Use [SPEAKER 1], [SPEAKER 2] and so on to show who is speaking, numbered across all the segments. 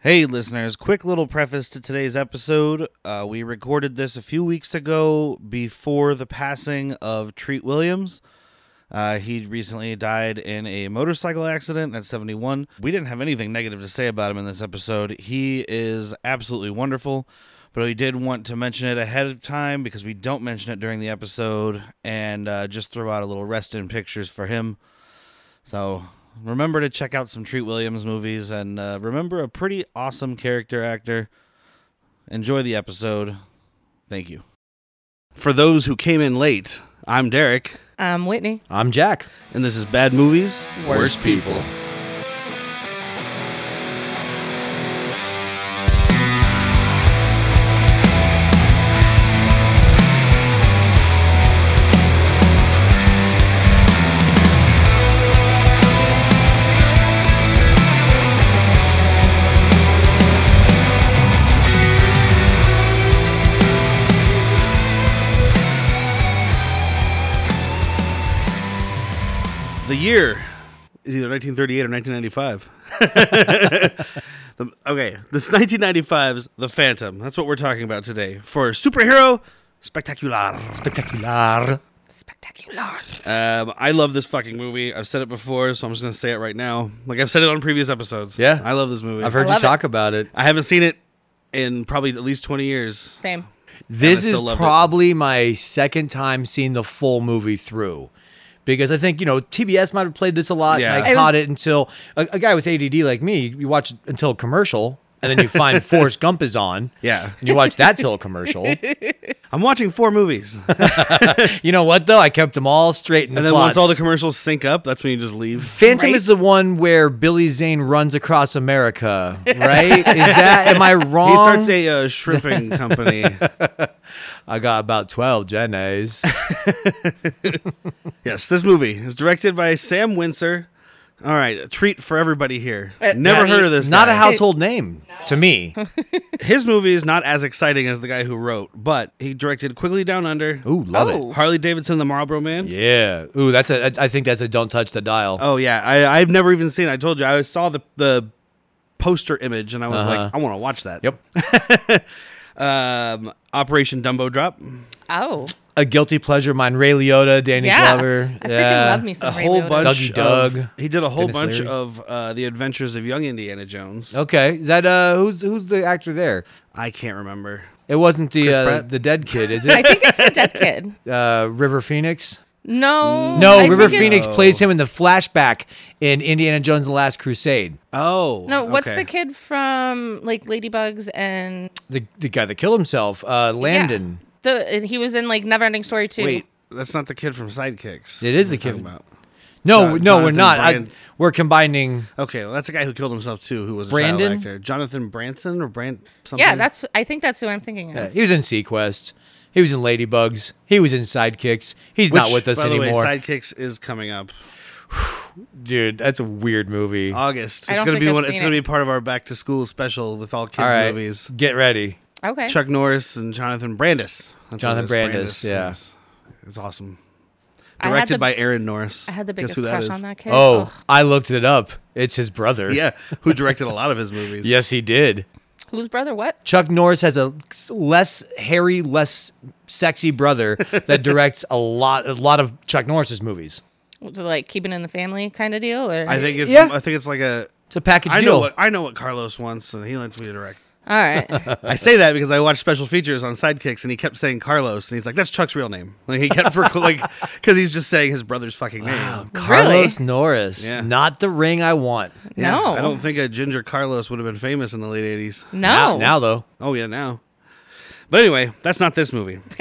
[SPEAKER 1] Hey, listeners, quick little preface to today's episode. Uh, we recorded this a few weeks ago before the passing of Treat Williams. Uh, he recently died in a motorcycle accident at 71. We didn't have anything negative to say about him in this episode. He is absolutely wonderful, but we did want to mention it ahead of time because we don't mention it during the episode and uh, just throw out a little rest in pictures for him. So remember to check out some Treat Williams movies and uh, remember a pretty awesome character actor. Enjoy the episode. Thank you. For those who came in late, I'm Derek,
[SPEAKER 2] I'm Um, Whitney.
[SPEAKER 3] I'm Jack.
[SPEAKER 1] and this is Bad Movies.
[SPEAKER 3] Worst people.
[SPEAKER 1] The year is either 1938 or 1995. The- okay, this 1995's The Phantom. That's what we're talking about today for superhero spectacular.
[SPEAKER 3] Spectacular.
[SPEAKER 2] Spectacular.
[SPEAKER 1] Um, I love this fucking movie. I've said it before, so I'm just gonna say it right now. Like I've said it on previous episodes.
[SPEAKER 3] Yeah.
[SPEAKER 1] I love this movie.
[SPEAKER 3] I've heard
[SPEAKER 2] I
[SPEAKER 3] you
[SPEAKER 2] love
[SPEAKER 3] talk about it.
[SPEAKER 1] I haven't seen it in probably at least 20 years.
[SPEAKER 2] Same.
[SPEAKER 3] This
[SPEAKER 1] still
[SPEAKER 3] is
[SPEAKER 1] love it.
[SPEAKER 3] probably my second time seeing the full movie through. Because I think, you know, TBS might have played this a lot.
[SPEAKER 1] Yeah.
[SPEAKER 3] And I
[SPEAKER 2] It was-
[SPEAKER 3] caught it until a, a guy with ADD like me, you watch it until a commercial, and then you find Forrest Gump is on.
[SPEAKER 1] Yeah,
[SPEAKER 3] And you watch that till a commercial.
[SPEAKER 1] I'm watching four movies, and
[SPEAKER 3] You know what though? I kept them all straight in the
[SPEAKER 1] then once
[SPEAKER 3] plots.
[SPEAKER 1] all the commercials sync up, that's when you just leave.
[SPEAKER 3] Phantom
[SPEAKER 2] Right?
[SPEAKER 3] is the one where Billy Zane runs across America, right? is that am I wrong?
[SPEAKER 1] He starts a uh, shrimping company.
[SPEAKER 3] I got about twelve Jennies.
[SPEAKER 1] Yes, this movie is directed by Sam Windsor. All right, a treat for everybody here.
[SPEAKER 2] Uh,
[SPEAKER 1] Never
[SPEAKER 2] not
[SPEAKER 1] heard of
[SPEAKER 2] e-
[SPEAKER 1] this.
[SPEAKER 3] Not
[SPEAKER 1] guy.
[SPEAKER 3] a household name to me.
[SPEAKER 1] His movie is not as exciting as the guy who wrote, but he directed Quigley Down Under,
[SPEAKER 3] Ooh, love
[SPEAKER 2] Oh.
[SPEAKER 3] it.
[SPEAKER 1] Harley Davidson, and The Marlboro Man.
[SPEAKER 3] Yeah. Ooh, that's a. I I think that's a. Don't touch the dial.
[SPEAKER 1] Oh yeah, I, I've never even seen. it. I told you I saw the the poster image and I was like, I want to watch that.
[SPEAKER 3] Uh-huh. Yep.
[SPEAKER 1] Um, Operation Dumbo Drop,
[SPEAKER 2] Oh,
[SPEAKER 3] A guilty pleasure. of Mine. Ray Liotta, Danny
[SPEAKER 2] yeah.
[SPEAKER 3] Glover.
[SPEAKER 2] I freaking
[SPEAKER 3] Yeah.
[SPEAKER 2] love me some
[SPEAKER 1] a
[SPEAKER 2] Ray
[SPEAKER 1] whole
[SPEAKER 2] Liotta.
[SPEAKER 1] bunch.
[SPEAKER 3] Dougie
[SPEAKER 1] of-
[SPEAKER 3] Doug,
[SPEAKER 1] he did a whole
[SPEAKER 3] Dennis
[SPEAKER 1] bunch
[SPEAKER 3] Leary.
[SPEAKER 1] of uh, the Adventures of Young Indiana Jones.
[SPEAKER 3] Okay. Is that uh? Who's who's the actor there?
[SPEAKER 1] I can't remember.
[SPEAKER 3] It wasn't the
[SPEAKER 1] Chris
[SPEAKER 3] uh,
[SPEAKER 1] Pratt?
[SPEAKER 3] the dead kid, is
[SPEAKER 2] I
[SPEAKER 3] it?
[SPEAKER 2] think it's the dead kid.
[SPEAKER 3] uh, River Phoenix.
[SPEAKER 2] No.
[SPEAKER 3] No,
[SPEAKER 2] Mm, I think
[SPEAKER 3] River
[SPEAKER 2] it's-
[SPEAKER 3] Phoenix
[SPEAKER 1] No.
[SPEAKER 3] plays him in the flashback in Indiana Jones: and The Last Crusade.
[SPEAKER 1] Oh
[SPEAKER 2] No, what's
[SPEAKER 1] okay.
[SPEAKER 2] the kid from like Ladybugs and
[SPEAKER 3] The the guy that killed himself, uh, Landon.
[SPEAKER 2] Yeah. The and he was in like Neverending Story too.
[SPEAKER 1] Wait, that's not the kid from Sidekicks.
[SPEAKER 3] It is
[SPEAKER 1] we're
[SPEAKER 3] the kid.
[SPEAKER 1] talking About.
[SPEAKER 3] No,
[SPEAKER 1] Jo-
[SPEAKER 3] no, we're
[SPEAKER 1] Jonathan
[SPEAKER 3] not. I,
[SPEAKER 1] Brand-
[SPEAKER 3] we're combining.
[SPEAKER 1] Okay, well, that's the guy who killed himself too, who was a
[SPEAKER 3] Brandon?
[SPEAKER 1] child actor. Jonathan Branson or Brand something.
[SPEAKER 2] Yeah, that's. I think that's who I'm thinking of.
[SPEAKER 3] He was in Sequest. He was in Ladybugs. He was in Sidekicks. He's not
[SPEAKER 1] Which,
[SPEAKER 3] with us
[SPEAKER 1] by the way,
[SPEAKER 3] anymore,
[SPEAKER 1] Sidekicks is coming up
[SPEAKER 3] dude. That's a weird movie.
[SPEAKER 1] August.
[SPEAKER 2] I
[SPEAKER 1] It's
[SPEAKER 2] don't
[SPEAKER 1] gonna
[SPEAKER 2] think
[SPEAKER 1] be
[SPEAKER 2] I've
[SPEAKER 1] one. It's
[SPEAKER 2] seen
[SPEAKER 1] gonna
[SPEAKER 2] it.
[SPEAKER 1] be part of our back to school special with all kids
[SPEAKER 3] All right,
[SPEAKER 1] movies.
[SPEAKER 3] get ready.
[SPEAKER 2] Okay.
[SPEAKER 1] Chuck Norris and Jonathan Brandis. That's
[SPEAKER 3] Jonathan
[SPEAKER 1] what it is,
[SPEAKER 3] Brandis, yeah.
[SPEAKER 1] yes. It's awesome.
[SPEAKER 2] had
[SPEAKER 1] Directed
[SPEAKER 2] the-
[SPEAKER 1] by Aaron Norris.
[SPEAKER 2] I had the
[SPEAKER 1] Guess
[SPEAKER 2] biggest
[SPEAKER 1] who
[SPEAKER 2] crush
[SPEAKER 1] is?
[SPEAKER 2] on that kid.
[SPEAKER 3] Oh,
[SPEAKER 2] Ugh.
[SPEAKER 3] I looked it up. It's his brother.
[SPEAKER 1] Yeah, who directed a lot of his movies.
[SPEAKER 3] Yes, he did.
[SPEAKER 2] Whose brother? What?
[SPEAKER 3] Chuck Norris has a less hairy, less sexy brother that directs a lot, a lot of Chuck Norris's movies.
[SPEAKER 2] Was it, like keeping in the family kind of deal, or
[SPEAKER 1] I think it's.
[SPEAKER 3] Yeah.
[SPEAKER 1] I think it's like a.
[SPEAKER 3] It's a package
[SPEAKER 1] I
[SPEAKER 3] deal.
[SPEAKER 1] know what I know what Carlos wants, and he lets me direct.
[SPEAKER 2] all right.
[SPEAKER 1] I say that because I watched special features on Sidekicks, and he kept saying Carlos, and he's like, "That's Chuck's real name." Like he kept for like because he's just saying his brother's fucking name.
[SPEAKER 3] Carlos Norris,
[SPEAKER 1] Yeah.
[SPEAKER 3] not the ring I want.
[SPEAKER 1] Yeah,
[SPEAKER 2] no,
[SPEAKER 1] I don't think a ginger Carlos would have been famous in the late '80s.
[SPEAKER 2] No,
[SPEAKER 3] Now, now though,
[SPEAKER 1] Oh yeah, now. But anyway, that's not this movie.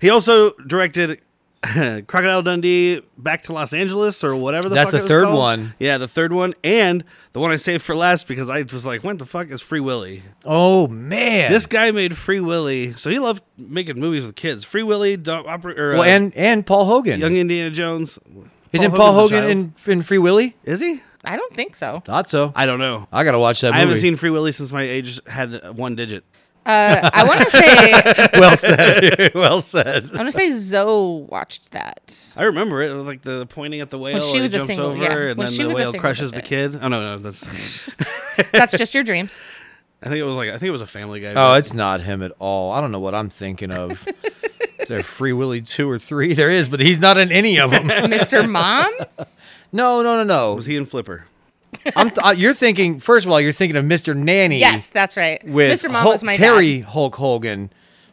[SPEAKER 1] he also directed Crocodile Dundee, Back to Los Angeles, or whatever the
[SPEAKER 3] That's
[SPEAKER 1] fuck
[SPEAKER 3] the
[SPEAKER 1] it was
[SPEAKER 3] third
[SPEAKER 1] called.
[SPEAKER 3] one.
[SPEAKER 1] Yeah, the third one, and the one I saved for last because I was like, "When the fuck is Free Willy?"
[SPEAKER 3] oh man,
[SPEAKER 1] This guy made Free Willy, so he loved making movies with kids. Free Willy, Do- Oper- or,
[SPEAKER 3] well,
[SPEAKER 1] uh,
[SPEAKER 3] and and Paul Hogan
[SPEAKER 1] Young Indiana Jones.
[SPEAKER 3] isn't Paul
[SPEAKER 1] Hogan's a
[SPEAKER 3] Hogan
[SPEAKER 1] child.
[SPEAKER 3] in, in Free Willy?
[SPEAKER 1] Is he?
[SPEAKER 2] I don't think so.
[SPEAKER 3] Thought so. I,
[SPEAKER 1] I don't know.
[SPEAKER 3] gotta watch that. movie.
[SPEAKER 1] I haven't seen Free Willy since my age had one digit.
[SPEAKER 2] Uh, I want to say I
[SPEAKER 3] well said. well said.
[SPEAKER 2] want to say Zoe watched that.
[SPEAKER 1] I remember it. it was like the pointing at the whale.
[SPEAKER 2] she
[SPEAKER 1] and
[SPEAKER 2] was
[SPEAKER 1] it
[SPEAKER 2] a
[SPEAKER 1] jumps
[SPEAKER 2] single,
[SPEAKER 1] over,
[SPEAKER 2] yeah.
[SPEAKER 1] and
[SPEAKER 2] When
[SPEAKER 1] then
[SPEAKER 2] she
[SPEAKER 1] the
[SPEAKER 2] was a
[SPEAKER 1] whale
[SPEAKER 2] single
[SPEAKER 1] crushes the
[SPEAKER 2] with it.
[SPEAKER 1] kid. Oh no, no, that's.
[SPEAKER 2] That's just your dreams.
[SPEAKER 1] I think it was like I think it was a Family Guy.
[SPEAKER 3] Oh,
[SPEAKER 1] bit.
[SPEAKER 3] it's not him at all. I don't know what I'm thinking of. is there Free Willy two or three? There is, but he's not in any of them.
[SPEAKER 2] Mr. Mom?
[SPEAKER 3] No, no, no, no.
[SPEAKER 1] was he in Flipper?
[SPEAKER 3] I'm th- uh, you're thinking. First of all, you're thinking of Mr. Nanny.
[SPEAKER 2] Yes, that's right.
[SPEAKER 3] With
[SPEAKER 2] Mr. Mom
[SPEAKER 3] Hulk-
[SPEAKER 2] was my dad.
[SPEAKER 3] Terry Hulk Hogan.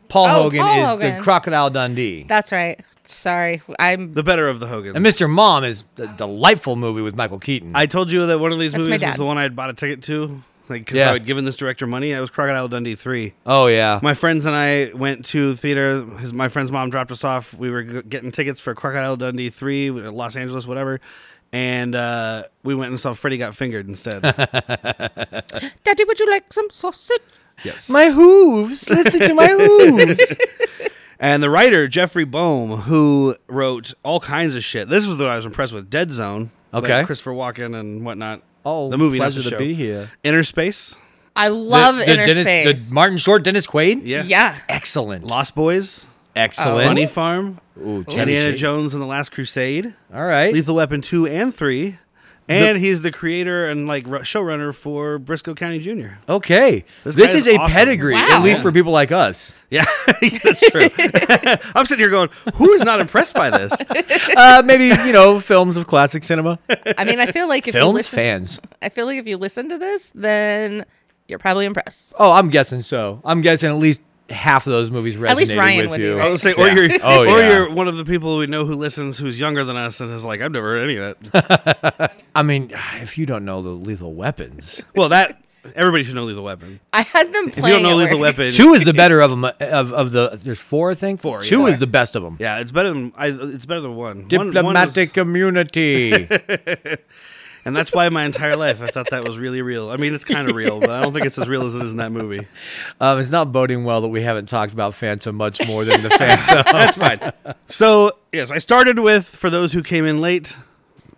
[SPEAKER 3] Paul
[SPEAKER 2] Oh,
[SPEAKER 3] Hogan
[SPEAKER 2] Paul
[SPEAKER 3] is the
[SPEAKER 2] Hogan.
[SPEAKER 3] Crocodile Dundee.
[SPEAKER 2] That's right. Sorry. I'm
[SPEAKER 1] The better of the Hogan.
[SPEAKER 3] and Mr. Mom is a delightful movie with Michael Keaton.
[SPEAKER 1] I told you that one of these
[SPEAKER 2] That's my
[SPEAKER 1] movies was
[SPEAKER 2] dad.
[SPEAKER 1] the one I had bought a ticket to, like because
[SPEAKER 3] Yeah.
[SPEAKER 1] I had given this director money. It was Crocodile Dundee three.
[SPEAKER 3] oh yeah.
[SPEAKER 1] My friends and I went to theater. His my friend's mom dropped us off. We were g- getting tickets for Crocodile Dundee three, Los Angeles, whatever. And uh, we went and saw Freddy Got Fingered instead.
[SPEAKER 2] Daddy, would you like some sausage?
[SPEAKER 1] yes.
[SPEAKER 3] my hooves. Listen to my hooves.
[SPEAKER 1] And the writer Jeffrey Boehm, who wrote all kinds of shit. This is what I was impressed with: Dead Zone, like
[SPEAKER 3] Okay.
[SPEAKER 1] Christopher Walken and whatnot.
[SPEAKER 3] Oh,
[SPEAKER 1] the movie, not
[SPEAKER 3] pleasure
[SPEAKER 1] the
[SPEAKER 3] to
[SPEAKER 1] show.
[SPEAKER 3] be here.
[SPEAKER 1] Inner Space,
[SPEAKER 2] I love
[SPEAKER 3] the, the
[SPEAKER 2] inner
[SPEAKER 3] Dennis-
[SPEAKER 2] space.
[SPEAKER 3] the Martin Short, Dennis Quaid.
[SPEAKER 1] yeah,
[SPEAKER 2] yeah.
[SPEAKER 3] Excellent.
[SPEAKER 1] Lost Boys,
[SPEAKER 3] Excellent.
[SPEAKER 1] Funny Farm,
[SPEAKER 3] Ooh, Chevy
[SPEAKER 1] Indiana
[SPEAKER 3] Chase.
[SPEAKER 1] Jones and the Last Crusade,
[SPEAKER 3] All right.
[SPEAKER 1] Lethal Weapon two and three, and he's the creator and like ru- showrunner for Briscoe County Jr.
[SPEAKER 3] Okay. This,
[SPEAKER 1] This guy
[SPEAKER 3] is
[SPEAKER 1] is
[SPEAKER 3] a
[SPEAKER 1] awesome.
[SPEAKER 3] pedigree, at
[SPEAKER 2] Wow.
[SPEAKER 3] least
[SPEAKER 1] Yeah.
[SPEAKER 3] for people like us.
[SPEAKER 1] Yeah, that's true. I'm sitting here going, who is not impressed by this?
[SPEAKER 3] Uh, maybe, you know, films of classic cinema.
[SPEAKER 2] I mean, I feel like if you
[SPEAKER 3] Films
[SPEAKER 2] listen,
[SPEAKER 3] fans.
[SPEAKER 2] I feel like if you listen to this, then you're probably impressed.
[SPEAKER 3] Oh, I'm guessing so. I'm guessing at least half of those movies resonated
[SPEAKER 2] At least Ryan
[SPEAKER 3] with
[SPEAKER 2] would be
[SPEAKER 3] you.
[SPEAKER 2] right.
[SPEAKER 1] I would say, or
[SPEAKER 3] Yeah.
[SPEAKER 1] you're,
[SPEAKER 3] Oh,
[SPEAKER 1] or
[SPEAKER 3] yeah.
[SPEAKER 1] you're one of the people we know who listens, who's younger than us, and is like, I've never heard any of that.
[SPEAKER 3] I mean, if you don't know the Lethal Weapons,
[SPEAKER 1] Well, that everybody should know Lethal Weapon.
[SPEAKER 2] I had them
[SPEAKER 1] If you
[SPEAKER 2] playing.
[SPEAKER 1] don't know
[SPEAKER 2] at
[SPEAKER 1] Lethal
[SPEAKER 2] work.
[SPEAKER 1] Weapon,
[SPEAKER 3] two is the better of them. Of, of the there's four, I think.
[SPEAKER 1] Four,
[SPEAKER 3] Two
[SPEAKER 1] yeah.
[SPEAKER 3] is the best of them.
[SPEAKER 1] yeah, it's better than I, it's better than one. One-
[SPEAKER 3] Diplomatic
[SPEAKER 1] one is-
[SPEAKER 3] community.
[SPEAKER 1] and that's why my entire life I thought that was really real. I mean, it's kind of real, but I don't think it's as real as it is in that movie.
[SPEAKER 3] um, it's not boding well that we haven't talked about Phantom much more than the Phantom.
[SPEAKER 1] That's fine. So yes, I started with for those who came in late,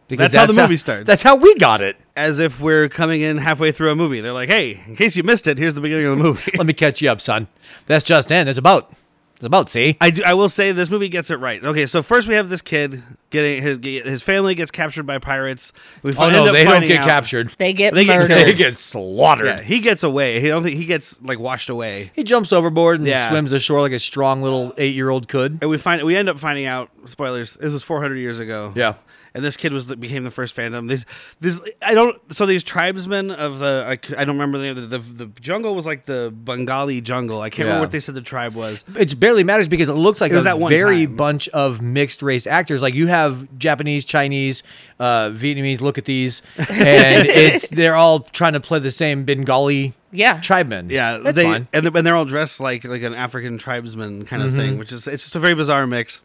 [SPEAKER 3] because
[SPEAKER 1] That's how the movie starts.
[SPEAKER 3] That's how we got it.
[SPEAKER 1] as if we're coming in halfway through a movie. They're like, hey, in case you missed it, here's the beginning of the movie.
[SPEAKER 3] Let me catch you up, son. That's just in. It's about. It's about. See.
[SPEAKER 1] I, do, I will say this movie gets it right. Okay, so first we have this kid getting his his family gets captured by pirates. We
[SPEAKER 3] Oh
[SPEAKER 1] fi- end
[SPEAKER 3] no,
[SPEAKER 1] up
[SPEAKER 3] they don't
[SPEAKER 1] finding
[SPEAKER 3] get
[SPEAKER 1] out-
[SPEAKER 3] captured.
[SPEAKER 2] They get
[SPEAKER 1] They get-
[SPEAKER 2] murdered.
[SPEAKER 3] They get slaughtered.
[SPEAKER 1] Yeah, he gets away. He don't think he gets like washed away.
[SPEAKER 3] He jumps overboard and
[SPEAKER 1] Yeah.
[SPEAKER 3] swims ashore like a strong little eight-year-old could.
[SPEAKER 1] And we find we end up finding out spoilers. This was 400 years ago.
[SPEAKER 3] Yeah.
[SPEAKER 1] And this kid was the, became the first phantom. These this I don't so these tribesmen of the I, c- I don't remember the name of the, the the jungle was like the Bengali jungle. I can't
[SPEAKER 3] Yeah.
[SPEAKER 1] remember what they said the tribe was.
[SPEAKER 3] It barely matters because it looks like
[SPEAKER 1] was
[SPEAKER 3] a
[SPEAKER 1] that one
[SPEAKER 3] very
[SPEAKER 1] time.
[SPEAKER 3] bunch of mixed race actors. Like you have Japanese, Chinese, uh, Vietnamese. Look at these, and it's they're all trying to play the same Bengali
[SPEAKER 2] Yeah.
[SPEAKER 3] tribemen.
[SPEAKER 1] Yeah,
[SPEAKER 3] that's
[SPEAKER 1] they
[SPEAKER 3] fine.
[SPEAKER 1] and the, and they're all dressed like like an African tribesman kind of thing, which is it's just a very bizarre mix.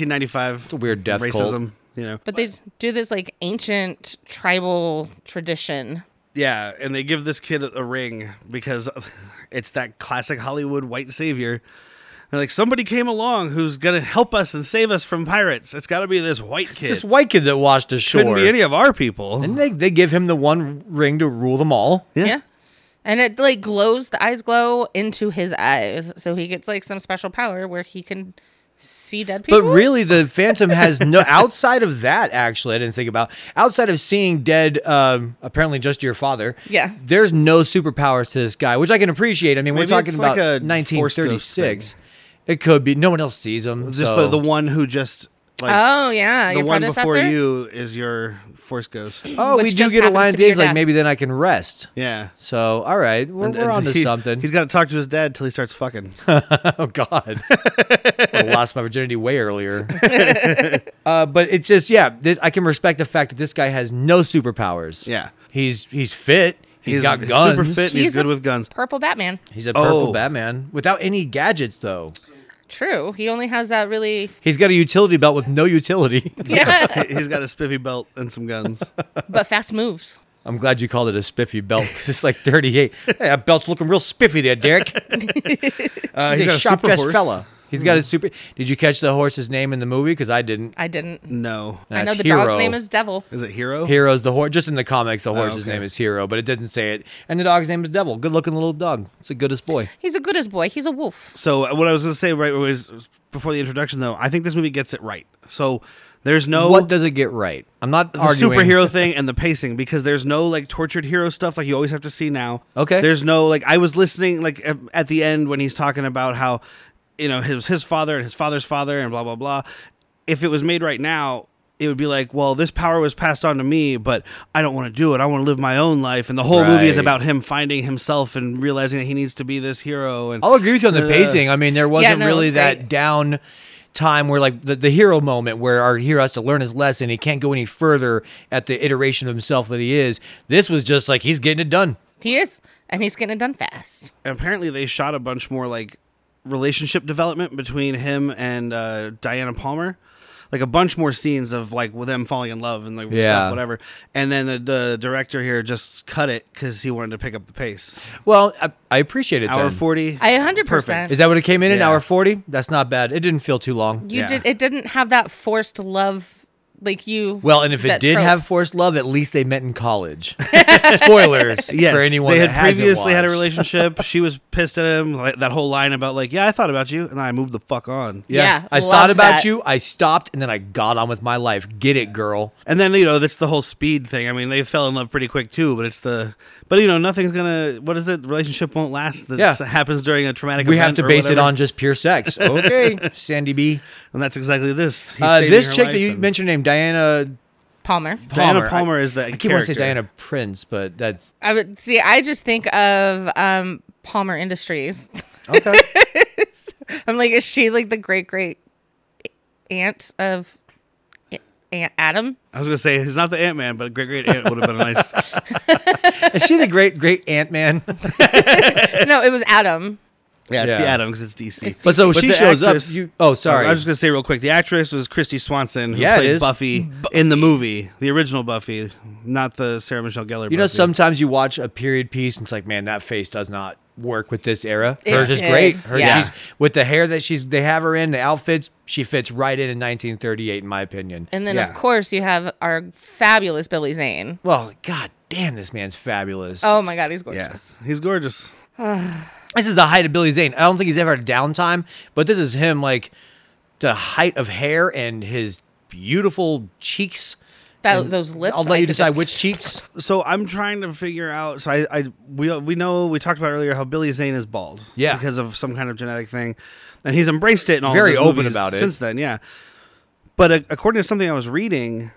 [SPEAKER 1] 1995. It's
[SPEAKER 3] Mm-hmm. a weird death
[SPEAKER 1] racism,
[SPEAKER 3] cult.
[SPEAKER 1] you know.
[SPEAKER 2] But they do this like ancient tribal tradition.
[SPEAKER 1] Yeah, and they give this kid a ring because it's that classic Hollywood white savior. They're like, somebody came along who's gonna help us and save us from pirates. It's got to be this white kid.
[SPEAKER 3] It's this white kid that washed ashore.
[SPEAKER 1] Couldn't be any of our people.
[SPEAKER 3] and they they give him the one ring to rule them all.
[SPEAKER 1] Yeah.
[SPEAKER 2] Yeah. And it like glows, the eyes glow into his eyes. So he gets like some special power where he can see dead people.
[SPEAKER 3] But really, the Phantom has no outside of that. Actually, I didn't think about outside of seeing dead. Um, apparently, just your father.
[SPEAKER 2] Yeah.
[SPEAKER 3] there's no superpowers to this guy, which I can appreciate. I mean, we're
[SPEAKER 1] Maybe
[SPEAKER 3] talking
[SPEAKER 1] it's
[SPEAKER 3] about
[SPEAKER 1] like a force ghost
[SPEAKER 3] 1936. It could be no one else sees him.
[SPEAKER 1] Just
[SPEAKER 3] so-
[SPEAKER 1] the, the one who just like
[SPEAKER 2] oh, yeah.
[SPEAKER 1] the
[SPEAKER 2] Your
[SPEAKER 1] one
[SPEAKER 2] predecessor?
[SPEAKER 1] before you is your force ghost.
[SPEAKER 3] oh, we
[SPEAKER 2] which
[SPEAKER 3] do
[SPEAKER 2] just
[SPEAKER 3] get a
[SPEAKER 2] happens
[SPEAKER 3] Lions
[SPEAKER 2] to be your
[SPEAKER 3] Games. Like
[SPEAKER 2] dad.
[SPEAKER 3] maybe then I can rest.
[SPEAKER 1] Yeah.
[SPEAKER 3] So all right, we're, we're
[SPEAKER 1] And
[SPEAKER 3] on to
[SPEAKER 1] he-
[SPEAKER 3] something.
[SPEAKER 1] He's got to talk to his dad till he starts fucking.
[SPEAKER 3] Oh God, I lost my virginity way earlier. uh, but it's just yeah, this, I can respect the fact that this guy has no superpowers.
[SPEAKER 1] Yeah.
[SPEAKER 3] he's he's fit. he's got
[SPEAKER 1] he's
[SPEAKER 3] guns.
[SPEAKER 1] Super fit. And he's,
[SPEAKER 2] He's
[SPEAKER 1] good
[SPEAKER 2] a-
[SPEAKER 1] with guns.
[SPEAKER 2] Purple Batman.
[SPEAKER 3] He's a purple
[SPEAKER 1] Oh.
[SPEAKER 3] Batman without any gadgets though.
[SPEAKER 2] True. He only has that really.
[SPEAKER 3] He's got a utility belt with no utility.
[SPEAKER 2] Yeah.
[SPEAKER 1] he's got a spiffy belt and some guns.
[SPEAKER 2] but fast moves.
[SPEAKER 3] I'm glad you called it a spiffy belt 'cause it's like 38. Hey, that belt's looking real spiffy there, Derek.
[SPEAKER 1] Uh,
[SPEAKER 3] He's, a
[SPEAKER 1] got Hmm.
[SPEAKER 3] sharp
[SPEAKER 1] super
[SPEAKER 3] dressed
[SPEAKER 1] horse.
[SPEAKER 3] fella. He's got his super. Did you catch the horse's name in the movie? Because I didn't.
[SPEAKER 2] I didn't.
[SPEAKER 1] No.
[SPEAKER 2] I know
[SPEAKER 3] That's
[SPEAKER 2] the
[SPEAKER 3] Hero.
[SPEAKER 2] dog's name is Devil.
[SPEAKER 1] Is it Hero?
[SPEAKER 3] Hero's the horse. Just in the comics, the
[SPEAKER 1] Oh.
[SPEAKER 3] horse's
[SPEAKER 1] okay.
[SPEAKER 3] name is Hero, but it doesn't say it. And the dog's name is Devil. Good looking little dog. It's the goodest boy.
[SPEAKER 2] He's a goodest boy. He's a wolf.
[SPEAKER 1] So uh, what I was going to say right was before the introduction though, I think this movie gets it right. So there's no
[SPEAKER 3] What does it get right? I'm not
[SPEAKER 1] the
[SPEAKER 3] arguing.
[SPEAKER 1] superhero thing and the pacing because there's no like tortured hero stuff like you always have to see now.
[SPEAKER 3] Okay.
[SPEAKER 1] There's no like I was listening like at- at the end when he's talking about how you know his his father and his father's father and blah blah blah. If it was made right now, it would be like, well, this power was passed on to me, but I don't want to do it. I want to live my own life, and the whole movie is
[SPEAKER 3] Right.
[SPEAKER 1] about him finding himself and realizing that he needs to be this hero. And
[SPEAKER 3] I'll agree with you on the
[SPEAKER 1] Uh,
[SPEAKER 3] pacing. I mean, there wasn't
[SPEAKER 2] no, it was
[SPEAKER 3] really that
[SPEAKER 2] great.
[SPEAKER 3] down time where like the, the hero moment where our hero has to learn his lesson. He can't go any further at the iteration of himself that he is. This was just like he's getting it done.
[SPEAKER 2] He is, and he's getting it done fast.
[SPEAKER 1] apparently they shot a bunch more like relationship development between him and uh, Diana Palmer. Like a bunch more scenes of like with them falling in love and like
[SPEAKER 3] Yeah.
[SPEAKER 1] stuff, whatever. And then the, the director here just cut it because he wanted to pick up the pace.
[SPEAKER 3] Well, I, I appreciate it.
[SPEAKER 1] Hour
[SPEAKER 3] then.
[SPEAKER 1] forty.
[SPEAKER 2] I 100%.
[SPEAKER 3] Is that what it came in an
[SPEAKER 1] Yeah.
[SPEAKER 3] hour forty? That's not bad. It didn't feel too long.
[SPEAKER 2] You
[SPEAKER 1] Yeah.
[SPEAKER 2] did. It didn't have that forced love, like you.
[SPEAKER 3] Well, and if it
[SPEAKER 2] that
[SPEAKER 3] did
[SPEAKER 2] trope.
[SPEAKER 3] have forced love, at least they met in college. Spoilers
[SPEAKER 1] Yes,
[SPEAKER 3] for anyone
[SPEAKER 1] they had
[SPEAKER 3] that hasn't
[SPEAKER 1] previously had a
[SPEAKER 3] watched.
[SPEAKER 1] relationship. she was pissed at him. Like, that whole line about like, yeah, I thought about you, and then I moved the fuck on.
[SPEAKER 2] Yeah,
[SPEAKER 3] I
[SPEAKER 2] loved
[SPEAKER 3] thought about
[SPEAKER 2] that.
[SPEAKER 3] you. I stopped, and then I got on with my life. Get it, girl.
[SPEAKER 1] And then you know that's the whole speed thing. I mean, they fell in love pretty quick too. But it's the but you know nothing's gonna. What is it? Relationship won't last. That
[SPEAKER 3] Yeah.
[SPEAKER 1] happens during a traumatic.
[SPEAKER 3] We have
[SPEAKER 1] event
[SPEAKER 3] to
[SPEAKER 1] or
[SPEAKER 3] base it
[SPEAKER 1] whatever.
[SPEAKER 3] on just pure sex. Okay, Sandy B.
[SPEAKER 1] And that's exactly this. He's
[SPEAKER 3] Uh,
[SPEAKER 1] saving
[SPEAKER 3] this
[SPEAKER 1] her
[SPEAKER 3] chick
[SPEAKER 1] life
[SPEAKER 3] that you
[SPEAKER 1] and-
[SPEAKER 3] mentioned, named Diana
[SPEAKER 2] Palmer.
[SPEAKER 1] Diana
[SPEAKER 3] Palmer.
[SPEAKER 1] Palmer is the
[SPEAKER 3] I keep wanting
[SPEAKER 1] character.
[SPEAKER 3] to say Diana Prince, but that's
[SPEAKER 2] I would see. I just think of um, Palmer Industries.
[SPEAKER 3] okay.
[SPEAKER 2] I'm like, is she like the great great aunt of A- Aunt Adam?
[SPEAKER 1] I was gonna say he's not the Ant Man, but Great Great Ant would have been a nice.
[SPEAKER 3] Is she the great great Ant Man?
[SPEAKER 2] no, it was Adam.
[SPEAKER 1] yeah, it's
[SPEAKER 3] Yeah.
[SPEAKER 1] the Adam because it's DC.
[SPEAKER 3] But so she
[SPEAKER 1] the
[SPEAKER 3] shows
[SPEAKER 1] actress-
[SPEAKER 3] up. You, oh, sorry.
[SPEAKER 1] I was just gonna say real quick. The actress was Christy Swanson, who
[SPEAKER 3] Yeah, it
[SPEAKER 1] played
[SPEAKER 3] is.
[SPEAKER 1] Buffy, in the movie, the original Buffy, not the Sarah Michelle Gellar.
[SPEAKER 3] you know,
[SPEAKER 1] Buffy.
[SPEAKER 3] sometimes you watch a period piece and it's like, man, that face does not work with this era.
[SPEAKER 2] It
[SPEAKER 3] Hers is
[SPEAKER 2] did,
[SPEAKER 3] great. Her,
[SPEAKER 2] yeah.
[SPEAKER 3] she's with the hair that she's they have her in the outfits. She fits right in in 1938, in my opinion.
[SPEAKER 2] And then,
[SPEAKER 1] Yeah.
[SPEAKER 2] of course, you have our fabulous Billy Zane.
[SPEAKER 3] well, god damn, this man's fabulous.
[SPEAKER 2] Oh my God, he's gorgeous.
[SPEAKER 1] Yes, he's gorgeous.
[SPEAKER 3] This is the height of Billy Zane. I don't think he's ever had downtime, but this is him like the height of hair and his beautiful cheeks.
[SPEAKER 2] That, those lips.
[SPEAKER 3] I'll let
[SPEAKER 2] I
[SPEAKER 3] you
[SPEAKER 2] could
[SPEAKER 3] decide
[SPEAKER 2] just-
[SPEAKER 3] which cheeks.
[SPEAKER 1] So I'm trying to figure out. So I, I we we know we talked about earlier how Billy Zane is bald,
[SPEAKER 3] Yeah.
[SPEAKER 1] because of some kind of genetic thing, and he's embraced it and all
[SPEAKER 3] Very
[SPEAKER 1] of his
[SPEAKER 3] open
[SPEAKER 1] movies
[SPEAKER 3] about it.
[SPEAKER 1] since then. Yeah, but uh, according to something I was reading,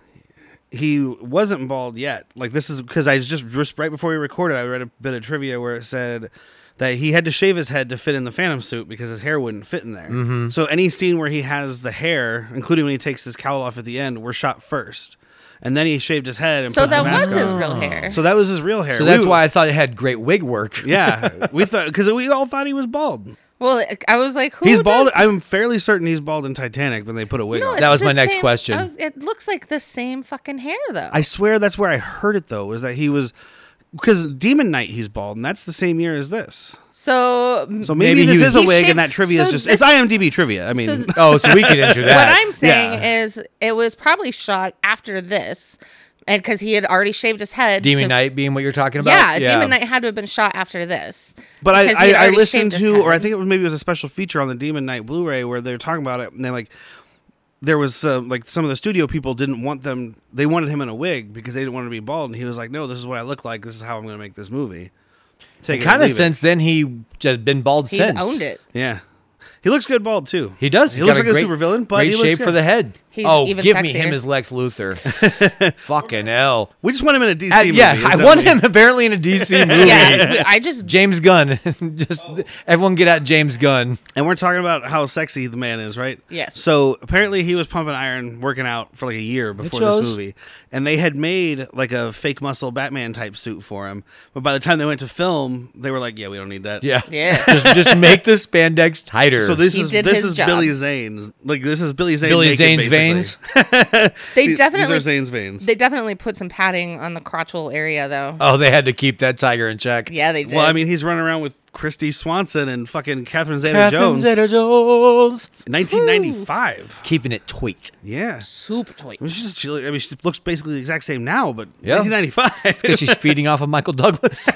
[SPEAKER 1] he wasn't bald yet. Like this is because I just just right before we recorded, I read a bit of trivia where it said that he had to shave his head to fit in the Phantom suit because his hair wouldn't fit in there.
[SPEAKER 3] Mm-hmm.
[SPEAKER 1] So any scene where he has the hair, including when he takes his cowl off at the end, were shot first. And then he shaved his head. And
[SPEAKER 2] So
[SPEAKER 1] put the
[SPEAKER 2] that
[SPEAKER 1] mask
[SPEAKER 2] was
[SPEAKER 1] on.
[SPEAKER 2] his real hair.
[SPEAKER 1] So that was his real hair.
[SPEAKER 3] So that's
[SPEAKER 1] We-
[SPEAKER 3] why I thought it had great wig work.
[SPEAKER 1] yeah, we thought because we all thought he was bald.
[SPEAKER 2] well, I was like, who?
[SPEAKER 1] He's bald.
[SPEAKER 2] does-
[SPEAKER 1] I'm fairly certain he's bald in Titanic when they put a wig
[SPEAKER 2] No,
[SPEAKER 1] on.
[SPEAKER 2] it's
[SPEAKER 3] That was
[SPEAKER 2] the
[SPEAKER 3] my next
[SPEAKER 2] same-
[SPEAKER 3] question.
[SPEAKER 2] I was- it looks like the same fucking hair though.
[SPEAKER 1] I swear that's where I heard it though. Was that he was because Demon Knight he's bald, and that's the same year as this.
[SPEAKER 2] so
[SPEAKER 1] So maybe,
[SPEAKER 3] Maybe
[SPEAKER 1] this
[SPEAKER 3] he
[SPEAKER 1] is
[SPEAKER 3] was-
[SPEAKER 1] a
[SPEAKER 2] He
[SPEAKER 1] wig,
[SPEAKER 2] shaved-
[SPEAKER 1] and that trivia is
[SPEAKER 2] so
[SPEAKER 1] just it's
[SPEAKER 2] this-
[SPEAKER 1] IMDb trivia. I mean,
[SPEAKER 2] so
[SPEAKER 3] Oh, so we could enter
[SPEAKER 2] what
[SPEAKER 3] that.
[SPEAKER 2] I'm saying
[SPEAKER 1] yeah.
[SPEAKER 2] is it was probably shot after this, and because he had already shaved his head.
[SPEAKER 3] Demon
[SPEAKER 2] to-
[SPEAKER 3] Knight being what you're talking about.
[SPEAKER 2] Yeah, Demon Knight had to have been shot after this.
[SPEAKER 1] But
[SPEAKER 2] because
[SPEAKER 1] I,
[SPEAKER 2] he had
[SPEAKER 1] I, I
[SPEAKER 2] already
[SPEAKER 1] listened
[SPEAKER 2] shaved his
[SPEAKER 1] to,
[SPEAKER 2] head.
[SPEAKER 1] or I think it was maybe it was a special feature on the Demon Knight Blu-ray where they were talking about it, and they like there was uh, like some of the studio people didn't want them. They wanted him in a wig because they didn't want him to be bald, and he was like, "No, this is what I look like. This is how I'm going to make this movie." Take it or
[SPEAKER 3] Kind of
[SPEAKER 1] leave it.
[SPEAKER 3] since then he just been bald
[SPEAKER 2] He's
[SPEAKER 3] since.
[SPEAKER 2] owned it.
[SPEAKER 1] yeah. He looks good bald too.
[SPEAKER 3] He does.
[SPEAKER 1] He
[SPEAKER 3] He's
[SPEAKER 1] looks
[SPEAKER 3] got
[SPEAKER 1] like
[SPEAKER 3] a
[SPEAKER 1] a
[SPEAKER 3] great,
[SPEAKER 1] supervillain, but
[SPEAKER 3] great
[SPEAKER 1] he looks
[SPEAKER 3] shape
[SPEAKER 1] good.
[SPEAKER 3] for the head.
[SPEAKER 2] He's
[SPEAKER 3] oh,
[SPEAKER 2] even
[SPEAKER 3] give
[SPEAKER 2] sexier.
[SPEAKER 3] me him as Lex Luthor. Fucking hell.
[SPEAKER 1] We just want him in a DC
[SPEAKER 3] Uh,
[SPEAKER 1] movie.
[SPEAKER 3] yeah,
[SPEAKER 1] is
[SPEAKER 3] I
[SPEAKER 1] that
[SPEAKER 3] want
[SPEAKER 1] what
[SPEAKER 3] him apparently in a DC movie.
[SPEAKER 2] Yeah, I just
[SPEAKER 3] James Gunn. Just
[SPEAKER 1] Oh.
[SPEAKER 3] everyone get out James Gunn.
[SPEAKER 1] And we're talking about how sexy the man is, right?
[SPEAKER 2] Yes.
[SPEAKER 1] So apparently he was pumping iron, working out for like a year before this
[SPEAKER 3] shows.
[SPEAKER 1] movie, and they had made like a fake muscle Batman type suit for him. But by the time they went to film, they were like, "Yeah, we don't need that."
[SPEAKER 3] Yeah.
[SPEAKER 2] yeah.
[SPEAKER 3] just just make the spandex tighter.
[SPEAKER 1] So this
[SPEAKER 2] He
[SPEAKER 1] is
[SPEAKER 2] did
[SPEAKER 1] this
[SPEAKER 2] his
[SPEAKER 1] is
[SPEAKER 2] job.
[SPEAKER 1] Billy Zane's like this is Billy Zane.
[SPEAKER 3] Billy
[SPEAKER 1] naked,
[SPEAKER 3] Zane's
[SPEAKER 1] basically.
[SPEAKER 3] veins?
[SPEAKER 2] They
[SPEAKER 1] These-
[SPEAKER 2] definitely
[SPEAKER 1] these are Zane's veins.
[SPEAKER 2] they definitely put some padding on the crotchal area though.
[SPEAKER 3] Oh, they had to keep that tiger in check.
[SPEAKER 2] yeah, they did.
[SPEAKER 1] well, I mean, he's running around with Christy Swanson and fucking Catherine Zeta
[SPEAKER 3] Catherine
[SPEAKER 1] Jones.
[SPEAKER 3] Zeta-Jones.
[SPEAKER 1] 1995.
[SPEAKER 3] Keeping it tweet.
[SPEAKER 1] Yeah.
[SPEAKER 2] Soup toy.
[SPEAKER 1] I mean, she's, she, I mean, she looks basically the exact same now, but
[SPEAKER 3] Yeah.
[SPEAKER 1] 1995.
[SPEAKER 3] Because she's feeding off of Michael Douglas.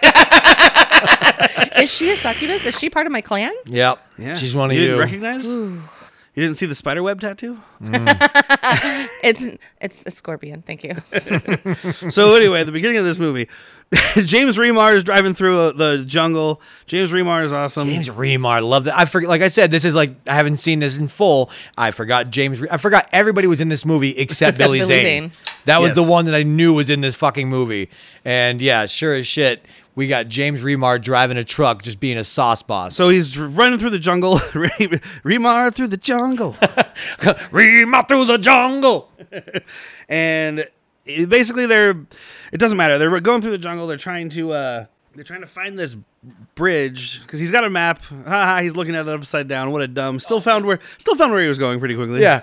[SPEAKER 2] Is she a succubus? Is she part of my clan?
[SPEAKER 3] yep.
[SPEAKER 1] yeah.
[SPEAKER 3] She's one of
[SPEAKER 1] you.
[SPEAKER 3] you.
[SPEAKER 1] Didn't recognize? You didn't see the spider web tattoo?
[SPEAKER 2] It's it's a scorpion. Thank you.
[SPEAKER 1] So anyway, at the beginning of this movie, James Remar is driving through uh, the jungle. James Remar is awesome.
[SPEAKER 3] James Remar, love that. I forget. Like I said, this is like I haven't seen this in full. I forgot James. Re- I forgot everybody was in this movie except, Billy,
[SPEAKER 2] Billy
[SPEAKER 3] Zane.
[SPEAKER 2] Zane.
[SPEAKER 3] That was
[SPEAKER 1] Yes.
[SPEAKER 3] the one that I knew was in this fucking movie. And yeah, sure as shit, we got James Remar driving a truck, just being a sauce boss.
[SPEAKER 1] so he's dr- running through the jungle. Re- Remar through the jungle.
[SPEAKER 3] Remar through the jungle.
[SPEAKER 1] and it- basically they're it doesn't matter they're going through the jungle they're trying to uh they're trying to find this bridge because he's got a map Haha, he's looking at it upside down what a dumb still found where still found where he was going pretty quickly
[SPEAKER 3] Yeah.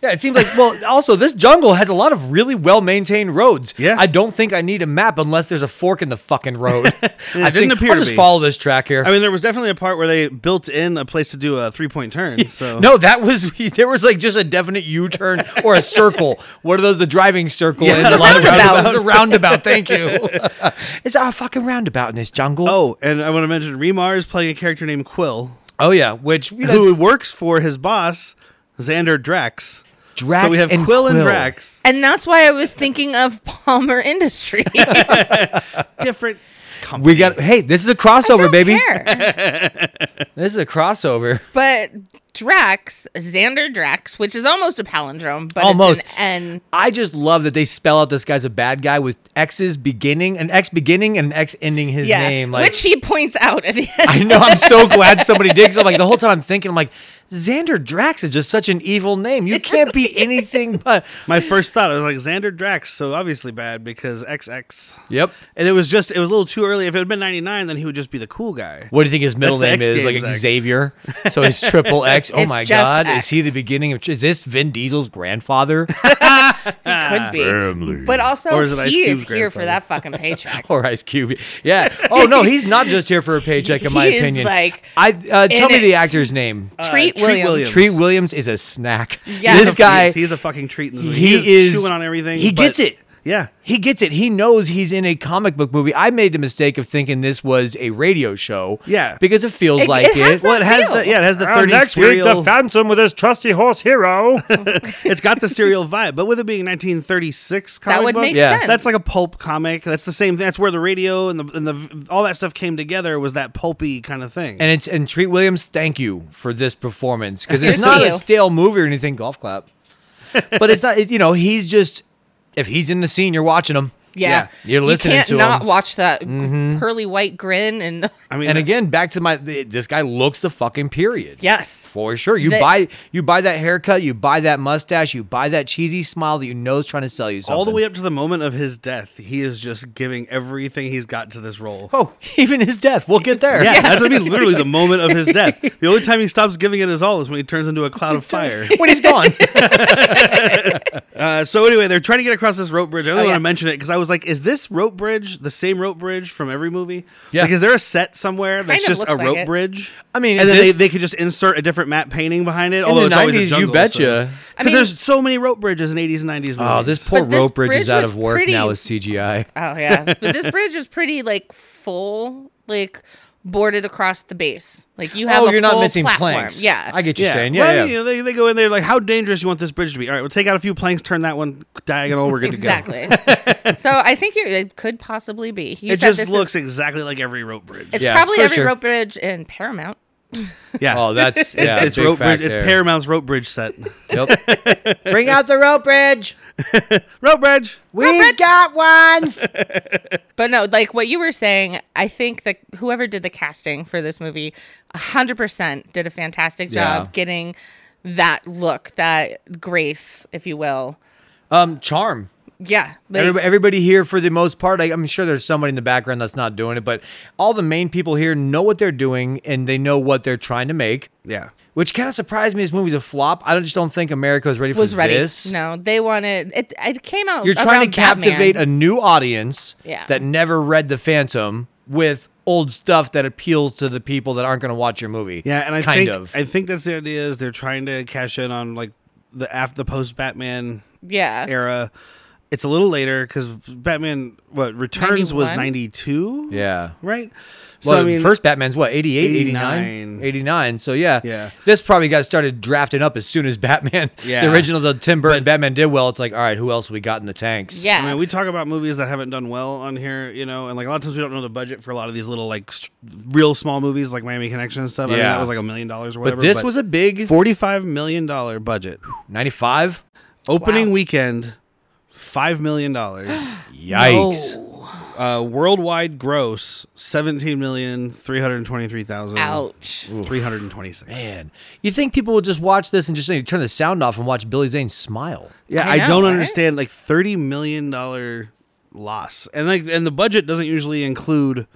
[SPEAKER 3] Yeah, it seems like well. Also, this jungle has a lot of really well maintained roads.
[SPEAKER 1] Yeah.
[SPEAKER 3] I don't think I need a map unless there's a fork in the fucking road. I
[SPEAKER 1] didn't
[SPEAKER 3] think,
[SPEAKER 1] appear
[SPEAKER 3] I'll
[SPEAKER 1] to
[SPEAKER 3] just
[SPEAKER 1] be.
[SPEAKER 3] follow this track here.
[SPEAKER 1] i mean there was definitely a part where they built in a place to do a three-point turn so
[SPEAKER 3] No, that was there was like just a definite U turn or a circle. What are those? The driving circle
[SPEAKER 1] Yeah.
[SPEAKER 3] is
[SPEAKER 1] It's a
[SPEAKER 2] roundabout.
[SPEAKER 3] It's a roundabout. Thank you. it's our fucking roundabout in this jungle.
[SPEAKER 1] oh and i want to mention remar is playing a character named quill
[SPEAKER 3] Oh, yeah. Which you know,
[SPEAKER 1] who works for his boss xander drax
[SPEAKER 3] Drax
[SPEAKER 1] so we have
[SPEAKER 3] and
[SPEAKER 1] quill and
[SPEAKER 3] Quill.
[SPEAKER 1] drax
[SPEAKER 2] And that's why I was thinking of Palmer Industries.
[SPEAKER 1] different company.
[SPEAKER 3] Uh, we got. Hey, this is a
[SPEAKER 2] I
[SPEAKER 3] crossover,
[SPEAKER 2] don't
[SPEAKER 3] baby.
[SPEAKER 2] care.
[SPEAKER 3] This is a crossover.
[SPEAKER 2] But Drax, Xander Drax, which is almost a palindrome, but
[SPEAKER 3] Almost.
[SPEAKER 2] it's an N.
[SPEAKER 3] I just love that they spell out this guy's a bad guy with X's beginning, an X beginning, and an X ending his
[SPEAKER 2] Yeah,
[SPEAKER 3] name. Like
[SPEAKER 2] which he points out at the end.
[SPEAKER 3] I know. I'm so glad somebody digs. I'm like the whole time I'm thinking, I'm like, Xander Drax is just such an evil name. You can't be anything but.
[SPEAKER 1] My first thought, I was like, Xander Drax, so obviously bad because XX.
[SPEAKER 3] Yep.
[SPEAKER 1] And it was just, it was a little too early. If it had been 99, then he would just be the cool guy.
[SPEAKER 3] What do you think his middle
[SPEAKER 1] That's the
[SPEAKER 3] name
[SPEAKER 1] X
[SPEAKER 3] is? Like
[SPEAKER 1] Games X.
[SPEAKER 3] Xavier. So he's triple X. Oh
[SPEAKER 2] It's
[SPEAKER 3] my
[SPEAKER 2] just
[SPEAKER 3] God. Is
[SPEAKER 2] X.
[SPEAKER 3] he the beginning of. Is this Vin Diesel's grandfather?
[SPEAKER 1] Ah,
[SPEAKER 2] Could be. But also,
[SPEAKER 1] Or is it Ice
[SPEAKER 2] he is
[SPEAKER 1] Cube's
[SPEAKER 2] here for
[SPEAKER 1] grandfather?
[SPEAKER 2] that fucking paycheck.
[SPEAKER 3] or Ice Cube? Yeah. Oh, no. He's not just here for a paycheck, in my
[SPEAKER 2] He is,
[SPEAKER 3] opinion.
[SPEAKER 2] like,
[SPEAKER 3] I uh, Tell
[SPEAKER 2] in
[SPEAKER 3] me the
[SPEAKER 2] it.
[SPEAKER 3] actor's name.
[SPEAKER 2] Treat
[SPEAKER 1] Uh, Treat
[SPEAKER 2] Williams.
[SPEAKER 1] Williams.
[SPEAKER 3] Tree Williams is a snack.
[SPEAKER 2] Yeah.
[SPEAKER 3] This
[SPEAKER 2] He's a-
[SPEAKER 3] guy.
[SPEAKER 1] he's, he's a fucking treat. In this movie.
[SPEAKER 3] he
[SPEAKER 1] is,
[SPEAKER 3] is-
[SPEAKER 1] chewing on everything.
[SPEAKER 3] he
[SPEAKER 1] but-
[SPEAKER 3] gets it.
[SPEAKER 1] Yeah.
[SPEAKER 3] He gets it. He knows he's in a comic book movie. I made the mistake of thinking this was a radio show.
[SPEAKER 1] Yeah.
[SPEAKER 3] Because it feels
[SPEAKER 2] It-
[SPEAKER 3] like
[SPEAKER 2] it
[SPEAKER 3] it.
[SPEAKER 2] has
[SPEAKER 1] Well, it has
[SPEAKER 2] Real.
[SPEAKER 3] Oh,
[SPEAKER 1] the, yeah, it has the
[SPEAKER 4] Our
[SPEAKER 1] 30s
[SPEAKER 4] next week,
[SPEAKER 1] serial.
[SPEAKER 4] the Phantom with his trusty horse hero.
[SPEAKER 1] it's got the serial vibe, but with it being 1936 comic
[SPEAKER 2] That would
[SPEAKER 1] book,
[SPEAKER 2] make
[SPEAKER 3] Yeah.
[SPEAKER 2] sense.
[SPEAKER 1] That's like a pulp comic. That's the same. That's where the radio and the and the all that stuff came together was that pulpy kind of thing.
[SPEAKER 3] And it's and Treat Williams, thank you for this performance because it's
[SPEAKER 2] Here's
[SPEAKER 3] not
[SPEAKER 2] to
[SPEAKER 3] a
[SPEAKER 2] you.
[SPEAKER 3] stale movie or anything. Golf clap, but it's not. It, you know, he's just if he's in the scene, you're watching him.
[SPEAKER 2] yeah.
[SPEAKER 1] Yeah.
[SPEAKER 3] You're listening
[SPEAKER 2] you can't
[SPEAKER 3] to
[SPEAKER 2] not
[SPEAKER 3] him. Mm-hmm.
[SPEAKER 2] watch that pearly white grin and the,
[SPEAKER 1] I mean,
[SPEAKER 3] And again, back to my th- this guy looks the fucking period.
[SPEAKER 2] yes.
[SPEAKER 3] for sure. You
[SPEAKER 2] The-
[SPEAKER 3] buy you buy that haircut, you buy that mustache, you buy that cheesy smile that you know is trying to sell you something.
[SPEAKER 1] all the way up to the moment of his death, he is just giving everything he's got to this role.
[SPEAKER 3] Oh, even his death. We'll get there.
[SPEAKER 1] Yeah, that's what I mean. Literally, the moment of his death. The only time he stops giving it his all is when he turns into a cloud of fire.
[SPEAKER 3] when he's gone.
[SPEAKER 1] Uh, so anyway, they're trying to get across this rope bridge. I only
[SPEAKER 2] Oh,
[SPEAKER 1] want
[SPEAKER 2] yeah.
[SPEAKER 1] to mention it because I was like, "Is this rope bridge the same rope bridge from every movie?
[SPEAKER 3] Yeah.
[SPEAKER 1] Like, is there a set somewhere that's
[SPEAKER 2] of
[SPEAKER 1] just a
[SPEAKER 2] looks like
[SPEAKER 1] rope
[SPEAKER 2] it.
[SPEAKER 1] bridge?
[SPEAKER 3] I mean,
[SPEAKER 1] and
[SPEAKER 3] is
[SPEAKER 1] then they,
[SPEAKER 3] this-
[SPEAKER 1] they could just insert a different map painting behind it. although
[SPEAKER 3] the
[SPEAKER 1] it's always a
[SPEAKER 3] 90s, you
[SPEAKER 1] jungle,
[SPEAKER 3] betcha.
[SPEAKER 2] I
[SPEAKER 1] Because
[SPEAKER 2] mean-
[SPEAKER 1] there's so many rope bridges in 80s and 90s movies.
[SPEAKER 3] Oh, this
[SPEAKER 2] But
[SPEAKER 3] poor
[SPEAKER 2] this
[SPEAKER 3] rope bridge
[SPEAKER 2] bridge
[SPEAKER 3] is out
[SPEAKER 2] was
[SPEAKER 3] of work
[SPEAKER 2] pretty-
[SPEAKER 3] now with CGI.
[SPEAKER 2] Oh yeah, but this bridge is pretty like full, like boarded across the base. Like you have.
[SPEAKER 3] oh,
[SPEAKER 2] a
[SPEAKER 3] you're not
[SPEAKER 2] full
[SPEAKER 3] missing
[SPEAKER 2] platform.
[SPEAKER 3] planks.
[SPEAKER 2] Yeah,
[SPEAKER 3] I get you saying. Yeah,
[SPEAKER 1] Well,
[SPEAKER 3] yeah.
[SPEAKER 1] you know, they, they go in there like, how dangerous you want this bridge to be? All right, we'll take out a few planks, turn that one diagonal, we're good to go.
[SPEAKER 2] exactly. so I think you it could possibly be. You
[SPEAKER 1] It
[SPEAKER 2] said
[SPEAKER 1] just
[SPEAKER 2] this
[SPEAKER 1] looks
[SPEAKER 2] Is,
[SPEAKER 1] exactly like every rope bridge.
[SPEAKER 2] it's
[SPEAKER 3] Yeah,
[SPEAKER 2] probably
[SPEAKER 3] for
[SPEAKER 2] every
[SPEAKER 3] sure.
[SPEAKER 2] rope bridge in Paramount.
[SPEAKER 1] yeah,
[SPEAKER 3] Oh, that's yeah,
[SPEAKER 1] it's, it's
[SPEAKER 3] big
[SPEAKER 1] rope
[SPEAKER 3] fact
[SPEAKER 1] bridge. It's
[SPEAKER 3] there.
[SPEAKER 1] Paramount's rope bridge set.
[SPEAKER 3] Yep. Bring out the rope bridge.
[SPEAKER 1] rope bridge.
[SPEAKER 3] We've got one.
[SPEAKER 2] But no, like what you were saying, I think that whoever did the casting for this movie, hundred percent did a fantastic job
[SPEAKER 3] Yeah.
[SPEAKER 2] getting that look, that grace, if you will.
[SPEAKER 3] Um, charm.
[SPEAKER 2] Yeah, like,
[SPEAKER 3] Everybody, everybody here, for the most part, I, I'm sure there's somebody in the background that's not doing it, but all the main people here know what they're doing and they know what they're trying to make.
[SPEAKER 1] Yeah.
[SPEAKER 3] Which kind of surprised me. This movie's a flop. I don't- just don't think America was ready for
[SPEAKER 2] was ready.
[SPEAKER 3] this.
[SPEAKER 2] No, they wanted it. It came out.
[SPEAKER 3] You're trying to
[SPEAKER 2] around Batman.
[SPEAKER 3] captivate a new audience
[SPEAKER 2] Yeah.
[SPEAKER 3] that never read The Phantom with old stuff that appeals to the people that aren't going to watch your movie.
[SPEAKER 1] Yeah, and I
[SPEAKER 3] kind
[SPEAKER 1] think
[SPEAKER 3] of.
[SPEAKER 1] I think that's the idea is they're trying to cash in on like the after the post Batman
[SPEAKER 2] Yeah.
[SPEAKER 1] era. It's a little later because Batman what returns was
[SPEAKER 2] 91?
[SPEAKER 1] ninety two.
[SPEAKER 3] yeah.
[SPEAKER 1] right.
[SPEAKER 3] Well, first Batman's what, 88, 89?
[SPEAKER 1] 89.
[SPEAKER 3] 89. So, yeah.
[SPEAKER 1] Yeah.
[SPEAKER 3] This probably got started drafting up as soon as Batman,
[SPEAKER 1] Yeah.
[SPEAKER 3] the original the Tim Burton Batman did well. It's like, all right, who else we got in the tanks?
[SPEAKER 2] Yeah.
[SPEAKER 1] I mean, we talk about movies that haven't done well on here, you know, and like a lot of times we don't know the budget for a lot of these little like st- real small movies like Miami Connection and stuff. I mean,
[SPEAKER 3] Yeah.
[SPEAKER 1] that was like a million dollars or whatever.
[SPEAKER 3] But this was a big
[SPEAKER 1] forty-five million dollar budget,
[SPEAKER 3] 95.
[SPEAKER 1] opening
[SPEAKER 2] Wow.
[SPEAKER 1] weekend, five million dollars,
[SPEAKER 3] Yikes.
[SPEAKER 2] No.
[SPEAKER 1] uh, worldwide gross seventeen million three hundred twenty-three thousand
[SPEAKER 2] Ouch.
[SPEAKER 1] three hundred twenty-six.
[SPEAKER 3] Man, you think people would just watch this and just say, turn the sound off and watch Billy Zane smile?
[SPEAKER 1] Yeah, I,
[SPEAKER 2] I know,
[SPEAKER 1] don't
[SPEAKER 2] right?
[SPEAKER 1] understand like thirty million dollar loss, and like and the budget doesn't usually include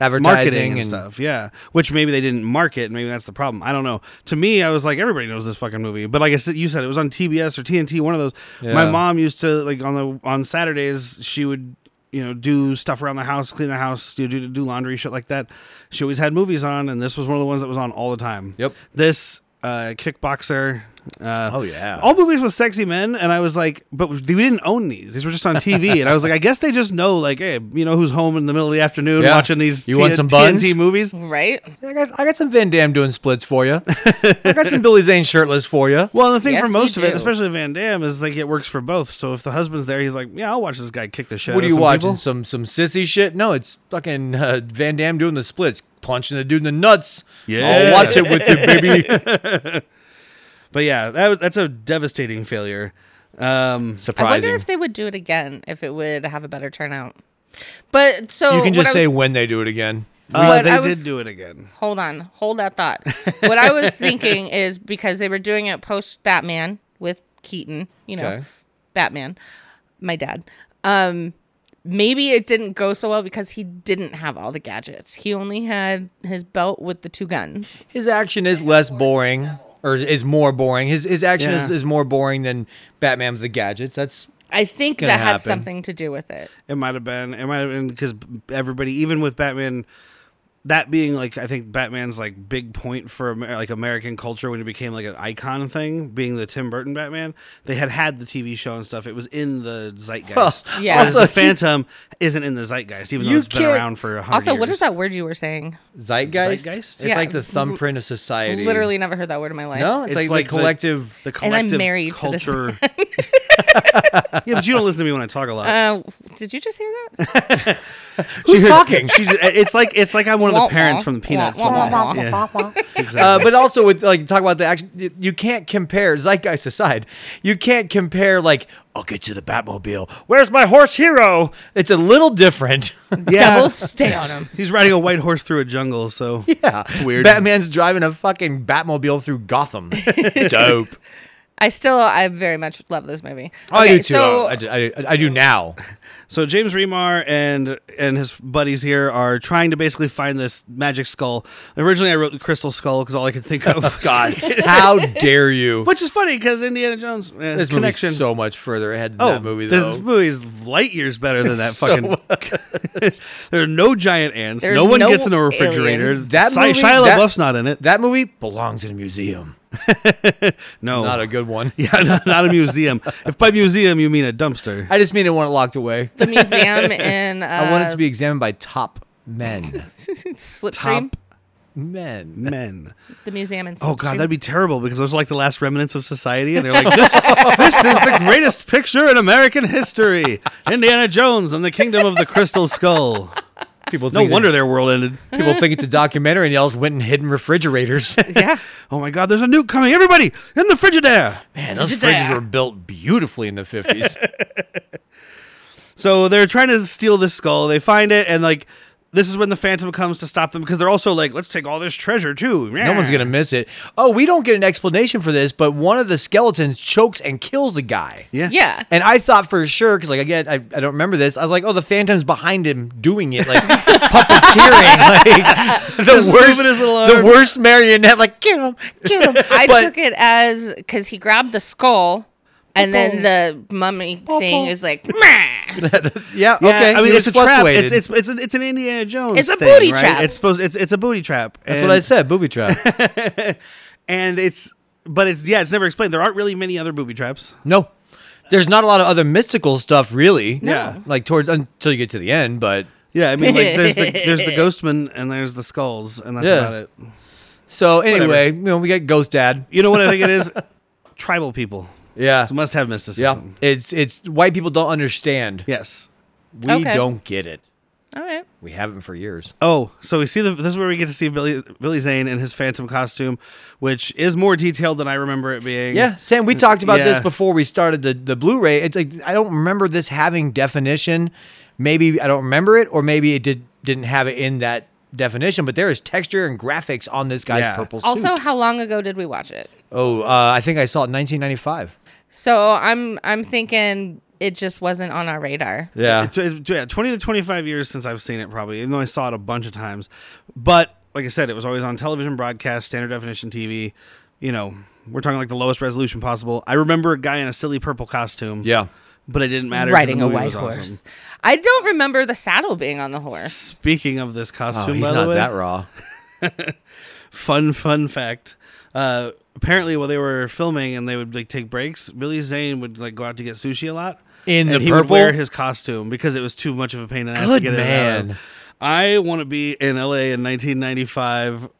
[SPEAKER 3] Advertising
[SPEAKER 1] marketing and, stuff. Yeah, which maybe they didn't market, and maybe that's the problem. I don't know. To me, I was like, everybody knows this fucking movie, but like I said, you said it was on TBS or TNT, one of those. My
[SPEAKER 3] Yeah.
[SPEAKER 1] mom used to like on the on Saturdays she would you know do stuff around the house, clean the house, do do, do laundry, shit like that. She always had movies on, and this was one of the ones that was on all the time.
[SPEAKER 3] Yep.
[SPEAKER 1] This uh, kickboxer. Uh,
[SPEAKER 3] Oh, yeah.
[SPEAKER 1] all movies with sexy men, and I was like, but we didn't own these; these were just on TV. and I was like, I guess they just know, like, hey, you know who's home in the middle of the afternoon
[SPEAKER 3] Yeah.
[SPEAKER 1] watching these
[SPEAKER 3] You want some buns?
[SPEAKER 1] TNT movies?
[SPEAKER 2] Right?
[SPEAKER 3] I got, I got some Van Damme doing splits for you. I got some Billy Zane shirtless for you.
[SPEAKER 1] Well, the thing
[SPEAKER 2] Yes,
[SPEAKER 1] for most of
[SPEAKER 2] we
[SPEAKER 1] it,
[SPEAKER 2] do.
[SPEAKER 1] especially Van Damme, is like it works for both. So if the husband's there, he's like, yeah, I'll watch this guy kick the shit. out
[SPEAKER 3] What are
[SPEAKER 1] of
[SPEAKER 3] you
[SPEAKER 1] some
[SPEAKER 3] watching?
[SPEAKER 1] people."
[SPEAKER 3] Some some sissy shit? No, it's fucking uh, Van Damme doing the splits, punching the dude in the nuts.
[SPEAKER 1] Yeah.
[SPEAKER 3] I'll watch it with you, baby.
[SPEAKER 1] But yeah, that was, that's a devastating failure. Um,
[SPEAKER 2] I wonder
[SPEAKER 3] Surprising.
[SPEAKER 2] if they would do it again if it would have a better turnout. But so
[SPEAKER 3] you can
[SPEAKER 2] what
[SPEAKER 3] just
[SPEAKER 2] I
[SPEAKER 3] say
[SPEAKER 2] was-
[SPEAKER 3] when they do it again.
[SPEAKER 1] uh,
[SPEAKER 2] But
[SPEAKER 1] they
[SPEAKER 2] I was-
[SPEAKER 1] did do it again.
[SPEAKER 2] hold on, hold that thought. what I was thinking is because they were doing it post Batman with Keaton, you know,
[SPEAKER 3] Okay.
[SPEAKER 2] Batman, my dad. Um, maybe it didn't go so well because he didn't have all the gadgets. He only had his belt with the two guns.
[SPEAKER 3] His action is less boring, or is- is more boring. His his action is,
[SPEAKER 1] Yeah.
[SPEAKER 3] is more boring than Batman with the gadgets. That's
[SPEAKER 2] I think
[SPEAKER 3] Gonna
[SPEAKER 2] that
[SPEAKER 3] happen.
[SPEAKER 2] had something to do with it.
[SPEAKER 1] It might have been. It might have been because everybody, even with Batman, that being like I think Batman's like big point for Amer- like American culture when it became like an icon thing, being the Tim Burton Batman. They had had the TV show and stuff. It was in the zeitgeist.
[SPEAKER 3] Well,
[SPEAKER 2] Yeah.
[SPEAKER 1] Whereas
[SPEAKER 3] also,
[SPEAKER 1] the
[SPEAKER 3] he-
[SPEAKER 1] Phantom isn't in the zeitgeist, even though
[SPEAKER 3] You
[SPEAKER 1] it's been
[SPEAKER 3] can't-
[SPEAKER 1] around for a hundred.
[SPEAKER 2] Also, what
[SPEAKER 1] years.
[SPEAKER 2] is that word you were saying?
[SPEAKER 3] zeitgeist.
[SPEAKER 1] Zeitgeist?
[SPEAKER 3] It's
[SPEAKER 2] Yeah.
[SPEAKER 3] like the thumbprint of society.
[SPEAKER 2] Literally never heard that word in my life.
[SPEAKER 3] No, it's,
[SPEAKER 1] It's
[SPEAKER 3] like,
[SPEAKER 1] like the-
[SPEAKER 3] the collective.
[SPEAKER 1] The
[SPEAKER 2] And I'm
[SPEAKER 1] collective
[SPEAKER 2] married to this
[SPEAKER 1] culture. yeah, but you don't listen to me when I talk a lot.
[SPEAKER 2] Uh, did you just hear that?
[SPEAKER 3] who's talking?
[SPEAKER 1] She just- it's like it's like I'm one of
[SPEAKER 2] Wah,
[SPEAKER 1] the
[SPEAKER 2] wah.
[SPEAKER 1] parents from the
[SPEAKER 2] Wah,
[SPEAKER 1] Peanuts.
[SPEAKER 2] wah,
[SPEAKER 1] when
[SPEAKER 2] wah,
[SPEAKER 1] I-
[SPEAKER 2] wah,
[SPEAKER 1] yeah,
[SPEAKER 3] Uh,
[SPEAKER 1] exactly.
[SPEAKER 3] but also with like talk about the action, you, you can't compare zeitgeist aside. You can't compare like I'll get to the Batmobile.
[SPEAKER 4] Where's my horse hero?
[SPEAKER 3] It's a little different.
[SPEAKER 1] yeah,
[SPEAKER 2] Devil stay on him.
[SPEAKER 1] he's riding a white horse through a jungle. So
[SPEAKER 3] yeah, it's
[SPEAKER 1] weird.
[SPEAKER 3] Batman's driving a fucking Batmobile through Gotham. Dope.
[SPEAKER 2] I still, I very much love this movie.
[SPEAKER 1] Oh,
[SPEAKER 3] I
[SPEAKER 2] Okay,
[SPEAKER 3] do Oh, too.
[SPEAKER 2] So,
[SPEAKER 3] I, do- I, do- I do now.
[SPEAKER 1] So James Remar and and his buddies here are trying to basically find this magic skull. Originally, I wrote the crystal skull because all I could think of. Was,
[SPEAKER 3] Oh, God, how dare you?
[SPEAKER 1] which is funny because Indiana Jones eh,
[SPEAKER 3] This movie's
[SPEAKER 1] connection.
[SPEAKER 3] so much further ahead than
[SPEAKER 1] oh,
[SPEAKER 3] that movie though.
[SPEAKER 1] this movie is light years better than that
[SPEAKER 3] So
[SPEAKER 1] fucking. there are no giant ants.
[SPEAKER 2] There's
[SPEAKER 1] no one
[SPEAKER 2] no
[SPEAKER 1] gets in a refrigerator.
[SPEAKER 2] aliens.
[SPEAKER 3] That
[SPEAKER 1] Si-
[SPEAKER 3] movie-
[SPEAKER 1] Shia
[SPEAKER 3] that-
[SPEAKER 1] LaBeouf's not in it.
[SPEAKER 3] that movie belongs in a museum.
[SPEAKER 1] no,
[SPEAKER 3] Not a good one.
[SPEAKER 1] yeah, not, not a museum. if by museum you mean a dumpster.
[SPEAKER 3] I just mean I want it locked away.
[SPEAKER 2] the museum in uh,
[SPEAKER 3] I want it to be examined by top men.
[SPEAKER 2] Slipstream.
[SPEAKER 1] Top
[SPEAKER 3] men.
[SPEAKER 1] men.
[SPEAKER 2] The museum in Slipstream.
[SPEAKER 1] Oh god, that'd be terrible because those are like the last remnants of society, and they're like, this, this is the greatest picture in American history: Indiana Jones and the Kingdom of the Crystal Skull.
[SPEAKER 3] People
[SPEAKER 1] No
[SPEAKER 3] think that-
[SPEAKER 1] wonder their world ended.
[SPEAKER 3] People think it's a documentary and y'all went and hidden refrigerators.
[SPEAKER 2] yeah.
[SPEAKER 1] Oh my god, there's a nuke coming! Everybody in the Frigidaire.
[SPEAKER 3] Man, those fridges were built beautifully in the 50s.
[SPEAKER 1] So they're trying to steal this skull. They find it, and like. This is when the Phantom comes to stop them because they're also like, let's take all this treasure too.
[SPEAKER 3] no one's going to miss it. Oh, we don't get an explanation for this, but one of the skeletons chokes and kills a guy.
[SPEAKER 1] Yeah.
[SPEAKER 2] Yeah.
[SPEAKER 3] And I thought for sure, because like again, I, I don't remember this. I was like, oh, the phantom's behind him doing it, like puppeteering, like the
[SPEAKER 1] Just
[SPEAKER 3] worst,
[SPEAKER 1] moving his little
[SPEAKER 3] the
[SPEAKER 1] arm.
[SPEAKER 3] worst marionette. Like get him, get him.
[SPEAKER 2] I
[SPEAKER 3] But-
[SPEAKER 2] took it as because he grabbed the skull and then the mummy thing is like, "Mah."
[SPEAKER 3] Yeah.
[SPEAKER 1] Yeah,
[SPEAKER 3] okay.
[SPEAKER 1] I mean,
[SPEAKER 3] You're
[SPEAKER 1] it's a trap.
[SPEAKER 3] fluctuated.
[SPEAKER 1] It's it's it's an, it's an Indiana Jones.
[SPEAKER 2] It's a
[SPEAKER 1] thing,
[SPEAKER 2] booty
[SPEAKER 1] right?
[SPEAKER 2] trap.
[SPEAKER 1] It's supposed. It's it's a booty trap.
[SPEAKER 3] That's
[SPEAKER 1] and,
[SPEAKER 3] what I said. Booby trap.
[SPEAKER 1] And it's but it's yeah. It's never explained. There aren't really many other booby traps.
[SPEAKER 3] no. There's not a lot of other mystical stuff, really.
[SPEAKER 1] Yeah.
[SPEAKER 3] Like towards until you get to the end, but
[SPEAKER 1] Yeah, I mean, like there's the there's the ghostman and there's the skulls and that's
[SPEAKER 3] Yeah.
[SPEAKER 1] about it.
[SPEAKER 3] so anyway, you know, we got Ghost Dad.
[SPEAKER 1] You know what I think it is? Tribal people
[SPEAKER 3] Yeah.
[SPEAKER 1] must have mysticism.
[SPEAKER 3] Yeah. It's it's white people don't understand.
[SPEAKER 1] Yes.
[SPEAKER 3] We
[SPEAKER 2] Okay.
[SPEAKER 3] don't get it.
[SPEAKER 2] all right.
[SPEAKER 3] We haven't for years.
[SPEAKER 1] Oh, so we see the. This is where we get to see Billy Billy Zane in his phantom costume, which is more detailed than I remember it being.
[SPEAKER 3] Yeah, Sam, we talked about this
[SPEAKER 1] Yeah.
[SPEAKER 3] before we started the, the Blu-ray. It's like I don't remember this having definition. Maybe I don't remember it, or maybe it did didn't have it in that definition. But there is texture and graphics on this guy's
[SPEAKER 1] Yeah.
[SPEAKER 3] purple suit.
[SPEAKER 2] Also, how long ago did we watch it?
[SPEAKER 3] oh, uh, I think I saw it in 1995.
[SPEAKER 2] So I'm I'm thinking it just wasn't on our radar.
[SPEAKER 3] Yeah,
[SPEAKER 1] It's- it's- yeah, twenty to twenty-five years since I've seen it, probably. Even though I saw it a bunch of times, but like I said, it was always on television broadcast, standard definition TV. You know, we're talking like the lowest resolution possible. I remember a guy in a silly purple costume.
[SPEAKER 3] yeah.
[SPEAKER 1] but it didn't matter. 'cause
[SPEAKER 2] Riding
[SPEAKER 1] the
[SPEAKER 2] a
[SPEAKER 1] movie
[SPEAKER 2] white
[SPEAKER 1] was awesome.
[SPEAKER 2] horse. I don't remember the saddle being on the horse.
[SPEAKER 1] Speaking of this costume,
[SPEAKER 3] Oh, he's
[SPEAKER 1] by the
[SPEAKER 3] not
[SPEAKER 1] way,
[SPEAKER 3] that raw.
[SPEAKER 1] fun fun fact uh apparently while they were filming and they would like take breaks billy zane would like go out to get sushi a lot
[SPEAKER 3] In
[SPEAKER 1] and
[SPEAKER 3] the
[SPEAKER 1] he would
[SPEAKER 3] purple?
[SPEAKER 1] wear his costume because it was too much of a pain in the ass to
[SPEAKER 3] Good
[SPEAKER 1] get it out of.
[SPEAKER 3] man.
[SPEAKER 1] i want to be in la in 1995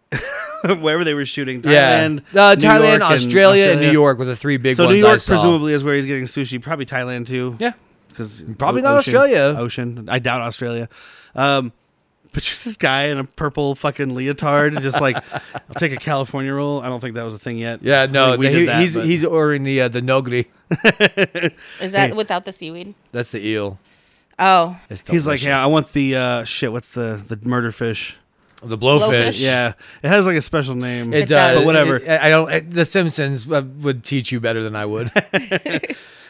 [SPEAKER 1] wherever they were shooting
[SPEAKER 3] yeah,
[SPEAKER 1] thailand
[SPEAKER 3] uh,
[SPEAKER 1] New
[SPEAKER 3] Thailand,
[SPEAKER 1] York, and
[SPEAKER 3] Australia, and New York were the three big
[SPEAKER 1] so
[SPEAKER 3] ones.
[SPEAKER 1] new
[SPEAKER 3] I
[SPEAKER 1] york
[SPEAKER 3] saw.
[SPEAKER 1] presumably is where he's getting sushi probably thailand too
[SPEAKER 3] Yeah,
[SPEAKER 1] because
[SPEAKER 3] Probably not Australia.
[SPEAKER 1] Ocean. I doubt Australia. Um, but just this guy in a purple fucking leotard, just like I'll take a California roll. I don't think that was a thing yet.
[SPEAKER 3] yeah.
[SPEAKER 1] I
[SPEAKER 3] No,
[SPEAKER 1] think we
[SPEAKER 3] he-
[SPEAKER 1] did that,
[SPEAKER 3] he's
[SPEAKER 1] but-
[SPEAKER 3] he's ordering the uh, the nogri.
[SPEAKER 2] Is that without the seaweed?
[SPEAKER 3] That's the eel.
[SPEAKER 2] Oh,
[SPEAKER 3] It's
[SPEAKER 1] he's like,
[SPEAKER 3] delicious.
[SPEAKER 1] yeah, I want the uh, shit. What's the the murder fish?
[SPEAKER 3] the blowfish.
[SPEAKER 2] Blowfish.
[SPEAKER 1] Yeah, it has like a special name.
[SPEAKER 3] It,
[SPEAKER 2] It
[SPEAKER 3] does.
[SPEAKER 2] does.
[SPEAKER 1] But whatever.
[SPEAKER 3] It- I don't. It, the Simpsons uh, would teach you better than I would.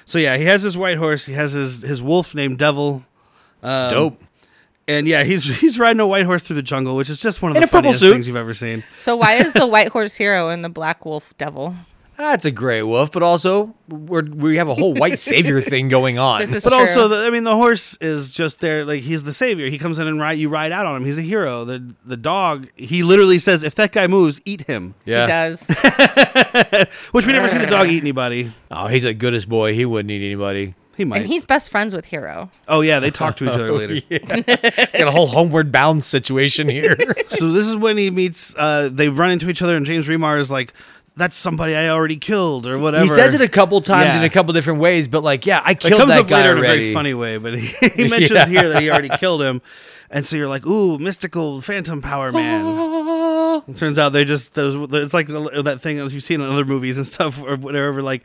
[SPEAKER 1] so yeah, he has his white horse. He has his his wolf named Devil. Um, And yeah, he's he's riding a white horse through the jungle, which is just one of
[SPEAKER 3] In
[SPEAKER 1] the
[SPEAKER 3] a purple
[SPEAKER 1] funniest
[SPEAKER 3] suit.
[SPEAKER 1] things you've ever seen.
[SPEAKER 2] so why is the white horse hero and the black wolf devil?
[SPEAKER 3] That's a gray wolf, but also we're, we have a whole white savior thing going on.
[SPEAKER 2] This is
[SPEAKER 1] But
[SPEAKER 2] true.
[SPEAKER 1] also, the, I mean, the horse is just there. Like he's the savior. He comes in and ride. You ride out on him. He's a hero. The the dog. He literally says, "If that guy moves, eat him."
[SPEAKER 2] he does.
[SPEAKER 1] Which we never see the dog eat anybody.
[SPEAKER 3] Oh, he's the goodest boy. He wouldn't eat anybody.
[SPEAKER 1] He might.
[SPEAKER 2] and he's best friends with hero.
[SPEAKER 1] oh yeah, they talk to each other later.
[SPEAKER 3] Got a whole homeward bound situation here.
[SPEAKER 1] So this is when he meets. Uh, they run into each other, and James Remar is like, "That's somebody I already killed," or whatever.
[SPEAKER 3] he says it a couple times
[SPEAKER 1] Yeah.
[SPEAKER 3] in a couple different ways, but like, yeah, I
[SPEAKER 1] It
[SPEAKER 3] killed
[SPEAKER 1] comes
[SPEAKER 3] that
[SPEAKER 1] up
[SPEAKER 3] guy
[SPEAKER 1] later in a
[SPEAKER 3] already.
[SPEAKER 1] very funny way, but he, he mentions here that he already killed him, and so you're like, "Ooh, mystical phantom power man."
[SPEAKER 3] Ah.
[SPEAKER 1] Turns out they just those. It's like the- that thing that you've seen in other movies and stuff or whatever. Like,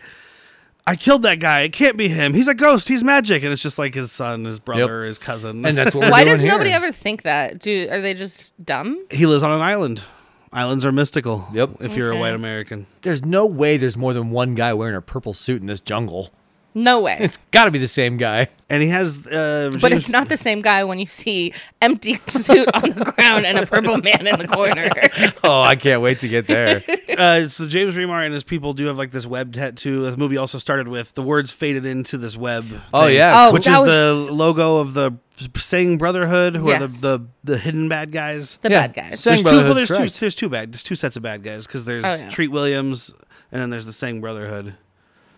[SPEAKER 1] I killed that guy. It can't be him. He's a ghost. He's magic, and it's just like his son, his brother, his cousin.
[SPEAKER 3] And that's what we're
[SPEAKER 2] Why
[SPEAKER 3] doing
[SPEAKER 2] does nobody
[SPEAKER 3] here.
[SPEAKER 2] ever think that? Do are they just dumb?
[SPEAKER 1] he lives on an island. Islands are mystical.
[SPEAKER 3] Yep.
[SPEAKER 1] If you're a
[SPEAKER 2] Okay.
[SPEAKER 1] white American,
[SPEAKER 3] There's no way there's more than one guy wearing a purple suit in this jungle.
[SPEAKER 2] No way.
[SPEAKER 3] It's got to be the same guy.
[SPEAKER 1] and he has, uh,
[SPEAKER 2] But
[SPEAKER 1] James-
[SPEAKER 2] it's not the same guy when you see empty suit on the ground and a purple man in the corner.
[SPEAKER 3] Oh, I can't wait to get there.
[SPEAKER 1] uh, so James Remar and his people do have like this web tattoo. The movie also started with the words faded into this web.
[SPEAKER 3] Oh,
[SPEAKER 1] thing,
[SPEAKER 3] yeah.
[SPEAKER 2] Oh,
[SPEAKER 1] which
[SPEAKER 2] that
[SPEAKER 1] is
[SPEAKER 2] was-
[SPEAKER 1] the logo of the Singh Brotherhood, who are
[SPEAKER 2] Yes.
[SPEAKER 1] the, the the hidden bad guys.
[SPEAKER 2] The
[SPEAKER 3] Yeah.
[SPEAKER 2] bad guys.
[SPEAKER 3] So- Sang
[SPEAKER 1] there's two, well,
[SPEAKER 3] Brotherhood's
[SPEAKER 1] there's two.
[SPEAKER 3] correct.
[SPEAKER 1] There's two bad. There's two sets of bad guys because there's
[SPEAKER 2] Oh, yeah.
[SPEAKER 1] Treat Williams and then there's the Sang Brotherhood.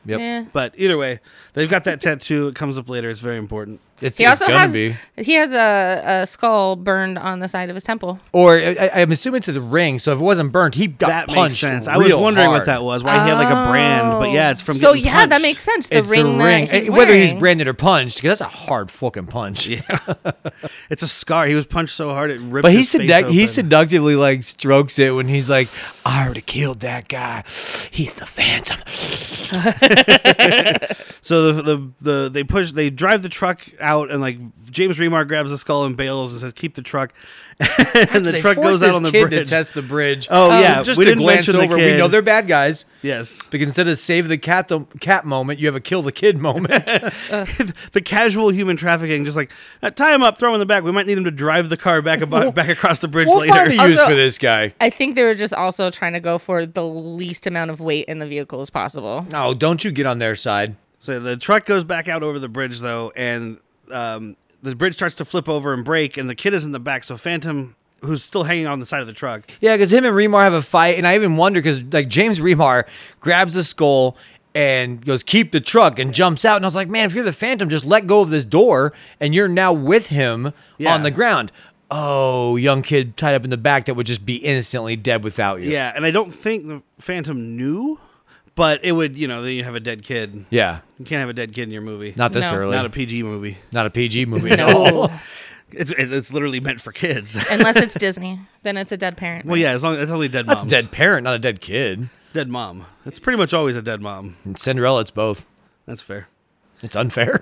[SPEAKER 3] Yep.
[SPEAKER 2] Eh.
[SPEAKER 1] But either way, they've got that tattoo. It comes up later. It's very important.
[SPEAKER 3] It's,
[SPEAKER 2] He
[SPEAKER 3] it's
[SPEAKER 2] also
[SPEAKER 3] gonna
[SPEAKER 2] has
[SPEAKER 3] be.
[SPEAKER 2] he has a, a skull burned on the side of his temple.
[SPEAKER 3] or I, I- I'm assuming to the ring. So if it wasn't burnt, he got
[SPEAKER 1] That makes
[SPEAKER 3] punched.
[SPEAKER 1] sense. I was
[SPEAKER 3] real
[SPEAKER 1] wondering what
[SPEAKER 3] hard.
[SPEAKER 1] that was. Why he had like a brand, but yeah, it's from.
[SPEAKER 2] So
[SPEAKER 1] getting
[SPEAKER 2] yeah, that
[SPEAKER 1] punched.
[SPEAKER 2] makes sense. The
[SPEAKER 3] It's
[SPEAKER 2] ring,
[SPEAKER 3] the ring.
[SPEAKER 2] that he's
[SPEAKER 3] Eh, whether he's
[SPEAKER 2] wearing.
[SPEAKER 3] branded or punched, because that's a hard fucking punch.
[SPEAKER 1] It's a scar. He was punched so hard it ripped.
[SPEAKER 3] But he
[SPEAKER 1] his face
[SPEAKER 3] seduct- he
[SPEAKER 1] open.
[SPEAKER 3] seductively like strokes it when he's like, "I already killed that guy. He's the Phantom."
[SPEAKER 1] So the, the the they push they drive the truck out and like James Remar grabs the skull and bails and says keep the truck, and the
[SPEAKER 3] They
[SPEAKER 1] truck
[SPEAKER 3] forced
[SPEAKER 1] goes out
[SPEAKER 3] this
[SPEAKER 1] on the
[SPEAKER 3] kid
[SPEAKER 1] bridge.
[SPEAKER 3] to test the bridge. Um,
[SPEAKER 1] Oh, yeah,
[SPEAKER 3] just
[SPEAKER 1] we
[SPEAKER 3] to
[SPEAKER 1] didn't
[SPEAKER 3] glance
[SPEAKER 1] mention the
[SPEAKER 3] over. We
[SPEAKER 1] kid.
[SPEAKER 3] know they're bad guys.
[SPEAKER 1] yes,
[SPEAKER 3] But instead of save the cat the cat moment, you have a kill the kid moment.
[SPEAKER 1] the casual human trafficking, just like "Uh, tie him up, throw him in the back. We might need him to drive the car back about, back across the bridge
[SPEAKER 3] we'll
[SPEAKER 1] later.
[SPEAKER 3] find a use
[SPEAKER 2] Also-
[SPEAKER 3] for this guy.
[SPEAKER 2] I think they were just also trying to go for the least amount of weight in the vehicle as possible.
[SPEAKER 3] No, don't you get on their side.
[SPEAKER 1] So the truck goes back out over the bridge though, and um, the bridge starts to flip over and break, and the kid is in the back. So Phantom, who's still hanging on the side of the truck,
[SPEAKER 3] Yeah, because him and Remar have a fight, and I even wonder because like James Remar grabs the skull and goes keep the truck and jumps out, and I was like, man, if you're the Phantom, just let go of this door, and you're now with him
[SPEAKER 1] Yeah.
[SPEAKER 3] on the ground. Oh, young kid tied up in the back that would just be instantly dead without you.
[SPEAKER 1] yeah, and I don't think the Phantom knew, but it would, you know, then you have a dead kid.
[SPEAKER 3] Yeah.
[SPEAKER 1] You can't have a dead kid in your movie.
[SPEAKER 3] Not this
[SPEAKER 2] No.
[SPEAKER 3] early.
[SPEAKER 1] not a PG movie.
[SPEAKER 3] Not a PG movie. at all.
[SPEAKER 2] No.
[SPEAKER 1] It's it's literally meant for kids.
[SPEAKER 2] Unless it's Disney, then it's a dead parent.
[SPEAKER 1] well, yeah, as long it's only dead moms.
[SPEAKER 3] That's a dead parent, not a dead kid.
[SPEAKER 1] dead mom. It's pretty much always a dead mom.
[SPEAKER 3] And Cinderella, it's both.
[SPEAKER 1] That's fair.
[SPEAKER 3] It's unfair.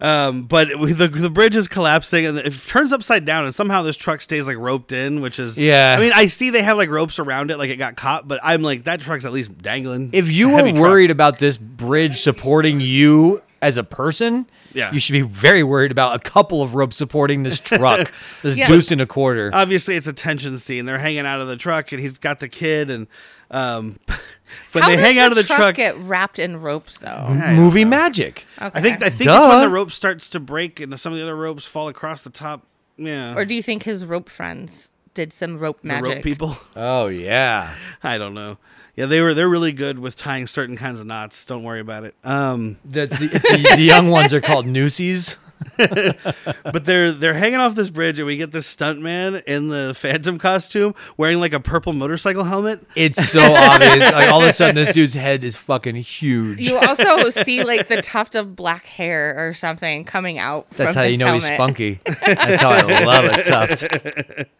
[SPEAKER 1] Um, but we- the the bridge is collapsing and it turns upside down, and somehow this truck stays like roped in, which is
[SPEAKER 3] Yeah.
[SPEAKER 1] I mean, I see they have like ropes around it, like it got caught, but I'm like that truck's at least dangling.
[SPEAKER 3] if
[SPEAKER 1] It's
[SPEAKER 3] you
[SPEAKER 1] a
[SPEAKER 3] were
[SPEAKER 1] heavy truck.
[SPEAKER 3] worried about this bridge supporting you as a person,
[SPEAKER 1] Yeah.
[SPEAKER 3] you should be very worried about a couple of ropes supporting this truck, this
[SPEAKER 2] Yeah.
[SPEAKER 3] deuce and a quarter.
[SPEAKER 1] obviously it's a tension scene. They're hanging out of the truck, and he's got the kid, and um, when
[SPEAKER 2] How
[SPEAKER 1] they
[SPEAKER 2] does
[SPEAKER 1] hang out of the truck,
[SPEAKER 2] get wrapped in ropes though.
[SPEAKER 1] I don't
[SPEAKER 3] Movie
[SPEAKER 1] know.
[SPEAKER 3] magic.
[SPEAKER 2] Okay.
[SPEAKER 1] I think I think it's when
[SPEAKER 3] Duh.
[SPEAKER 1] the rope starts to break, and some of the other ropes fall across the top. Yeah,
[SPEAKER 2] or do you think his rope friends did some rope
[SPEAKER 1] the
[SPEAKER 2] magic?
[SPEAKER 1] rope people.
[SPEAKER 3] Oh yeah.
[SPEAKER 1] I don't know. Yeah, they were they're really good with tying certain kinds of knots. Don't worry about it. Um,
[SPEAKER 3] That's the, the, the young ones are called noosies.
[SPEAKER 1] but they're they're hanging off this bridge, and we get this stuntman in the Phantom costume wearing like a purple motorcycle helmet.
[SPEAKER 3] It's so obvious. Like all of a sudden this dude's head is fucking huge.
[SPEAKER 2] You also see like the tuft of black hair or something coming out.
[SPEAKER 3] That's
[SPEAKER 2] from
[SPEAKER 3] how you
[SPEAKER 2] his
[SPEAKER 3] know he's
[SPEAKER 2] helmet.
[SPEAKER 3] spunky. That's how I love it tuft.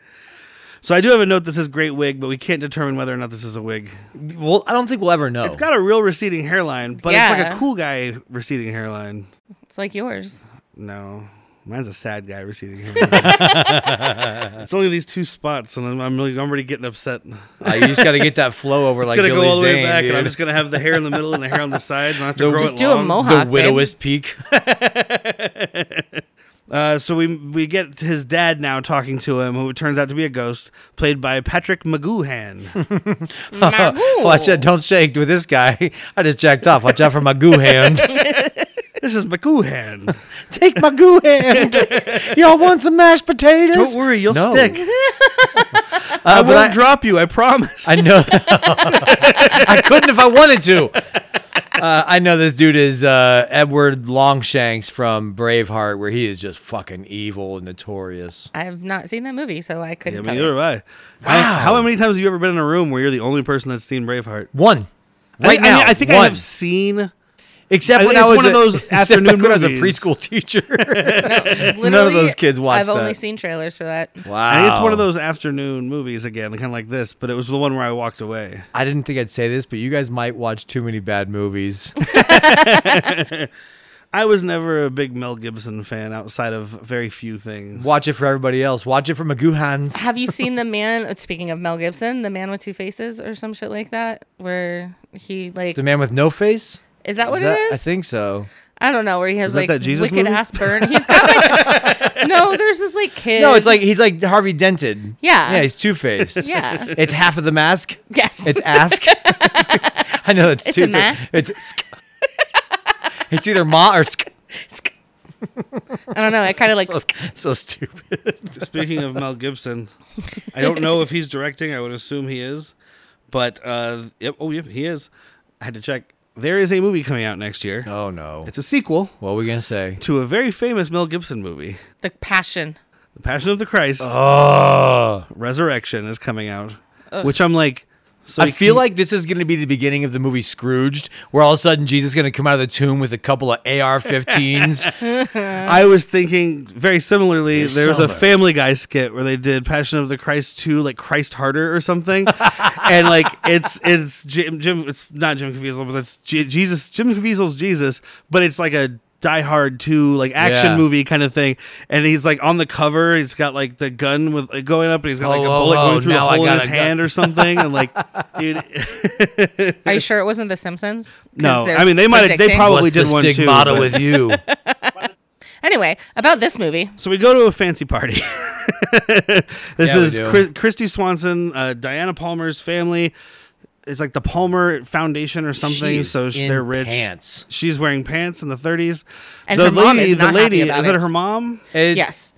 [SPEAKER 1] So I do have a note. This is great wig, but we can't determine whether or not this is a wig.
[SPEAKER 3] Well, I don't think we'll ever know.
[SPEAKER 1] It's got a real receding hairline, but it's like
[SPEAKER 2] Yeah.
[SPEAKER 1] a cool guy receding hairline.
[SPEAKER 2] It's like yours.
[SPEAKER 1] No. Mine's a sad guy receding hairline. it's only these two spots, and I'm, I'm really I'm already getting upset. It's
[SPEAKER 3] Uh, you just got to get that flow over like
[SPEAKER 1] gonna
[SPEAKER 3] Billy
[SPEAKER 1] go all the
[SPEAKER 3] Zane,
[SPEAKER 1] way back,
[SPEAKER 3] dude.
[SPEAKER 1] and I'm just gonna have the hair in the middle and the hair on the sides, and I have to
[SPEAKER 3] The-
[SPEAKER 1] grow
[SPEAKER 2] Just
[SPEAKER 1] it
[SPEAKER 2] do a
[SPEAKER 1] long.
[SPEAKER 2] mohawk.
[SPEAKER 3] the
[SPEAKER 2] babe.
[SPEAKER 3] widowest peak.
[SPEAKER 1] Uh, so we we get his dad now talking to him, who turns out to be a ghost, played by Patrick McGoohan.
[SPEAKER 2] Magoo.
[SPEAKER 3] Watch that! Don't shake with this guy. I just jacked off. Watch out for my goo hand.
[SPEAKER 1] this is McGoohan.
[SPEAKER 3] Take my goo hand. Y'all want some mashed potatoes?
[SPEAKER 1] Don't worry, you'll
[SPEAKER 3] No.
[SPEAKER 1] stick.
[SPEAKER 3] Uh,
[SPEAKER 1] I
[SPEAKER 3] but
[SPEAKER 1] won't
[SPEAKER 3] I,
[SPEAKER 1] drop you. I promise.
[SPEAKER 3] I know. I couldn't if I wanted to. Uh, I know this dude is uh, Edward Longshanks from Braveheart, where he is just fucking evil and notorious.
[SPEAKER 2] I've not seen that movie, so I
[SPEAKER 1] Yeah,
[SPEAKER 2] couldn't.
[SPEAKER 1] I
[SPEAKER 2] tell
[SPEAKER 1] mean,
[SPEAKER 2] you.
[SPEAKER 1] neither have I. I- How many times have you ever been in a room where you're the only person that's seen Braveheart?
[SPEAKER 3] One,
[SPEAKER 1] I
[SPEAKER 3] right
[SPEAKER 1] think- I,
[SPEAKER 3] now.
[SPEAKER 1] mean, I think
[SPEAKER 3] one.
[SPEAKER 1] I have seen.
[SPEAKER 3] Except
[SPEAKER 1] I
[SPEAKER 3] when
[SPEAKER 1] think
[SPEAKER 3] I
[SPEAKER 1] it's
[SPEAKER 3] was
[SPEAKER 1] one of
[SPEAKER 3] a-
[SPEAKER 1] those
[SPEAKER 3] except
[SPEAKER 1] afternoon
[SPEAKER 3] when I was a
[SPEAKER 1] movies.
[SPEAKER 3] preschool teacher.
[SPEAKER 2] Literally,
[SPEAKER 3] None of those kids watch
[SPEAKER 2] I've only
[SPEAKER 3] that.
[SPEAKER 2] seen trailers for that.
[SPEAKER 3] wow,
[SPEAKER 1] I think it's one of those afternoon movies again, kind of like this, but it was the one where I walked away.
[SPEAKER 3] I didn't think I'd say this, but you guys might watch too many bad movies.
[SPEAKER 1] I was never a big Mel Gibson fan outside of very few things.
[SPEAKER 3] Watch it for everybody else. Watch it for Magoo Hands.
[SPEAKER 2] Have you seen the man? Speaking of Mel Gibson, the man with two faces, or some shit like that, where he like
[SPEAKER 3] The man with no face.
[SPEAKER 2] is that what
[SPEAKER 3] that-
[SPEAKER 2] it is?
[SPEAKER 3] I think so.
[SPEAKER 2] I don't know where he has
[SPEAKER 1] that
[SPEAKER 2] like
[SPEAKER 1] that Jesus
[SPEAKER 2] wicked
[SPEAKER 1] movie?
[SPEAKER 2] ass burn. He's got like no. There's this like kid.
[SPEAKER 3] No, it's like he's like Harvey Dented.
[SPEAKER 2] Yeah.
[SPEAKER 3] Yeah, he's two faced.
[SPEAKER 2] yeah,
[SPEAKER 3] It's half of the mask.
[SPEAKER 2] yes.
[SPEAKER 3] It's ask. I know it's,
[SPEAKER 2] It's a
[SPEAKER 3] two-faced.
[SPEAKER 2] ma.
[SPEAKER 3] It's sk. It's either ma or sk.
[SPEAKER 2] I don't know. I kind of like
[SPEAKER 3] So, so stupid.
[SPEAKER 1] Speaking of Mel Gibson, I don't know if he's directing. I would assume he is, but uh, yep, oh yep, he is. I had to check. There is a movie coming out next year.
[SPEAKER 3] Oh no.
[SPEAKER 1] It's a sequel
[SPEAKER 3] What were we gonna say?
[SPEAKER 1] to a very famous Mel Gibson movie,
[SPEAKER 2] the passion.
[SPEAKER 1] The Passion of the Christ.
[SPEAKER 3] Oh,
[SPEAKER 1] Resurrection is coming out, which I'm like. So
[SPEAKER 3] I
[SPEAKER 1] he-
[SPEAKER 3] feel like this is gonna be the beginning of the movie Scrooged, where all of a sudden Jesus is gonna come out of the tomb with a couple of AR-15s.
[SPEAKER 1] I was thinking very similarly.
[SPEAKER 3] This
[SPEAKER 1] there was a
[SPEAKER 3] summer.
[SPEAKER 1] Family Guy skit where they did Passion of the Christ two, like Christ Harder or something, and like it's it's Jim, Jim it's not Jim Caviezel, but it's J- Jesus Jim Caviezel's Jesus, but it's like a Die Hard two like action
[SPEAKER 3] Yeah.
[SPEAKER 1] movie kind of thing, and he's like on the cover, he's got like the gun with like, going up, and he's got like a
[SPEAKER 3] Oh, oh,
[SPEAKER 1] bullet
[SPEAKER 3] oh,
[SPEAKER 1] going through the
[SPEAKER 3] now I
[SPEAKER 1] hole in
[SPEAKER 3] got
[SPEAKER 1] his
[SPEAKER 3] a gun.
[SPEAKER 1] hand or something, and like dude,
[SPEAKER 2] Are you sure it wasn't The Simpsons? 'Cause
[SPEAKER 1] No,
[SPEAKER 2] they're
[SPEAKER 1] I mean, they might have- they
[SPEAKER 2] addicting.
[SPEAKER 1] probably-
[SPEAKER 3] What's
[SPEAKER 1] did
[SPEAKER 3] the
[SPEAKER 1] one too,
[SPEAKER 3] stigmata
[SPEAKER 1] but-
[SPEAKER 3] with you?
[SPEAKER 2] Anyway, about this movie,
[SPEAKER 1] So we go to a fancy party. this
[SPEAKER 3] Yeah, we
[SPEAKER 1] is
[SPEAKER 3] do.
[SPEAKER 1] Chris, Christy Swanson, uh, Diana Palmer's family, it's like the Palmer Foundation or something.
[SPEAKER 3] She's
[SPEAKER 1] so sh-
[SPEAKER 3] in
[SPEAKER 1] they're rich.
[SPEAKER 3] pants.
[SPEAKER 1] She's wearing pants in the 30s.
[SPEAKER 2] And
[SPEAKER 1] the
[SPEAKER 2] her mom is not
[SPEAKER 1] the
[SPEAKER 2] happy
[SPEAKER 1] lady,
[SPEAKER 2] about
[SPEAKER 1] is
[SPEAKER 2] it.
[SPEAKER 1] that her mom?
[SPEAKER 3] It's-
[SPEAKER 2] yes.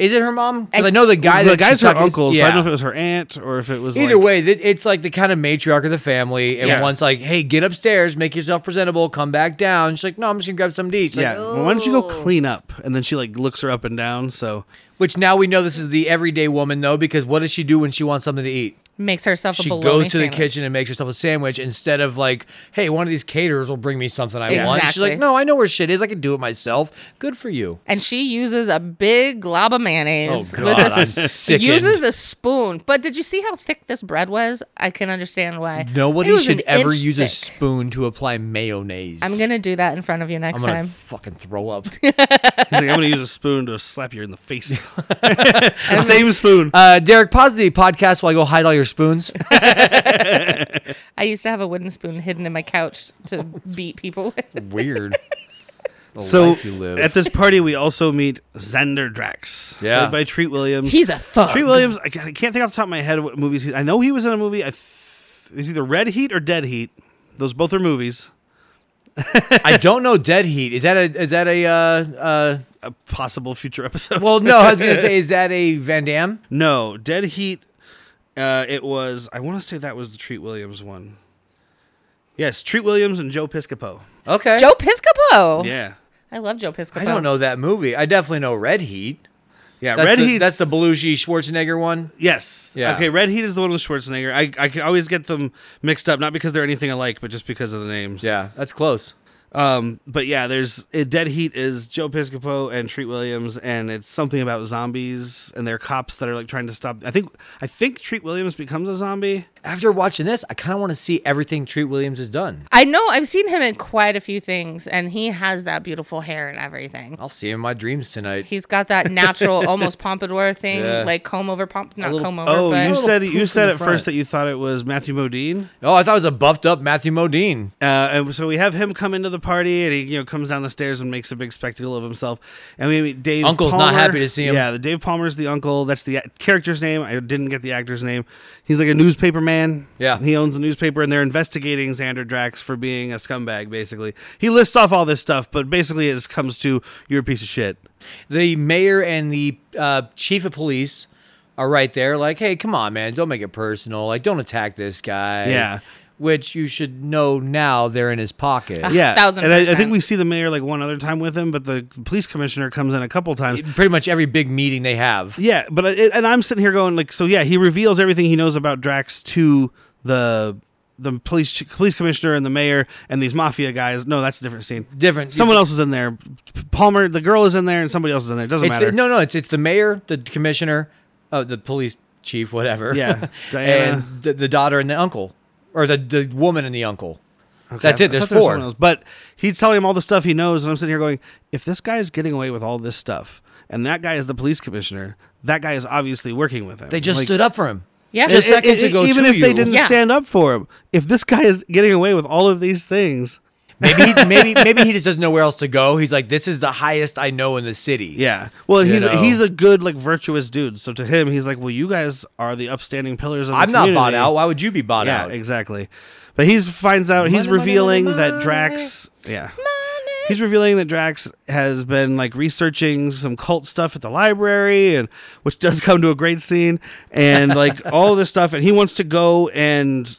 [SPEAKER 3] Is it her mom? Because
[SPEAKER 2] I-
[SPEAKER 3] I, know the guy.
[SPEAKER 1] the
[SPEAKER 3] that
[SPEAKER 1] guy's
[SPEAKER 3] she's
[SPEAKER 1] her
[SPEAKER 3] talking-
[SPEAKER 1] uncle, so I
[SPEAKER 3] yeah.
[SPEAKER 1] don't know if it was her aunt or if it was
[SPEAKER 3] Either
[SPEAKER 1] like-
[SPEAKER 3] way, th- it's like the kind of matriarch of the family. And
[SPEAKER 1] Yes.
[SPEAKER 3] once like, hey, get upstairs, make yourself presentable, come back down. She's like, no, I'm just gonna grab something to eat. She's like,
[SPEAKER 1] Yeah, well, why don't you go clean up? And then she like looks her up and down. So
[SPEAKER 3] Which now we know this is the everyday woman though, because what does she do when she wants something to eat?
[SPEAKER 2] Makes herself a
[SPEAKER 3] She
[SPEAKER 2] bologna
[SPEAKER 3] goes to the
[SPEAKER 2] sandwich.
[SPEAKER 3] kitchen and makes herself a sandwich instead of like, hey, one of these caterers will bring me something I want. She's
[SPEAKER 2] Exactly.
[SPEAKER 3] like, no, I know where shit is. I can do it myself. Good for you.
[SPEAKER 2] And she uses a big glob of mayonnaise.
[SPEAKER 3] Oh,
[SPEAKER 2] with
[SPEAKER 3] God,
[SPEAKER 2] a s-
[SPEAKER 3] I'm sickened.
[SPEAKER 2] Uses a spoon. But did you see how thick this bread was? I can understand why. It
[SPEAKER 3] Nobody
[SPEAKER 2] was
[SPEAKER 3] should
[SPEAKER 2] an
[SPEAKER 3] ever
[SPEAKER 2] inch
[SPEAKER 3] use a
[SPEAKER 2] thick.
[SPEAKER 3] spoon to apply mayonnaise.
[SPEAKER 2] I'm going to do that in front of you
[SPEAKER 3] I'm
[SPEAKER 2] next
[SPEAKER 3] gonna
[SPEAKER 2] time.
[SPEAKER 3] fucking throw up.
[SPEAKER 1] he's like, I'm gonna use a spoon to slap you in the face. the same spoon.
[SPEAKER 3] Uh, Derek, pause the podcast while I go hide all your spoons.
[SPEAKER 2] I used to have a wooden spoon hidden in my couch to beat people with.
[SPEAKER 3] Weird. The
[SPEAKER 1] So
[SPEAKER 3] life you live.
[SPEAKER 1] at this party, we also meet Xander Drax,
[SPEAKER 3] Yeah.
[SPEAKER 1] played by Treat Williams.
[SPEAKER 2] He's a thug.
[SPEAKER 1] Treat Williams. I can't I can't think off the top of my head what movies. He, I know he was in a movie. I th- it's either Red Heat or Dead Heat. Those both are movies.
[SPEAKER 3] I don't know. Dead heat is that a is that a uh, uh,
[SPEAKER 1] A possible future episode.
[SPEAKER 3] well no I was gonna say is that a Van Damme?
[SPEAKER 1] no, Dead Heat. Uh, it was. I want to say that was the Treat Williams one. Yes, Treat Williams and Joe Piscopo.
[SPEAKER 3] Okay,
[SPEAKER 2] Joe
[SPEAKER 3] Oh.
[SPEAKER 2] Piscopo.
[SPEAKER 1] Yeah,
[SPEAKER 2] I love Joe Piscopo.
[SPEAKER 3] I don't know that movie. I definitely know Red Heat.
[SPEAKER 1] yeah.
[SPEAKER 3] That's
[SPEAKER 1] Red
[SPEAKER 3] the,
[SPEAKER 1] Heat.
[SPEAKER 3] That's the Belushi Schwarzenegger one.
[SPEAKER 1] Yes.
[SPEAKER 3] Yeah.
[SPEAKER 1] Okay. Red Heat is the one with Schwarzenegger. I, I can always get them mixed up, not because they're anything alike, but just because of the names.
[SPEAKER 3] Yeah, that's close.
[SPEAKER 1] Um. But yeah, there's uh, Dead Heat is Joe Piscopo and Treat Williams, and it's something about zombies and they're cops that are like trying to stop. I think I think Treat Williams becomes a zombie.
[SPEAKER 3] After watching this, I kind of want to see everything Treat Williams has done.
[SPEAKER 2] I know I've seen him in quite a few things, and he has that beautiful hair and everything.
[SPEAKER 3] I'll see him in my dreams tonight.
[SPEAKER 2] He's got that natural, almost pompadour thing,
[SPEAKER 3] Yeah.
[SPEAKER 2] like comb over pomp, not
[SPEAKER 3] little-
[SPEAKER 2] comb over.
[SPEAKER 1] Oh,
[SPEAKER 2] but
[SPEAKER 1] you
[SPEAKER 3] Little
[SPEAKER 1] said
[SPEAKER 3] poof
[SPEAKER 1] you
[SPEAKER 3] in
[SPEAKER 1] said
[SPEAKER 3] the
[SPEAKER 1] at
[SPEAKER 3] front.
[SPEAKER 1] first that you thought it was Matthew Modine,
[SPEAKER 3] oh, I thought it was a buffed up Matthew Modine.
[SPEAKER 1] uh, and so we have him come into the party, and he you know comes down the stairs and makes a big spectacle of himself. And we meet Dave.
[SPEAKER 3] Uncle's not
[SPEAKER 1] Palmer.
[SPEAKER 3] happy to see him.
[SPEAKER 1] Yeah, the Dave Palmer's the uncle. That's the a- character's name. I didn't get the actor's name. He's like a newspaper man.
[SPEAKER 3] Yeah.
[SPEAKER 1] he owns a newspaper, and they're investigating Xander Drax for being a scumbag. Basically, he lists off all this stuff, but basically it just comes to you're a piece of shit.
[SPEAKER 3] the mayor and the uh, chief of police are right there like hey come on man don't make it personal like don't attack this guy
[SPEAKER 1] Yeah.
[SPEAKER 3] which you should know now they're in his pocket
[SPEAKER 1] Yeah,
[SPEAKER 2] thousand
[SPEAKER 1] and I, I
[SPEAKER 2] percent.
[SPEAKER 1] think we see the mayor like one other time with him, but the police commissioner comes in a couple times.
[SPEAKER 3] pretty much every big meeting they have
[SPEAKER 1] Yeah, but I- it, and I'm sitting here going like, so yeah, he reveals everything he knows about Drax to the the police ch- police commissioner and the mayor and these mafia guys. No, that's a different scene.
[SPEAKER 3] different
[SPEAKER 1] Someone else is in there. P- Palmer, the girl is in there, and somebody else is in there. It doesn't
[SPEAKER 3] it's the-
[SPEAKER 1] matter.
[SPEAKER 3] no no it's it's the mayor the commissioner uh, the police chief whatever
[SPEAKER 1] Yeah, Diana.
[SPEAKER 3] and the, the daughter and the uncle or the, the woman and the uncle
[SPEAKER 1] Okay,
[SPEAKER 3] that's
[SPEAKER 1] I- I
[SPEAKER 3] it there's
[SPEAKER 1] thought there was
[SPEAKER 3] four
[SPEAKER 1] someone else. But he's telling him all the stuff he knows, and I'm sitting here going, if this guy's getting away with all this stuff, and that guy is the police commissioner, that guy is obviously working with him.
[SPEAKER 3] they just
[SPEAKER 1] Like,
[SPEAKER 3] stood up for him
[SPEAKER 2] Yeah.
[SPEAKER 3] just
[SPEAKER 1] it-
[SPEAKER 3] seconds
[SPEAKER 1] it-
[SPEAKER 3] ago
[SPEAKER 1] even
[SPEAKER 3] to
[SPEAKER 1] if they
[SPEAKER 3] you.
[SPEAKER 1] didn't
[SPEAKER 2] Yeah.
[SPEAKER 1] stand up for him, if this guy is getting away with all of these things,
[SPEAKER 3] Maybe he, maybe maybe he just doesn't know where else to go. He's like, this is the highest I know in the city.
[SPEAKER 1] Yeah. Well,
[SPEAKER 3] You
[SPEAKER 1] he's
[SPEAKER 3] know?
[SPEAKER 1] he's a good like virtuous dude. So to him, he's like, well, you guys are the upstanding pillars of. The
[SPEAKER 3] I'm not bought
[SPEAKER 1] community."
[SPEAKER 3] out. Why would you be bought
[SPEAKER 1] Yeah,
[SPEAKER 3] out?
[SPEAKER 1] exactly. But he's finds out he's
[SPEAKER 3] Money, money,
[SPEAKER 1] revealing
[SPEAKER 3] money,
[SPEAKER 1] that
[SPEAKER 3] money.
[SPEAKER 1] Drax. Yeah. He's revealing that Drax has been like researching some cult stuff at the library, and which does come to a great scene, and like all this stuff, and he wants to go and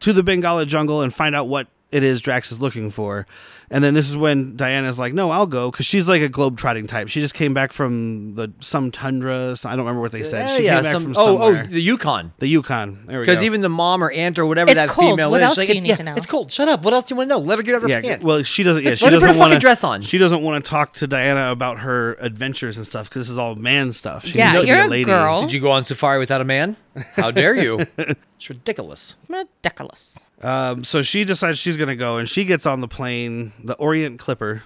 [SPEAKER 1] to the Bengala jungle and find out what it is Drax is looking for. And then this is when Diana's like, "No, I'll go," because she's like a globetrotting type. She just came back from the some tundra. so- I don't remember what they said.
[SPEAKER 3] Yeah,
[SPEAKER 1] she
[SPEAKER 3] yeah,
[SPEAKER 1] came back
[SPEAKER 3] some-
[SPEAKER 1] from
[SPEAKER 3] oh,
[SPEAKER 1] somewhere.
[SPEAKER 3] oh, the Yukon.
[SPEAKER 1] the Yukon. There we go.
[SPEAKER 3] Because even the mom or aunt or whatever
[SPEAKER 2] It's
[SPEAKER 3] that
[SPEAKER 2] cold.
[SPEAKER 3] female
[SPEAKER 2] What
[SPEAKER 3] is,
[SPEAKER 2] else
[SPEAKER 3] she's like,
[SPEAKER 2] do you
[SPEAKER 3] it's-
[SPEAKER 2] need
[SPEAKER 3] yeah,
[SPEAKER 2] to know?
[SPEAKER 3] It's cold. Shut up. What else do you want to know? Let her get out of her
[SPEAKER 1] yeah,
[SPEAKER 3] pants.
[SPEAKER 1] well, she doesn't. Yeah, she
[SPEAKER 3] her put
[SPEAKER 1] doesn't
[SPEAKER 3] a
[SPEAKER 1] want
[SPEAKER 3] fucking dress on.
[SPEAKER 1] She doesn't want to talk to Diana about her adventures and stuff because this is all man stuff. She
[SPEAKER 2] Yeah,
[SPEAKER 1] needs to
[SPEAKER 2] you're
[SPEAKER 1] be a
[SPEAKER 2] a
[SPEAKER 1] lady.
[SPEAKER 2] girl.
[SPEAKER 3] did you go on safari without a man? How dare you? it's ridiculous.
[SPEAKER 2] Ridiculous.
[SPEAKER 1] Um, so she decides she's gonna go, and she gets on the plane, the Orient Clipper.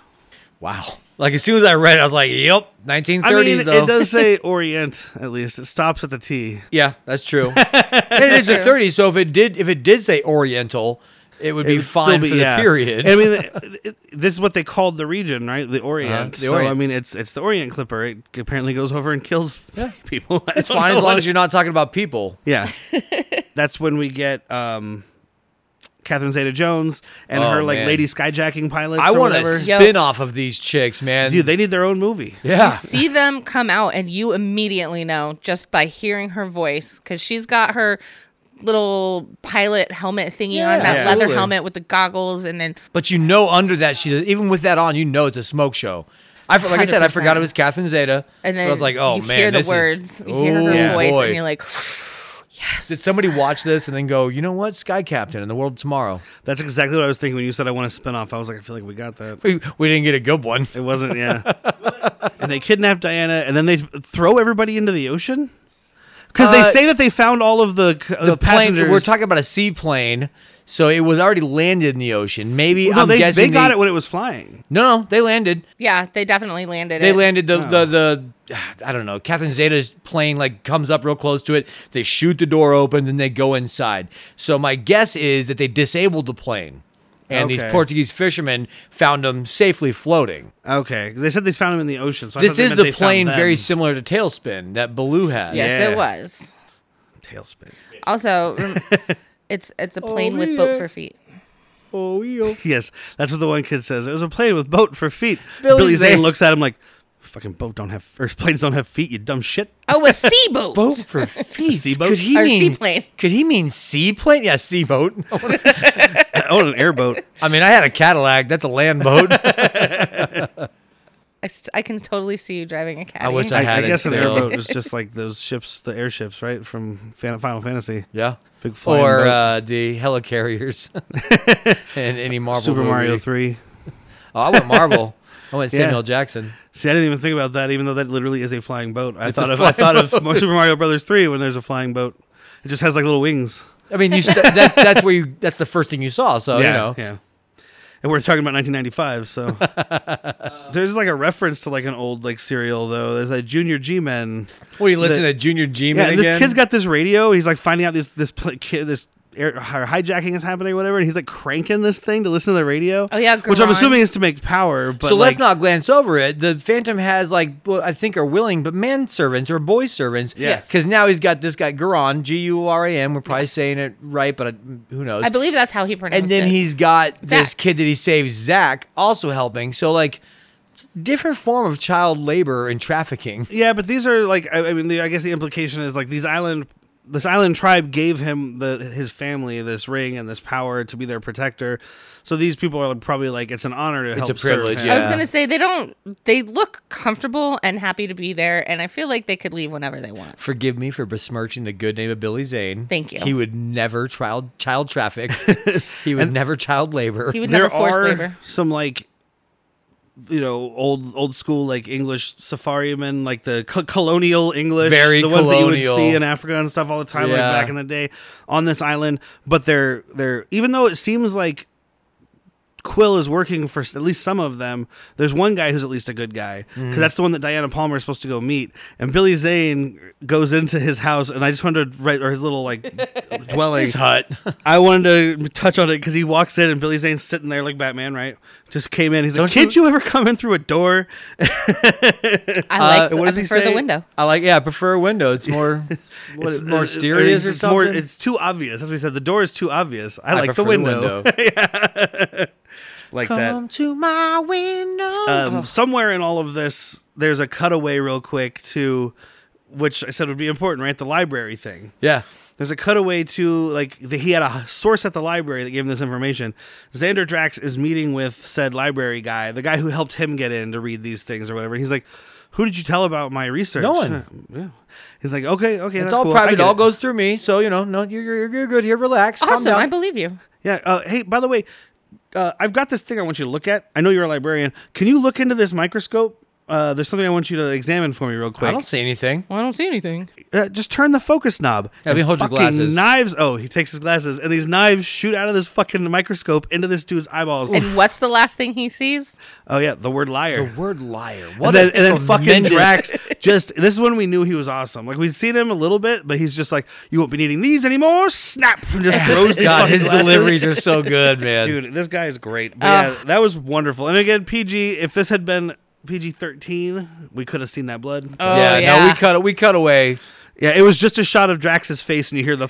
[SPEAKER 3] Wow. Like as soon as I read, it, I was like, "Yep, 1930s."
[SPEAKER 1] I mean,
[SPEAKER 3] though.
[SPEAKER 1] it does say Orient. At least it stops at the T.
[SPEAKER 3] Yeah, that's true. it is the 30s, so if it did, if it did say Oriental, it would be
[SPEAKER 1] would still
[SPEAKER 3] fine
[SPEAKER 1] be-
[SPEAKER 3] for
[SPEAKER 1] yeah.
[SPEAKER 3] the period.
[SPEAKER 1] I mean, it- it- this is what they called the region, right? Uh, The Orient.
[SPEAKER 3] the
[SPEAKER 1] so I
[SPEAKER 3] Orient.
[SPEAKER 1] mean, it's it's the Orient Clipper. It apparently goes over and kills people. I
[SPEAKER 3] it's
[SPEAKER 1] don't
[SPEAKER 3] fine
[SPEAKER 1] know
[SPEAKER 3] as long
[SPEAKER 1] what
[SPEAKER 3] as you're not talking about people.
[SPEAKER 1] Yeah. That's when we get um Catherine Zeta Jones and
[SPEAKER 3] Oh,
[SPEAKER 1] her like
[SPEAKER 3] man.
[SPEAKER 1] lady skyjacking pilots.
[SPEAKER 3] I
[SPEAKER 1] or
[SPEAKER 3] want
[SPEAKER 1] whatever.
[SPEAKER 3] a spin off of these chicks, man.
[SPEAKER 1] Dude, they need their own movie.
[SPEAKER 3] yeah.
[SPEAKER 2] You see them come out, and you immediately know just by hearing her voice because she's got her little pilot helmet thingy
[SPEAKER 3] Yeah,
[SPEAKER 2] on that
[SPEAKER 3] absolutely.
[SPEAKER 2] leather helmet with the goggles, and then
[SPEAKER 3] But you know, under that, she even with that on, you know, it's a smoke show. I for- like I said, I
[SPEAKER 2] 100%.
[SPEAKER 3] forgot it was Catherine Zeta,
[SPEAKER 2] and
[SPEAKER 3] but
[SPEAKER 2] then
[SPEAKER 3] I was like, oh
[SPEAKER 2] you
[SPEAKER 3] man,
[SPEAKER 2] hear the
[SPEAKER 3] this is-
[SPEAKER 2] words, you hear
[SPEAKER 3] oh,
[SPEAKER 2] her
[SPEAKER 1] Yeah.
[SPEAKER 2] voice,
[SPEAKER 3] boy.
[SPEAKER 2] and you're like, yes.
[SPEAKER 3] Did somebody watch this and then go, you know what, Sky Captain in the world tomorrow?
[SPEAKER 1] That's exactly what I was thinking when you said I want a spin off. I was like, I feel like we got that.
[SPEAKER 3] We, we didn't get a good one.
[SPEAKER 1] It wasn't, yeah. and they kidnap Diana, and then they throw everybody into the ocean because they
[SPEAKER 3] Uh,
[SPEAKER 1] say that they found all of the, uh,
[SPEAKER 3] The plane,
[SPEAKER 1] passengers.
[SPEAKER 3] we're talking about a seaplane, so it was already landed in the ocean. Maybe
[SPEAKER 1] No,
[SPEAKER 3] I'm
[SPEAKER 1] they,
[SPEAKER 3] guessing
[SPEAKER 1] they got
[SPEAKER 3] the-
[SPEAKER 1] it when it was flying.
[SPEAKER 3] No, no, they landed.
[SPEAKER 2] Yeah, they definitely landed.
[SPEAKER 1] Eh.
[SPEAKER 3] They
[SPEAKER 2] it.
[SPEAKER 3] landed the,
[SPEAKER 1] Oh.
[SPEAKER 3] the the I don't know. Catherine Zeta's plane like comes up real close to it. They shoot the door open, then they go inside. So my guess is that they disabled the plane, and
[SPEAKER 1] Okay.
[SPEAKER 3] these Portuguese fishermen found them safely floating.
[SPEAKER 1] Okay, 'cause they said they found him in the ocean. So I
[SPEAKER 3] this
[SPEAKER 1] thought they
[SPEAKER 3] is
[SPEAKER 1] meant
[SPEAKER 3] the
[SPEAKER 1] they found
[SPEAKER 3] plane
[SPEAKER 1] them.
[SPEAKER 3] very similar to Tailspin that Baloo had.
[SPEAKER 2] Yes,
[SPEAKER 1] Yeah.
[SPEAKER 2] it was.
[SPEAKER 1] tailspin.
[SPEAKER 2] Also, rem- it's it's a plane with boat for feet.
[SPEAKER 1] Yes, that's what the one kid says. It was a plane with boat for feet.
[SPEAKER 3] Billy
[SPEAKER 1] Billy Zane
[SPEAKER 3] Zane.
[SPEAKER 1] looks at him like, "Fucking boat don't have, or planes don't have feet. You dumb shit."
[SPEAKER 2] Oh, a sea boat.
[SPEAKER 3] Boat for feet.
[SPEAKER 1] seaboat?
[SPEAKER 3] Could he
[SPEAKER 2] Or
[SPEAKER 3] mean
[SPEAKER 2] seaplane.
[SPEAKER 3] Could he mean seaplane? Yeah, seaboat.
[SPEAKER 1] Oh. I own Oh, an airboat.
[SPEAKER 3] I mean, I had a Cadillac. That's a land boat.
[SPEAKER 2] I, st- I can totally see you driving a caddy.
[SPEAKER 3] wish I
[SPEAKER 1] I, I
[SPEAKER 3] had it
[SPEAKER 1] guess an
[SPEAKER 3] still.
[SPEAKER 1] airboat is just like those ships, the airships, right from Fan- Final Fantasy.
[SPEAKER 3] yeah.
[SPEAKER 1] Big flying
[SPEAKER 3] Or
[SPEAKER 1] boat.
[SPEAKER 3] uh, the helicarriers and any Marvel.
[SPEAKER 1] Super Mario
[SPEAKER 3] movie.
[SPEAKER 1] Three.
[SPEAKER 3] Oh, I went Marvel. I went
[SPEAKER 1] Yeah.
[SPEAKER 3] Samuel Jackson.
[SPEAKER 1] See, I didn't even think about that, even though that literally is a flying boat. I thought
[SPEAKER 3] a
[SPEAKER 1] of I thought
[SPEAKER 3] flying
[SPEAKER 1] of Mar- Super Mario Brothers three when there's a flying boat. It just has like little wings.
[SPEAKER 3] I mean, you st- that, that's where you. That's the first thing you saw.
[SPEAKER 1] yeah,
[SPEAKER 3] So Oh, you know,
[SPEAKER 1] yeah. And we're talking about 1995, so Uh, there's like a reference to like an old like serial though. There's like Junior G Men.
[SPEAKER 3] what are you listening
[SPEAKER 1] The-
[SPEAKER 3] to, Junior G
[SPEAKER 1] Yeah,
[SPEAKER 3] Man?
[SPEAKER 1] and this kid's got this radio. He's like finding out this this pl- kid this. Air, or hijacking is happening, or whatever, and he's like cranking this thing to listen to the radio.
[SPEAKER 2] Oh, yeah,
[SPEAKER 1] which I'm
[SPEAKER 2] Garand.
[SPEAKER 1] assuming is to make power. But
[SPEAKER 3] so let's
[SPEAKER 1] like,
[SPEAKER 3] not glance over it. The Phantom has like what I think are willing, but manservants or boy servants.
[SPEAKER 1] Yes.
[SPEAKER 3] Because now he's got this guy Garan, G U R A N. We're probably saying it right, but I, who knows?
[SPEAKER 2] I believe that's how he pronounced
[SPEAKER 3] and then
[SPEAKER 2] it.
[SPEAKER 3] he's got this
[SPEAKER 2] Zach.
[SPEAKER 3] kid that he saves, Zach, also helping. So like, it's a different form of child labor and trafficking.
[SPEAKER 1] Yeah, but these are like I, I mean, the, I guess the implication is like these island, this island tribe gave him the his family this ring and this power to be their protector. So these people are probably like it's an honor to help.
[SPEAKER 3] a privilege,
[SPEAKER 1] serve him.
[SPEAKER 2] I was
[SPEAKER 3] yeah.
[SPEAKER 2] gonna say they don't. They look comfortable and happy to be there, and I feel like they could leave whenever they want.
[SPEAKER 3] Forgive me for besmirching the good name of Billy Zane.
[SPEAKER 2] Thank you.
[SPEAKER 3] He would never child child traffic. he would never child labor.
[SPEAKER 2] He would
[SPEAKER 1] There
[SPEAKER 2] never force
[SPEAKER 1] are
[SPEAKER 2] labor.
[SPEAKER 1] some like you know old old school like English safarimen, like the co- colonial English,
[SPEAKER 3] Very
[SPEAKER 1] the ones that you
[SPEAKER 3] colonial.
[SPEAKER 1] would see in Africa and stuff all the time,
[SPEAKER 3] Yeah.
[SPEAKER 1] like back in the day on this island. But they're they're even though it seems like Quill is working for s- at least some of them. There's one guy who's at least a good guy
[SPEAKER 3] Mm.
[SPEAKER 1] because that's the one that Diana Palmer is supposed to go meet. And Billy Zane goes into his house, and I just wanted to write or his little like dwelling.
[SPEAKER 3] His hut.
[SPEAKER 1] I wanted to touch on it because he walks in and Billy Zane's sitting there like Batman, right? Just came in. He's like,
[SPEAKER 3] Don't
[SPEAKER 1] "Did you ever come in through a door?"
[SPEAKER 2] I like.
[SPEAKER 1] and what
[SPEAKER 2] I
[SPEAKER 1] does he
[SPEAKER 2] prefer
[SPEAKER 1] say?
[SPEAKER 2] the window.
[SPEAKER 3] Uh, I like. Yeah, I prefer a window. It's more it's, what,
[SPEAKER 1] It's-
[SPEAKER 3] more
[SPEAKER 1] uh,
[SPEAKER 3] serious
[SPEAKER 1] it's,
[SPEAKER 3] or
[SPEAKER 1] it's more-
[SPEAKER 3] something.
[SPEAKER 1] it's too obvious. That's what he said. The door is too obvious. I, like the
[SPEAKER 3] prefer the
[SPEAKER 1] window,
[SPEAKER 3] window.
[SPEAKER 1] Yeah. like
[SPEAKER 3] Come to my window.
[SPEAKER 1] that. Um, Somewhere in all of this, there's a cutaway real quick to which I said would be important, right? The library thing.
[SPEAKER 3] yeah.
[SPEAKER 1] There's a cutaway to like the, he had a source at the library that gave him this information. Xander Drax is meeting with said library guy, the guy who helped him get in to read these things or whatever. He's like, "Who did you tell about my research?"
[SPEAKER 3] No one.
[SPEAKER 1] Yeah. He's like, "Okay, okay,
[SPEAKER 3] It's
[SPEAKER 1] that's
[SPEAKER 3] all
[SPEAKER 1] cool. I
[SPEAKER 3] private. It
[SPEAKER 1] get
[SPEAKER 3] all
[SPEAKER 1] it."
[SPEAKER 3] goes through me. So you know, no, you're you're, you're good here. Relax. Calm
[SPEAKER 2] Awesome.
[SPEAKER 3] down.
[SPEAKER 2] I believe you.
[SPEAKER 1] Yeah. Uh, hey, by the way, uh, I've got this thing I want you to look at. I know you're a librarian. Can you look into this microscope? Uh, there's something I want you to examine for me real quick.
[SPEAKER 3] I don't see anything.
[SPEAKER 2] Well, I don't see anything.
[SPEAKER 1] uh, just turn the focus knob.
[SPEAKER 3] Yeah, I mean,
[SPEAKER 1] And
[SPEAKER 3] hold your
[SPEAKER 1] fucking
[SPEAKER 3] glasses.
[SPEAKER 1] Knives. Oh, he takes his glasses, and these knives shoot out of this fucking microscope into this dude's eyeballs.
[SPEAKER 2] And what's the last thing he sees?
[SPEAKER 1] oh yeah, the word liar.
[SPEAKER 3] The word liar. What
[SPEAKER 1] and then,
[SPEAKER 3] a
[SPEAKER 1] and then fucking
[SPEAKER 3] tremendous-
[SPEAKER 1] Drax just this is when we knew he was awesome. Like we'd seen him a little bit, but he's just like, you won't be needing these anymore. Snap! And just throws these
[SPEAKER 3] God,
[SPEAKER 1] fucking
[SPEAKER 3] his
[SPEAKER 1] glasses.
[SPEAKER 3] deliveries are so good, man.
[SPEAKER 1] Dude, this guy is great. But yeah, that was wonderful. And again, PG. If this had been PG thirteen, we could have seen that blood.
[SPEAKER 3] yeah,
[SPEAKER 2] Oh,
[SPEAKER 3] no, we
[SPEAKER 2] yeah.
[SPEAKER 3] cut we cut away.
[SPEAKER 1] Yeah, it was just a shot of Drax's face, and you hear the.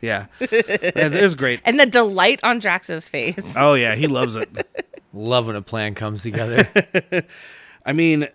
[SPEAKER 1] Yeah, it is great.
[SPEAKER 2] and the delight on Drax's face.
[SPEAKER 1] Oh yeah, he loves it.
[SPEAKER 3] Love when a plan comes together.
[SPEAKER 1] I mean,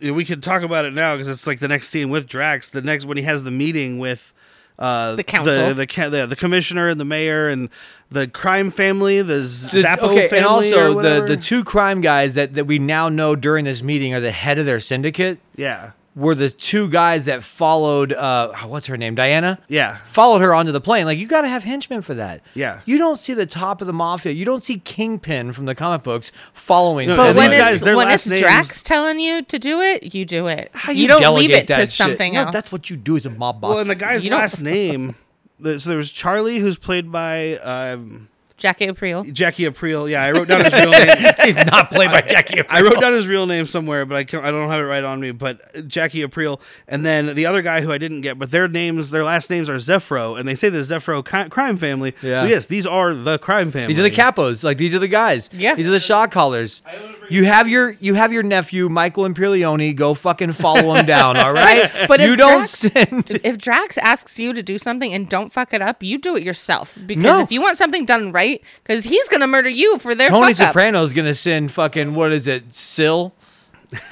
[SPEAKER 1] we could talk about it now because it's like the next scene with Drax. The next when he has the meeting with uh,
[SPEAKER 2] The council.
[SPEAKER 1] the the, ca- the the commissioner, and the mayor, and the crime family, the, Z-
[SPEAKER 3] The-
[SPEAKER 1] Zappo
[SPEAKER 3] okay,
[SPEAKER 1] family,
[SPEAKER 3] and
[SPEAKER 1] or
[SPEAKER 3] also the,
[SPEAKER 1] whatever.
[SPEAKER 3] the two crime guys that, that we now know during this meeting are the head of their syndicate
[SPEAKER 1] yeah,
[SPEAKER 3] were the two guys that followed uh what's her name? Diana?
[SPEAKER 1] yeah,
[SPEAKER 3] Followed her onto the plane. Like you gotta have henchmen for that.
[SPEAKER 1] Yeah.
[SPEAKER 3] You don't see the top of the mafia. You don't see Kingpin from the comic books following
[SPEAKER 1] No,
[SPEAKER 2] but
[SPEAKER 1] and
[SPEAKER 3] somebody.
[SPEAKER 2] when
[SPEAKER 1] these
[SPEAKER 2] it's
[SPEAKER 1] guys, their
[SPEAKER 2] when
[SPEAKER 1] last
[SPEAKER 2] it's Drax
[SPEAKER 1] names-
[SPEAKER 2] telling you to do it, you do it.
[SPEAKER 3] How
[SPEAKER 2] you, don't
[SPEAKER 3] delegate
[SPEAKER 2] leave it
[SPEAKER 3] that
[SPEAKER 2] to
[SPEAKER 3] shit?
[SPEAKER 2] something
[SPEAKER 3] No,
[SPEAKER 2] else.
[SPEAKER 3] that's what you do as a mob boss.
[SPEAKER 1] Well, and the guy's
[SPEAKER 2] You don't-
[SPEAKER 1] last name. the- So there was Charlie, who's played by um,
[SPEAKER 2] Jackie Aprile.
[SPEAKER 1] Jackie Aprile. Yeah, I wrote down his real name.
[SPEAKER 3] He's not played by Jackie.
[SPEAKER 1] I wrote down his real name somewhere, but I can't, I don't have it right on me. But Jackie Aprile, and then the other guy who I didn't get, but their names, their last names are Zephro, and they say the Zephro ki- crime family.
[SPEAKER 3] Yeah.
[SPEAKER 1] So yes, these are the crime family.
[SPEAKER 3] These are the capos. Like these are the guys.
[SPEAKER 2] Yeah.
[SPEAKER 3] These are the shot callers. You have your you have your nephew Michael Imperione go fucking follow him down. All right.
[SPEAKER 2] But
[SPEAKER 3] you
[SPEAKER 2] if
[SPEAKER 3] don't
[SPEAKER 2] Drax-
[SPEAKER 3] send.
[SPEAKER 2] If Drax asks you to do something and don't fuck it up, you do it yourself. Because
[SPEAKER 3] No.
[SPEAKER 2] if you want something done right, because he's gonna murder you for their
[SPEAKER 3] Tony
[SPEAKER 2] fuck up.
[SPEAKER 3] Soprano's gonna send fucking what is it? Sil,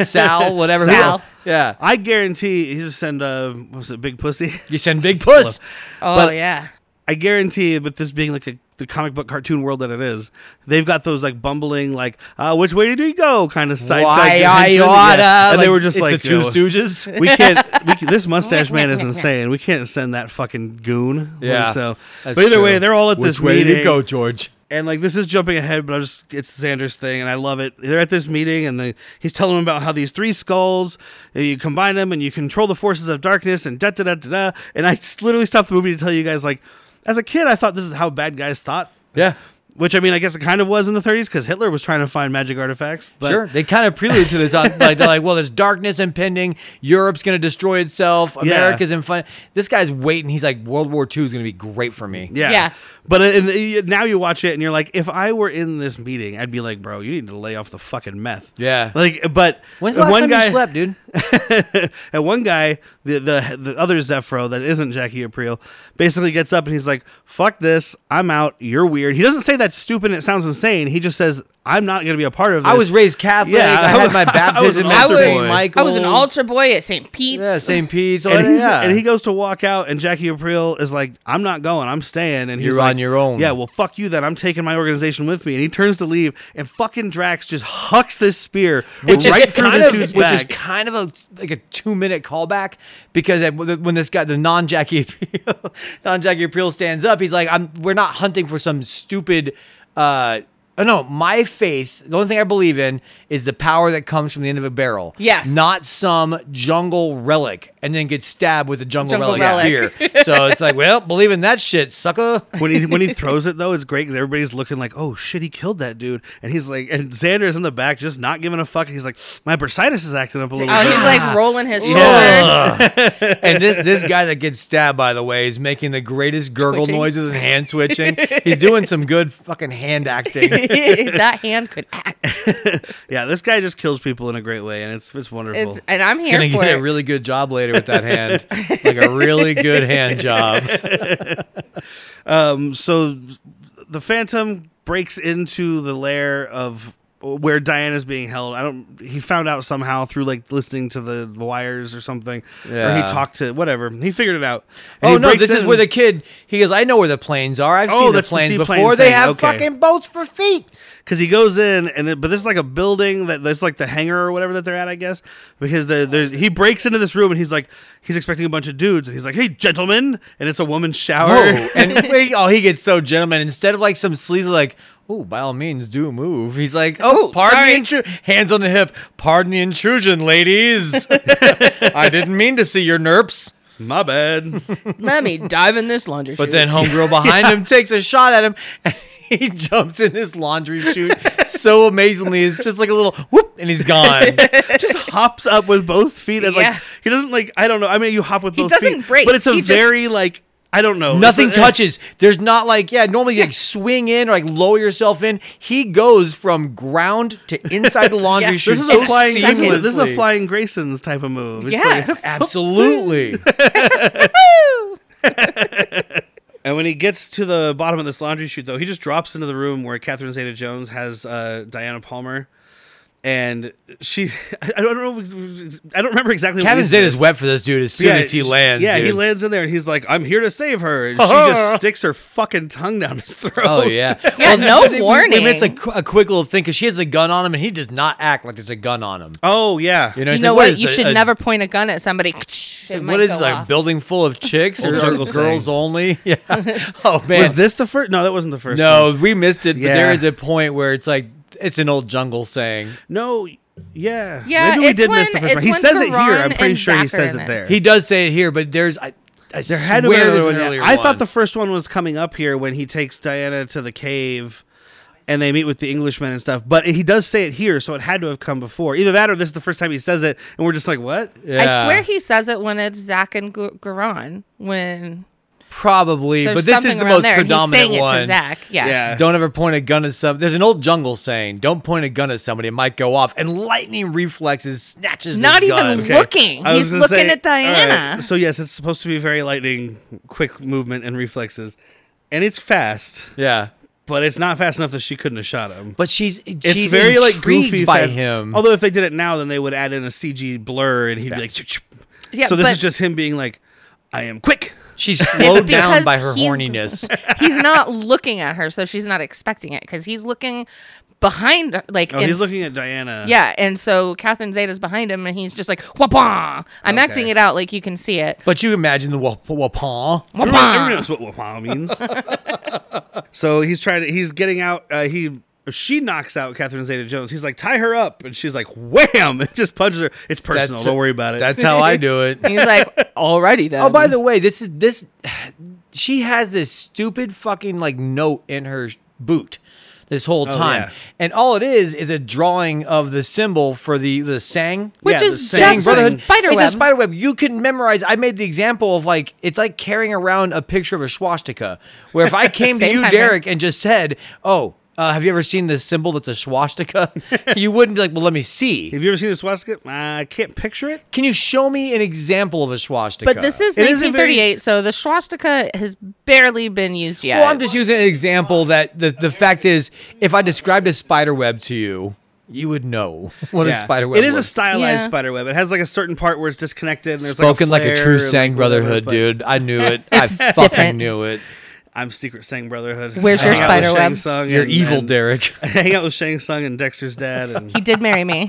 [SPEAKER 3] Sal, whatever.
[SPEAKER 2] Sal.
[SPEAKER 3] Yeah.
[SPEAKER 1] I guarantee you just send uh, what was it Big Pussy?
[SPEAKER 3] You send Big Puss.
[SPEAKER 2] Oh
[SPEAKER 1] But-
[SPEAKER 2] yeah.
[SPEAKER 1] I guarantee, but this being like a the comic book cartoon world that it is, they've got those like bumbling, like uh, which way do you go kind of side.
[SPEAKER 3] Why
[SPEAKER 1] like,
[SPEAKER 3] I
[SPEAKER 1] henchmen.
[SPEAKER 3] oughta.
[SPEAKER 1] Yeah. and they were just
[SPEAKER 3] it's
[SPEAKER 1] like
[SPEAKER 3] the Two
[SPEAKER 1] you know,
[SPEAKER 3] Stooges.
[SPEAKER 1] we can't. We can, this mustache man is insane. We can't send that fucking goon. Like,
[SPEAKER 3] Yeah,
[SPEAKER 1] so,
[SPEAKER 3] that's
[SPEAKER 1] but either way,
[SPEAKER 3] true.
[SPEAKER 1] they're all at
[SPEAKER 3] Which
[SPEAKER 1] this
[SPEAKER 3] way
[SPEAKER 1] meeting,
[SPEAKER 3] did it go, George?
[SPEAKER 1] and like this is jumping ahead, but I just it's the Sanders thing, and I love it. They're at this meeting, and they, he's telling them about how these three skulls, uh, you combine them, and you control the forces of darkness, and da da da da. da. And I s- literally stopped the movie to tell you guys, like, as a kid, I thought this is how bad guys thought.
[SPEAKER 3] Yeah.
[SPEAKER 1] Which I mean, I guess it kind of was in the 30s because Hitler was trying to find magic artifacts. But
[SPEAKER 3] sure. They kind of prelude to this on like they're like, well, there's darkness impending. Europe's gonna destroy itself. America's in fun. This guy's waiting. He's like, World War II is gonna be great for me.
[SPEAKER 1] Yeah.
[SPEAKER 2] Yeah.
[SPEAKER 1] But uh, and, uh, now you watch it and you're like, if I were in this meeting, I'd be like, bro, you need to lay off the fucking meth.
[SPEAKER 3] Yeah.
[SPEAKER 1] Like, but
[SPEAKER 3] When's the last
[SPEAKER 1] one
[SPEAKER 3] time
[SPEAKER 1] guy,
[SPEAKER 3] you slept, dude?
[SPEAKER 1] and one guy, the the the other Zephro that isn't Jackie Aprile, basically gets up and he's like, "Fuck this, I'm out. You're weird." He doesn't say that's stupid. And it sounds insane. He just says, "I'm not going to be a part of this."
[SPEAKER 3] I was raised Catholic.
[SPEAKER 1] Yeah,
[SPEAKER 3] I,
[SPEAKER 1] I
[SPEAKER 3] had
[SPEAKER 1] was-
[SPEAKER 3] my
[SPEAKER 1] I was an
[SPEAKER 3] baptism
[SPEAKER 1] altar
[SPEAKER 3] at
[SPEAKER 1] boy.
[SPEAKER 3] St. Michael's.
[SPEAKER 2] I was an altar boy at St. Pete's.
[SPEAKER 3] Yeah, St. Pete's.
[SPEAKER 1] And, he's,
[SPEAKER 3] yeah.
[SPEAKER 1] and he goes to walk out, and Jackie Aprile is like, "I'm not going. I'm staying." And he's
[SPEAKER 3] You're
[SPEAKER 1] like,
[SPEAKER 3] on your own.
[SPEAKER 1] Yeah, well, fuck you. Then I'm taking my organization with me. And he turns to leave, and fucking Drax just hucks this spear
[SPEAKER 3] which
[SPEAKER 1] right
[SPEAKER 3] is
[SPEAKER 1] through
[SPEAKER 3] kind
[SPEAKER 1] this
[SPEAKER 3] of,
[SPEAKER 1] dude's
[SPEAKER 3] which
[SPEAKER 1] back.
[SPEAKER 3] is kind of a like a two minute callback because at- when this guy, the non Jackie non Jackie Aprile stands up, he's like, "I'm we're not hunting for some stupid." uh Oh, no, my faith, the only thing I believe in is the power that comes from the end of a barrel.
[SPEAKER 2] Yes.
[SPEAKER 3] Not some jungle relic and then get stabbed with a jungle,
[SPEAKER 2] Jungle
[SPEAKER 3] relic,
[SPEAKER 2] relic.
[SPEAKER 3] spear. so it's like, well, believe in that shit, sucker.
[SPEAKER 1] when he when he throws it though, it's great because everybody's looking like, "Oh shit, he killed that dude," and he's like, and Xander's in the back just not giving a fuck. He's like, "My bursitis is acting up a little
[SPEAKER 2] Oh,
[SPEAKER 1] bit."
[SPEAKER 2] he's like rolling his shoulder.
[SPEAKER 3] And this this guy that gets stabbed, by the way, is making the greatest gurgle
[SPEAKER 2] Twitching.
[SPEAKER 3] noises and hand twitching. He's doing some good fucking hand acting.
[SPEAKER 2] that hand could act.
[SPEAKER 1] yeah, this guy just kills people in a great way, and it's it's wonderful.
[SPEAKER 2] It's, and I'm
[SPEAKER 3] Gonna
[SPEAKER 2] here for
[SPEAKER 3] get
[SPEAKER 2] it.
[SPEAKER 3] a really good job later with that hand, like a really good hand job.
[SPEAKER 1] Um, so the Phantom breaks into the lair of where Diana's being held. I don't. He found out somehow through like listening to the wires or something, or he
[SPEAKER 3] Yeah.
[SPEAKER 1] talked to whatever. He figured it out. And
[SPEAKER 3] Oh
[SPEAKER 1] he
[SPEAKER 3] no,
[SPEAKER 1] breaks
[SPEAKER 3] this is
[SPEAKER 1] in-
[SPEAKER 3] where the kid. He goes, I know where the planes are. I've
[SPEAKER 1] Oh,
[SPEAKER 3] seen the
[SPEAKER 1] that's the
[SPEAKER 3] planes
[SPEAKER 1] seaplane
[SPEAKER 3] before. They
[SPEAKER 1] thing.
[SPEAKER 3] have
[SPEAKER 1] Okay.
[SPEAKER 3] fucking boats for feet.
[SPEAKER 1] because he goes in and it, but this is like a building that that's like the hangar or whatever that they're at, I guess. Because the there's he breaks into this room and he's like he's expecting a bunch of dudes and he's like, "Hey, gentlemen!" and it's a woman's shower.
[SPEAKER 3] Whoa. and wait, oh, he gets so gentleman. Instead of like some sleazy, like, oh, by all means, do a move. He's like, oh,
[SPEAKER 2] Ooh,
[SPEAKER 3] pardon the
[SPEAKER 2] sorry.
[SPEAKER 3] intrusion. Hands on the hip. Pardon the intrusion, ladies. I didn't mean to see your nerps.
[SPEAKER 1] My bad.
[SPEAKER 2] Let me dive in this laundry.
[SPEAKER 3] But then homegirl behind him takes a shot at him. And he jumps in his laundry chute so amazingly. It's just like a little whoop, and he's gone.
[SPEAKER 1] just hops up with both feet and
[SPEAKER 2] Yeah.
[SPEAKER 1] like he doesn't like I don't know. I mean, you hop with
[SPEAKER 2] He
[SPEAKER 1] both
[SPEAKER 2] doesn't
[SPEAKER 1] feet,
[SPEAKER 2] brace.
[SPEAKER 1] but it's a
[SPEAKER 2] He just-
[SPEAKER 1] very like I don't know.
[SPEAKER 3] Nothing
[SPEAKER 1] It's a-
[SPEAKER 3] touches. There's not like yeah. Normally you like swing in or like lower yourself in. He goes from ground to inside the laundry
[SPEAKER 2] Yeah.
[SPEAKER 3] chute.
[SPEAKER 1] eh, This is
[SPEAKER 3] so
[SPEAKER 1] a flying.
[SPEAKER 3] seamlessly.
[SPEAKER 1] This is a flying Grayson's type of move. It's like-
[SPEAKER 2] yes.
[SPEAKER 3] Absolutely.
[SPEAKER 1] when he gets to the bottom of this laundry chute, though, he just drops into the room where Catherine Zeta Jones has uh, Diana Palmer. And she, I don't know, if- I don't remember exactly. what
[SPEAKER 3] Kevin
[SPEAKER 1] he
[SPEAKER 3] Zeta's
[SPEAKER 1] says.
[SPEAKER 3] wet for this dude as soon as he
[SPEAKER 1] she-
[SPEAKER 3] lands.
[SPEAKER 1] Yeah, he
[SPEAKER 3] dude.
[SPEAKER 1] lands in there and he's like, I'm here to save her. And she just sticks her fucking tongue down his throat.
[SPEAKER 3] Oh yeah,
[SPEAKER 2] Yeah,
[SPEAKER 3] that's
[SPEAKER 2] no
[SPEAKER 3] what it- we- We
[SPEAKER 2] warning.
[SPEAKER 3] missed a, qu- a quick little thing because she has the gun on him, and he does not act like there's a gun on him.
[SPEAKER 1] Oh, yeah.
[SPEAKER 3] You know,
[SPEAKER 2] You
[SPEAKER 3] it's
[SPEAKER 2] know
[SPEAKER 3] like,
[SPEAKER 2] what?
[SPEAKER 3] is
[SPEAKER 2] you
[SPEAKER 3] this,
[SPEAKER 2] should
[SPEAKER 3] a-
[SPEAKER 2] never point a gun at somebody. It might
[SPEAKER 3] What is
[SPEAKER 2] go
[SPEAKER 3] this, a
[SPEAKER 2] off.
[SPEAKER 3] building full of chicks or,
[SPEAKER 1] Old
[SPEAKER 3] or
[SPEAKER 1] jungle
[SPEAKER 3] girls
[SPEAKER 1] saying.
[SPEAKER 3] only? Yeah. Oh man,
[SPEAKER 1] Was this the first? No, that wasn't the first.
[SPEAKER 3] no, we missed it. But there
[SPEAKER 1] Yeah.
[SPEAKER 3] is a point where it's like it's an old jungle saying.
[SPEAKER 1] one. no, yeah,
[SPEAKER 2] Yeah,
[SPEAKER 1] Maybe we
[SPEAKER 2] it's
[SPEAKER 1] did miss
[SPEAKER 2] when-
[SPEAKER 1] the first one.
[SPEAKER 2] it's
[SPEAKER 1] He
[SPEAKER 2] when
[SPEAKER 1] says it here.
[SPEAKER 2] Karan
[SPEAKER 1] I'm pretty
[SPEAKER 2] and
[SPEAKER 1] sure he
[SPEAKER 2] Zach are
[SPEAKER 1] says
[SPEAKER 2] in
[SPEAKER 1] it
[SPEAKER 2] it.
[SPEAKER 1] there.
[SPEAKER 3] He does say it here, but there's I, I
[SPEAKER 1] there had to be
[SPEAKER 3] swear
[SPEAKER 1] another
[SPEAKER 3] there's
[SPEAKER 1] one,
[SPEAKER 3] an
[SPEAKER 1] yeah.
[SPEAKER 3] earlier
[SPEAKER 1] I thought
[SPEAKER 3] one.
[SPEAKER 1] the first one was coming up here when he takes Diana to the cave. And they meet with the Englishmen and stuff, but he does say it here, so it had to have come before. Either that, or this is the first time he says it, and we're just like, "What?"
[SPEAKER 3] Yeah.
[SPEAKER 2] I swear he says it when it's Zach and Gu- Garon. When
[SPEAKER 3] probably,
[SPEAKER 2] there's
[SPEAKER 3] but this
[SPEAKER 2] something
[SPEAKER 3] is the
[SPEAKER 2] around
[SPEAKER 3] most
[SPEAKER 2] there, and he's
[SPEAKER 3] predominant
[SPEAKER 2] saying
[SPEAKER 3] one.
[SPEAKER 2] it to Zach. Yeah.
[SPEAKER 1] Yeah.
[SPEAKER 3] Don't ever point a gun at some. There's an old jungle saying, "Don't point a gun at somebody; it might go off." And lightning reflexes snatches. this
[SPEAKER 2] Not even
[SPEAKER 3] gun.
[SPEAKER 2] Okay. looking.
[SPEAKER 1] I was
[SPEAKER 2] He's
[SPEAKER 1] gonna
[SPEAKER 2] looking
[SPEAKER 1] say-
[SPEAKER 2] at Diana.
[SPEAKER 1] all So yes, it's supposed to be very lightning, quick movement and reflexes, and it's fast,
[SPEAKER 3] Yeah,
[SPEAKER 1] but it's not fast enough that she couldn't have shot him.
[SPEAKER 3] but she's
[SPEAKER 1] It's
[SPEAKER 3] she's
[SPEAKER 1] very like
[SPEAKER 3] intrigued
[SPEAKER 1] goofy
[SPEAKER 3] by
[SPEAKER 1] fast-
[SPEAKER 3] him.
[SPEAKER 1] Although if they did it now, then they would add in a CG blur, and he'd be like, "Chup, chup."
[SPEAKER 2] Yeah,
[SPEAKER 1] so this
[SPEAKER 2] but-
[SPEAKER 1] is just him being like, "I am quick."
[SPEAKER 3] she's slowed down
[SPEAKER 2] because
[SPEAKER 3] by her
[SPEAKER 2] he's-
[SPEAKER 3] horniness.
[SPEAKER 2] he's not looking at her, so she's not expecting it because he's looking behind, her, like
[SPEAKER 1] Oh,
[SPEAKER 2] in
[SPEAKER 1] he's looking at Diana.
[SPEAKER 2] Yeah, and so Catherine Zeta's behind him, and he's just like, wah I'm acting it out like you can see it.
[SPEAKER 3] But you imagine the wap- wapaw.
[SPEAKER 1] Everyone, everyone knows what wapaw means. so he's trying to. He's getting out. Uh, he she knocks out Catherine Zeta-Jones. He's like, "Tie her up," and she's like, "Wham!" and just punches her. It's personal.
[SPEAKER 3] That's-
[SPEAKER 1] Don't worry about it.
[SPEAKER 3] That's how I do it.
[SPEAKER 2] He's like, alrighty then.
[SPEAKER 3] Oh, by the way, this is this. She has this stupid fucking like note in her sh- boot this whole time,
[SPEAKER 1] Oh, yeah.
[SPEAKER 3] and all it is is a drawing of the symbol for the the sang.
[SPEAKER 2] Which
[SPEAKER 1] Yeah,
[SPEAKER 2] is
[SPEAKER 1] the same
[SPEAKER 2] just a
[SPEAKER 1] brotherhood.
[SPEAKER 2] spider
[SPEAKER 3] It's
[SPEAKER 2] web.
[SPEAKER 3] a spider web. You can memorize. I made the example of like it's like carrying around a picture of a swastika. Where if I came to
[SPEAKER 2] Same
[SPEAKER 3] you,
[SPEAKER 2] time, right?
[SPEAKER 3] Derek, and just said, "Oh, uh, have you ever seen this symbol that's a swastika?" you wouldn't be like, "Well, let me see."
[SPEAKER 1] Have you ever seen a swastika? Uh, I can't picture it.
[SPEAKER 3] Can you show me an example of a swastika?
[SPEAKER 2] but this is
[SPEAKER 1] It is a
[SPEAKER 2] 1938, so the swastika has barely been used yet.
[SPEAKER 3] Well, I'm just using an example that the, the fact is, if I described a spider web to you, you would know what
[SPEAKER 1] Yeah.
[SPEAKER 3] a spider web
[SPEAKER 1] It is a
[SPEAKER 3] was.
[SPEAKER 1] stylized
[SPEAKER 2] Yeah.
[SPEAKER 1] spider web. It has like a certain part where it's disconnected. And there's
[SPEAKER 3] Spoken
[SPEAKER 1] like,
[SPEAKER 3] like
[SPEAKER 1] a
[SPEAKER 3] a
[SPEAKER 1] flare
[SPEAKER 3] true
[SPEAKER 1] and, like,
[SPEAKER 3] Sang
[SPEAKER 1] whatever,
[SPEAKER 3] Brotherhood,
[SPEAKER 1] but
[SPEAKER 3] dude. I knew it. I fucking
[SPEAKER 2] different.
[SPEAKER 3] knew it.
[SPEAKER 1] I'm secret Sang Brotherhood.
[SPEAKER 2] Where's your
[SPEAKER 1] Hang out with
[SPEAKER 2] spider
[SPEAKER 1] Shang
[SPEAKER 2] web?
[SPEAKER 1] Tsung
[SPEAKER 3] You're
[SPEAKER 1] and-
[SPEAKER 3] evil,
[SPEAKER 1] and-
[SPEAKER 3] Derek.
[SPEAKER 1] Hang out with Shang Tsung and Dexter's dad. And
[SPEAKER 2] he did marry me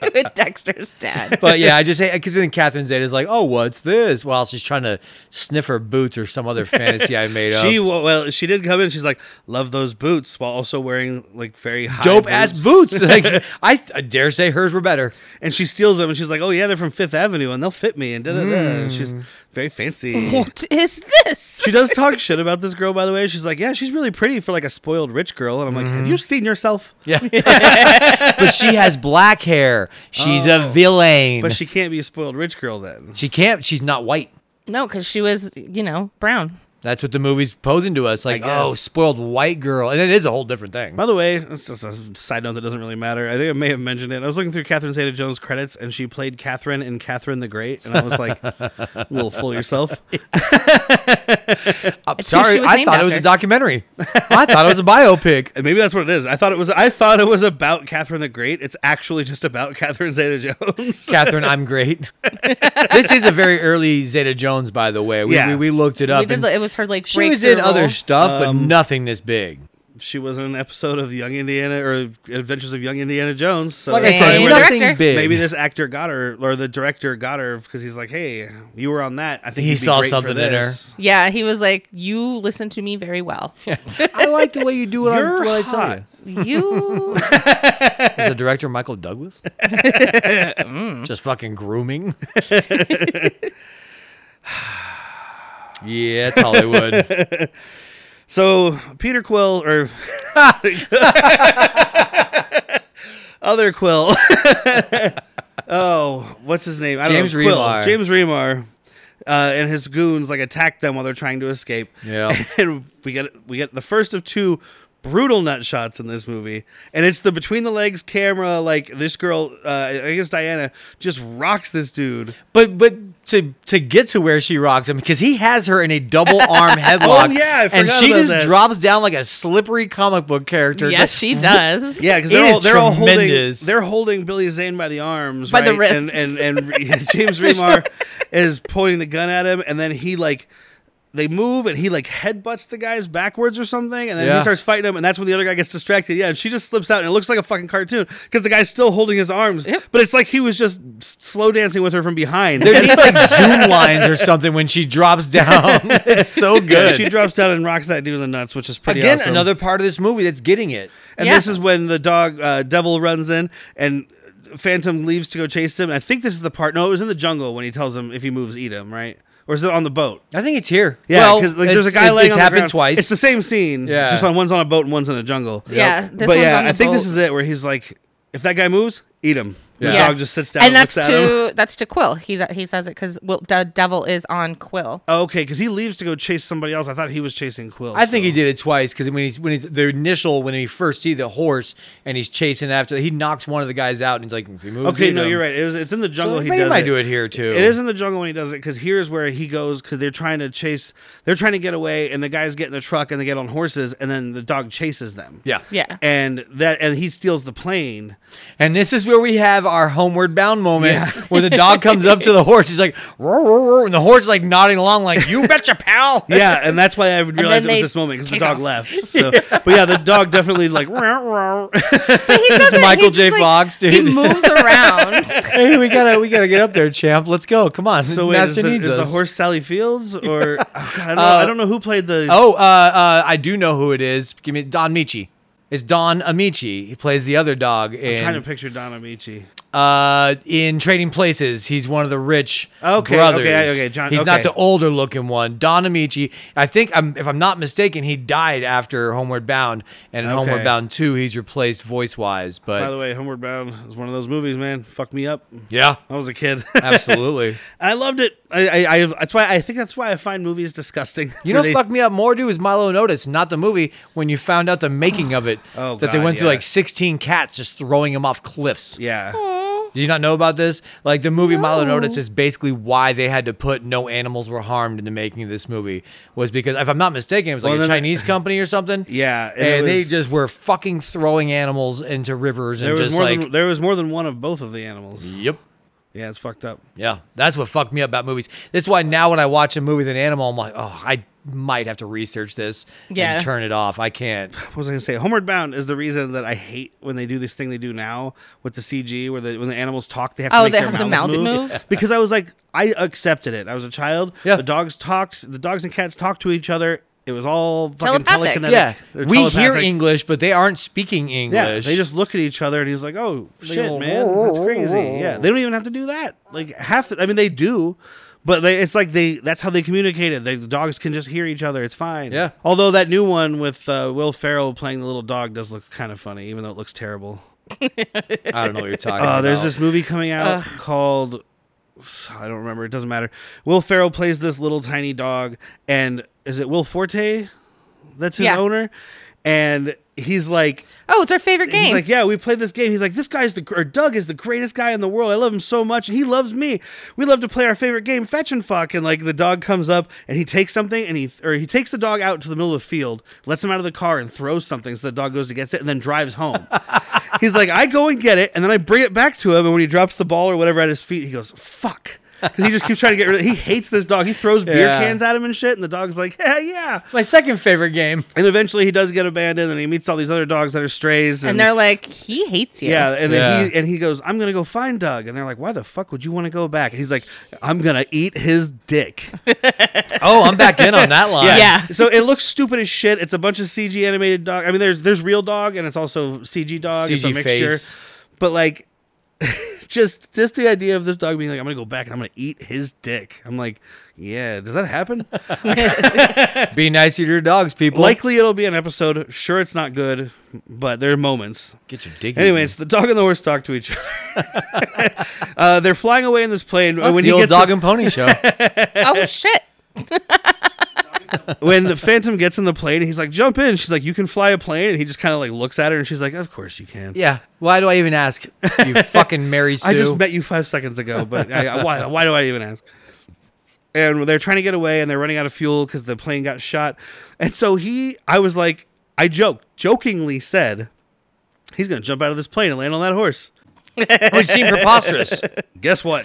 [SPEAKER 2] with Dexter's dad.
[SPEAKER 3] But yeah, I just hate because then Catherine Zeta's like, "Oh, what's this?" While she's trying to sniff her boots or some other fantasy I made up.
[SPEAKER 1] she wa- well, she did come in. She's like, love those boots while also wearing like very high
[SPEAKER 3] Dope ass boots. Like I, th- I dare say hers were better.
[SPEAKER 1] And she steals them and she's like, oh yeah, they're from Fifth Avenue and they'll fit me. And da da da. And She's
[SPEAKER 2] Hmm.
[SPEAKER 1] very fancy.
[SPEAKER 2] What is this?
[SPEAKER 1] She does talk shit about this girl, by the way. She's like, yeah, she's really pretty for like a spoiled rich girl. And I'm like, have
[SPEAKER 2] Mm-hmm.
[SPEAKER 1] you seen yourself?
[SPEAKER 3] Yeah, but she has black hair. She's a villain.
[SPEAKER 1] But she can't be a spoiled rich girl then.
[SPEAKER 3] she can't. She's not white.
[SPEAKER 2] No, because she was, you know, brown.
[SPEAKER 3] That's what the movie's posing to us. Like,
[SPEAKER 1] guess.
[SPEAKER 3] oh, spoiled white girl. And it is a whole different thing.
[SPEAKER 1] By the way, that's just a side note that doesn't really matter. I think I may have mentioned it. I was looking through Catherine Zeta Jones credits and she played Catherine in Catherine the Great. And I was like, a little full of yourself.
[SPEAKER 3] I'm
[SPEAKER 2] who she
[SPEAKER 3] sorry,
[SPEAKER 2] was
[SPEAKER 3] I
[SPEAKER 2] named
[SPEAKER 3] thought it was a
[SPEAKER 2] after.
[SPEAKER 3] documentary. I thought it was a biopic.
[SPEAKER 1] And maybe that's what it is. I thought it was I thought it was about Catherine the Great. It's actually just about Catherine Zeta Jones.
[SPEAKER 3] Catherine, I'm great. this is a very early Zeta Jones, by the way. We,
[SPEAKER 1] Yeah.
[SPEAKER 3] we, we looked it up.
[SPEAKER 2] We did,
[SPEAKER 3] and
[SPEAKER 2] it was her like
[SPEAKER 3] she was in
[SPEAKER 2] breakthrough
[SPEAKER 3] other
[SPEAKER 2] role.
[SPEAKER 3] stuff,
[SPEAKER 2] Um,
[SPEAKER 3] but nothing this big.
[SPEAKER 1] she was in an episode of Young Indiana or Adventures of Young Indiana Jones. So
[SPEAKER 2] Like I said,
[SPEAKER 1] maybe-
[SPEAKER 2] Same
[SPEAKER 3] nothing
[SPEAKER 2] director.
[SPEAKER 3] big.
[SPEAKER 1] maybe this actor got her or the director got her because he's like, Hey, you were on that. I think
[SPEAKER 3] He
[SPEAKER 1] you'd be
[SPEAKER 3] saw
[SPEAKER 1] great for
[SPEAKER 3] something in her.
[SPEAKER 1] this."
[SPEAKER 2] Yeah, he was like, "You listen to me very well.
[SPEAKER 3] I like the way you do it.
[SPEAKER 1] You're
[SPEAKER 3] You're what I tell
[SPEAKER 1] hot.
[SPEAKER 3] you.
[SPEAKER 2] You
[SPEAKER 3] Is the director Michael Douglas? Mm. Just fucking grooming. yeah, it's Hollywood.
[SPEAKER 1] So Peter Quill or other Quill. oh, what's his name? I don't
[SPEAKER 3] James
[SPEAKER 1] know. Quill.
[SPEAKER 3] Remar.
[SPEAKER 1] James Remar. Uh, and his goons like attack them while they're trying to escape.
[SPEAKER 3] Yeah.
[SPEAKER 1] and we get we get the first of two brutal nut shots in this movie, and it's the between the legs camera. Like this girl, uh, I guess Diana just rocks this dude.
[SPEAKER 3] But but to to get to where she rocks him because he has her in a double arm headlock.
[SPEAKER 1] Oh, yeah, I
[SPEAKER 3] and
[SPEAKER 1] forgot
[SPEAKER 3] she
[SPEAKER 1] about
[SPEAKER 3] just
[SPEAKER 1] that.
[SPEAKER 3] drops down like a slippery comic book character.
[SPEAKER 2] yes, she does.
[SPEAKER 1] Yeah, because
[SPEAKER 3] It
[SPEAKER 1] they're
[SPEAKER 3] is
[SPEAKER 1] all they're all holding
[SPEAKER 3] tremendous.
[SPEAKER 1] they're holding Billy Zane by the arms,
[SPEAKER 2] By the
[SPEAKER 1] right? and
[SPEAKER 2] wrists.
[SPEAKER 1] and and James Remar is pointing the gun at him, and then he like they move, and he like headbutts the guys backwards or something, and then
[SPEAKER 3] Yeah.
[SPEAKER 1] he starts fighting him, and that's when the other guy gets distracted. Yeah, and she just slips out, and it looks like a fucking cartoon because the guy's still holding his arms,
[SPEAKER 2] Yep.
[SPEAKER 1] but it's like he was just s- slow dancing with her from behind.
[SPEAKER 3] There needs like zoom lines or something when she drops down. it's so
[SPEAKER 1] Yeah,
[SPEAKER 3] good.
[SPEAKER 1] she drops down and rocks that dude in the nuts, which is pretty
[SPEAKER 3] Again,
[SPEAKER 1] awesome.
[SPEAKER 3] another part of this movie that's getting it.
[SPEAKER 1] And
[SPEAKER 2] Yeah.
[SPEAKER 1] this is when the dog uh, devil runs in and Phantom leaves to go chase him. And I think this is the part. No, it was in the jungle when he tells him if he moves, eat him, right? Or is it on the boat?
[SPEAKER 3] I think it's here.
[SPEAKER 1] Yeah,
[SPEAKER 3] Well,
[SPEAKER 1] because like, there's a
[SPEAKER 3] it's-
[SPEAKER 1] guy
[SPEAKER 3] it-
[SPEAKER 1] laying
[SPEAKER 3] It's
[SPEAKER 1] on the
[SPEAKER 3] happened
[SPEAKER 1] ground.
[SPEAKER 3] twice.
[SPEAKER 1] It's the same scene.
[SPEAKER 3] Yeah.
[SPEAKER 1] just on one's on a boat and one's in a jungle.
[SPEAKER 2] Yeah, this
[SPEAKER 1] but
[SPEAKER 2] one's
[SPEAKER 1] yeah,
[SPEAKER 2] on the
[SPEAKER 1] I think this
[SPEAKER 2] boat.
[SPEAKER 1] is it where he's like, if that guy moves, eat him. The
[SPEAKER 3] Yeah.
[SPEAKER 1] dog just sits down and,
[SPEAKER 2] and that's
[SPEAKER 1] looks at him.
[SPEAKER 2] to that's to Quill. He he says it because the devil is on Quill.
[SPEAKER 1] Oh, okay, because he leaves to go chase somebody else. I thought he was chasing Quill.
[SPEAKER 3] I think he
[SPEAKER 1] so.
[SPEAKER 3] did it twice because when he's when he's the initial when he first see the horse and he's chasing after he knocks one of the guys out and he's like if he moves
[SPEAKER 1] Okay,
[SPEAKER 3] eat
[SPEAKER 1] no,
[SPEAKER 3] him.
[SPEAKER 1] you're right. It was. It's in the jungle.
[SPEAKER 3] So
[SPEAKER 1] he
[SPEAKER 3] maybe
[SPEAKER 1] does
[SPEAKER 3] might
[SPEAKER 1] it.
[SPEAKER 3] do it here too.
[SPEAKER 1] It is in the jungle when he does it because here's where he goes because they're trying to chase, they're trying to get away, and the guys get in the truck and they get on horses, and then the dog chases them.
[SPEAKER 3] yeah
[SPEAKER 2] Yeah.
[SPEAKER 1] And that and he steals the plane.
[SPEAKER 3] And this is where we have our homeward bound moment where the dog comes up to the horse. He's like, roar, roar, roar, and the horse is like nodding along, like, you betcha, pal.
[SPEAKER 1] Yeah, and that's why I realized it
[SPEAKER 2] they
[SPEAKER 1] was this moment because the
[SPEAKER 2] take
[SPEAKER 1] dog
[SPEAKER 2] off.
[SPEAKER 1] left. So, but yeah, the dog definitely like.
[SPEAKER 2] But he does it.
[SPEAKER 3] Michael
[SPEAKER 2] He
[SPEAKER 3] J.
[SPEAKER 2] just, like,
[SPEAKER 3] Fox,
[SPEAKER 2] He
[SPEAKER 3] dude.
[SPEAKER 2] moves around.
[SPEAKER 3] hey, we gotta, we gotta get up there, champ. Let's go. Come on.
[SPEAKER 1] so wait, is,
[SPEAKER 3] Master
[SPEAKER 1] the,
[SPEAKER 3] needs
[SPEAKER 1] is the
[SPEAKER 3] us.
[SPEAKER 1] horse Sally Fields or oh God, I, don't know, I don't know who played the.
[SPEAKER 3] Oh, uh, uh, I do know who it is. Give me Don Michi. It's Don Amici. He plays the other dog
[SPEAKER 1] I'm trying to
[SPEAKER 3] in
[SPEAKER 1] picture Don Amici.
[SPEAKER 3] uh, in Trading Places. He's one of the rich
[SPEAKER 1] Okay,
[SPEAKER 3] brothers.
[SPEAKER 1] okay, okay, John-
[SPEAKER 3] He's not
[SPEAKER 1] okay.
[SPEAKER 3] the older looking one. Don Amici. I think, I'm, if I'm not mistaken, he died after Homeward Bound, and in
[SPEAKER 1] Okay.
[SPEAKER 3] Homeward Bound Two, he's replaced voice wise. But
[SPEAKER 1] By the way, Homeward Bound is one of those movies, man. Fucked me up.
[SPEAKER 3] yeah,
[SPEAKER 1] I was a kid.
[SPEAKER 3] absolutely.
[SPEAKER 1] And I loved it. I, I, I that's why I think that's why I find movies disgusting. Where
[SPEAKER 3] You know,
[SPEAKER 1] they-
[SPEAKER 3] fuck me up more, dude, is Milo Notice, not the movie. When you found out the making of it,
[SPEAKER 1] Oh,
[SPEAKER 3] that they
[SPEAKER 1] God,
[SPEAKER 3] went through
[SPEAKER 1] yeah.
[SPEAKER 3] like 16 cats just throwing him off cliffs.
[SPEAKER 1] Yeah.
[SPEAKER 3] Do you not know about this? Like the movie Milo
[SPEAKER 2] No.
[SPEAKER 3] Notice is basically why they had to put no animals were harmed in the making of this movie was because if I'm not mistaken, it was like
[SPEAKER 1] Well,
[SPEAKER 3] a
[SPEAKER 1] then-
[SPEAKER 3] Chinese company or something.
[SPEAKER 1] Yeah, and it
[SPEAKER 3] and, they
[SPEAKER 1] was-
[SPEAKER 3] just were fucking throwing animals into rivers
[SPEAKER 1] There
[SPEAKER 3] and
[SPEAKER 1] was
[SPEAKER 3] just
[SPEAKER 1] more
[SPEAKER 3] like,
[SPEAKER 1] than there was more than one of both of the animals.
[SPEAKER 3] yep,
[SPEAKER 1] Yeah, it's fucked up.
[SPEAKER 3] yeah. That's what fucked me up about movies. That's why now when I watch a movie with an animal, I'm like, oh, I might have to research this
[SPEAKER 2] Yeah.
[SPEAKER 3] and turn it off. I can't.
[SPEAKER 1] What was I gonna say? Homeward Bound is the reason that I hate when they do this thing they do now with the CG, where the, when the animals talk, they have to
[SPEAKER 2] Oh,
[SPEAKER 1] make
[SPEAKER 2] they
[SPEAKER 1] their
[SPEAKER 2] have the
[SPEAKER 1] mouths
[SPEAKER 2] mouth
[SPEAKER 1] move.
[SPEAKER 2] move?
[SPEAKER 1] Because I was like, I accepted it. I was a child.
[SPEAKER 3] Yeah.
[SPEAKER 1] The dogs talked. The dogs and cats talked to each other. It was all fucking
[SPEAKER 2] Telepathic.
[SPEAKER 1] telekinetic.
[SPEAKER 3] Yeah,
[SPEAKER 1] or
[SPEAKER 3] we hear
[SPEAKER 1] telepathic.
[SPEAKER 3] English, but they aren't speaking English.
[SPEAKER 1] Yeah, they just look at each other, and he's like, "Oh shit,
[SPEAKER 3] go,
[SPEAKER 1] man,
[SPEAKER 3] "Whoa,
[SPEAKER 1] that's
[SPEAKER 3] whoa,
[SPEAKER 1] crazy."
[SPEAKER 3] whoa, whoa.
[SPEAKER 1] Yeah, they don't even have to do that. Like half, the, I mean, they do, but they, it's like they that's how they communicate it. The dogs can just hear each other. It's fine.
[SPEAKER 3] Yeah.
[SPEAKER 1] Although that new one with uh, Will Ferrell playing the little dog does look kind of funny, even though it looks terrible.
[SPEAKER 3] I don't know what you're talking
[SPEAKER 1] Uh,
[SPEAKER 3] about.
[SPEAKER 1] there's this movie coming out called I don't remember. It doesn't matter. Will Ferrell plays this little tiny dog, and is it Will Forte? That's his
[SPEAKER 2] Yeah.
[SPEAKER 1] owner, and he's like
[SPEAKER 2] Oh, it's our favorite
[SPEAKER 1] He's
[SPEAKER 2] game.
[SPEAKER 1] like, yeah, we played this game. He's like, this guy's the or Doug is the greatest guy in the world. I love him so much, and he loves me. We love to play our favorite game, fetch and fuck. And like the dog comes up and he takes something and he or he takes the dog out to the middle of the field, lets him out of the car and throws something so the dog goes to get it and then drives home. He's like, I go and get it, and then I bring it back to him. And when he drops the ball or whatever at his feet, he goes, fuck. Because he just keeps trying to get rid of He hates this dog. He throws beer
[SPEAKER 3] Yeah.
[SPEAKER 1] cans at him and shit. And the dog's like, yeah, yeah.
[SPEAKER 3] my second favorite game.
[SPEAKER 1] And eventually he does get abandoned and he meets all these other dogs that are strays.
[SPEAKER 2] and they're like, he hates you.
[SPEAKER 1] Yeah, and
[SPEAKER 3] Yeah.
[SPEAKER 1] Then he and he goes, "I'm gonna go find Doug," and they're like, "Why the fuck would you want to go back?" And he's like, "I'm gonna eat his dick."
[SPEAKER 3] Oh, I'm back in on that line.
[SPEAKER 2] Yeah.
[SPEAKER 1] so it looks stupid as shit. It's a bunch of CG animated dog. I mean, there's there's real dog and it's also CG dog. it's a
[SPEAKER 3] CG
[SPEAKER 1] mixture,
[SPEAKER 3] face.
[SPEAKER 1] but like, just just the idea of this dog being like, "I'm gonna go back and I'm gonna eat his dick." I'm like, yeah, does that happen?
[SPEAKER 3] Be nice to your dogs, people.
[SPEAKER 1] Likely it'll be an episode. Sure, it's not good, but there are moments.
[SPEAKER 3] get your dick.
[SPEAKER 1] Anyway, it's the dog and the horse talk to each other. uh, they're flying away in this plane.
[SPEAKER 3] That's
[SPEAKER 1] when
[SPEAKER 3] the
[SPEAKER 1] he
[SPEAKER 3] old
[SPEAKER 1] gets
[SPEAKER 3] dog
[SPEAKER 1] in-
[SPEAKER 3] and pony show.
[SPEAKER 2] Oh shit.
[SPEAKER 1] when the Phantom gets in the plane, he's like, "Jump in." She's like, "You can fly a plane," and he just kind of like looks at her, and she's like, "Of course you can."
[SPEAKER 3] yeah. Why do I even ask? You fucking Mary Sue.
[SPEAKER 1] I just met you five seconds ago, but I, I- why? Why do I even ask? and they're trying to get away and they're running out of fuel because the plane got shot. And so he, I was like, I joked, jokingly said, he's going to jump out of this plane and land on that horse.
[SPEAKER 3] Which seemed Oh, preposterous.
[SPEAKER 1] Guess what?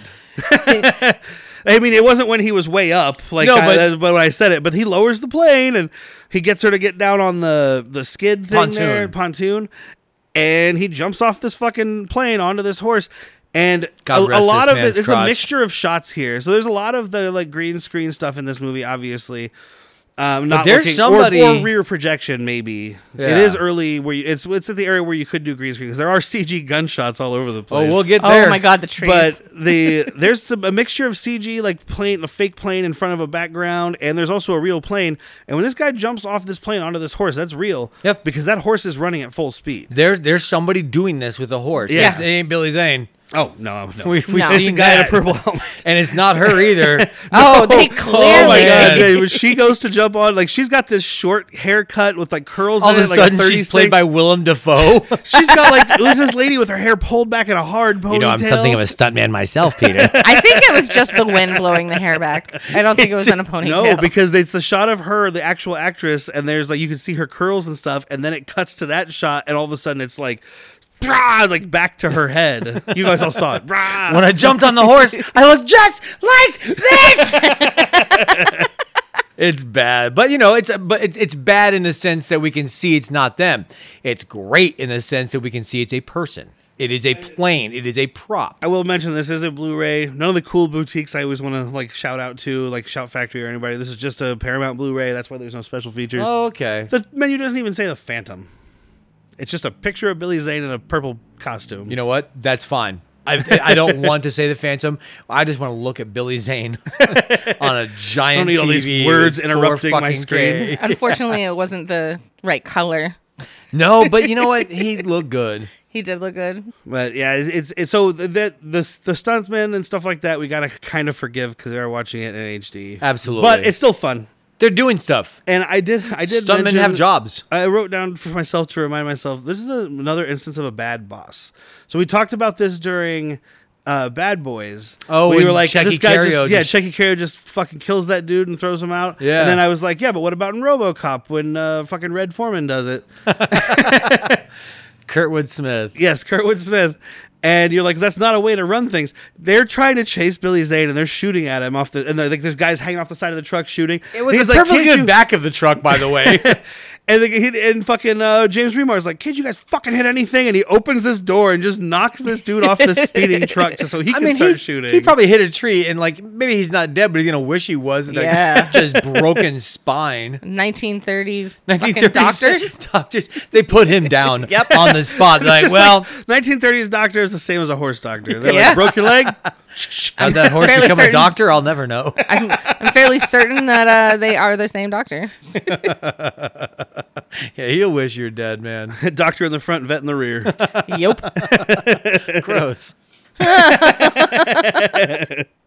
[SPEAKER 1] I mean, it wasn't when he was way up, like,
[SPEAKER 3] No,
[SPEAKER 1] I-
[SPEAKER 3] but-
[SPEAKER 1] that's but when I said it, but he lowers the plane and he gets her to get down on the the skid thing
[SPEAKER 3] Pontoon.
[SPEAKER 1] there, pontoon, and he jumps off this fucking plane onto this horse. And
[SPEAKER 3] God
[SPEAKER 1] a, a
[SPEAKER 3] rest
[SPEAKER 1] lot
[SPEAKER 3] this
[SPEAKER 1] of it
[SPEAKER 3] man's
[SPEAKER 1] is a
[SPEAKER 3] crotch.
[SPEAKER 1] mixture of shots here. So there's a lot of the like green screen stuff in this movie, obviously. Um, not
[SPEAKER 3] there's
[SPEAKER 1] looking, or-
[SPEAKER 3] somebody-
[SPEAKER 1] or, rear projection, maybe. It
[SPEAKER 3] Yeah.
[SPEAKER 1] is early where you, it's it's at the area where you could do green screen because there are CG gunshots all over the place.
[SPEAKER 3] Oh, we'll get there.
[SPEAKER 2] Oh my god, the trees.
[SPEAKER 1] But the there's some, a mixture of CG, like plane, a fake plane in front of a background, and there's also a real plane. And when this guy jumps off this plane onto this horse, that's real.
[SPEAKER 3] Yep.
[SPEAKER 1] Because that horse is running at full speed.
[SPEAKER 3] There's there's somebody doing this with a horse.
[SPEAKER 1] Yeah.
[SPEAKER 3] It's- It ain't Billy Zane.
[SPEAKER 1] Oh no, no.
[SPEAKER 3] We, we
[SPEAKER 2] No.
[SPEAKER 1] it's a
[SPEAKER 3] seen
[SPEAKER 1] guy in
[SPEAKER 3] that.
[SPEAKER 1] a purple helmet.
[SPEAKER 3] And it's not her either.
[SPEAKER 2] oh, they
[SPEAKER 1] Oh my
[SPEAKER 2] clearly.
[SPEAKER 1] god! Yeah, when she goes to jump on, like she's got this short haircut with like curls.
[SPEAKER 3] All
[SPEAKER 1] in
[SPEAKER 3] of a
[SPEAKER 1] it, like
[SPEAKER 3] sudden,
[SPEAKER 1] 30s
[SPEAKER 3] she's played
[SPEAKER 1] thing.
[SPEAKER 3] by Willem Dafoe.
[SPEAKER 1] She's got like there's this lady with her hair pulled back in a hard ponytail.
[SPEAKER 3] you know, I'm something of a stuntman myself, Peter.
[SPEAKER 2] I think it was just the wind blowing the hair back. I don't think it was in a ponytail.
[SPEAKER 1] No, because it's the shot of her, the actual actress, and there's like you can see her curls and stuff, and then it cuts to that shot, and all of a sudden it's like, brah, like back to her head. You guys all saw it. Brah.
[SPEAKER 3] when I jumped on the horse, I looked just like this. it's bad, but you know, it's but it's it's bad in the sense that we can see it's not them. It's great in the sense that we can see it's a person. It is a plane. It is a prop.
[SPEAKER 1] I will mention this is a Blu-ray. None of the cool boutiques I always want to like shout out to, like Shout Factory or anybody. This is just a Paramount Blu-ray. That's why there's no special features.
[SPEAKER 3] okay.
[SPEAKER 1] The menu doesn't even say the Phantom. It's just a picture of Billy Zane in a purple costume.
[SPEAKER 3] You know what? That's fine. I, I don't want to say the Phantom. I just want to look at Billy Zane on a giant.
[SPEAKER 1] I don't need
[SPEAKER 3] TV
[SPEAKER 1] all these
[SPEAKER 3] with
[SPEAKER 1] words
[SPEAKER 3] four
[SPEAKER 1] interrupting my
[SPEAKER 3] fucking
[SPEAKER 1] screen.
[SPEAKER 3] K.
[SPEAKER 2] Unfortunately, it wasn't the right color.
[SPEAKER 3] No, but you know what? He looked good.
[SPEAKER 2] He did look good.
[SPEAKER 1] But yeah, it's, it's, it's so the, the the the stuntsmen and stuff like that. We gotta kind of forgive because they're watching it in HD.
[SPEAKER 3] Absolutely.
[SPEAKER 1] but it's still fun.
[SPEAKER 3] They're doing stuff.
[SPEAKER 1] And I did I did
[SPEAKER 3] Some men
[SPEAKER 1] mention-
[SPEAKER 3] have jobs.
[SPEAKER 1] I wrote down for myself to remind myself this is a, another instance of a bad boss. So we talked about this during uh, Bad Boys.
[SPEAKER 3] Oh,
[SPEAKER 1] we
[SPEAKER 3] and
[SPEAKER 1] were like,
[SPEAKER 3] Chucky
[SPEAKER 1] this guy
[SPEAKER 3] Cario
[SPEAKER 1] just, yeah,
[SPEAKER 3] just-
[SPEAKER 1] Chucky Cario just fucking kills that dude and throws him out.
[SPEAKER 3] Yeah.
[SPEAKER 1] And then I was like, yeah, but what about in RoboCop when uh, fucking Red Foreman does it?
[SPEAKER 3] Kurtwood Smith.
[SPEAKER 1] Yes, Kurtwood Smith. And you're like, that's not a way to run things. They're trying to chase Billy Zane, and they're shooting at him off the. And they're like, there's guys hanging off the side of the truck shooting. He's like,
[SPEAKER 3] perfectly
[SPEAKER 1] "Kid,
[SPEAKER 3] good
[SPEAKER 1] you-"
[SPEAKER 3] back of the truck, by the way.
[SPEAKER 1] And, the, he, and fucking uh, James Remar is like, kid, you guys fucking hit anything? And he opens this door and just knocks this dude off this speeding truck just so he can start
[SPEAKER 3] he,
[SPEAKER 1] shooting.
[SPEAKER 3] he probably hit a tree and like maybe he's not dead, but he's gonna wish he was. With
[SPEAKER 2] Yeah.
[SPEAKER 3] like, just broken spine.
[SPEAKER 2] 1930s fucking
[SPEAKER 3] 1930s
[SPEAKER 2] doctors.
[SPEAKER 3] doctors, they put him down
[SPEAKER 2] Yep.
[SPEAKER 3] on the spot. They're like,
[SPEAKER 1] Just
[SPEAKER 3] well,
[SPEAKER 1] like, 1930s doctor is the same as a horse doctor. They're
[SPEAKER 2] Yeah.
[SPEAKER 1] like, broke your leg?
[SPEAKER 3] how'd that horse
[SPEAKER 2] fairly
[SPEAKER 3] become a
[SPEAKER 2] certain-
[SPEAKER 3] doctor? I'll never know.
[SPEAKER 2] I'm, I'm fairly certain that uh, they are the same doctor.
[SPEAKER 3] yeah, he'll wish you're dead, man.
[SPEAKER 1] doctor in the front, vet in the rear.
[SPEAKER 2] Yep.
[SPEAKER 3] Gross.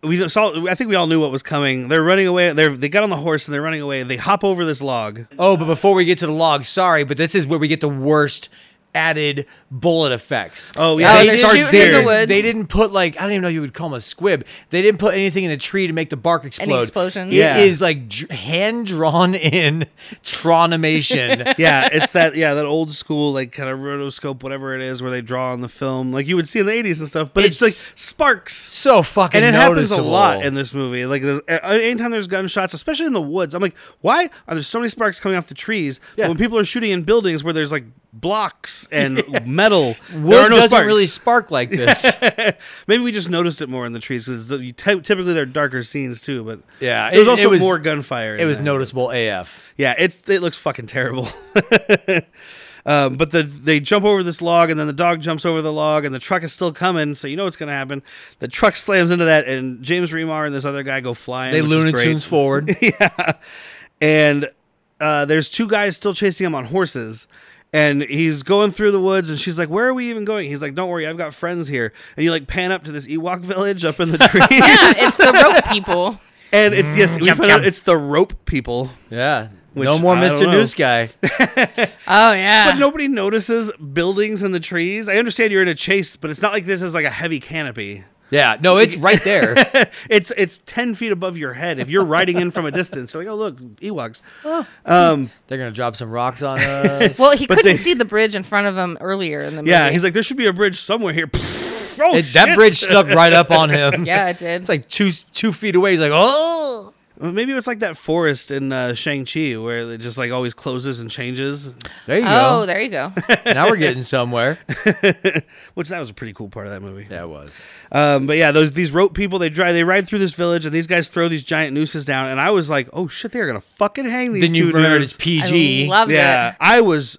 [SPEAKER 1] we saw. I think we all knew what was coming. They're running away. They are they got on the horse and they're running away. They hop over this log.
[SPEAKER 3] Oh, but before we get to the log, sorry, but this is where we get the worst added bullet effects.
[SPEAKER 1] Oh, yeah,
[SPEAKER 2] Oh,
[SPEAKER 1] they
[SPEAKER 2] they're
[SPEAKER 1] start
[SPEAKER 2] shooting in the
[SPEAKER 1] there.
[SPEAKER 2] woods.
[SPEAKER 3] They didn't put like I don't even know you would call them a squib. They didn't put anything in a tree to make the bark explode.
[SPEAKER 2] explosions.
[SPEAKER 3] It
[SPEAKER 1] Yeah.
[SPEAKER 3] is, like dr- hand drawn in tronimation.
[SPEAKER 1] yeah, it's that yeah that old school like kind of rotoscope whatever it is where they draw on the film like you would see in the eighties and stuff. But it's,
[SPEAKER 3] It's-
[SPEAKER 1] like sparks,
[SPEAKER 3] so fucking
[SPEAKER 1] and it happens a
[SPEAKER 3] noticeable.
[SPEAKER 1] lot in this movie. Like there's, a- anytime there's gunshots, especially in the woods, I'm like, why are there so many sparks coming off the trees?
[SPEAKER 3] Yeah.
[SPEAKER 1] But when people are shooting in buildings where there's like blocks and metal,
[SPEAKER 3] Wood
[SPEAKER 1] there are no
[SPEAKER 3] doesn't
[SPEAKER 1] sparks.
[SPEAKER 3] really spark like this.
[SPEAKER 1] Maybe we just noticed it more in the trees because ty- typically they're darker scenes too. But
[SPEAKER 3] Yeah,
[SPEAKER 1] there was
[SPEAKER 3] it-
[SPEAKER 1] also
[SPEAKER 3] it was-
[SPEAKER 1] more gunfire. in
[SPEAKER 3] it was
[SPEAKER 1] that.
[SPEAKER 3] noticeable AF.
[SPEAKER 1] Yeah, it's it looks fucking terrible. um, but the they jump over this log, and then the dog jumps over the log, and the truck is still coming, so you know what's gonna happen. The truck slams into that, and James Remar and this other guy go flying.
[SPEAKER 3] They
[SPEAKER 1] which is
[SPEAKER 3] Looney
[SPEAKER 1] great.
[SPEAKER 3] Tunes forward.
[SPEAKER 1] and uh, there's two guys still chasing him on horses. And he's going through the woods, and she's like, "Where are we even going?" He's like, "Don't worry, I've got friends here." And you like pan up to this Ewok village up in the trees.
[SPEAKER 2] Yeah, it's the rope people.
[SPEAKER 1] And it's yes, we
[SPEAKER 3] jump,
[SPEAKER 1] found out
[SPEAKER 3] jump.
[SPEAKER 1] it's the rope people.
[SPEAKER 3] yeah.
[SPEAKER 1] Which,
[SPEAKER 3] no more
[SPEAKER 1] I don't
[SPEAKER 3] Mr.
[SPEAKER 1] know.
[SPEAKER 3] News guy.
[SPEAKER 2] Oh yeah.
[SPEAKER 1] But nobody notices buildings and the trees. I understand you're in a chase, but it's not like this is like a heavy canopy.
[SPEAKER 3] Yeah, no, it's right there.
[SPEAKER 1] it's it's ten feet above your head. If you're riding in from a distance, you're like, oh look, Ewoks. Um,
[SPEAKER 3] They're gonna drop some rocks on us.
[SPEAKER 2] Well, he
[SPEAKER 1] But
[SPEAKER 2] couldn't
[SPEAKER 1] they-
[SPEAKER 2] see the bridge in front of him earlier in the movie.
[SPEAKER 1] yeah, he's like, there should be a bridge somewhere here. oh,
[SPEAKER 3] It- that
[SPEAKER 1] shit.
[SPEAKER 3] bridge stuck right up on him.
[SPEAKER 2] yeah, it did.
[SPEAKER 3] it's like two two feet away. He's like, oh,
[SPEAKER 1] Well, Maybe it's like that forest in uh, Shang Chi where it just like always closes and changes.
[SPEAKER 3] there you
[SPEAKER 2] oh,
[SPEAKER 3] go.
[SPEAKER 2] there you go.
[SPEAKER 3] now we're getting somewhere.
[SPEAKER 1] Which that was a pretty cool part of that movie.
[SPEAKER 3] That was.
[SPEAKER 1] Um, but yeah, those these rope people they drive they ride through this village and these guys throw these giant nooses down and I was like, oh shit, they are gonna fucking hang these
[SPEAKER 3] Then you
[SPEAKER 1] two
[SPEAKER 3] remembered
[SPEAKER 1] dudes.
[SPEAKER 3] it's PG.
[SPEAKER 2] I loved
[SPEAKER 1] yeah,
[SPEAKER 2] it.
[SPEAKER 1] I was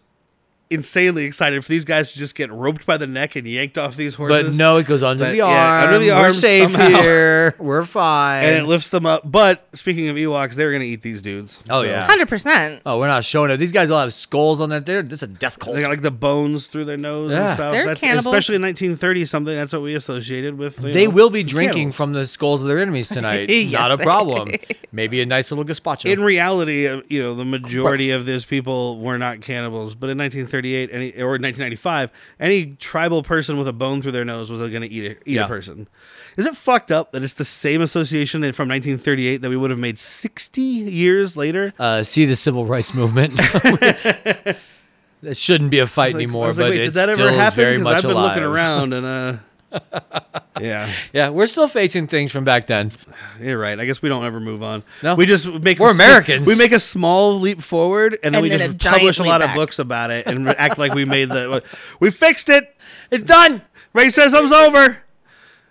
[SPEAKER 1] insanely excited for these guys to just get roped by the neck and yanked off these
[SPEAKER 3] But
[SPEAKER 1] horses.
[SPEAKER 3] no, it goes under
[SPEAKER 1] But,
[SPEAKER 3] the arm.
[SPEAKER 1] yeah, under the
[SPEAKER 3] We're
[SPEAKER 1] arm
[SPEAKER 3] safe
[SPEAKER 1] somehow.
[SPEAKER 3] here. We're fine.
[SPEAKER 1] and it lifts them up. But speaking of Ewoks, they're gonna eat these dudes.
[SPEAKER 3] Oh, yeah.
[SPEAKER 2] Hundred percent.
[SPEAKER 3] oh, we're not showing it. These guys all have skulls on their. They're, this is a death cult.
[SPEAKER 1] They got like the bones through their nose and
[SPEAKER 3] Yeah.
[SPEAKER 1] stuff.
[SPEAKER 2] They're
[SPEAKER 1] That's,
[SPEAKER 2] cannibals.
[SPEAKER 1] especially in 1930 something. That's what we associated with. you
[SPEAKER 3] They
[SPEAKER 1] know,
[SPEAKER 3] will be
[SPEAKER 1] the
[SPEAKER 3] drinking
[SPEAKER 1] cannibals.
[SPEAKER 3] from the skulls of their enemies tonight.
[SPEAKER 2] Yes,
[SPEAKER 3] Not a
[SPEAKER 2] they-
[SPEAKER 3] problem. Maybe a nice little gazpacho.
[SPEAKER 1] in reality, uh, you know, the majority
[SPEAKER 2] Gross.
[SPEAKER 1] of these people were not cannibals. But in 1938 any, or 1995, any tribal person with a bone through their nose was going to eat, a, eat
[SPEAKER 3] Yeah.
[SPEAKER 1] a person. Is it fucked up that it's the same association that- from 1938 that we would have made 60 years later?
[SPEAKER 3] uh, see the civil rights movement. That shouldn't be a
[SPEAKER 1] Like,
[SPEAKER 3] fight anymore,
[SPEAKER 1] I was like,
[SPEAKER 3] but
[SPEAKER 1] wait,
[SPEAKER 3] it's
[SPEAKER 1] did that
[SPEAKER 3] still
[SPEAKER 1] ever
[SPEAKER 3] is
[SPEAKER 1] happen?
[SPEAKER 3] very much
[SPEAKER 1] I've been
[SPEAKER 3] alive.
[SPEAKER 1] looking around and uh, yeah,
[SPEAKER 3] Yeah, we're still facing things from back then.
[SPEAKER 1] you're right. I guess we don't ever move on.
[SPEAKER 3] No.
[SPEAKER 1] we just make
[SPEAKER 3] We're
[SPEAKER 1] a sm-
[SPEAKER 3] Americans.
[SPEAKER 1] We make a small leap forward and then
[SPEAKER 2] And
[SPEAKER 1] we
[SPEAKER 2] then a
[SPEAKER 1] just
[SPEAKER 2] giant
[SPEAKER 1] publish a
[SPEAKER 2] leap
[SPEAKER 1] lot of
[SPEAKER 2] back.
[SPEAKER 1] books about it and act like we made the we fixed it.
[SPEAKER 3] It's done.
[SPEAKER 1] Racism's over.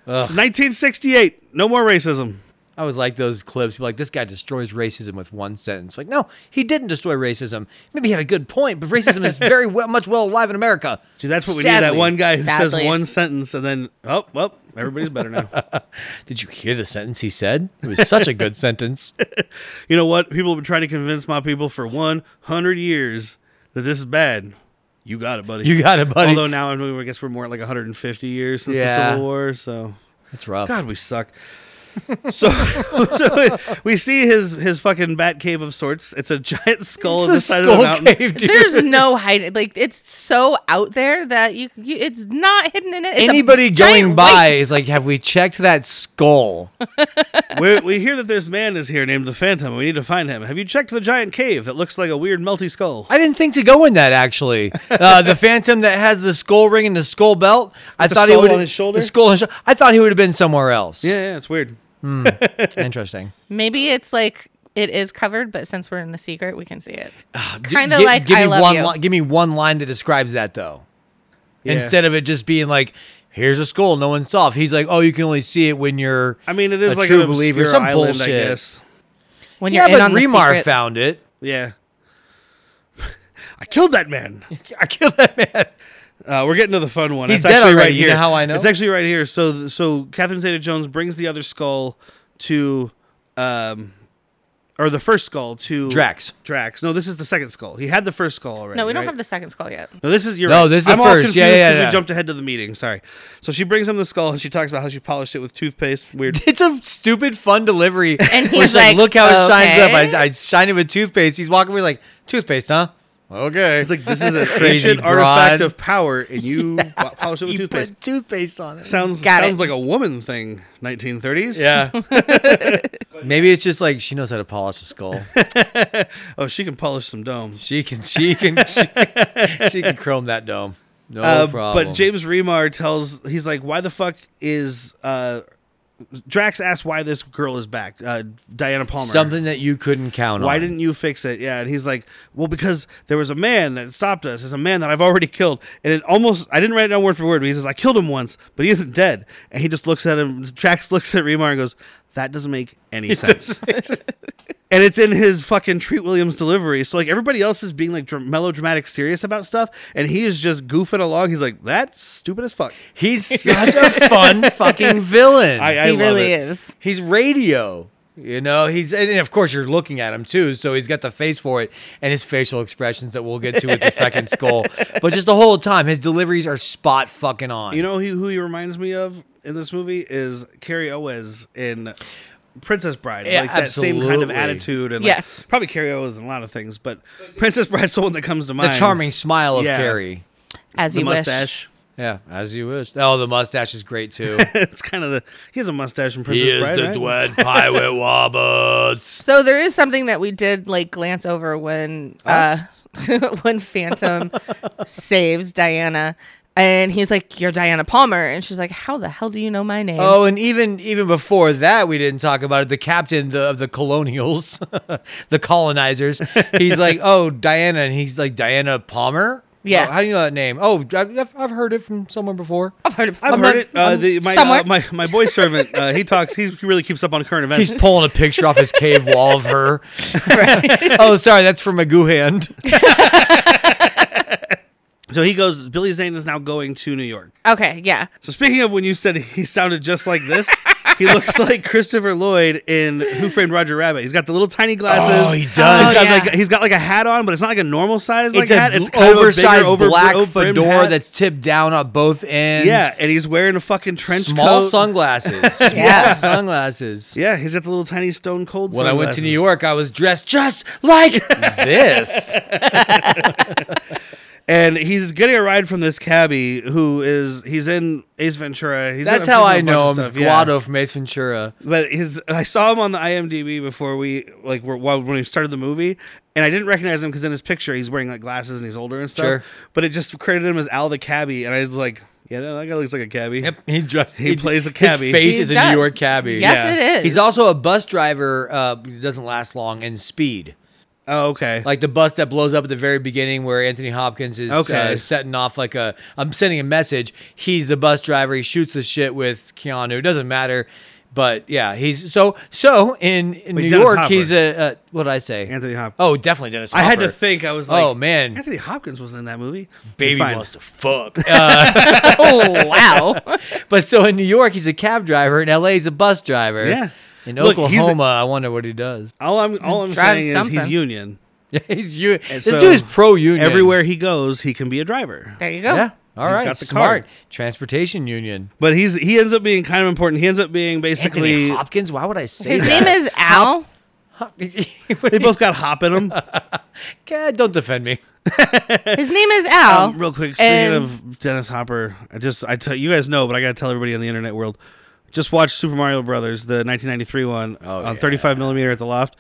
[SPEAKER 3] Ugh.
[SPEAKER 1] 1968. No more racism.
[SPEAKER 3] I was like those clips, like this guy destroys racism with one sentence. Like, no, he didn't destroy racism. Maybe he had a good point, but racism is very well, much well alive in America.
[SPEAKER 1] Dude, that's what we need.
[SPEAKER 3] Sadly.
[SPEAKER 1] That one guy who says
[SPEAKER 2] Sadly.
[SPEAKER 1] one sentence and then, oh, well, everybody's better now.
[SPEAKER 3] Did you hear the sentence he said? It was such a good sentence.
[SPEAKER 1] you know what? People have been trying to convince my people for 100 years that this is bad. You got it, buddy.
[SPEAKER 3] You got it, buddy.
[SPEAKER 1] Although now I mean, I guess we're more at like 150 years since the
[SPEAKER 3] Yeah.
[SPEAKER 1] Civil War, so
[SPEAKER 3] It's rough.
[SPEAKER 1] God, we suck. so, so we- we see his his fucking bat cave of sorts. It's a giant skull on the
[SPEAKER 3] It's a
[SPEAKER 1] side of the
[SPEAKER 3] skull
[SPEAKER 1] mountain.
[SPEAKER 3] cave, dude.
[SPEAKER 2] There's no hiding. Like it's so out there that you, you it's not hidden in it. It's a
[SPEAKER 3] Anybody
[SPEAKER 2] giant
[SPEAKER 3] going by is like, have we checked that skull?
[SPEAKER 1] we we hear that this man is here named the Phantom. We need to find him. Have you checked the giant cave that looks like a weird melty skull?
[SPEAKER 3] I didn't think to go in that actually. Uh, the phantom that has the skull ring and the skull belt. I
[SPEAKER 1] the
[SPEAKER 3] thought he
[SPEAKER 1] skull
[SPEAKER 3] would
[SPEAKER 1] on his shoulder?
[SPEAKER 3] The skull on his shoulder. I thought he would have been somewhere else.
[SPEAKER 1] yeah, yeah, it's weird.
[SPEAKER 3] Interesting.
[SPEAKER 2] Maybe it's like it is covered, but since we're in the secret, we can see it.
[SPEAKER 3] G-
[SPEAKER 2] Kinda
[SPEAKER 3] gi-
[SPEAKER 2] like
[SPEAKER 3] give
[SPEAKER 2] I
[SPEAKER 3] me
[SPEAKER 2] love
[SPEAKER 3] one
[SPEAKER 2] you.
[SPEAKER 3] Li- give me one line that describes that though.
[SPEAKER 1] Yeah.
[SPEAKER 3] Instead of it just being like, "Here's a skull, no one saw." it." He's like, "Oh, you can only see it when you're."
[SPEAKER 1] I mean, it is
[SPEAKER 3] a
[SPEAKER 1] like
[SPEAKER 3] true
[SPEAKER 1] an
[SPEAKER 3] believer.
[SPEAKER 1] obscure
[SPEAKER 3] Some
[SPEAKER 1] island,
[SPEAKER 3] bullshit.
[SPEAKER 1] I guess.
[SPEAKER 2] When
[SPEAKER 3] Yeah,
[SPEAKER 2] you're in
[SPEAKER 3] but
[SPEAKER 2] on the
[SPEAKER 3] Remar
[SPEAKER 2] secret,
[SPEAKER 3] found it.
[SPEAKER 1] Yeah. I killed that man.
[SPEAKER 3] I killed that man.
[SPEAKER 1] Uh, we're getting to the fun one.
[SPEAKER 3] He's
[SPEAKER 1] it's
[SPEAKER 3] dead
[SPEAKER 1] actually
[SPEAKER 3] already.
[SPEAKER 1] right
[SPEAKER 3] You
[SPEAKER 1] here.
[SPEAKER 3] know how I know?
[SPEAKER 1] It's actually right here. So, so Catherine Zeta-Jones brings the other skull to, um, or the first skull to
[SPEAKER 3] Drax.
[SPEAKER 1] Drax. No, this is the second skull. He had the first skull already.
[SPEAKER 2] no, we don't
[SPEAKER 1] right?
[SPEAKER 2] have the second skull yet.
[SPEAKER 1] No, this is your.
[SPEAKER 3] No, this is the
[SPEAKER 1] I'm all
[SPEAKER 3] first.
[SPEAKER 1] confused
[SPEAKER 3] Yeah, yeah,
[SPEAKER 1] 'cause
[SPEAKER 3] yeah.
[SPEAKER 1] we jumped ahead to the meeting. Sorry. So she brings him the skull and she talks about how she polished it with toothpaste. Weird.
[SPEAKER 3] It's a stupid, fun delivery.
[SPEAKER 2] And
[SPEAKER 3] where
[SPEAKER 2] he's
[SPEAKER 3] she's like,
[SPEAKER 2] like,
[SPEAKER 3] "Look how it shines
[SPEAKER 2] "Okay."
[SPEAKER 3] up." I, I shine it with toothpaste. He's walking away like, "Toothpaste, huh?" Okay.
[SPEAKER 1] It's like this is an
[SPEAKER 3] Crazy
[SPEAKER 1] ancient artifact
[SPEAKER 3] broad.
[SPEAKER 1] of power, and you po- polish it with
[SPEAKER 3] You
[SPEAKER 1] toothpaste.
[SPEAKER 3] put toothpaste on it.
[SPEAKER 1] Sounds
[SPEAKER 2] Got it.
[SPEAKER 1] sounds like a woman thing. 1930s.
[SPEAKER 3] Yeah. Maybe it's just like she knows how to polish a skull.
[SPEAKER 1] Oh, she can polish some domes.
[SPEAKER 3] She can. She can. She, she can chrome that dome. No
[SPEAKER 1] Uh,
[SPEAKER 3] problem.
[SPEAKER 1] But James Remar tells he's like, why the fuck is uh, Drax asks why this girl is back, uh, Diana Palmer.
[SPEAKER 3] something that you couldn't count
[SPEAKER 1] Why
[SPEAKER 3] on.
[SPEAKER 1] didn't you fix it? Yeah, and he's like, well, because there was a man that stopped us. It's a man that I've already killed, and it almost I didn't write it down word for word. But he says I killed him once, but he isn't dead. And he just looks at him. Drax looks at Remar and goes, that doesn't make any sense. and it's in his fucking Treat Williams delivery. So like everybody else is being like dr- melodramatic, serious about stuff, and he is just goofing along. He's like, that's stupid as fuck.
[SPEAKER 3] He's such a fun fucking villain.
[SPEAKER 1] I, I
[SPEAKER 2] he
[SPEAKER 1] love
[SPEAKER 2] really
[SPEAKER 1] it.
[SPEAKER 2] is.
[SPEAKER 3] he's radio. You know, he's and of course you're looking at him too, so he's got the face for it and his facial expressions that we'll get to with the second skull. But just the whole time, his deliveries are spot fucking on.
[SPEAKER 1] You know who, who he reminds me of in this movie is Carrie Owens in Princess Bride.
[SPEAKER 3] Yeah,
[SPEAKER 1] like that same kind of
[SPEAKER 3] absolutely.
[SPEAKER 1] attitude and
[SPEAKER 2] Yes.
[SPEAKER 1] like, probably Carrie Owens in a lot of things, but Princess Bride's the one that comes to
[SPEAKER 3] the
[SPEAKER 1] mind.
[SPEAKER 3] charming smile of
[SPEAKER 1] Yeah.
[SPEAKER 3] Carrie.
[SPEAKER 2] As
[SPEAKER 1] the
[SPEAKER 2] you
[SPEAKER 1] mustache.
[SPEAKER 2] wish.
[SPEAKER 3] Yeah, as you wish. Oh, the mustache is great too.
[SPEAKER 1] it's kind of the he has a mustache in Princess Bride. right?
[SPEAKER 3] Dwed Pirate Roberts.
[SPEAKER 2] So there is something that we did like glance over when uh, when Phantom saves Diana, and he's like, "You're Diana Palmer," and she's like, "How the hell do you know my name?"
[SPEAKER 3] Oh, and even even before that, we didn't talk about it. The captain the, of the colonials, the colonizers. He's like, oh, Diana, and he's like Diana Palmer.
[SPEAKER 2] Yeah.
[SPEAKER 3] Oh, how do you know that name? Oh, I've, I've- I've heard it from somewhere before.
[SPEAKER 2] I've heard it.
[SPEAKER 1] I've
[SPEAKER 2] I'm
[SPEAKER 1] heard
[SPEAKER 2] not-
[SPEAKER 1] it. Uh,
[SPEAKER 2] I'm
[SPEAKER 1] the, my,
[SPEAKER 2] somewhere.
[SPEAKER 1] uh, my my boy servant, uh, he talks. He really keeps up on current events.
[SPEAKER 3] He's pulling a picture off his cave wall of her. oh, sorry, that's from a goo hand.
[SPEAKER 1] so he goes. Billy Zane is now going to New York.
[SPEAKER 2] okay, yeah.
[SPEAKER 1] So speaking of when you said he sounded just like this, he looks like Christopher Lloyd in Who Framed Roger Rabbit. He's got the little tiny glasses.
[SPEAKER 3] Oh, he does.
[SPEAKER 1] He's got,
[SPEAKER 2] Oh, yeah.
[SPEAKER 1] like, he's got like a hat on, but it's not like a normal size like
[SPEAKER 3] It's an
[SPEAKER 1] hat. It's kind
[SPEAKER 3] oversized
[SPEAKER 1] of a bigger, over,
[SPEAKER 3] black
[SPEAKER 1] over-brimmed
[SPEAKER 3] fedora
[SPEAKER 1] hat.
[SPEAKER 3] that's tipped down on both ends.
[SPEAKER 1] yeah, and he's wearing a fucking trench
[SPEAKER 3] small
[SPEAKER 1] coat.
[SPEAKER 3] sunglasses. Small sunglasses.
[SPEAKER 1] Yeah, he's got the little tiny stone cold.
[SPEAKER 3] When I went to
[SPEAKER 1] sunglasses.
[SPEAKER 3] New York, I was dressed just like this.
[SPEAKER 1] and he's getting a ride from this cabbie who is he's in Ace Ventura. He's in-
[SPEAKER 3] That's
[SPEAKER 1] I'm
[SPEAKER 3] how
[SPEAKER 1] sure
[SPEAKER 3] I
[SPEAKER 1] he's in a
[SPEAKER 3] know
[SPEAKER 1] bunch
[SPEAKER 3] him.
[SPEAKER 1] of
[SPEAKER 3] It's
[SPEAKER 1] stuff, yeah.
[SPEAKER 3] Guado from Ace Ventura.
[SPEAKER 1] But his I saw him on the IMDb before we like were, while when we started the movie, and I didn't recognize him because in his picture he's wearing like glasses and he's older and stuff.
[SPEAKER 3] Sure.
[SPEAKER 1] But it just credited him as Al the cabbie, and I was like, yeah, that guy looks like a cabbie.
[SPEAKER 3] Yep, he dressed.
[SPEAKER 1] He plays a cabbie.
[SPEAKER 3] His face
[SPEAKER 2] He
[SPEAKER 3] is a
[SPEAKER 2] does.
[SPEAKER 3] New York cabbie.
[SPEAKER 2] Yes,
[SPEAKER 1] Yeah.
[SPEAKER 2] it is.
[SPEAKER 3] He's also a bus driver. Uh, who doesn't last long in Speed,
[SPEAKER 1] Oh, okay.
[SPEAKER 3] like the bus that blows up at the very beginning where Anthony Hopkins is
[SPEAKER 1] Okay.
[SPEAKER 3] uh, setting off like a. I'm sending a message. He's the bus driver. He shoots the shit with Keanu. It doesn't matter. But yeah, he's so so in, in
[SPEAKER 1] Wait,
[SPEAKER 3] New
[SPEAKER 1] Dennis
[SPEAKER 3] York.
[SPEAKER 1] Hopper.
[SPEAKER 3] He's a uh, what did I say?
[SPEAKER 1] Anthony Hopkins.
[SPEAKER 3] Oh, definitely Dennis.
[SPEAKER 1] I had to
[SPEAKER 3] Hopper.
[SPEAKER 1] think. I was like,
[SPEAKER 3] Oh, man.
[SPEAKER 1] Anthony Hopkins wasn't in that movie.
[SPEAKER 3] Baby
[SPEAKER 1] Fine.
[SPEAKER 3] wants to fuck.
[SPEAKER 2] oh wow.
[SPEAKER 3] But so in New York, he's a cab driver. In LA, he's a bus driver.
[SPEAKER 1] Yeah.
[SPEAKER 3] In
[SPEAKER 1] Look, he's a-
[SPEAKER 3] Oklahoma, I wonder what he does.
[SPEAKER 1] All I'm all I'm
[SPEAKER 2] Drives
[SPEAKER 1] saying is he's
[SPEAKER 2] something.
[SPEAKER 1] union.
[SPEAKER 3] he's you. This
[SPEAKER 1] so,
[SPEAKER 3] dude is pro union.
[SPEAKER 1] Everywhere he goes, he can be a driver.
[SPEAKER 2] There you go.
[SPEAKER 3] Yeah. All right.
[SPEAKER 1] He's got the
[SPEAKER 3] Smart.
[SPEAKER 1] card.
[SPEAKER 3] Transportation union.
[SPEAKER 1] But he's he ends up being kind of important. He ends up being
[SPEAKER 3] Anthony
[SPEAKER 1] basically.
[SPEAKER 3] Hopkins. Why would I say
[SPEAKER 2] His
[SPEAKER 3] that?
[SPEAKER 2] name is Al.
[SPEAKER 1] They both got hop in Um, them.
[SPEAKER 3] God, don't defend me.
[SPEAKER 2] His name is Al.
[SPEAKER 1] Um, real quick, speaking
[SPEAKER 2] and-
[SPEAKER 1] of Dennis Hopper, I just I tell you guys know, but I gotta tell everybody in the internet world. Just watch Super Mario Brothers, the 1993 one on 35 millimeter at the loft,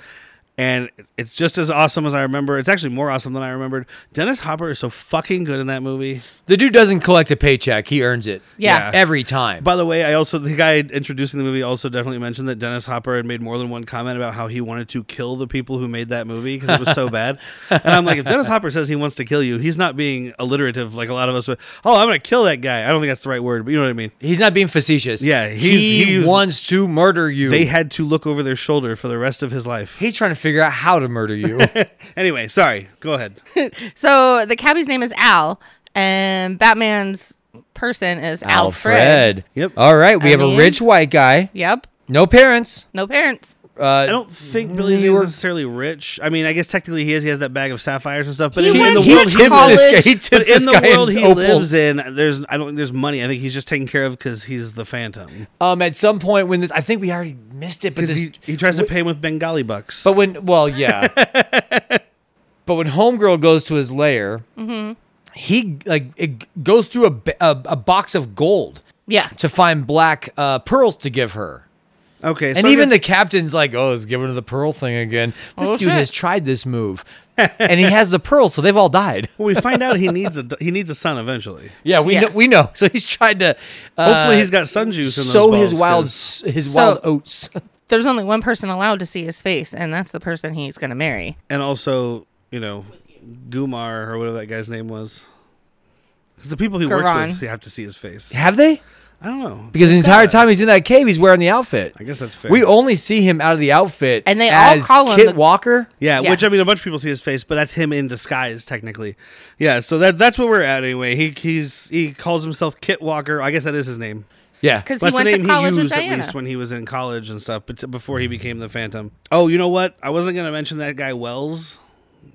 [SPEAKER 1] and it's just as awesome as I remember. It's actually more awesome than I remembered. Dennis Hopper is so fucking good in that movie.
[SPEAKER 3] The dude doesn't collect a paycheck. He earns it.
[SPEAKER 2] Yeah.
[SPEAKER 3] Every time.
[SPEAKER 1] By the way, I also the guy introducing the movie also definitely mentioned that Dennis Hopper had made more than one comment about how he wanted to kill the people who made that movie because it was so bad. And I'm like, if Dennis Hopper says he wants to kill you, he's not being alliterative like a lot of us. Would, oh, I'm gonna kill that guy. I don't think that's the right word, but you know what I mean.
[SPEAKER 3] he's not being facetious.
[SPEAKER 1] Yeah, he's-
[SPEAKER 3] He
[SPEAKER 1] he was-
[SPEAKER 3] wants to murder you.
[SPEAKER 1] They had to look over their shoulder for the rest of his life.
[SPEAKER 3] he's trying to figure out how to murder you.
[SPEAKER 1] Anyway, sorry. Go ahead.
[SPEAKER 2] So the cabbie's name is Al, and Batman's person is Alfred.
[SPEAKER 1] Yep.
[SPEAKER 3] All right. We
[SPEAKER 2] I
[SPEAKER 3] have
[SPEAKER 2] mean-
[SPEAKER 3] a rich white guy.
[SPEAKER 2] Yep.
[SPEAKER 3] No parents.
[SPEAKER 2] No parents.
[SPEAKER 3] Uh,
[SPEAKER 1] I don't think Billy
[SPEAKER 3] New
[SPEAKER 1] Zane is
[SPEAKER 3] York-
[SPEAKER 1] necessarily rich. I mean, I guess technically he is. He has that bag of sapphires and stuff. But
[SPEAKER 2] He
[SPEAKER 1] in,
[SPEAKER 2] went-
[SPEAKER 1] the
[SPEAKER 2] he
[SPEAKER 1] world
[SPEAKER 2] went
[SPEAKER 1] he lives
[SPEAKER 2] to college.
[SPEAKER 1] in,
[SPEAKER 3] this guy, he tips
[SPEAKER 1] but in
[SPEAKER 3] this
[SPEAKER 1] the
[SPEAKER 3] guy
[SPEAKER 1] world he
[SPEAKER 3] opals.
[SPEAKER 1] lives in, there's I don't think there's money. I think he's just taken care of because he's the Phantom.
[SPEAKER 3] Um, at some point when this, I think we already missed it, but
[SPEAKER 1] Because
[SPEAKER 3] this,
[SPEAKER 1] he, he tries to pay him with Bengali bucks.
[SPEAKER 3] but when, well, yeah, but when Homegirl goes to his lair, he like it goes through a, ba- a a box of gold
[SPEAKER 2] Yeah.
[SPEAKER 3] to find black uh, pearls to give her.
[SPEAKER 1] okay,
[SPEAKER 3] And even the captain's like, "Oh, he's giving her the pearl thing again." This
[SPEAKER 2] Oh,
[SPEAKER 3] dude
[SPEAKER 2] shit.
[SPEAKER 3] has tried this move, and he has the pearl, so they've all died.
[SPEAKER 1] well, we find out he needs a he needs a son eventually.
[SPEAKER 3] Yeah, we
[SPEAKER 2] Yes.
[SPEAKER 3] know, we know. So he's tried to. Uh,
[SPEAKER 1] Hopefully, he's got sun juice. In those
[SPEAKER 3] sow his
[SPEAKER 1] balls,
[SPEAKER 3] wild
[SPEAKER 1] 'cause-
[SPEAKER 3] s- his
[SPEAKER 2] So-
[SPEAKER 3] wild oats.
[SPEAKER 2] There's only one person allowed to see his face, and that's the person he's going to marry.
[SPEAKER 1] and also you know Gumar or whatever that guy's name was. Because the people he
[SPEAKER 2] Garon.
[SPEAKER 1] works with, you have to see his face.
[SPEAKER 3] Have they?
[SPEAKER 1] I don't know.
[SPEAKER 3] Because the entire time he's in that cave, he's wearing the outfit.
[SPEAKER 1] I guess that's fair.
[SPEAKER 3] We only see him out of the outfit,
[SPEAKER 2] And they all
[SPEAKER 3] as
[SPEAKER 2] call him
[SPEAKER 3] Kit
[SPEAKER 2] the-
[SPEAKER 3] Walker.
[SPEAKER 1] Yeah,
[SPEAKER 2] Yeah.
[SPEAKER 1] which I mean, a bunch of people see his face, but that's him in disguise technically. Yeah, so that that's what we're at anyway. He he's he calls himself Kit Walker. I guess that is his name.
[SPEAKER 3] Yeah,
[SPEAKER 2] Because he
[SPEAKER 1] That's the
[SPEAKER 2] went to
[SPEAKER 1] name
[SPEAKER 2] college
[SPEAKER 1] he
[SPEAKER 2] with
[SPEAKER 1] used at
[SPEAKER 2] Diana.
[SPEAKER 1] least when he was in college and stuff, but t- before he became the Phantom. Oh, you know what? I wasn't gonna mention that guy Wells,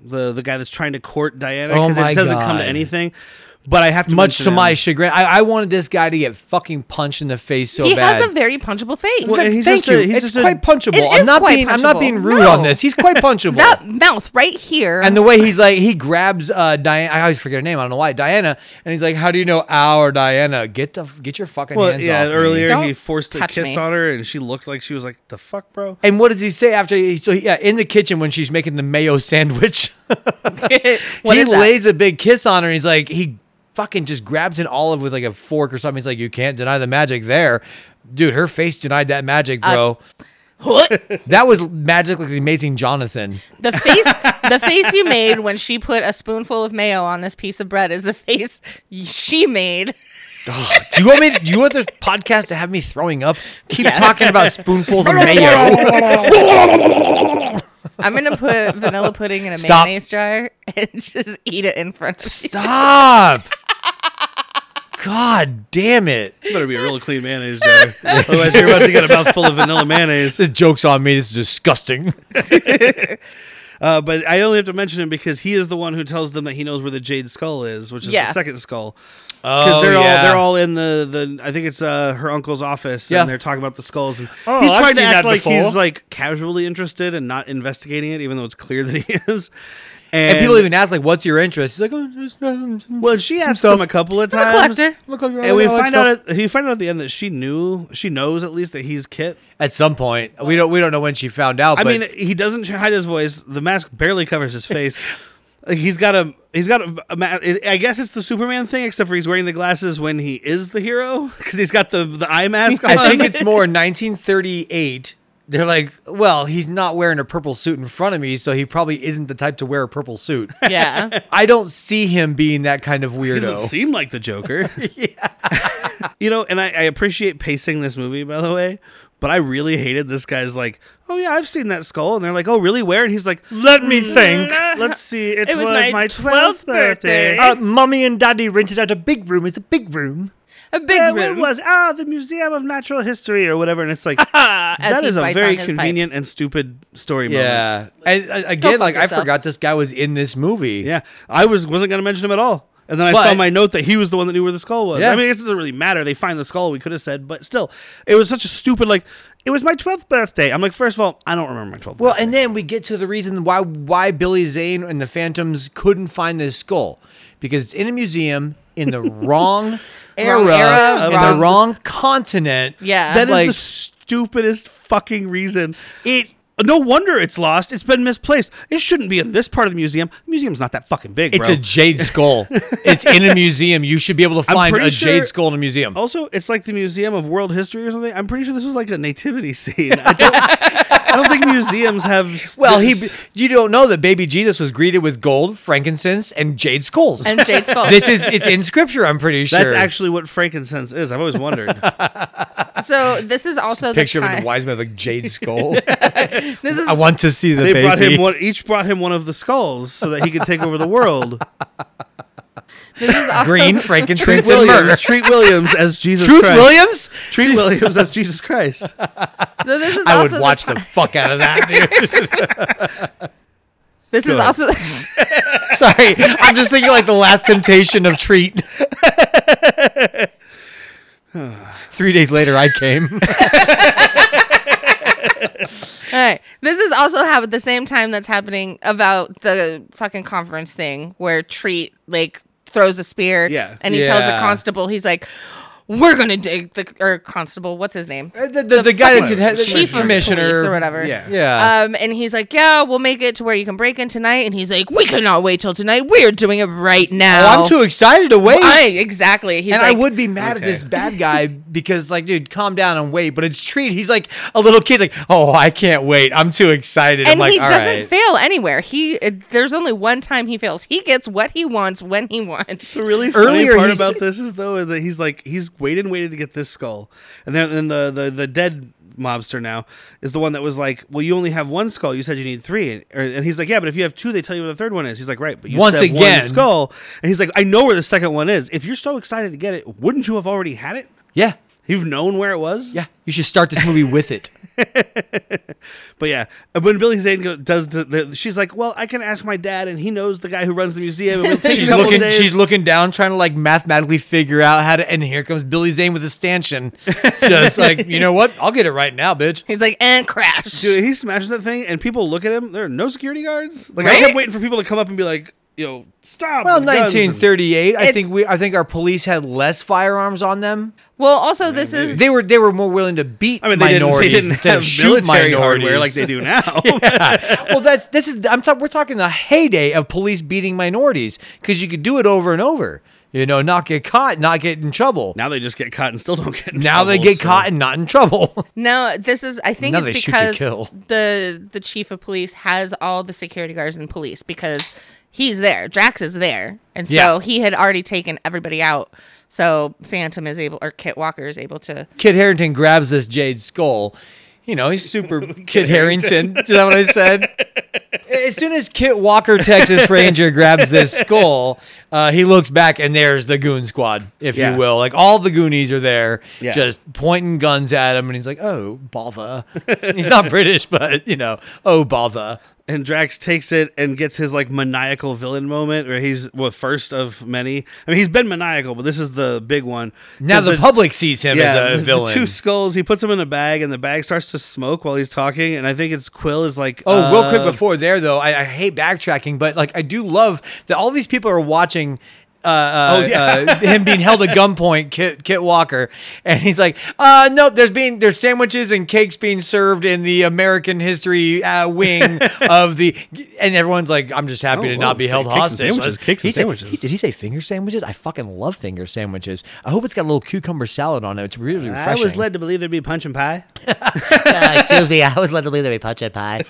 [SPEAKER 1] the the guy that's trying to court Diana
[SPEAKER 3] Oh
[SPEAKER 1] because
[SPEAKER 3] my
[SPEAKER 1] it doesn't come to
[SPEAKER 3] God.
[SPEAKER 1] anything. But I have to
[SPEAKER 3] Much to
[SPEAKER 1] mention
[SPEAKER 3] my
[SPEAKER 1] him.
[SPEAKER 3] chagrin, I, I wanted this guy to get fucking punched in the face so
[SPEAKER 2] he
[SPEAKER 3] bad.
[SPEAKER 2] has a very punchable face.
[SPEAKER 1] Well, and he's
[SPEAKER 3] Thank
[SPEAKER 1] just a-
[SPEAKER 3] you.
[SPEAKER 1] he's
[SPEAKER 3] it's
[SPEAKER 1] just a-
[SPEAKER 3] quite punchable.
[SPEAKER 2] It
[SPEAKER 3] I'm
[SPEAKER 2] is
[SPEAKER 3] not
[SPEAKER 2] quite
[SPEAKER 3] being I'm not
[SPEAKER 2] punchable.
[SPEAKER 3] being rude
[SPEAKER 2] No.
[SPEAKER 3] on this. He's quite punchable.
[SPEAKER 2] that mouth right here.
[SPEAKER 3] and the way he's like he grabs uh Diana I always forget her name, I don't know why, Diana, and he's like, How do you know our Diana? Get the get your fucking
[SPEAKER 1] Well,
[SPEAKER 3] hands
[SPEAKER 1] yeah.
[SPEAKER 3] off me."
[SPEAKER 1] earlier he
[SPEAKER 2] Don't
[SPEAKER 1] forced a
[SPEAKER 2] touch
[SPEAKER 1] kiss
[SPEAKER 2] me.
[SPEAKER 1] on her, and she looked like she was like, "The fuck, bro."
[SPEAKER 3] And what does he say after? He, so yeah, in the kitchen when she's making the mayo sandwich,
[SPEAKER 2] What
[SPEAKER 3] he
[SPEAKER 2] is that?
[SPEAKER 3] lays a big kiss on her. and He's like, he fucking just grabs an olive with like a fork or something. He's like, you can't deny the magic there, dude. Her face denied that magic, bro.
[SPEAKER 2] Uh, What?
[SPEAKER 3] that was magic, like the amazing Jonathan.
[SPEAKER 2] the face, the face you made when she put a spoonful of mayo on this piece of bread is the face she made.
[SPEAKER 3] Do you want me? To, do you want this podcast to have me throwing up? Keep talking about spoonfuls of mayo.
[SPEAKER 2] I'm gonna put vanilla pudding in a
[SPEAKER 3] Stop.
[SPEAKER 2] mayonnaise jar and just eat it in front of you.
[SPEAKER 3] Stop. God damn it.
[SPEAKER 1] Better be a real clean mayonnaise jar. Otherwise, you're about to get a mouthful of vanilla mayonnaise.
[SPEAKER 3] This joke's on me. This is disgusting.
[SPEAKER 1] Uh, but I only have to mention him because he is the one who tells them that he knows where the jade skull is, which is the
[SPEAKER 2] Yeah.
[SPEAKER 1] second skull.
[SPEAKER 3] Oh,
[SPEAKER 1] they're all
[SPEAKER 3] yeah.
[SPEAKER 1] they're all in the, the I think it's uh, her uncle's office,
[SPEAKER 3] Yeah.
[SPEAKER 1] and they're talking about the skulls. And
[SPEAKER 4] Oh,
[SPEAKER 1] he's
[SPEAKER 4] I've
[SPEAKER 1] trying to
[SPEAKER 4] seen
[SPEAKER 1] act
[SPEAKER 4] that
[SPEAKER 1] like
[SPEAKER 4] before.
[SPEAKER 1] he's like casually interested and not investigating it, even though it's clear that he is.
[SPEAKER 3] And, people even ask like, "What's your interest?" He's like, oh, just, um, some-
[SPEAKER 1] well, she asks
[SPEAKER 3] stuff.
[SPEAKER 1] him a couple of
[SPEAKER 2] I'm a
[SPEAKER 1] times,
[SPEAKER 2] collector.
[SPEAKER 1] and we find out at, we find out at the end that she knew she knows at least that he's Kit.
[SPEAKER 3] at some point. We don't we don't know when she found out.
[SPEAKER 1] I
[SPEAKER 3] but
[SPEAKER 1] mean, he doesn't hide his voice. The mask barely covers his face. Like, he's got a he's got a, a ma- I guess it's the Superman thing, except for he's wearing the glasses when he is the hero because he's got the the eye mask on.
[SPEAKER 3] I think it's more 1938. They're like, well, he's not wearing a purple suit in front of me, so he probably isn't the type to wear a purple suit.
[SPEAKER 2] Yeah.
[SPEAKER 3] I don't see him being that kind of
[SPEAKER 1] He doesn't
[SPEAKER 3] weirdo.
[SPEAKER 1] seem like the Joker. you know, and I, I appreciate pacing this movie, by the way, but I really hated this guy's like, oh yeah, I've seen that skull, and they're like, oh really, where? And he's like,
[SPEAKER 4] Let me think.
[SPEAKER 1] let's see, it,
[SPEAKER 2] was my 12th birthday. Oh,
[SPEAKER 4] Uh, Mummy and Daddy rented out a big room. It's a big room.
[SPEAKER 2] A big
[SPEAKER 1] Yeah, where
[SPEAKER 2] room.
[SPEAKER 1] was ah the Museum of Natural History or whatever, and it's like.
[SPEAKER 2] Ah, as
[SPEAKER 1] that
[SPEAKER 2] he
[SPEAKER 1] is a
[SPEAKER 2] bites
[SPEAKER 1] very
[SPEAKER 2] on his pipe.
[SPEAKER 1] convenient and stupid story moment.
[SPEAKER 3] Yeah, and uh, again,
[SPEAKER 2] fuck
[SPEAKER 3] like I
[SPEAKER 2] yourself.
[SPEAKER 3] forgot this guy was in this movie.
[SPEAKER 1] Yeah. I was wasn't gonna mention him at all. And then I saw
[SPEAKER 3] But-
[SPEAKER 1] my note that he was the one that knew where the skull was.
[SPEAKER 3] Yeah.
[SPEAKER 1] I mean, I guess it doesn't really matter. They find the skull, we could have said, but still, it was such a stupid like it was my twelfth birthday. I'm like, first of all, I don't remember my twelfth
[SPEAKER 3] Well, and then we get to the reason why why Billy Zane and the Phantoms couldn't find this skull because it's in a museum in the wrong era,
[SPEAKER 2] era,
[SPEAKER 3] in the
[SPEAKER 2] wrong-
[SPEAKER 3] wrong continent.
[SPEAKER 2] Yeah.
[SPEAKER 1] That is
[SPEAKER 3] like-
[SPEAKER 1] the stupidest fucking reason. It no wonder it's lost. It's been misplaced. It shouldn't be in this part of the museum. The museum's not that fucking big,
[SPEAKER 3] It's
[SPEAKER 1] bro.
[SPEAKER 3] a jade skull. it's in a museum. You should be able to find
[SPEAKER 1] pretty
[SPEAKER 3] a
[SPEAKER 1] sure- Oh,
[SPEAKER 3] jade skull in a museum.
[SPEAKER 1] also, it's like the Museum of World History or something. I'm pretty sure this was like a nativity scene. I don't, I don't think museums have.
[SPEAKER 3] well, he
[SPEAKER 1] this-
[SPEAKER 3] you don't know that baby Jesus was greeted with gold, frankincense, and jade skulls.
[SPEAKER 2] And Jade's fault.
[SPEAKER 3] this is it's in scripture, I'm pretty sure.
[SPEAKER 1] That's actually what frankincense is. I've always wondered.
[SPEAKER 2] so this is also the
[SPEAKER 3] picture of
[SPEAKER 2] time.
[SPEAKER 3] the wise man with a jade skull.
[SPEAKER 2] This is
[SPEAKER 3] I want to see the
[SPEAKER 1] they
[SPEAKER 3] baby.
[SPEAKER 1] brought him one. Each brought him one of the skulls so that he could take over the world.
[SPEAKER 2] this is also
[SPEAKER 3] Green, frankincense, and murder.
[SPEAKER 1] Williams, treat Williams as Jesus
[SPEAKER 3] Truth
[SPEAKER 1] Christ.
[SPEAKER 3] Williams?
[SPEAKER 1] Treat Williams as Jesus Christ.
[SPEAKER 2] So this is
[SPEAKER 3] I
[SPEAKER 2] also
[SPEAKER 3] would watch
[SPEAKER 2] the,
[SPEAKER 3] the, fuck out of that, dude.
[SPEAKER 2] This is
[SPEAKER 1] ahead.
[SPEAKER 2] also
[SPEAKER 3] Sorry. I'm just thinking like the last temptation of treat. Three days later, I came.
[SPEAKER 2] All right. This is also have at the same time that's happening about the fucking conference thing where Treat like throws a spear.
[SPEAKER 1] Yeah.
[SPEAKER 2] And he tells the
[SPEAKER 3] Yeah.
[SPEAKER 2] constable, he's like, "We're gonna dig the or constable. What's his name?
[SPEAKER 3] the, the, Uh, the, guy that's in head,
[SPEAKER 1] fucking
[SPEAKER 2] Chief
[SPEAKER 3] chief
[SPEAKER 2] of
[SPEAKER 3] commissioner Uh,
[SPEAKER 2] police or whatever.
[SPEAKER 1] Yeah.
[SPEAKER 3] Yeah.
[SPEAKER 2] Um, and he's like, "Yeah, we'll make it to where you can break in tonight." And he's like, "We cannot wait till tonight. We're doing it right now."
[SPEAKER 3] well, Oh, I'm too excited to wait.
[SPEAKER 2] I, exactly. He's
[SPEAKER 3] and
[SPEAKER 2] like,
[SPEAKER 3] I would be mad
[SPEAKER 1] Okay.
[SPEAKER 3] at this bad guy because, like, dude, calm down and wait. But it's treat. He's like a little kid, like, oh, I can't wait. I'm too excited. I'm
[SPEAKER 2] and
[SPEAKER 3] like,
[SPEAKER 2] he
[SPEAKER 3] all
[SPEAKER 2] doesn't
[SPEAKER 3] right.
[SPEAKER 2] fail anywhere. He uh, there's only one time he fails. He gets what he wants when he wants.
[SPEAKER 1] The really funny
[SPEAKER 3] Earlier
[SPEAKER 1] part
[SPEAKER 3] he
[SPEAKER 1] about
[SPEAKER 3] said-
[SPEAKER 1] this is though is that he's like he's waited and waited to get this skull, and then then the, the the dead mobster now is the one that was like, well, you only have one skull. You said you need three, and, or- and he's like, yeah, but if you have two, they tell you where the third one is. He's like, right, but you
[SPEAKER 3] Once
[SPEAKER 1] said
[SPEAKER 3] again.
[SPEAKER 1] one skull, and he's like, I know where the second one is. If you're so excited to get it, wouldn't you have already had it?
[SPEAKER 3] yeah.
[SPEAKER 1] You've known where it was?
[SPEAKER 3] Yeah, you should start this movie with it.
[SPEAKER 1] But yeah, when Billy Zane go- does, the, the, she's like, "Well, I can ask my dad, and he knows the guy who runs the museum." And it'll take
[SPEAKER 3] She's
[SPEAKER 1] a couple of
[SPEAKER 3] looking.
[SPEAKER 1] days."
[SPEAKER 3] She's looking down, trying to like mathematically figure out how to. And here comes Billy Zane with a stanchion, just like you know what? I'll get it right now, bitch.
[SPEAKER 2] He's like, and crash.
[SPEAKER 1] Dude, he smashes that thing, and people look at him. There are no security guards. Like I
[SPEAKER 2] Right?
[SPEAKER 1] kept waiting for people to come up and be like, "You know, stop."
[SPEAKER 3] Well,
[SPEAKER 1] with guns," and-
[SPEAKER 3] 1938. I
[SPEAKER 2] It's-
[SPEAKER 3] think we. I think our police had less firearms on them.
[SPEAKER 2] Well, also, this is
[SPEAKER 3] They were. They were more willing to beat.
[SPEAKER 1] I mean, they didn't, they
[SPEAKER 3] minorities
[SPEAKER 1] didn't
[SPEAKER 3] instead of
[SPEAKER 1] have
[SPEAKER 3] shoot
[SPEAKER 1] military
[SPEAKER 3] minorities
[SPEAKER 1] hardware like they do now.
[SPEAKER 3] well, that's this is. I'm talking. We're talking the heyday of police beating minorities because you could do it over and over. You know, not get caught, not get in trouble. Now,
[SPEAKER 1] Now they just get caught and still don't get. In
[SPEAKER 3] they
[SPEAKER 1] trouble,
[SPEAKER 3] get
[SPEAKER 1] so-
[SPEAKER 3] caught and not in trouble.
[SPEAKER 2] no. This is I think
[SPEAKER 3] Now they
[SPEAKER 2] it's
[SPEAKER 3] shoot to
[SPEAKER 2] because
[SPEAKER 3] kill.
[SPEAKER 2] the the chief of police has all the security guards and police because he's there. Drax is there, and so
[SPEAKER 3] Yeah.
[SPEAKER 2] he had already taken everybody out. So Phantom is able, or Kit Walker is able to.
[SPEAKER 3] Kid Harrington grabs this jade skull. You know, he's super Kid Harrington. Is that what I said? As soon as Kit Walker, Texas Ranger, grabs this skull, uh, he looks back and there's the Goon Squad, if
[SPEAKER 1] Yeah.
[SPEAKER 3] you will. Like all the Goonies are there,
[SPEAKER 1] Yeah.
[SPEAKER 3] just pointing guns at him, and he's like, "Oh bother." he's not British, but you know, "Oh bother."
[SPEAKER 1] And Drax takes it and gets his like maniacal villain moment where he's well first of many. I mean, he's been maniacal, but this is the big one.
[SPEAKER 3] Now
[SPEAKER 1] 'Cause
[SPEAKER 3] the, public sees him
[SPEAKER 1] yeah,
[SPEAKER 3] as
[SPEAKER 1] the-
[SPEAKER 3] a
[SPEAKER 1] the
[SPEAKER 3] villain.
[SPEAKER 1] two skulls. He puts them in a bag, and the bag starts to smoke while he's talking. And I think it's Quill is like,
[SPEAKER 3] Oh, real quick
[SPEAKER 1] uh,
[SPEAKER 3] before there though, I, I hate backtracking, but like I do love that all these people are watching. Uh, uh,
[SPEAKER 1] Oh, yeah.
[SPEAKER 3] uh, him being held at gunpoint, Kit, Kit Walker, and he's like, uh, "Nope, there's being there's sandwiches and cakes being served in the American history uh, wing of the," and everyone's like, "I'm just happy
[SPEAKER 1] Oh,
[SPEAKER 3] to
[SPEAKER 1] whoa,
[SPEAKER 3] not be
[SPEAKER 1] say
[SPEAKER 3] held
[SPEAKER 1] cakes and
[SPEAKER 3] hostage."
[SPEAKER 1] sandwiches,
[SPEAKER 3] Like,
[SPEAKER 1] cakes and
[SPEAKER 3] he said-
[SPEAKER 1] sandwiches.
[SPEAKER 3] he- did he say finger sandwiches? I fucking love finger sandwiches. I hope it's got a little cucumber salad on it. It's really refreshing.
[SPEAKER 1] I was led to believe there'd be punch and pie.
[SPEAKER 5] Uh, excuse me, I was led to believe there'd be punch and pie.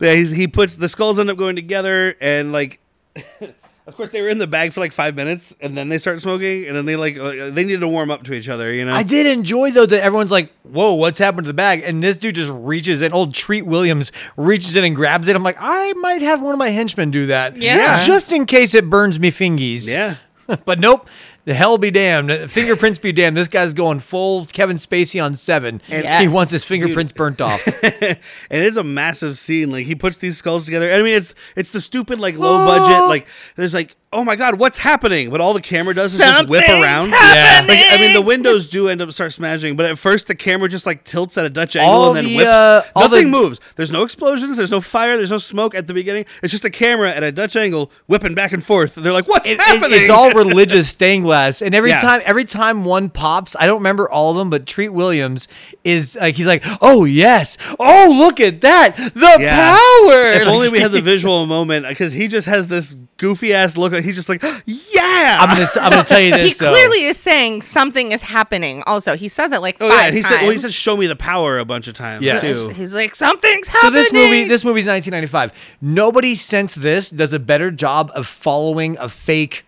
[SPEAKER 1] Yeah, he's, he puts the skulls end up going together, and like, of course, they were in the bag for like five minutes, and then they start smoking, and then they like uh, they needed to warm up to each other, you know.
[SPEAKER 3] I did enjoy though that everyone's like, "Whoa, what's happened to the bag?" And this dude just reaches in. Old Treat Williams reaches in and grabs it. I'm like, I might have one of my henchmen do that,
[SPEAKER 2] Yeah. Yeah.
[SPEAKER 3] just in case it burns me fingies.
[SPEAKER 1] yeah,
[SPEAKER 3] but nope. The hell be damned. Fingerprints be damned. This guy's going full Kevin Spacey on seven. he
[SPEAKER 2] Yes.
[SPEAKER 3] wants his fingerprints burnt off.
[SPEAKER 1] and it's a massive scene. Like he puts these skulls together. I mean, it's it's the stupid like low budget. Like there's like, oh my god, what's happening? But all the camera does is just whip
[SPEAKER 4] Something's
[SPEAKER 1] around.
[SPEAKER 3] yeah.
[SPEAKER 1] Like I mean, the windows do end up start smashing, but at first the camera just like tilts at a Dutch angle
[SPEAKER 3] All
[SPEAKER 1] and then
[SPEAKER 3] the,
[SPEAKER 1] whips.
[SPEAKER 3] uh, all the-
[SPEAKER 1] Nothing moves. There's no explosions. There's no fire. There's no smoke at the beginning. It's just a camera at a Dutch angle whipping back and forth. And they're like, "What's
[SPEAKER 3] It- it-
[SPEAKER 1] happening?"
[SPEAKER 3] it's all religious stained glass, and every
[SPEAKER 1] Yeah.
[SPEAKER 3] time, every time one pops, I don't remember all of them, but Treat Williams is like, he's like, "Oh yes, oh look at that, the
[SPEAKER 1] Yeah.
[SPEAKER 3] power!"
[SPEAKER 1] If
[SPEAKER 3] Like,
[SPEAKER 1] only we had the visual moment because he just has this goofy ass look. He's just like, "Yeah."
[SPEAKER 3] I'm gonna, I'm gonna tell you this.
[SPEAKER 2] He
[SPEAKER 3] though.
[SPEAKER 2] clearly is saying something is happening. Also, he says it like
[SPEAKER 1] Oh
[SPEAKER 2] five
[SPEAKER 1] yeah, and he
[SPEAKER 2] times.
[SPEAKER 1] said. Well, he said, "Show me the power" a bunch of times
[SPEAKER 3] Yes.
[SPEAKER 1] too.
[SPEAKER 2] He's like something's
[SPEAKER 3] So
[SPEAKER 2] happening.
[SPEAKER 3] this movie, this movie's 1995. Nobody since this does a better job of following a fake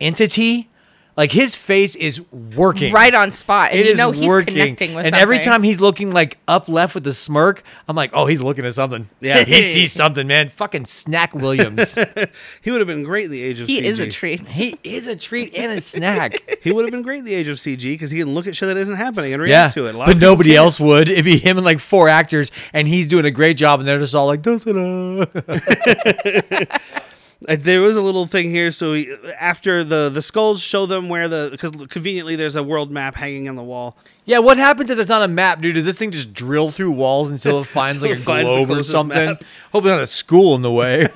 [SPEAKER 3] entity. Like his face is working
[SPEAKER 2] right on spot. And
[SPEAKER 3] It
[SPEAKER 2] you
[SPEAKER 3] is
[SPEAKER 2] know he's
[SPEAKER 3] working.
[SPEAKER 2] connecting with
[SPEAKER 3] and every
[SPEAKER 2] something.
[SPEAKER 3] time he's looking like up left with the smirk, I'm like, oh, he's looking at something.
[SPEAKER 1] Yeah.
[SPEAKER 3] he sees something, man. Fucking snack Williams.
[SPEAKER 1] He would have been great in the age of.
[SPEAKER 2] he is a
[SPEAKER 1] CG.
[SPEAKER 2] treat.
[SPEAKER 3] he is a treat and a snack.
[SPEAKER 1] He would have been great in the age of CG because he can look at shit that isn't happening and
[SPEAKER 3] yeah,
[SPEAKER 1] react to it. A lot
[SPEAKER 3] but
[SPEAKER 1] of people
[SPEAKER 3] nobody
[SPEAKER 1] can't.
[SPEAKER 3] else would. It'd be him and like four actors, and he's doing a great job, and they're just all like, da-da-da.
[SPEAKER 1] Uh, there was a little thing here. So he, after the the skulls show them where the because conveniently there's a world map hanging on the wall.
[SPEAKER 3] Yeah, what happens if there's not a map, dude? Does this thing just drill through walls until it finds like
[SPEAKER 1] Until
[SPEAKER 3] a
[SPEAKER 1] it finds the
[SPEAKER 3] globe or
[SPEAKER 1] closest
[SPEAKER 3] something?
[SPEAKER 1] map.
[SPEAKER 3] Hopefully not a school in the way.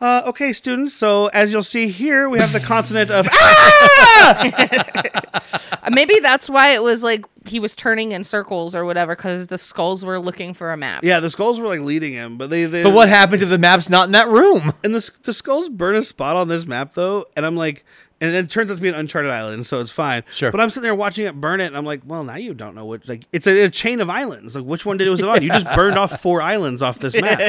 [SPEAKER 1] Uh, okay, students. So as you'll see here, we have the continent of.
[SPEAKER 2] Uh, Maybe that's why it was like he was turning in circles or whatever because the skulls were looking for a map.
[SPEAKER 1] Yeah, the skulls were like leading him, but they. they
[SPEAKER 3] but what happens if the map's not in that room?
[SPEAKER 1] And the the skulls burn a spot on this map though, and I'm like, and it turns out to be an uncharted island, so it's fine.
[SPEAKER 3] Sure.
[SPEAKER 1] But I'm sitting there watching it burn it, and I'm like, well, now you don't know which. Like, it's a, a chain of islands. Like, which one did it was it on? You just burned off four islands off this map.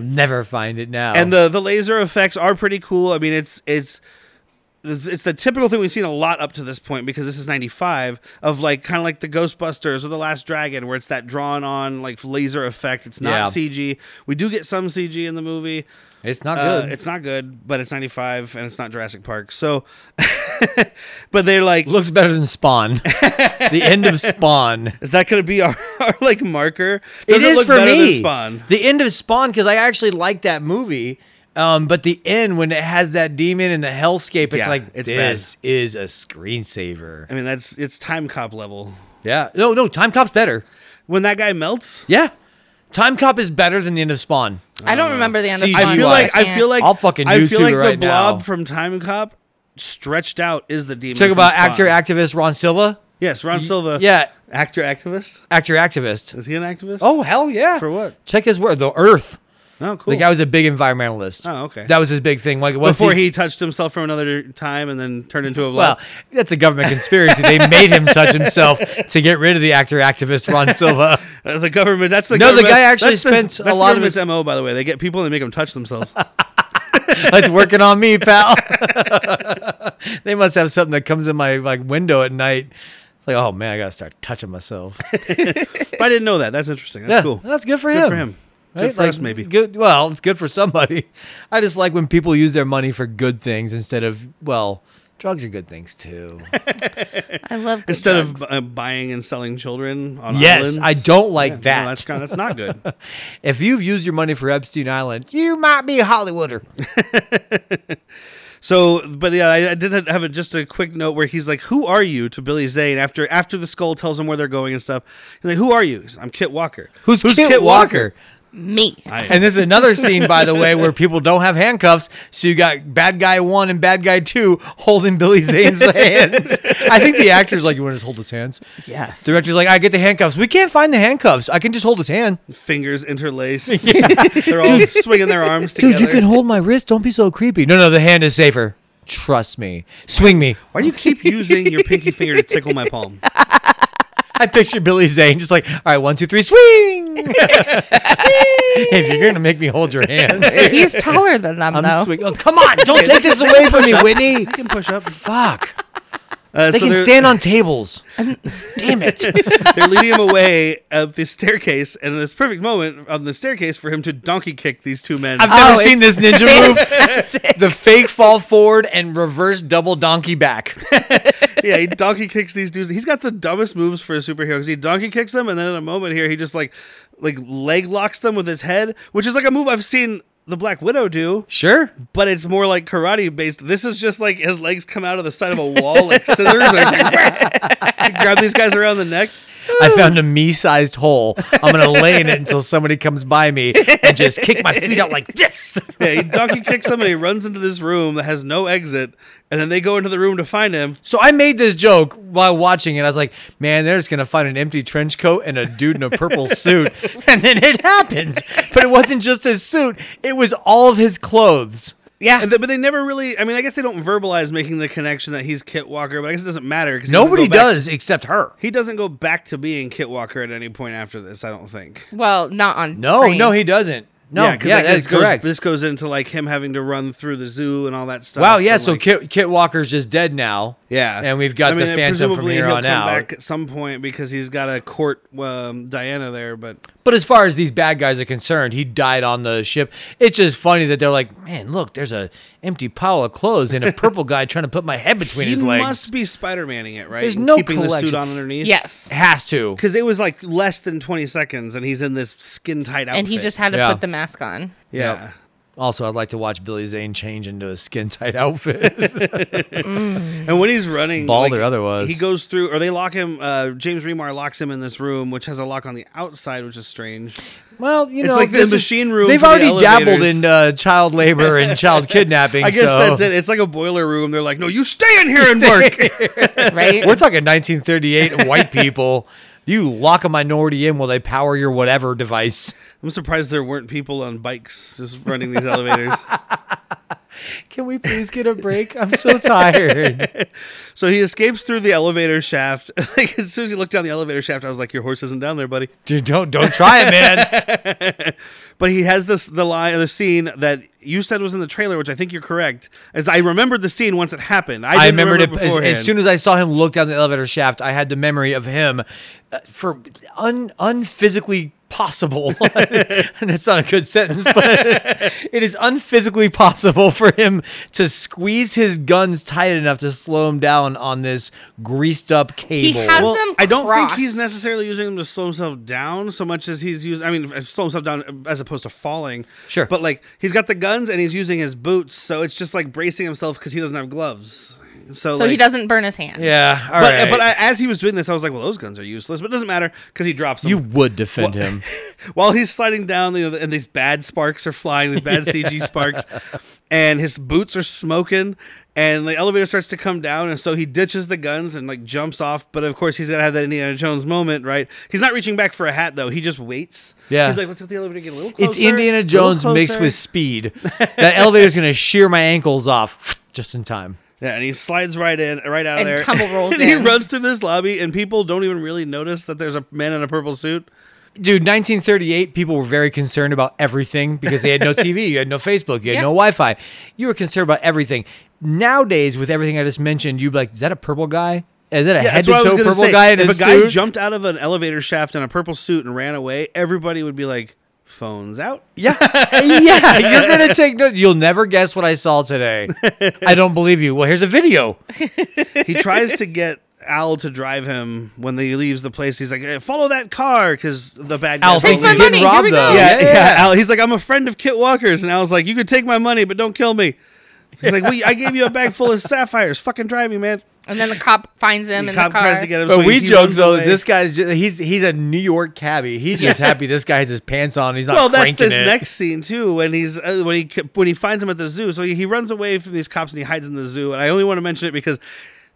[SPEAKER 3] Never find it now.
[SPEAKER 1] And the the laser effects are pretty cool. I mean, it's it's. it's, it's the typical thing we've seen a lot up to this point because this is 95 of like kind of like the ghostbusters or the last dragon where it's that drawn on like laser effect it's
[SPEAKER 3] Yeah.
[SPEAKER 1] not cg we do get some cg in the movie
[SPEAKER 3] It's not
[SPEAKER 1] uh,
[SPEAKER 3] good.
[SPEAKER 1] it's not good but it's 95 and it's not jurassic park so but they're like
[SPEAKER 3] It looks better than Spawn. the end of Spawn.
[SPEAKER 1] is that gonna be our, our like marker
[SPEAKER 3] It
[SPEAKER 1] Does
[SPEAKER 3] is
[SPEAKER 1] look
[SPEAKER 3] for
[SPEAKER 1] better than
[SPEAKER 3] me.
[SPEAKER 1] Spawn?
[SPEAKER 3] The end of Spawn because I actually like that movie. Um, but the end when it has that demon in the hellscape, it's
[SPEAKER 1] Yeah,
[SPEAKER 3] like
[SPEAKER 1] it's
[SPEAKER 3] this is a screensaver.
[SPEAKER 1] i mean that's it's time cop level
[SPEAKER 3] Yeah. No, no, Time Cop's better.
[SPEAKER 1] when that guy melts
[SPEAKER 3] Yeah. Time Cop is better than the end of Spawn.
[SPEAKER 2] I don't remember the end of
[SPEAKER 3] See,
[SPEAKER 2] Spawn.
[SPEAKER 1] I feel
[SPEAKER 2] so
[SPEAKER 1] like I
[SPEAKER 2] can't-
[SPEAKER 1] feel like
[SPEAKER 3] I'll fucking
[SPEAKER 1] I feel
[SPEAKER 3] YouTube
[SPEAKER 1] like
[SPEAKER 3] it
[SPEAKER 1] the
[SPEAKER 3] right now.
[SPEAKER 1] blob from Time Cop stretched out is the demon.
[SPEAKER 3] Talk
[SPEAKER 1] from
[SPEAKER 3] about
[SPEAKER 1] Spawn.
[SPEAKER 3] actor activist Ron Silva.
[SPEAKER 1] Yes, Ron Silva.
[SPEAKER 3] Yeah,
[SPEAKER 1] actor activist.
[SPEAKER 3] actor activist.
[SPEAKER 1] Is he an activist?
[SPEAKER 3] Oh hell yeah!
[SPEAKER 1] For what?
[SPEAKER 3] Check his word. The Earth.
[SPEAKER 1] no, cool.
[SPEAKER 3] The guy was a big environmentalist.
[SPEAKER 1] Oh, okay.
[SPEAKER 3] That was his big thing. Like once
[SPEAKER 1] before he, touched himself from another time and then turned into a blob.
[SPEAKER 3] Well, that's a government conspiracy. they made him touch himself to get rid of the actor activist Ron Silva.
[SPEAKER 1] Uh, the government. That's the
[SPEAKER 3] No, the
[SPEAKER 1] government-
[SPEAKER 3] guy actually
[SPEAKER 1] that's the-
[SPEAKER 3] spent a
[SPEAKER 1] that's the
[SPEAKER 3] lot of
[SPEAKER 1] government's
[SPEAKER 3] his-
[SPEAKER 1] mo. By the way, they get people and they make them touch themselves.
[SPEAKER 3] It's working on me, pal. they must have something that comes in my like window at night. It's like, oh man, I gotta start touching myself.
[SPEAKER 1] but I didn't know that. That's interesting. That's
[SPEAKER 3] yeah,
[SPEAKER 1] cool.
[SPEAKER 3] That's good for
[SPEAKER 1] Good
[SPEAKER 3] him.
[SPEAKER 1] for him. Good
[SPEAKER 3] Right?
[SPEAKER 1] for
[SPEAKER 3] Like,
[SPEAKER 1] us, maybe.
[SPEAKER 3] Good. Well, it's good for somebody. I just like when people use their money for good things instead of well, drugs are good things too.
[SPEAKER 2] I love good
[SPEAKER 1] Instead
[SPEAKER 2] drugs.
[SPEAKER 1] of uh, buying and selling children on
[SPEAKER 3] Yes,
[SPEAKER 1] islands.
[SPEAKER 3] I don't like
[SPEAKER 1] Yeah, no,
[SPEAKER 3] that.
[SPEAKER 1] that's kind of, that's not good.
[SPEAKER 3] if you've used your money for Epstein Island, you might be a Hollywooder.
[SPEAKER 1] So, but yeah, I, I did have a, just a quick note where he's like, "Who are you?" to Billy Zane after after the skull tells him where they're going and stuff. He's like, "Who are you?" He's like, I'm Kit Walker.
[SPEAKER 3] Who's, Kit, Walker?
[SPEAKER 2] me.
[SPEAKER 1] I,
[SPEAKER 3] And this is another scene, by the way, where people don't have handcuffs. So you got bad guy one and bad guy two holding Billy Zane's hands. I think the actor's like, "You want to just hold his hands?"
[SPEAKER 2] yes.
[SPEAKER 3] The director's like, "I get the handcuffs. We can't find the handcuffs. I can just hold his hand."
[SPEAKER 1] fingers interlaced. they're all swinging their arms together.
[SPEAKER 3] Dude, you can hold my wrist. Don't be so creepy. No, no, the hand is safer. Trust me. Swing me.
[SPEAKER 1] Why do you keep using your pinky finger to tickle my palm?
[SPEAKER 3] I picture Billy Zane just like, all right, one, two, three, swing. if you're gonna make me hold your hand,
[SPEAKER 2] He's taller than them,
[SPEAKER 3] I'm
[SPEAKER 2] though.
[SPEAKER 3] swing. Oh, come on, don't take this away from me, Whitney.
[SPEAKER 1] I can push up.
[SPEAKER 3] Fuck.
[SPEAKER 1] Uh,
[SPEAKER 3] They
[SPEAKER 1] so
[SPEAKER 3] can
[SPEAKER 1] they're-
[SPEAKER 3] stand on tables. Damn it.
[SPEAKER 1] They're leading him away up the staircase, and in this perfect moment on the staircase for him to donkey kick these two men.
[SPEAKER 3] I've never
[SPEAKER 2] Oh,
[SPEAKER 3] seen this
[SPEAKER 2] it's
[SPEAKER 3] ninja move. The fake fall forward and reverse double donkey back.
[SPEAKER 1] yeah, he donkey kicks these dudes. He's got the dumbest moves for a superhero because he donkey kicks them, and then in a moment here, he just like like leg locks them with his head, which is like a move I've seen the Black Widow do,
[SPEAKER 3] Sure.
[SPEAKER 1] but it's more like karate based. This is just like his legs come out of the side of a wall like scissors. and you grab these guys around the neck.
[SPEAKER 3] I found a me-sized hole. I'm gonna lay in it until somebody comes by me and just kick my feet out like this.
[SPEAKER 1] Yeah, he donkey kicks them, and he runs into this room that has no exit, and then they go into the room to find him.
[SPEAKER 3] So I made this joke while watching it. I was like, man, they're just going to find an empty trench coat and a dude in a purple suit. And then it happened. But it wasn't just his suit, it was all of his clothes.
[SPEAKER 2] yeah.
[SPEAKER 1] And th- but they never really. I mean, I guess they don't verbalize making the connection that he's Kit Walker, but I guess it doesn't matter because
[SPEAKER 3] Nobody does except her.
[SPEAKER 1] He doesn't go back to being Kit Walker at any point after this. I don't think.
[SPEAKER 2] well, not on
[SPEAKER 3] No,
[SPEAKER 2] screen.
[SPEAKER 3] no, he doesn't. No, yeah,
[SPEAKER 1] like,
[SPEAKER 3] that
[SPEAKER 1] this
[SPEAKER 3] is
[SPEAKER 1] goes,
[SPEAKER 3] correct.
[SPEAKER 1] This goes into like him having to run through the zoo and all that stuff.
[SPEAKER 3] wow, yeah.
[SPEAKER 1] and,
[SPEAKER 3] So
[SPEAKER 1] like-
[SPEAKER 3] Kit, Kit Walker's just dead now.
[SPEAKER 1] yeah,
[SPEAKER 3] And we've got
[SPEAKER 1] I mean,
[SPEAKER 3] the Phantom from
[SPEAKER 1] presumably
[SPEAKER 3] here
[SPEAKER 1] he'll
[SPEAKER 3] on
[SPEAKER 1] come
[SPEAKER 3] out.
[SPEAKER 1] Back at some point because he's got to court um, Diana there, but
[SPEAKER 3] But as far as these bad guys are concerned, he died on the ship. It's just funny that they're like, man, look, there's a empty pile of clothes and a purple guy trying to put my head between
[SPEAKER 1] he
[SPEAKER 3] his legs.
[SPEAKER 1] must be Spider Manning it, right?
[SPEAKER 3] There's
[SPEAKER 1] And
[SPEAKER 3] no
[SPEAKER 1] keeping the suit
[SPEAKER 3] collection.
[SPEAKER 1] on underneath.
[SPEAKER 2] Yes.
[SPEAKER 3] Has to.
[SPEAKER 1] Because it was like less than 20 seconds and he's in this skin tight outfit.
[SPEAKER 2] And he just had to
[SPEAKER 3] Yeah.
[SPEAKER 2] put the mask on.
[SPEAKER 1] Yeah.
[SPEAKER 3] Also, I'd like to watch Billy Zane change into a skin tight outfit.
[SPEAKER 1] And when he's running,
[SPEAKER 3] Bald or otherwise.
[SPEAKER 1] he goes through, or they lock him. Uh, James Remar locks him in this room, which has a lock on the outside, which is strange.
[SPEAKER 3] well, you
[SPEAKER 1] It's
[SPEAKER 3] know,
[SPEAKER 1] like the
[SPEAKER 3] this is-
[SPEAKER 1] machine room
[SPEAKER 3] They've
[SPEAKER 1] for the
[SPEAKER 3] already dabbled
[SPEAKER 1] elevators.
[SPEAKER 3] in uh, child labor and child kidnapping.
[SPEAKER 1] I guess
[SPEAKER 3] so-
[SPEAKER 1] that's it. It's like a boiler room. They're like, no, you stay in here and work.
[SPEAKER 2] Right?
[SPEAKER 3] We're talking 1938 white people. You lock a minority in while they power your whatever device.
[SPEAKER 1] I'm surprised there weren't people on bikes just running these elevators.
[SPEAKER 3] Can we please get a break? I'm so tired.
[SPEAKER 1] So he escapes through the elevator shaft. like as soon as he looked down the elevator shaft, I was like, "Your horse isn't down there, buddy."
[SPEAKER 3] Dude, don't don't try it, man.
[SPEAKER 1] But he has this the line the scene that you said was in the trailer, which I think you're correct. As I remembered the scene once it happened. I, didn't
[SPEAKER 3] I remembered it as,
[SPEAKER 1] beforehand.
[SPEAKER 3] as soon as I saw him look down the elevator shaft. I had the memory of him uh, for un unphysically possible. and that's not a good sentence, but it is unphysically possible for him to squeeze his guns tight enough to slow him down on this greased up cable.
[SPEAKER 2] has
[SPEAKER 1] Well,
[SPEAKER 2] them
[SPEAKER 1] I don't think he's
[SPEAKER 2] crossed.
[SPEAKER 1] necessarily using him to slow himself down so much as he's using. I mean, if- slow himself down as opposed to falling.
[SPEAKER 3] Sure.
[SPEAKER 1] But like he's got the guns and he's using his boots, so it's just like bracing himself because he doesn't have gloves. So,
[SPEAKER 2] so he
[SPEAKER 1] like-
[SPEAKER 2] doesn't burn his hands.
[SPEAKER 3] yeah, all
[SPEAKER 1] But
[SPEAKER 3] right.
[SPEAKER 1] but I, as he was doing this, I was like, well, those guns are useless. But it doesn't matter because he drops them.
[SPEAKER 3] you would defend him.
[SPEAKER 1] while he's sliding down, you know, and these bad sparks are flying, these bad CG sparks, and his boots are smoking, and the elevator starts to come down, and so he ditches the guns and like jumps off. But of course, he's gonna have that Indiana Jones moment, right? He's not reaching back for a hat though; he just waits.
[SPEAKER 3] Yeah.
[SPEAKER 1] he's like, let's let the elevator get a little closer.
[SPEAKER 3] It's Indiana
[SPEAKER 1] a little
[SPEAKER 3] Jones mixed
[SPEAKER 1] closer."
[SPEAKER 3] with speed. That elevator's gonna shear my ankles off just in time.
[SPEAKER 1] Yeah, and he slides right in, right out
[SPEAKER 2] And
[SPEAKER 1] of there.
[SPEAKER 2] tumble rolls
[SPEAKER 1] and he
[SPEAKER 2] in.
[SPEAKER 1] runs through this lobby, and people don't even really notice that there's a man in a purple suit.
[SPEAKER 3] Dude, 1938, people were very concerned about everything because they had no TV, you had no Facebook, you had
[SPEAKER 2] Yeah.
[SPEAKER 3] no Wi Fi. You were concerned about everything. Nowadays, with everything I just mentioned, you'd be like, is that a purple guy? Is that a head
[SPEAKER 1] that's
[SPEAKER 3] to
[SPEAKER 1] what I was
[SPEAKER 3] toe
[SPEAKER 1] gonna
[SPEAKER 3] purple
[SPEAKER 1] say.
[SPEAKER 3] guy in
[SPEAKER 1] if
[SPEAKER 3] a,
[SPEAKER 1] a guy
[SPEAKER 3] suit?
[SPEAKER 1] jumped out of an elevator shaft in a purple suit and ran away, everybody would be like, "Phones out."
[SPEAKER 3] yeah. yeah. You're going to take no. You'll never guess what I saw today. I don't believe you. Well, here's a video.
[SPEAKER 1] He tries to get Al to drive him when he leaves the place. He's like, "Eh, "Follow that car," because the bad guy.
[SPEAKER 3] Al
[SPEAKER 2] Take
[SPEAKER 3] thinks
[SPEAKER 2] my
[SPEAKER 3] he's getting
[SPEAKER 2] money. Here
[SPEAKER 3] robbed,
[SPEAKER 2] we
[SPEAKER 3] though.
[SPEAKER 2] go.
[SPEAKER 1] yeah, yeah, Al, he's like, "I'm a friend of Kit Walker's," and Al's like, "You could take my money, but don't kill me." He's like, well, I gave you a bag full of sapphires. Fucking drive me, man.
[SPEAKER 2] And then the cop finds him
[SPEAKER 1] The
[SPEAKER 2] in
[SPEAKER 1] cop
[SPEAKER 2] the car.
[SPEAKER 1] tries to get him. so
[SPEAKER 3] But
[SPEAKER 1] he-
[SPEAKER 3] we
[SPEAKER 1] he
[SPEAKER 3] joke
[SPEAKER 1] runs
[SPEAKER 3] though that
[SPEAKER 1] away.
[SPEAKER 3] this guy's just, he's he's a New York cabbie. He's just happy this guy has his pants on. He's not.
[SPEAKER 1] Well, that's
[SPEAKER 3] cranking
[SPEAKER 1] this
[SPEAKER 3] it.
[SPEAKER 1] next scene too, when he's uh, when he when he finds him at the zoo. So he, he runs away from these cops and he hides in the zoo. And I only want to mention it because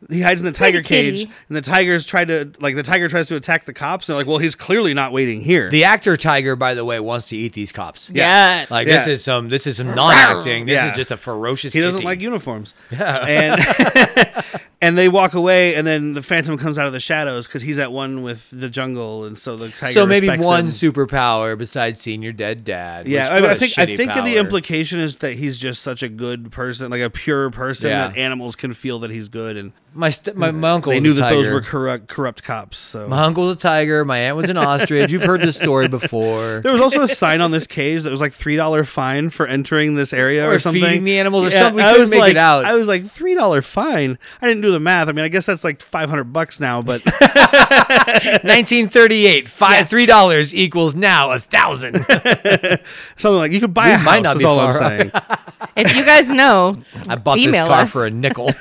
[SPEAKER 1] he hides in the tiger
[SPEAKER 2] Pretty
[SPEAKER 1] cage,
[SPEAKER 2] kitty.
[SPEAKER 1] and the tigers try to like the tiger tries to attack the cops. And they're like, well, he's clearly not waiting here.
[SPEAKER 3] The actor Tiger, by the way, wants to eat these cops.
[SPEAKER 1] Yeah.
[SPEAKER 2] Yeah.
[SPEAKER 3] Like this
[SPEAKER 1] Yeah.
[SPEAKER 3] is some this is some non-acting. This
[SPEAKER 1] Yeah.
[SPEAKER 3] is just a ferocious.
[SPEAKER 1] he doesn't
[SPEAKER 3] kitty.
[SPEAKER 1] like uniforms. Yeah, and and they walk away, and then the phantom comes out of the shadows because he's at one with the jungle, and so the tiger.
[SPEAKER 3] So maybe
[SPEAKER 1] respects
[SPEAKER 3] one
[SPEAKER 1] him.
[SPEAKER 3] superpower besides seeing your dead dad.
[SPEAKER 1] Yeah,
[SPEAKER 3] which,
[SPEAKER 1] I, mean,
[SPEAKER 3] what
[SPEAKER 1] I
[SPEAKER 3] a
[SPEAKER 1] think I
[SPEAKER 3] shitty
[SPEAKER 1] think that the
[SPEAKER 3] power.
[SPEAKER 1] implication is that he's just such a good person, like a pure person
[SPEAKER 3] Yeah.
[SPEAKER 1] that animals can feel that he's good, and
[SPEAKER 3] my st- my, my uncle
[SPEAKER 1] they
[SPEAKER 3] was
[SPEAKER 1] knew
[SPEAKER 3] a
[SPEAKER 1] that those
[SPEAKER 3] tiger.
[SPEAKER 1] were corrupt, corrupt cops. So
[SPEAKER 3] My uncle was a tiger. My aunt was an ostrich. You've heard this story before.
[SPEAKER 1] there was also a sign on this cage that was like three dollar fine for entering this area or,
[SPEAKER 3] Or
[SPEAKER 1] something.
[SPEAKER 3] feeding the animals or something. We couldn't
[SPEAKER 1] was
[SPEAKER 3] make it
[SPEAKER 1] like,
[SPEAKER 3] out.
[SPEAKER 1] I was like three dollar fine. I didn't do the math. I mean, I guess that's like five hundred bucks now, but
[SPEAKER 3] 1938, five
[SPEAKER 2] Yes.
[SPEAKER 3] three dollars equals now a thousand.
[SPEAKER 1] something like you could buy
[SPEAKER 3] We
[SPEAKER 1] a
[SPEAKER 3] might
[SPEAKER 1] house.
[SPEAKER 3] not
[SPEAKER 1] is
[SPEAKER 3] be
[SPEAKER 1] all I'm
[SPEAKER 3] far off.
[SPEAKER 1] saying.
[SPEAKER 2] If you guys know,
[SPEAKER 3] I bought
[SPEAKER 2] Email
[SPEAKER 3] this car
[SPEAKER 2] us.
[SPEAKER 3] for a nickel.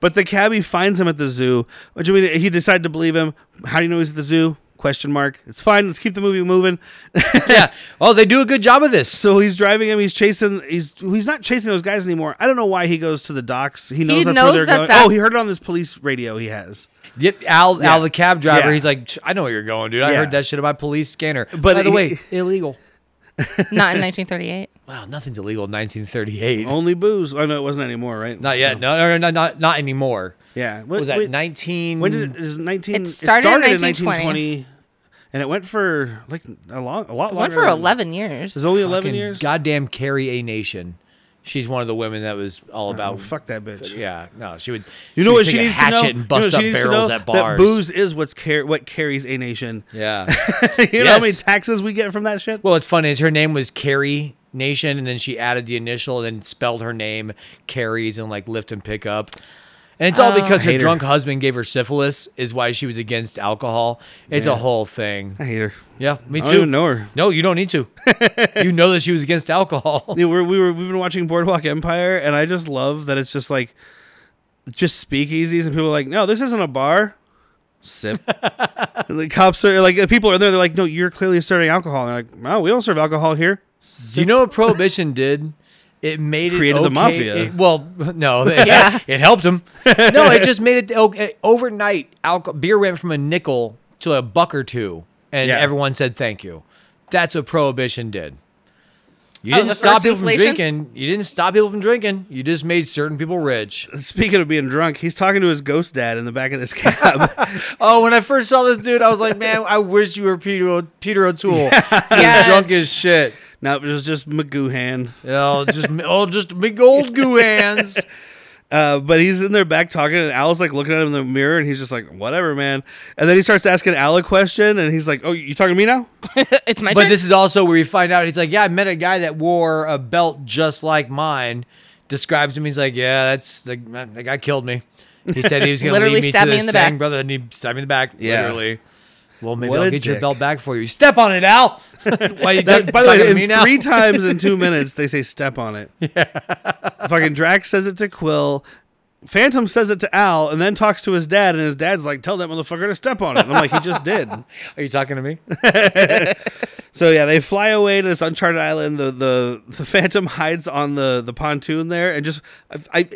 [SPEAKER 1] But the cabbie finds him at the zoo, which I mean, he decided to believe him. How do you know he's at the zoo? Question mark. It's fine. Let's keep the movie moving.
[SPEAKER 3] yeah. Oh, they do a good job of this.
[SPEAKER 1] So he's driving him. He's chasing. He's he's not chasing those guys anymore. I don't know why he goes to the docks. He knows that's
[SPEAKER 2] knows
[SPEAKER 1] where they're
[SPEAKER 2] that's
[SPEAKER 1] going.
[SPEAKER 2] out-
[SPEAKER 1] Oh, he heard it on this police radio. He has.
[SPEAKER 3] Yep, Al,
[SPEAKER 1] Yeah.
[SPEAKER 3] Al the cab driver.
[SPEAKER 1] Yeah.
[SPEAKER 3] He's like, I know where you're going, dude. I
[SPEAKER 1] Yeah.
[SPEAKER 3] heard that shit about police scanner.
[SPEAKER 1] But
[SPEAKER 3] But by the
[SPEAKER 1] he-
[SPEAKER 3] way, illegal.
[SPEAKER 2] not in 1938.
[SPEAKER 3] Wow, nothing's illegal in 1938.
[SPEAKER 1] Only booze. Oh no, it wasn't anymore, right?
[SPEAKER 3] Not yet. No, no, no, no, not not anymore.
[SPEAKER 1] Yeah. What,
[SPEAKER 3] Was that
[SPEAKER 1] wait,
[SPEAKER 3] 19?
[SPEAKER 1] When did it? Is nineteen?
[SPEAKER 2] It started in 1920.
[SPEAKER 1] 1920, and it went for like a long, a lot longer.
[SPEAKER 2] One for
[SPEAKER 1] than-
[SPEAKER 2] 11 years.
[SPEAKER 1] It's only eleven
[SPEAKER 3] fucking
[SPEAKER 1] years.
[SPEAKER 3] Goddamn, Carrie A Nation. She's one of the women that was all about.
[SPEAKER 1] Oh, fuck that bitch.
[SPEAKER 3] Yeah, no, she would.
[SPEAKER 1] You know
[SPEAKER 3] would
[SPEAKER 1] what
[SPEAKER 3] take
[SPEAKER 1] she
[SPEAKER 3] a
[SPEAKER 1] needs to
[SPEAKER 3] hatchet
[SPEAKER 1] know?
[SPEAKER 3] And bust
[SPEAKER 1] you know what she
[SPEAKER 3] up
[SPEAKER 1] needs to
[SPEAKER 3] barrels
[SPEAKER 1] know?
[SPEAKER 3] at bars.
[SPEAKER 1] That booze is what's car- what carries a nation.
[SPEAKER 3] Yeah.
[SPEAKER 1] you know how
[SPEAKER 3] Yes.
[SPEAKER 1] many taxes we get from that shit?
[SPEAKER 3] Well, what's funny is her name was Carrie Nation, and then she added the initial and then spelled her name Carrie's and like lift and pick up. And it's all because her
[SPEAKER 1] Hater.
[SPEAKER 3] drunk husband gave her syphilis, is why she was against alcohol. It's a whole thing.
[SPEAKER 1] I hate her.
[SPEAKER 3] Yeah, me too.
[SPEAKER 1] I don't even know her.
[SPEAKER 3] No, you don't need to. you know that she was against alcohol.
[SPEAKER 1] Yeah, we're, we were we've been watching Boardwalk Empire, and I just love that it's just like just speakeasies, and people are like, "No, this isn't a bar." Sip. and the cops are like, the people are there. They're like, "No, you're clearly serving alcohol." And they're like, "No, we don't serve alcohol here."
[SPEAKER 3] Do you know what prohibition did? It made it
[SPEAKER 1] Created the
[SPEAKER 3] okay-
[SPEAKER 1] mafia.
[SPEAKER 3] it- well, no, it,
[SPEAKER 2] Yeah.
[SPEAKER 3] it helped them. No, it just made it okay. overnight. Alcohol, beer went from a nickel to a buck or two, and
[SPEAKER 1] Yeah.
[SPEAKER 3] everyone said thank you. That's what prohibition did. You
[SPEAKER 2] Oh,
[SPEAKER 3] didn't
[SPEAKER 2] the
[SPEAKER 3] stop
[SPEAKER 2] first
[SPEAKER 3] people
[SPEAKER 2] inflation?
[SPEAKER 3] from drinking. You didn't stop people from drinking. You just made certain people rich.
[SPEAKER 1] Speaking of being drunk, he's talking to his ghost dad in the back of this cab.
[SPEAKER 3] Oh, when I first saw this dude, I was like, man, I wish you were Peter, O- Peter O'Toole.
[SPEAKER 2] Yes.
[SPEAKER 3] Drunk as shit.
[SPEAKER 1] no, it was just McGoohan.
[SPEAKER 3] Oh, just oh, just big old goo hands.
[SPEAKER 1] Uh, but he's in their back talking, and Al's like looking at him in the mirror, and he's just like, whatever, man. And then he starts asking Al a question, and he's like, oh, you talking to me now?
[SPEAKER 2] it's my
[SPEAKER 3] But
[SPEAKER 2] turn.
[SPEAKER 3] this is also where you find out he's like, yeah, I met a guy that wore a belt just like mine. Describes him. He's like, yeah, that's the, the guy killed me. He said he was going to
[SPEAKER 2] Literally
[SPEAKER 3] lead me to
[SPEAKER 2] stabbed me
[SPEAKER 3] the
[SPEAKER 2] in the
[SPEAKER 3] sang
[SPEAKER 2] back.
[SPEAKER 3] brother, and he stabbed me in the back.
[SPEAKER 1] Yeah.
[SPEAKER 3] Literally. Well, maybe
[SPEAKER 1] What
[SPEAKER 3] I'll
[SPEAKER 1] a
[SPEAKER 3] get your
[SPEAKER 1] dick.
[SPEAKER 3] belt back for you. Step on it, Al. Why you
[SPEAKER 1] That-
[SPEAKER 3] talk-
[SPEAKER 1] by the
[SPEAKER 3] talking to
[SPEAKER 1] way,
[SPEAKER 3] me
[SPEAKER 1] in
[SPEAKER 3] now?
[SPEAKER 1] three times in two minutes, they say step on it. Fucking Drax says it to Quill. Phantom says it to Al and then talks to his dad, and his dad's like, Tell that motherfucker to step on it. And I'm like, He just did.
[SPEAKER 3] Are you talking to me?
[SPEAKER 1] So yeah, they fly away to this uncharted island. The the, the Phantom hides on the, the pontoon there and just I, I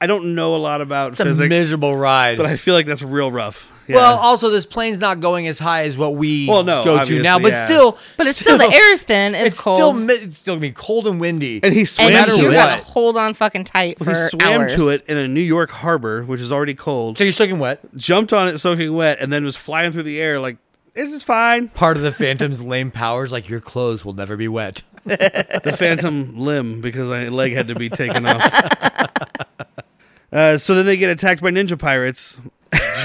[SPEAKER 1] I don't know a lot about
[SPEAKER 3] It's
[SPEAKER 1] physics,
[SPEAKER 3] a miserable ride.
[SPEAKER 1] but I feel like that's real rough. Yeah.
[SPEAKER 3] Well, also this plane's not going as high as what we
[SPEAKER 1] Well, no,
[SPEAKER 3] go to
[SPEAKER 1] obviously,
[SPEAKER 3] now, but
[SPEAKER 1] yeah.
[SPEAKER 3] still,
[SPEAKER 2] but it's still, the air is thin. It's,
[SPEAKER 3] It's,
[SPEAKER 2] cold.
[SPEAKER 3] still mi- it's still gonna be cold and windy.
[SPEAKER 1] and he
[SPEAKER 2] and
[SPEAKER 1] swam
[SPEAKER 3] matter
[SPEAKER 1] to
[SPEAKER 2] you
[SPEAKER 1] it.
[SPEAKER 3] what.
[SPEAKER 2] gotta hold on fucking tight for
[SPEAKER 1] He swam
[SPEAKER 2] hours.
[SPEAKER 1] to it in a New York harbor, which is already cold.
[SPEAKER 3] so you're soaking wet.
[SPEAKER 1] jumped on it soaking wet and then was flying through the air like this is fine
[SPEAKER 3] Part of the Phantom's lame powers, like your clothes will never be wet.
[SPEAKER 1] the phantom limb because my leg had to be taken off uh, so then they get attacked by ninja pirates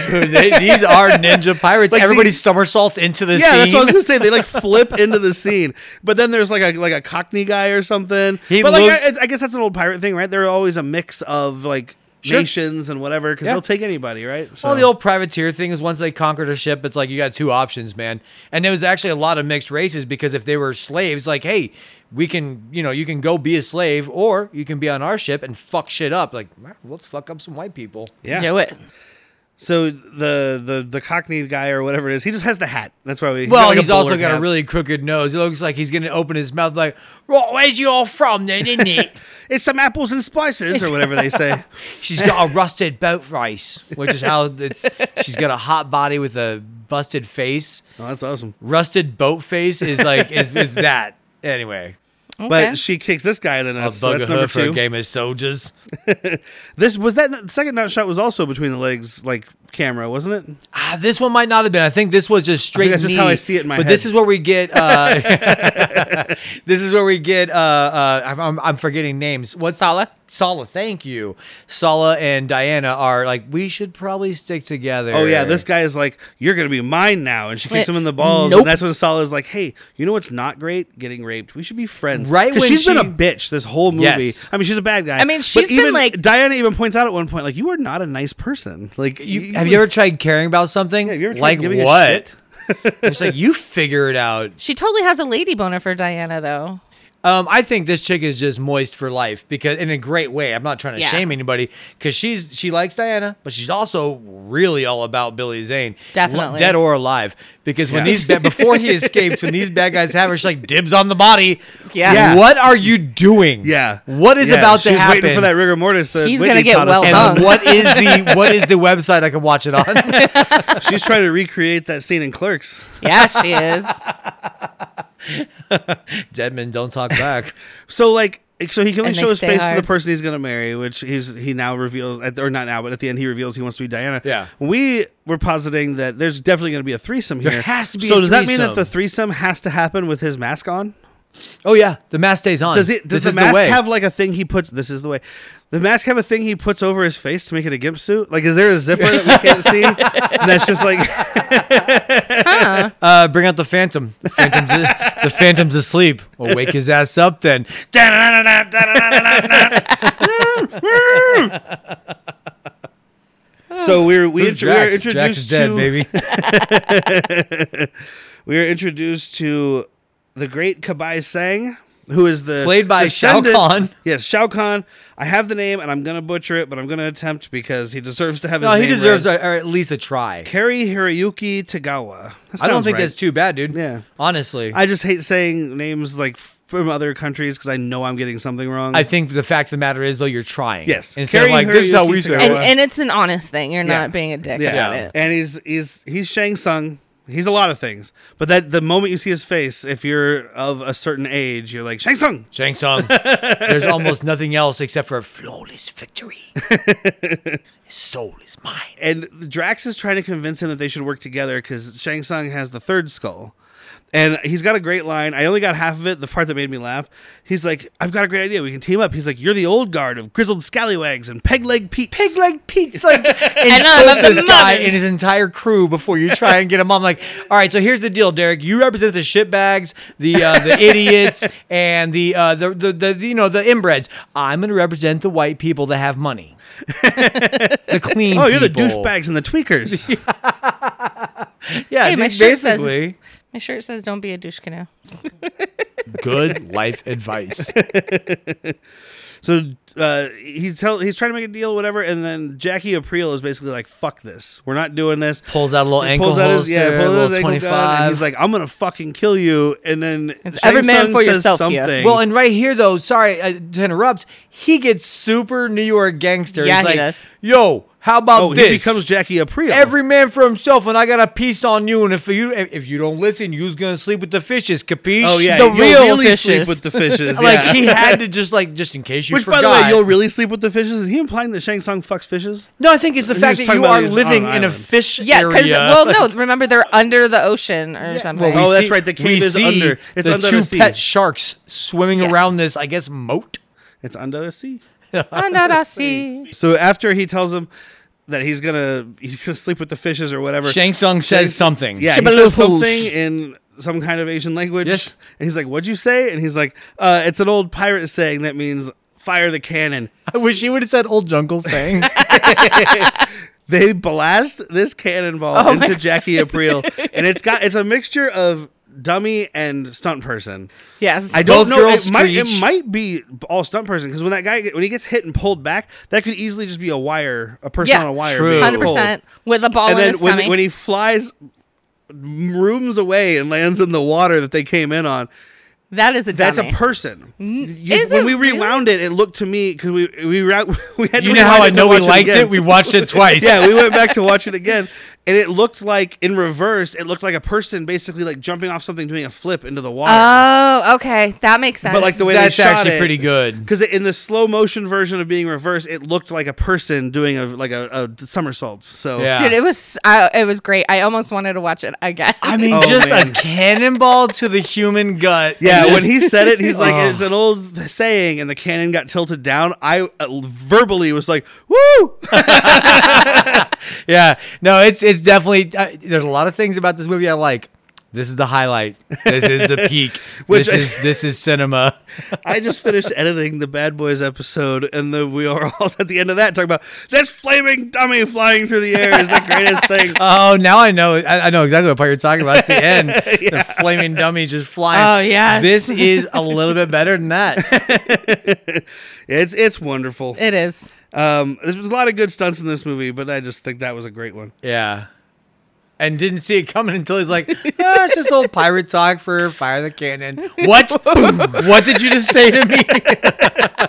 [SPEAKER 3] Dude, they- these are ninja pirates.
[SPEAKER 1] Like
[SPEAKER 3] Everybody
[SPEAKER 1] these-
[SPEAKER 3] somersaults into the
[SPEAKER 1] yeah
[SPEAKER 3] scene.
[SPEAKER 1] that's what i was gonna say they like flip into the scene but then there's like a like a cockney guy or something
[SPEAKER 3] He
[SPEAKER 1] but like
[SPEAKER 3] looks-
[SPEAKER 1] I, I guess that's an old pirate thing right they're always a mix of like
[SPEAKER 3] Sure.
[SPEAKER 1] nations and whatever because
[SPEAKER 3] Yeah.
[SPEAKER 1] they'll take anybody right so
[SPEAKER 3] Well, the old privateer thing is once they conquered a ship, it's like you got two options, man. And there was actually a lot of mixed races because if they were slaves, like, hey, we can, you know, you can go be a slave or you can be on our ship and fuck shit up. Like, let's fuck up some white people.
[SPEAKER 1] yeah
[SPEAKER 2] Do it.
[SPEAKER 1] so the the the cockney guy or whatever it is he just has the hat that's why we he's
[SPEAKER 3] Well,
[SPEAKER 1] like, a
[SPEAKER 3] he's also
[SPEAKER 1] bowler
[SPEAKER 3] got a
[SPEAKER 1] cap.
[SPEAKER 3] really crooked nose. It looks like he's going to open his mouth like, well, where's you all from then, isn't it?
[SPEAKER 1] it's some apples and spices or whatever they say
[SPEAKER 3] she's got a rusted boat rice, which is how it's, she's got a hot body with a busted face.
[SPEAKER 1] Oh, that's awesome.
[SPEAKER 3] Rusted boat face is like, is, is that. Anyway,
[SPEAKER 2] Okay.
[SPEAKER 1] But she kicks this guy in the
[SPEAKER 3] a
[SPEAKER 1] nuts. So
[SPEAKER 3] bug
[SPEAKER 1] that's
[SPEAKER 3] a
[SPEAKER 1] number
[SPEAKER 3] hood for a
[SPEAKER 1] two.
[SPEAKER 3] game of soldiers.
[SPEAKER 1] This was that the second nut shot was also between the legs, like camera, wasn't it?
[SPEAKER 3] Ah, this one might not have been. I think this was just straight.
[SPEAKER 1] that's just how I
[SPEAKER 3] knee,
[SPEAKER 1] see it in my
[SPEAKER 3] But this
[SPEAKER 1] head.
[SPEAKER 3] is where we get. Uh, this is where we get. Uh, uh, I'm- I'm, I'm forgetting names. What's
[SPEAKER 2] Sala?
[SPEAKER 3] Sala, thank you. Sala and Diana are like we should probably stick together.
[SPEAKER 1] Oh yeah, this guy is like, "You're gonna be mine now," and she kicks
[SPEAKER 2] Eh,
[SPEAKER 1] him in the balls.
[SPEAKER 2] nope.
[SPEAKER 1] And that's when Salah is like, "Hey, you know what's not great? Getting raped. We should be friends."
[SPEAKER 3] Right
[SPEAKER 1] Because
[SPEAKER 3] when
[SPEAKER 1] she's been a
[SPEAKER 3] she-
[SPEAKER 1] bitch this whole movie.
[SPEAKER 3] Yes.
[SPEAKER 1] I mean, she's a bad guy.
[SPEAKER 2] I mean,
[SPEAKER 1] But
[SPEAKER 2] she's been
[SPEAKER 1] even-
[SPEAKER 2] like-
[SPEAKER 1] Diana even points out at one point, like, "You are not a nice person." Like,
[SPEAKER 3] You- have you ever tried caring about something?
[SPEAKER 1] Yeah, have you ever tried
[SPEAKER 3] like
[SPEAKER 1] giving a
[SPEAKER 3] what?
[SPEAKER 1] shit?
[SPEAKER 3] It's like you figure it out.
[SPEAKER 2] She totally has a lady boner for Diana though.
[SPEAKER 3] Um, I think this chick is just moist for life because in a great way. I'm not trying to
[SPEAKER 2] Yeah.
[SPEAKER 3] shame anybody because she's she likes Diana, but she's also really all about Billy Zane,
[SPEAKER 2] Definitely.
[SPEAKER 3] dead or alive. Because when
[SPEAKER 1] Yeah.
[SPEAKER 3] these ba- before he escapes, when these bad guys have her, she's like dibs on the body.
[SPEAKER 2] Yeah.
[SPEAKER 1] Yeah.
[SPEAKER 3] what are you doing?
[SPEAKER 1] Yeah.
[SPEAKER 3] what is
[SPEAKER 1] Yeah,
[SPEAKER 3] about to
[SPEAKER 1] she's
[SPEAKER 3] happen?
[SPEAKER 1] Waiting for that rigor mortis. That
[SPEAKER 2] He's
[SPEAKER 1] Whitney
[SPEAKER 2] gonna get
[SPEAKER 1] taught us
[SPEAKER 2] well
[SPEAKER 1] about.
[SPEAKER 2] hung.
[SPEAKER 3] and what is the what is the website I can watch it on?
[SPEAKER 1] She's trying to recreate that scene in Clerks.
[SPEAKER 2] Yeah, she is.
[SPEAKER 3] Dead men don't talk back.
[SPEAKER 1] So like, so he can only
[SPEAKER 2] And they
[SPEAKER 1] show his
[SPEAKER 2] stay
[SPEAKER 1] face to
[SPEAKER 2] hard.
[SPEAKER 1] the person he's gonna marry, which he's he now reveals, at, or not now, but at the end he reveals he wants to be Diana.
[SPEAKER 3] Yeah.
[SPEAKER 1] we were positing that there's definitely gonna be a threesome here.
[SPEAKER 3] There has to be
[SPEAKER 1] So
[SPEAKER 3] a
[SPEAKER 1] does that mean that
[SPEAKER 3] threesome.
[SPEAKER 1] the threesome has to happen with his mask on?
[SPEAKER 3] Oh yeah, the mask stays on.
[SPEAKER 1] Does it? Does
[SPEAKER 3] This
[SPEAKER 1] the
[SPEAKER 3] is
[SPEAKER 1] mask
[SPEAKER 3] way.
[SPEAKER 1] have like a thing he puts? This is the way. The mask have a thing he puts over his face to make it a gimp suit. Like, is there a zipper that we can't see? And that's just like
[SPEAKER 3] Uh, bring out the phantom. The phantom's, the phantom's asleep. Well, wake his ass up then.
[SPEAKER 1] so. We're we
[SPEAKER 3] Who's
[SPEAKER 1] intro- we're
[SPEAKER 3] Drax?
[SPEAKER 1] introduced
[SPEAKER 3] Drax is dead,
[SPEAKER 1] to
[SPEAKER 3] baby.
[SPEAKER 1] we are introduced to the great Kabai Sang, who is the
[SPEAKER 3] Played by Shao
[SPEAKER 1] descendant-
[SPEAKER 3] Kahn.
[SPEAKER 1] Yes, Shao Kahn. I have the name, and I'm gonna butcher it, but I'm gonna attempt because he deserves to have his
[SPEAKER 3] No,
[SPEAKER 1] name.
[SPEAKER 3] he deserves
[SPEAKER 1] read.
[SPEAKER 3] or at least a try.
[SPEAKER 1] Kerry Hiroyuki Tagawa. That
[SPEAKER 3] I don't
[SPEAKER 1] sounds
[SPEAKER 3] think
[SPEAKER 1] right.
[SPEAKER 3] that's too bad, dude.
[SPEAKER 1] Yeah.
[SPEAKER 3] Honestly. I,
[SPEAKER 1] I just hate saying names like from other countries because I know I'm getting something wrong.
[SPEAKER 3] think the fact of the matter is, though, you're trying.
[SPEAKER 1] Yes.
[SPEAKER 3] Instead
[SPEAKER 1] Carry
[SPEAKER 3] of like, this is how
[SPEAKER 1] Hiroyuki
[SPEAKER 3] we say
[SPEAKER 1] Tagawa.
[SPEAKER 2] And
[SPEAKER 3] it.
[SPEAKER 2] and it's an honest thing. You're
[SPEAKER 1] Yeah.
[SPEAKER 2] not being a dick
[SPEAKER 1] yeah.
[SPEAKER 2] about
[SPEAKER 3] Yeah.
[SPEAKER 2] it.
[SPEAKER 1] and he's he's he's Shang Tsung, He's a lot of things, but that the moment you see his face, if you're of a certain age, you're like Shang Tsung.
[SPEAKER 3] Shang Tsung. There's almost nothing else except for a flawless victory. His soul is mine.
[SPEAKER 1] and Drax is trying to convince him that they should work together because Shang Tsung has the third skull. And he's got a great line. I only got half of it, the part that made me laugh. He's like, I've got a great idea. We can team up. He's like, You're the old guard of grizzled scallywags and peg leg Pete's.
[SPEAKER 3] Pig leg Pete's like
[SPEAKER 2] I'm
[SPEAKER 3] insult
[SPEAKER 2] a
[SPEAKER 3] this guy
[SPEAKER 2] mother.
[SPEAKER 3] and his entire crew before you try and get him on. Like, all right, so here's the deal, Derek. You represent the shitbags, the uh, the idiots, and the, uh, the, the the the, you know the inbreds. I'm gonna represent the white people that have money, the clean.
[SPEAKER 1] oh, you're the
[SPEAKER 3] people.
[SPEAKER 1] douchebags and the tweakers.
[SPEAKER 3] Yeah,
[SPEAKER 2] Hey, my
[SPEAKER 3] dude,
[SPEAKER 2] shirt says-
[SPEAKER 3] basically
[SPEAKER 2] My shirt says "Don't be a douche canoe."
[SPEAKER 3] good life advice.
[SPEAKER 1] So uh, he's tell he's trying to make a deal, whatever. And then Jackie Aprile is basically like, "Fuck this, we're not doing this."
[SPEAKER 3] Pulls out a little
[SPEAKER 1] He
[SPEAKER 3] ankle
[SPEAKER 1] pulls out his yeah,
[SPEAKER 3] holster,
[SPEAKER 1] pulls out his
[SPEAKER 3] little
[SPEAKER 1] ankle gun, and
[SPEAKER 3] 25.
[SPEAKER 1] he's like, "I'm gonna fucking kill you." And then
[SPEAKER 2] It's every man for yourself here.
[SPEAKER 3] Well, and right here though, sorry uh, to interrupt, he gets super New York gangster.
[SPEAKER 2] Yeah,
[SPEAKER 3] He's
[SPEAKER 2] he
[SPEAKER 3] like,
[SPEAKER 2] does.
[SPEAKER 3] Yo, how about
[SPEAKER 1] oh,
[SPEAKER 3] this?
[SPEAKER 1] he becomes Jackie Aprile.
[SPEAKER 3] Every man for himself, and I got a piece on you. And if you if you don't listen, you's gonna sleep with the fishes. Capiche?
[SPEAKER 1] Oh yeah,
[SPEAKER 2] The
[SPEAKER 1] you'll
[SPEAKER 2] real
[SPEAKER 1] really
[SPEAKER 2] fishes.
[SPEAKER 1] sleep with the fishes.
[SPEAKER 3] like
[SPEAKER 1] yeah.
[SPEAKER 3] he had to just like just in case you
[SPEAKER 1] Which,
[SPEAKER 3] forgot.
[SPEAKER 1] by the way, you'll really sleep with the fishes. Is he implying that Shang Tsung fucks fishes?
[SPEAKER 3] no, I think it's the fact
[SPEAKER 1] was
[SPEAKER 3] that you
[SPEAKER 1] talking about
[SPEAKER 3] are
[SPEAKER 1] he was
[SPEAKER 3] living
[SPEAKER 1] on an
[SPEAKER 3] in a
[SPEAKER 1] island.
[SPEAKER 3] fish
[SPEAKER 2] Yeah, because
[SPEAKER 3] area.
[SPEAKER 2] well, no, remember they're under the ocean or something.
[SPEAKER 1] we- Oh, that's
[SPEAKER 3] see-
[SPEAKER 1] right, the cave
[SPEAKER 3] we
[SPEAKER 1] is
[SPEAKER 3] see
[SPEAKER 1] under- it's
[SPEAKER 3] the
[SPEAKER 1] under
[SPEAKER 3] two
[SPEAKER 1] the sea.
[SPEAKER 3] pet sharks swimming
[SPEAKER 2] Yes.
[SPEAKER 3] around this, I guess, moat.
[SPEAKER 1] It's under the sea.
[SPEAKER 2] under the sea.
[SPEAKER 1] So after he tells him that he's gonna he's gonna sleep with the fishes or whatever,
[SPEAKER 3] Shang Tsung says something.
[SPEAKER 1] yeah, he
[SPEAKER 2] Shibaloo
[SPEAKER 1] says something
[SPEAKER 2] hoosh.
[SPEAKER 1] in some kind of Asian language.
[SPEAKER 3] Yes.
[SPEAKER 1] and he's like, "What'd you say?" And he's like, uh, "It's an old pirate saying that means fire the cannon."
[SPEAKER 3] I wish he would have said old jungle saying.
[SPEAKER 1] They blast this cannonball
[SPEAKER 2] Oh my
[SPEAKER 1] into Jackie Aprile, and it's got it's a mixture of dummy and stunt person.
[SPEAKER 2] Yes,
[SPEAKER 1] I don't
[SPEAKER 3] Both
[SPEAKER 1] know.
[SPEAKER 3] girls
[SPEAKER 1] It might, it
[SPEAKER 3] screech.
[SPEAKER 1] might be all stunt person because when that guy when he gets hit and pulled back, that could easily just be a wire, a person
[SPEAKER 2] Yeah.
[SPEAKER 1] on a wire,
[SPEAKER 3] True.
[SPEAKER 1] being
[SPEAKER 2] hundred
[SPEAKER 1] pulled.
[SPEAKER 2] percent with a ball
[SPEAKER 1] And
[SPEAKER 2] in
[SPEAKER 1] then
[SPEAKER 2] his
[SPEAKER 1] when
[SPEAKER 2] tummy.
[SPEAKER 1] when he flies rooms away and lands in the water that they came in on,
[SPEAKER 2] that is a
[SPEAKER 1] that's
[SPEAKER 2] dummy.
[SPEAKER 1] a person. You-
[SPEAKER 2] is
[SPEAKER 1] when
[SPEAKER 2] it
[SPEAKER 1] we rewound it, it looked to me because we we ra- we had to
[SPEAKER 3] you know how
[SPEAKER 1] rewind
[SPEAKER 3] I
[SPEAKER 1] it to
[SPEAKER 3] know we
[SPEAKER 1] watch
[SPEAKER 3] liked it?
[SPEAKER 1] again.
[SPEAKER 3] We watched it twice.
[SPEAKER 1] yeah, we went back to watch it again, and it looked like in reverse. It looked like a person basically like jumping off something, doing a flip into the water.
[SPEAKER 2] oh, okay, that makes sense.
[SPEAKER 1] but like the way
[SPEAKER 3] That's
[SPEAKER 1] they shot
[SPEAKER 3] actually
[SPEAKER 1] it-
[SPEAKER 3] pretty good.
[SPEAKER 1] Because in the slow motion version of being reversed, it looked like a person doing a like a, a somersault. So
[SPEAKER 3] Yeah.
[SPEAKER 2] dude, it was I, it was great. I almost wanted to watch it again.
[SPEAKER 3] I mean,
[SPEAKER 1] Oh,
[SPEAKER 3] just
[SPEAKER 1] man.
[SPEAKER 3] a cannonball to the human gut.
[SPEAKER 1] Yeah,
[SPEAKER 3] Just-
[SPEAKER 1] when he said it, he's like,
[SPEAKER 3] Oh.
[SPEAKER 1] "It's an old saying," and the cannon got tilted down. I uh, verbally was like, "Woo!"
[SPEAKER 3] yeah, no, it's it's definitely. Uh, there's a lot of things about this movie I like. This is the highlight. This is the peak.
[SPEAKER 1] Which
[SPEAKER 3] this
[SPEAKER 1] I-
[SPEAKER 3] is this is cinema.
[SPEAKER 1] I just finished editing the Bad Boys episode, and then we are all at the end of that talking about this flaming dummy flying through the air is the greatest thing.
[SPEAKER 3] Oh, now I know. I, I know exactly what part you're talking about. It's the end. The flaming dummies just flying.
[SPEAKER 2] Oh, yes.
[SPEAKER 3] This is a little bit better than that.
[SPEAKER 1] It's it's wonderful.
[SPEAKER 2] it is.
[SPEAKER 1] Um, there's a lot of good stunts in this movie, but I just think that was a great one.
[SPEAKER 3] Yeah. And didn't see it coming until he's like, ah, it's just old pirate talk for fire the cannon. What? what did you just say to me?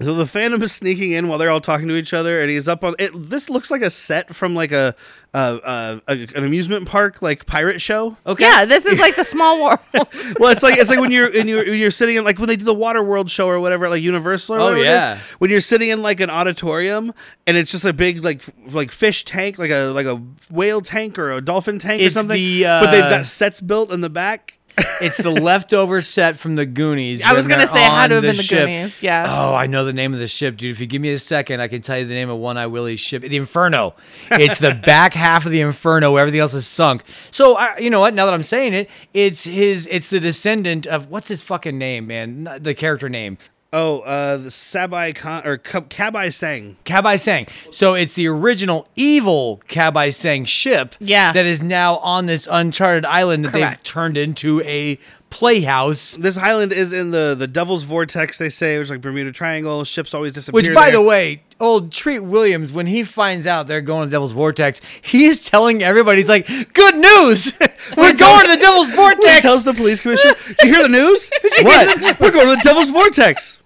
[SPEAKER 1] So the Phantom is sneaking in while they're all talking to each other, and he's up on. It, this looks like a set from like a, uh, uh, a an amusement park like pirate show.
[SPEAKER 3] Okay.
[SPEAKER 2] Yeah, this is like the small world.
[SPEAKER 1] Well, it's like it's like when you're when you're, when you're sitting in like when they do the Water World show or whatever, like Universal. Or
[SPEAKER 3] Oh,
[SPEAKER 1] whatever it is,
[SPEAKER 3] yeah.
[SPEAKER 1] when you're sitting in like an auditorium and it's just a big like f- like fish tank, like a like a whale tank or a dolphin tank
[SPEAKER 3] It's
[SPEAKER 1] or something.
[SPEAKER 3] the,
[SPEAKER 1] but they've
[SPEAKER 3] uh,
[SPEAKER 1] got sets built in the back.
[SPEAKER 3] It's the leftover set from the Goonies.
[SPEAKER 2] I was
[SPEAKER 3] when
[SPEAKER 2] gonna
[SPEAKER 3] they're
[SPEAKER 2] say it had
[SPEAKER 3] on
[SPEAKER 2] to have been the
[SPEAKER 3] ship.
[SPEAKER 2] Goonies, yeah.
[SPEAKER 3] Oh, I know the name of the ship, dude. If you give me a second, I can tell you the name of One Eye Willie's ship. The Inferno. It's the back half of the Inferno. Everything else is sunk. So I, you know what? Now that I'm saying it, it's his. It's the descendant of what's his fucking name, man? Not- The character name.
[SPEAKER 1] Oh, uh, the Sabai Khan or Kab- Kabai Sang.
[SPEAKER 3] Kabai Sang. So it's the original evil Kabai Sang ship
[SPEAKER 2] Yeah.
[SPEAKER 3] that is now on this uncharted island that
[SPEAKER 2] Correct.
[SPEAKER 3] they've turned into a playhouse.
[SPEAKER 1] This island is in the the Devil's Vortex. They say which is like Bermuda Triangle. Ships always disappear.
[SPEAKER 3] Which, by
[SPEAKER 1] there.
[SPEAKER 3] the way, old Treat Williams, when he finds out they're going to Devil's Vortex, he's telling everybody, he's like, "Good news, we're going to the Devil's
[SPEAKER 1] He
[SPEAKER 3] Vortex."
[SPEAKER 1] tells the police commissioner, "Did you hear the news? what? We're going to the Devil's Vortex."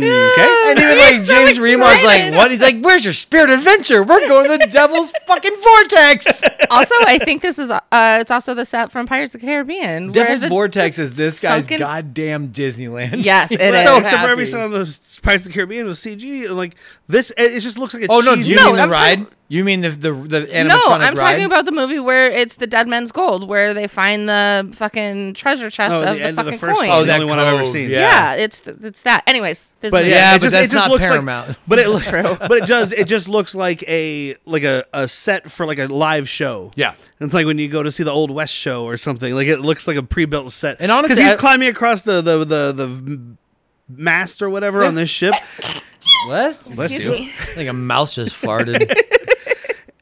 [SPEAKER 3] and
[SPEAKER 1] Okay.
[SPEAKER 3] even like James
[SPEAKER 2] so
[SPEAKER 3] Remar's like,
[SPEAKER 2] excited.
[SPEAKER 3] "What?" He's like, "Where's your spirit adventure? We're going to the Devil's fucking Vortex."
[SPEAKER 2] also, I think this is uh, it's also the set from Pirates of the Caribbean. where
[SPEAKER 3] Devil's
[SPEAKER 2] the
[SPEAKER 3] Vortex is this guy's
[SPEAKER 2] sunken-
[SPEAKER 3] goddamn Disneyland.
[SPEAKER 2] Yes, it is.
[SPEAKER 1] so,
[SPEAKER 3] so
[SPEAKER 1] so for
[SPEAKER 3] happy.
[SPEAKER 1] every set on the Pirates of the Caribbean was CG, and like this, it, it just looks like a
[SPEAKER 3] Oh no, do
[SPEAKER 1] cheesy-
[SPEAKER 3] you
[SPEAKER 2] No,
[SPEAKER 3] mean the
[SPEAKER 2] I'm
[SPEAKER 3] ride?
[SPEAKER 2] talking-
[SPEAKER 3] you mean the the, the animatronic
[SPEAKER 2] No, I'm
[SPEAKER 3] ride?
[SPEAKER 2] talking about the movie where it's the Dead Men's Gold, where they find the fucking treasure chest
[SPEAKER 1] Oh,
[SPEAKER 2] of
[SPEAKER 1] the
[SPEAKER 2] the,
[SPEAKER 1] end of the
[SPEAKER 2] fucking
[SPEAKER 1] first
[SPEAKER 2] coin.
[SPEAKER 1] one.
[SPEAKER 3] Oh,
[SPEAKER 1] the
[SPEAKER 3] that
[SPEAKER 1] only one I've ever
[SPEAKER 3] cove,
[SPEAKER 1] seen.
[SPEAKER 3] yeah.
[SPEAKER 2] yeah. it's it's that. Anyways, this
[SPEAKER 1] But
[SPEAKER 2] is
[SPEAKER 1] yeah,
[SPEAKER 3] Yeah,
[SPEAKER 1] it
[SPEAKER 3] but
[SPEAKER 1] just,
[SPEAKER 3] that's
[SPEAKER 1] it just
[SPEAKER 3] not
[SPEAKER 1] looks
[SPEAKER 3] Paramount.
[SPEAKER 1] Like, but it looks,
[SPEAKER 2] True.
[SPEAKER 1] but it does. It just looks like a like a, a set for like a live show.
[SPEAKER 3] Yeah.
[SPEAKER 1] it's like when you go to see the Old West show or something. Like it looks like a pre-built set.
[SPEAKER 3] And honestly,
[SPEAKER 1] because he's
[SPEAKER 3] I-
[SPEAKER 1] climbing across the the the the mast or whatever on this ship,
[SPEAKER 3] What?
[SPEAKER 1] Bless
[SPEAKER 2] Excuse
[SPEAKER 1] you.
[SPEAKER 2] me.
[SPEAKER 3] I think a mouse just farted.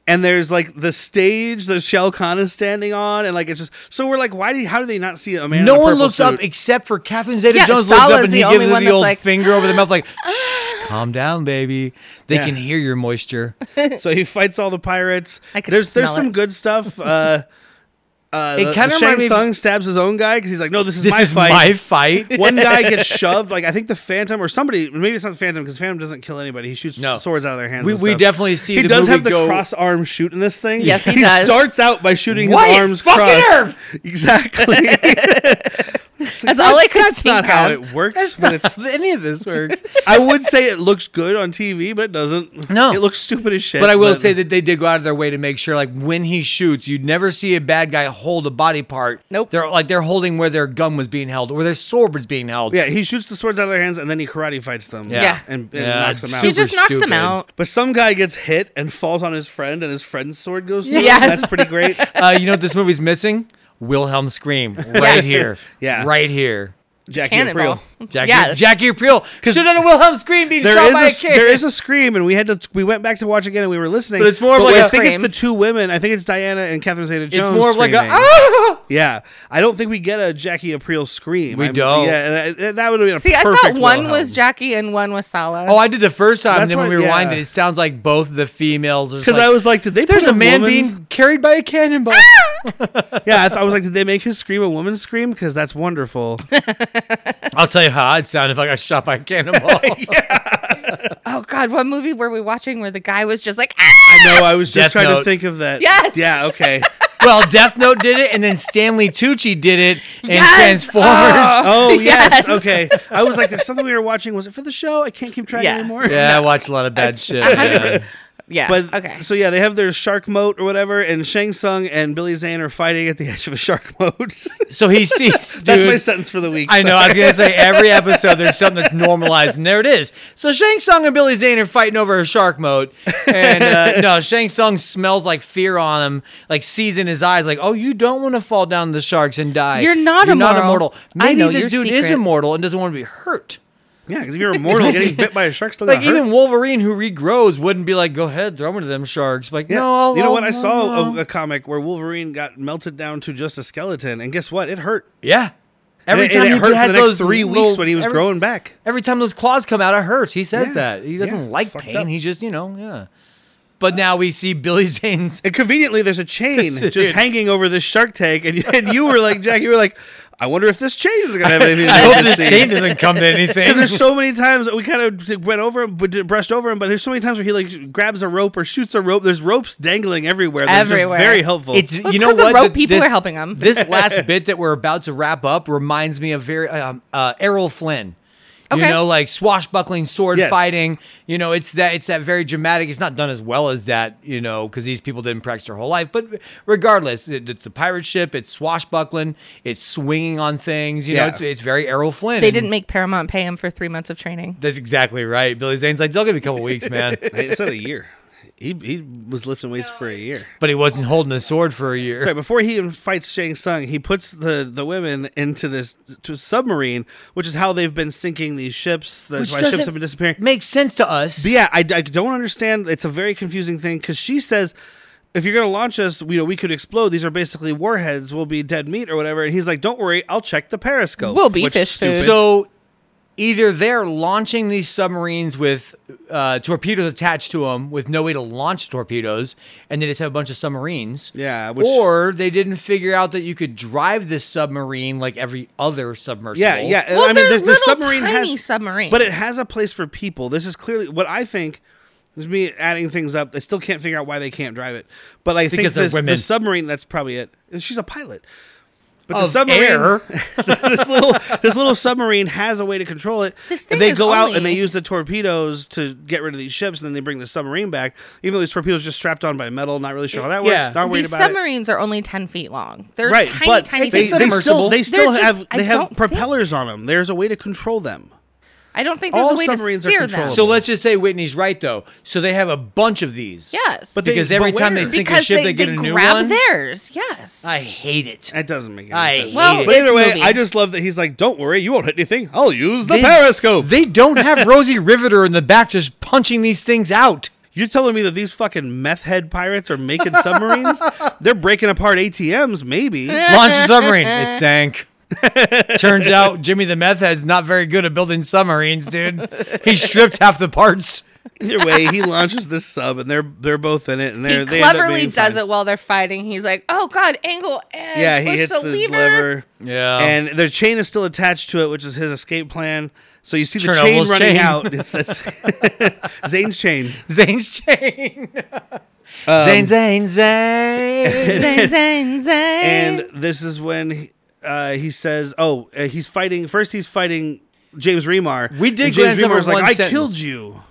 [SPEAKER 1] and there's like the stage that Shao Kahn is standing on, and like it's just so we're like, why do you, how do they not see a man?
[SPEAKER 3] no
[SPEAKER 1] in a
[SPEAKER 3] one
[SPEAKER 1] purple
[SPEAKER 3] looks up
[SPEAKER 1] suit?
[SPEAKER 3] except for Catherine Zeta
[SPEAKER 2] Yeah,
[SPEAKER 3] Jones looks
[SPEAKER 2] Sala's
[SPEAKER 3] up and
[SPEAKER 2] the
[SPEAKER 3] he
[SPEAKER 2] only
[SPEAKER 3] gives her
[SPEAKER 2] one
[SPEAKER 3] the
[SPEAKER 2] that's
[SPEAKER 3] old
[SPEAKER 2] like, "Ah."
[SPEAKER 3] finger over the mouth, like, calm down, baby. They
[SPEAKER 1] Yeah.
[SPEAKER 3] can hear your moisture.
[SPEAKER 1] so he fights all the pirates.
[SPEAKER 2] I could
[SPEAKER 1] there's there's
[SPEAKER 2] smell
[SPEAKER 1] some
[SPEAKER 2] it.
[SPEAKER 1] good stuff. Uh, uh,
[SPEAKER 3] It
[SPEAKER 1] the-
[SPEAKER 3] kinda
[SPEAKER 1] the Shang
[SPEAKER 3] reminded me-
[SPEAKER 1] Tsung stabs his own guy because he's like, no, this is
[SPEAKER 3] This
[SPEAKER 1] my
[SPEAKER 3] is
[SPEAKER 1] fight.
[SPEAKER 3] my fight.
[SPEAKER 1] one guy gets shoved. Like I think the Phantom or somebody, maybe it's not the Phantom because Phantom doesn't kill anybody. He shoots
[SPEAKER 3] No.
[SPEAKER 1] swords out of their hands.
[SPEAKER 3] We-
[SPEAKER 1] and
[SPEAKER 3] we
[SPEAKER 1] stuff.
[SPEAKER 3] definitely see
[SPEAKER 1] he
[SPEAKER 3] the
[SPEAKER 1] does
[SPEAKER 3] movie
[SPEAKER 1] have the
[SPEAKER 3] go-
[SPEAKER 1] cross arm shoot in this thing.
[SPEAKER 2] Yes, he does.
[SPEAKER 1] starts out by shooting
[SPEAKER 3] Why?
[SPEAKER 1] his arms
[SPEAKER 3] Fucking
[SPEAKER 1] crossed.
[SPEAKER 3] herb!
[SPEAKER 1] Exactly.
[SPEAKER 2] That's all I could
[SPEAKER 1] That's
[SPEAKER 2] think
[SPEAKER 1] not how
[SPEAKER 2] of.
[SPEAKER 1] it works. but
[SPEAKER 3] That's not how any of this works.
[SPEAKER 1] it's- I would say it looks good on TV, but it doesn't.
[SPEAKER 3] No.
[SPEAKER 1] it looks stupid as shit.
[SPEAKER 3] But I will say that they did go out of their way to make sure, like when he shoots, you'd never see a bad guy hold a body part.
[SPEAKER 2] Nope.
[SPEAKER 3] They're like they're holding where their gun was being held or where their sword was being held.
[SPEAKER 1] Yeah, he shoots the swords out of their hands and then he karate fights them.
[SPEAKER 2] Yeah.
[SPEAKER 1] and, and
[SPEAKER 3] Yeah,
[SPEAKER 1] knocks them
[SPEAKER 3] it's
[SPEAKER 1] out.
[SPEAKER 2] He
[SPEAKER 3] super
[SPEAKER 2] just knocks him
[SPEAKER 3] stupid.
[SPEAKER 2] out.
[SPEAKER 1] but some guy gets hit and falls on his friend, and his friend's sword goes through. him.
[SPEAKER 2] Yes.
[SPEAKER 1] that's pretty great.
[SPEAKER 3] Uh, you know what this movie's missing? Wilhelm scream right
[SPEAKER 2] Yes.
[SPEAKER 3] here.
[SPEAKER 1] Yeah.
[SPEAKER 3] Right here.
[SPEAKER 1] Jackie
[SPEAKER 2] Cannonball.
[SPEAKER 1] Aprile.
[SPEAKER 3] Jackie,
[SPEAKER 2] Yeah.
[SPEAKER 3] Jackie Aprile stood on a Wilhelm scream being
[SPEAKER 1] There
[SPEAKER 3] shot
[SPEAKER 1] is
[SPEAKER 3] by
[SPEAKER 1] a,
[SPEAKER 3] a,
[SPEAKER 1] s-
[SPEAKER 3] kid.
[SPEAKER 1] there is a scream, and we had to we went back to watch again, and we were listening.
[SPEAKER 3] But it's more of
[SPEAKER 1] I
[SPEAKER 3] like
[SPEAKER 1] think
[SPEAKER 2] a-
[SPEAKER 1] it's the two women. I think it's Diana and Catherine Zeta Jones.
[SPEAKER 3] it's more of like a
[SPEAKER 1] screaming.
[SPEAKER 3] ah!
[SPEAKER 1] yeah. I don't think we get a Jackie Aprile scream.
[SPEAKER 3] We
[SPEAKER 1] I'm-
[SPEAKER 3] don't.
[SPEAKER 1] Yeah, and I, and that would have been a
[SPEAKER 2] See, I
[SPEAKER 1] perfect
[SPEAKER 2] thought one
[SPEAKER 1] Wilhelm.
[SPEAKER 2] was Jackie and one was Sala.
[SPEAKER 3] Oh, I did the first time, and
[SPEAKER 1] That's
[SPEAKER 3] then when
[SPEAKER 1] what-
[SPEAKER 3] we rewind
[SPEAKER 1] yeah.
[SPEAKER 3] it, it sounds like both the females are.
[SPEAKER 1] because I was like, did they?
[SPEAKER 3] there's
[SPEAKER 1] put
[SPEAKER 3] a man
[SPEAKER 1] woman's-
[SPEAKER 3] being carried by a cannonball.
[SPEAKER 1] Yeah, I, thought, I was like, did they make his scream a woman's scream? Because that's wonderful.
[SPEAKER 3] I'll tell you how it sounded if I got shot by a cannonball.
[SPEAKER 2] oh God, what movie were we watching where the guy was just like, ah!
[SPEAKER 1] I know. I was just
[SPEAKER 3] Death
[SPEAKER 1] trying
[SPEAKER 3] Note.
[SPEAKER 1] to think of that.
[SPEAKER 2] Yes!
[SPEAKER 1] Yeah. Okay.
[SPEAKER 3] well, Death Note did it, and then Stanley Tucci did it in
[SPEAKER 2] Yes!
[SPEAKER 3] Transformers.
[SPEAKER 1] Oh yes.
[SPEAKER 2] Yes.
[SPEAKER 1] Okay. I was like, there's something we were watching. Was it for the show? I can't keep track
[SPEAKER 2] Yeah.
[SPEAKER 1] anymore.
[SPEAKER 3] Yeah, I watched a lot of bad shit. man.
[SPEAKER 2] yeah,
[SPEAKER 1] But
[SPEAKER 2] okay.
[SPEAKER 1] So yeah, they have their shark moat or whatever, and Shang Tsung and Billy Zane are fighting at the edge of a shark moat. that's
[SPEAKER 3] So he sees. Dude,
[SPEAKER 1] my sentence for the week.
[SPEAKER 3] I know. I was gonna say every episode there's something that's normalized, and there it is. So Shang Tsung and Billy Zane are fighting over a shark moat, and uh, no, Shang Tsung smells like fear on him, like sees in his eyes, like, "Oh, you don't want to fall down to the sharks and die.
[SPEAKER 2] You're not
[SPEAKER 3] You're not immortal.
[SPEAKER 2] immortal. I
[SPEAKER 3] Maybe
[SPEAKER 2] know
[SPEAKER 3] this dude
[SPEAKER 2] your
[SPEAKER 3] is
[SPEAKER 2] secret."
[SPEAKER 3] immortal and doesn't want to be hurt.
[SPEAKER 1] Yeah, because if you're immortal, getting bit by a shark still
[SPEAKER 3] Like
[SPEAKER 1] gonna hurt.
[SPEAKER 3] even Wolverine, who regrows, wouldn't be like, "Go ahead, throw him to them sharks." Like,
[SPEAKER 1] Yeah.
[SPEAKER 3] no, I'll-
[SPEAKER 1] you know what?
[SPEAKER 3] I'll-
[SPEAKER 1] I saw
[SPEAKER 3] I'll-
[SPEAKER 1] a, a comic where Wolverine got melted down to just a skeleton, and guess what? It hurt.
[SPEAKER 3] yeah.
[SPEAKER 1] And
[SPEAKER 3] Every
[SPEAKER 1] it-
[SPEAKER 3] time
[SPEAKER 1] and
[SPEAKER 3] he
[SPEAKER 1] it hurt
[SPEAKER 3] has
[SPEAKER 1] for the next
[SPEAKER 3] those
[SPEAKER 1] three
[SPEAKER 3] little-
[SPEAKER 1] weeks when he was
[SPEAKER 3] every-
[SPEAKER 1] growing back.
[SPEAKER 3] Every time those claws come out, it hurts. He says
[SPEAKER 1] Yeah.
[SPEAKER 3] that. He doesn't
[SPEAKER 1] Yeah.
[SPEAKER 3] like
[SPEAKER 1] Fucked
[SPEAKER 3] pain.
[SPEAKER 1] up.
[SPEAKER 3] He just, you know, yeah. But now we see Billy Zane's.
[SPEAKER 1] And conveniently, there's a chain
[SPEAKER 3] Dude.
[SPEAKER 1] just hanging over this shark tank, and, and you were like, Jack, you were like, I wonder if this chain is gonna have anything to
[SPEAKER 3] I
[SPEAKER 1] do
[SPEAKER 3] hope
[SPEAKER 1] with
[SPEAKER 3] this
[SPEAKER 1] scene.
[SPEAKER 3] chain doesn't come to anything.
[SPEAKER 1] Because there's so many times that we kind of went over him, but brushed over him. But there's so many times where he like grabs a rope or shoots a rope. There's ropes dangling everywhere. They're just
[SPEAKER 2] Everywhere.
[SPEAKER 1] very helpful.
[SPEAKER 3] It's
[SPEAKER 2] it's
[SPEAKER 3] you know
[SPEAKER 2] 'cause the
[SPEAKER 3] what
[SPEAKER 2] rope
[SPEAKER 3] Th-
[SPEAKER 2] people
[SPEAKER 3] this-
[SPEAKER 2] are helping 'em.
[SPEAKER 3] This last bit that we're about to wrap up reminds me of very um, uh, Errol Flynn. You
[SPEAKER 2] Okay.
[SPEAKER 3] know, like swashbuckling, sword
[SPEAKER 1] Yes.
[SPEAKER 3] fighting. You know, it's that it's that very dramatic. It's not done as well as that. You know, because these people didn't practice their whole life. But regardless, it, it's the pirate ship. It's swashbuckling. It's swinging on things. You
[SPEAKER 1] Yeah.
[SPEAKER 3] know, it's it's very Errol Flynn.
[SPEAKER 2] They
[SPEAKER 3] And-
[SPEAKER 2] didn't make Paramount pay him for three months of training.
[SPEAKER 3] That's exactly right. Billy Zane's like, they'll give me a couple weeks, man.
[SPEAKER 1] it said a year. He, he was lifting weights for a year.
[SPEAKER 3] But he wasn't holding a sword for a year.
[SPEAKER 1] Sorry, before he even fights Shang Tsung, he puts the, the women into this to a submarine, which is how they've been sinking these ships. That's
[SPEAKER 3] Which
[SPEAKER 1] why ships
[SPEAKER 3] doesn't
[SPEAKER 1] have been disappearing.
[SPEAKER 3] Makes sense to us.
[SPEAKER 1] But yeah, I, I don't understand. It's a very confusing thing because she says if you're gonna launch us, you know, we could explode. These are basically warheads. We'll be dead meat or whatever." And he's like, "Don't worry, I'll check the periscope."
[SPEAKER 2] We'll be
[SPEAKER 1] which is
[SPEAKER 2] fish food.
[SPEAKER 1] stupid.
[SPEAKER 3] So either they're launching these submarines with uh, torpedoes attached to them with no way to launch torpedoes, and they just have a bunch of submarines.
[SPEAKER 1] Yeah, which-
[SPEAKER 3] or they didn't figure out that you could drive this submarine like every other submersible.
[SPEAKER 1] Yeah, yeah. and
[SPEAKER 2] Well,
[SPEAKER 1] I mean,
[SPEAKER 2] they're
[SPEAKER 1] this, this
[SPEAKER 2] little
[SPEAKER 1] submarine
[SPEAKER 2] tiny
[SPEAKER 1] has
[SPEAKER 2] submarines.
[SPEAKER 1] but it has a place for people. This is clearly what I think. This is me adding things up. I still can't figure out why they can't drive it. But I
[SPEAKER 3] Because they're
[SPEAKER 1] think this,
[SPEAKER 3] women.
[SPEAKER 1] this submarine. That's probably it. And She's a pilot. But the
[SPEAKER 3] Of
[SPEAKER 1] submarine,
[SPEAKER 3] air.
[SPEAKER 1] this little this little submarine has a way to control it.
[SPEAKER 2] This
[SPEAKER 1] and
[SPEAKER 2] thing
[SPEAKER 1] they
[SPEAKER 2] is
[SPEAKER 1] go out and
[SPEAKER 2] only-
[SPEAKER 1] they use the torpedoes to get rid of these ships, and then they bring the submarine back. Even though these torpedoes are just strapped on by metal, not really sure how that works.
[SPEAKER 3] Yeah.
[SPEAKER 1] Not worried
[SPEAKER 2] These
[SPEAKER 1] about it.
[SPEAKER 2] submarines are only ten feet long. They're
[SPEAKER 1] right,
[SPEAKER 2] tiny,
[SPEAKER 1] but
[SPEAKER 2] tiny.
[SPEAKER 1] they,
[SPEAKER 2] things.
[SPEAKER 1] they still
[SPEAKER 3] submersible.
[SPEAKER 1] they still
[SPEAKER 2] They're
[SPEAKER 1] have
[SPEAKER 2] just-
[SPEAKER 1] they
[SPEAKER 2] I
[SPEAKER 1] have
[SPEAKER 2] don't think-
[SPEAKER 1] propellers on 'em. on them. There's a way to control them.
[SPEAKER 2] I don't think there's
[SPEAKER 1] all
[SPEAKER 2] a way to
[SPEAKER 1] submarines are
[SPEAKER 2] steer them.
[SPEAKER 1] controllable.
[SPEAKER 3] So let's just say Whitney's right though. So they have a bunch of these.
[SPEAKER 2] yes,
[SPEAKER 1] But they-
[SPEAKER 3] Because every
[SPEAKER 1] but
[SPEAKER 3] time they
[SPEAKER 1] where?
[SPEAKER 3] sink a
[SPEAKER 2] because
[SPEAKER 3] ship,
[SPEAKER 2] they,
[SPEAKER 3] they, get
[SPEAKER 2] they
[SPEAKER 3] a new
[SPEAKER 2] grab
[SPEAKER 3] one.
[SPEAKER 2] theirs. Yes,
[SPEAKER 3] I hate it.
[SPEAKER 1] It doesn't make any
[SPEAKER 3] I
[SPEAKER 1] sense.
[SPEAKER 2] Well,
[SPEAKER 3] hate it.
[SPEAKER 1] But either way,
[SPEAKER 2] movie.
[SPEAKER 1] I just love that he's like, "Don't worry, you won't hit anything. I'll use the
[SPEAKER 3] They-
[SPEAKER 1] periscope."
[SPEAKER 3] They don't have Rosie Riveter in the back just punching these things out.
[SPEAKER 1] You're telling me that these fucking meth head pirates are making submarines? They're breaking apart ATMs, maybe.
[SPEAKER 3] Launch a submarine. It sank. Turns out Jimmy the meth head's not very good at building submarines, dude. He stripped half the parts.
[SPEAKER 1] Either way, he launches this sub, and they're they're both in it, and they're
[SPEAKER 2] he
[SPEAKER 1] they end up
[SPEAKER 2] cleverly
[SPEAKER 1] being
[SPEAKER 2] does
[SPEAKER 1] fine.
[SPEAKER 2] it while they're fighting. He's like, "Oh God, angle and
[SPEAKER 1] Yeah, he
[SPEAKER 2] push
[SPEAKER 1] hits
[SPEAKER 2] the, lever."
[SPEAKER 3] Yeah.
[SPEAKER 1] and their chain is still attached to it, which is his escape plan. So you see the chain
[SPEAKER 3] Chernobyl's
[SPEAKER 1] running
[SPEAKER 3] chain.
[SPEAKER 1] out. It's, that's Zane's chain.
[SPEAKER 3] Zane's chain.
[SPEAKER 1] Um,
[SPEAKER 3] Zane, Zane, Zane.
[SPEAKER 2] Zang, zang, zang.
[SPEAKER 1] and this is when uh, he says, "Oh, uh, he's fighting." First, he's fighting James Remar.
[SPEAKER 3] We did
[SPEAKER 1] And James
[SPEAKER 3] glance over
[SPEAKER 1] Remar's like,
[SPEAKER 3] one
[SPEAKER 1] "I
[SPEAKER 3] sentence.
[SPEAKER 1] killed you."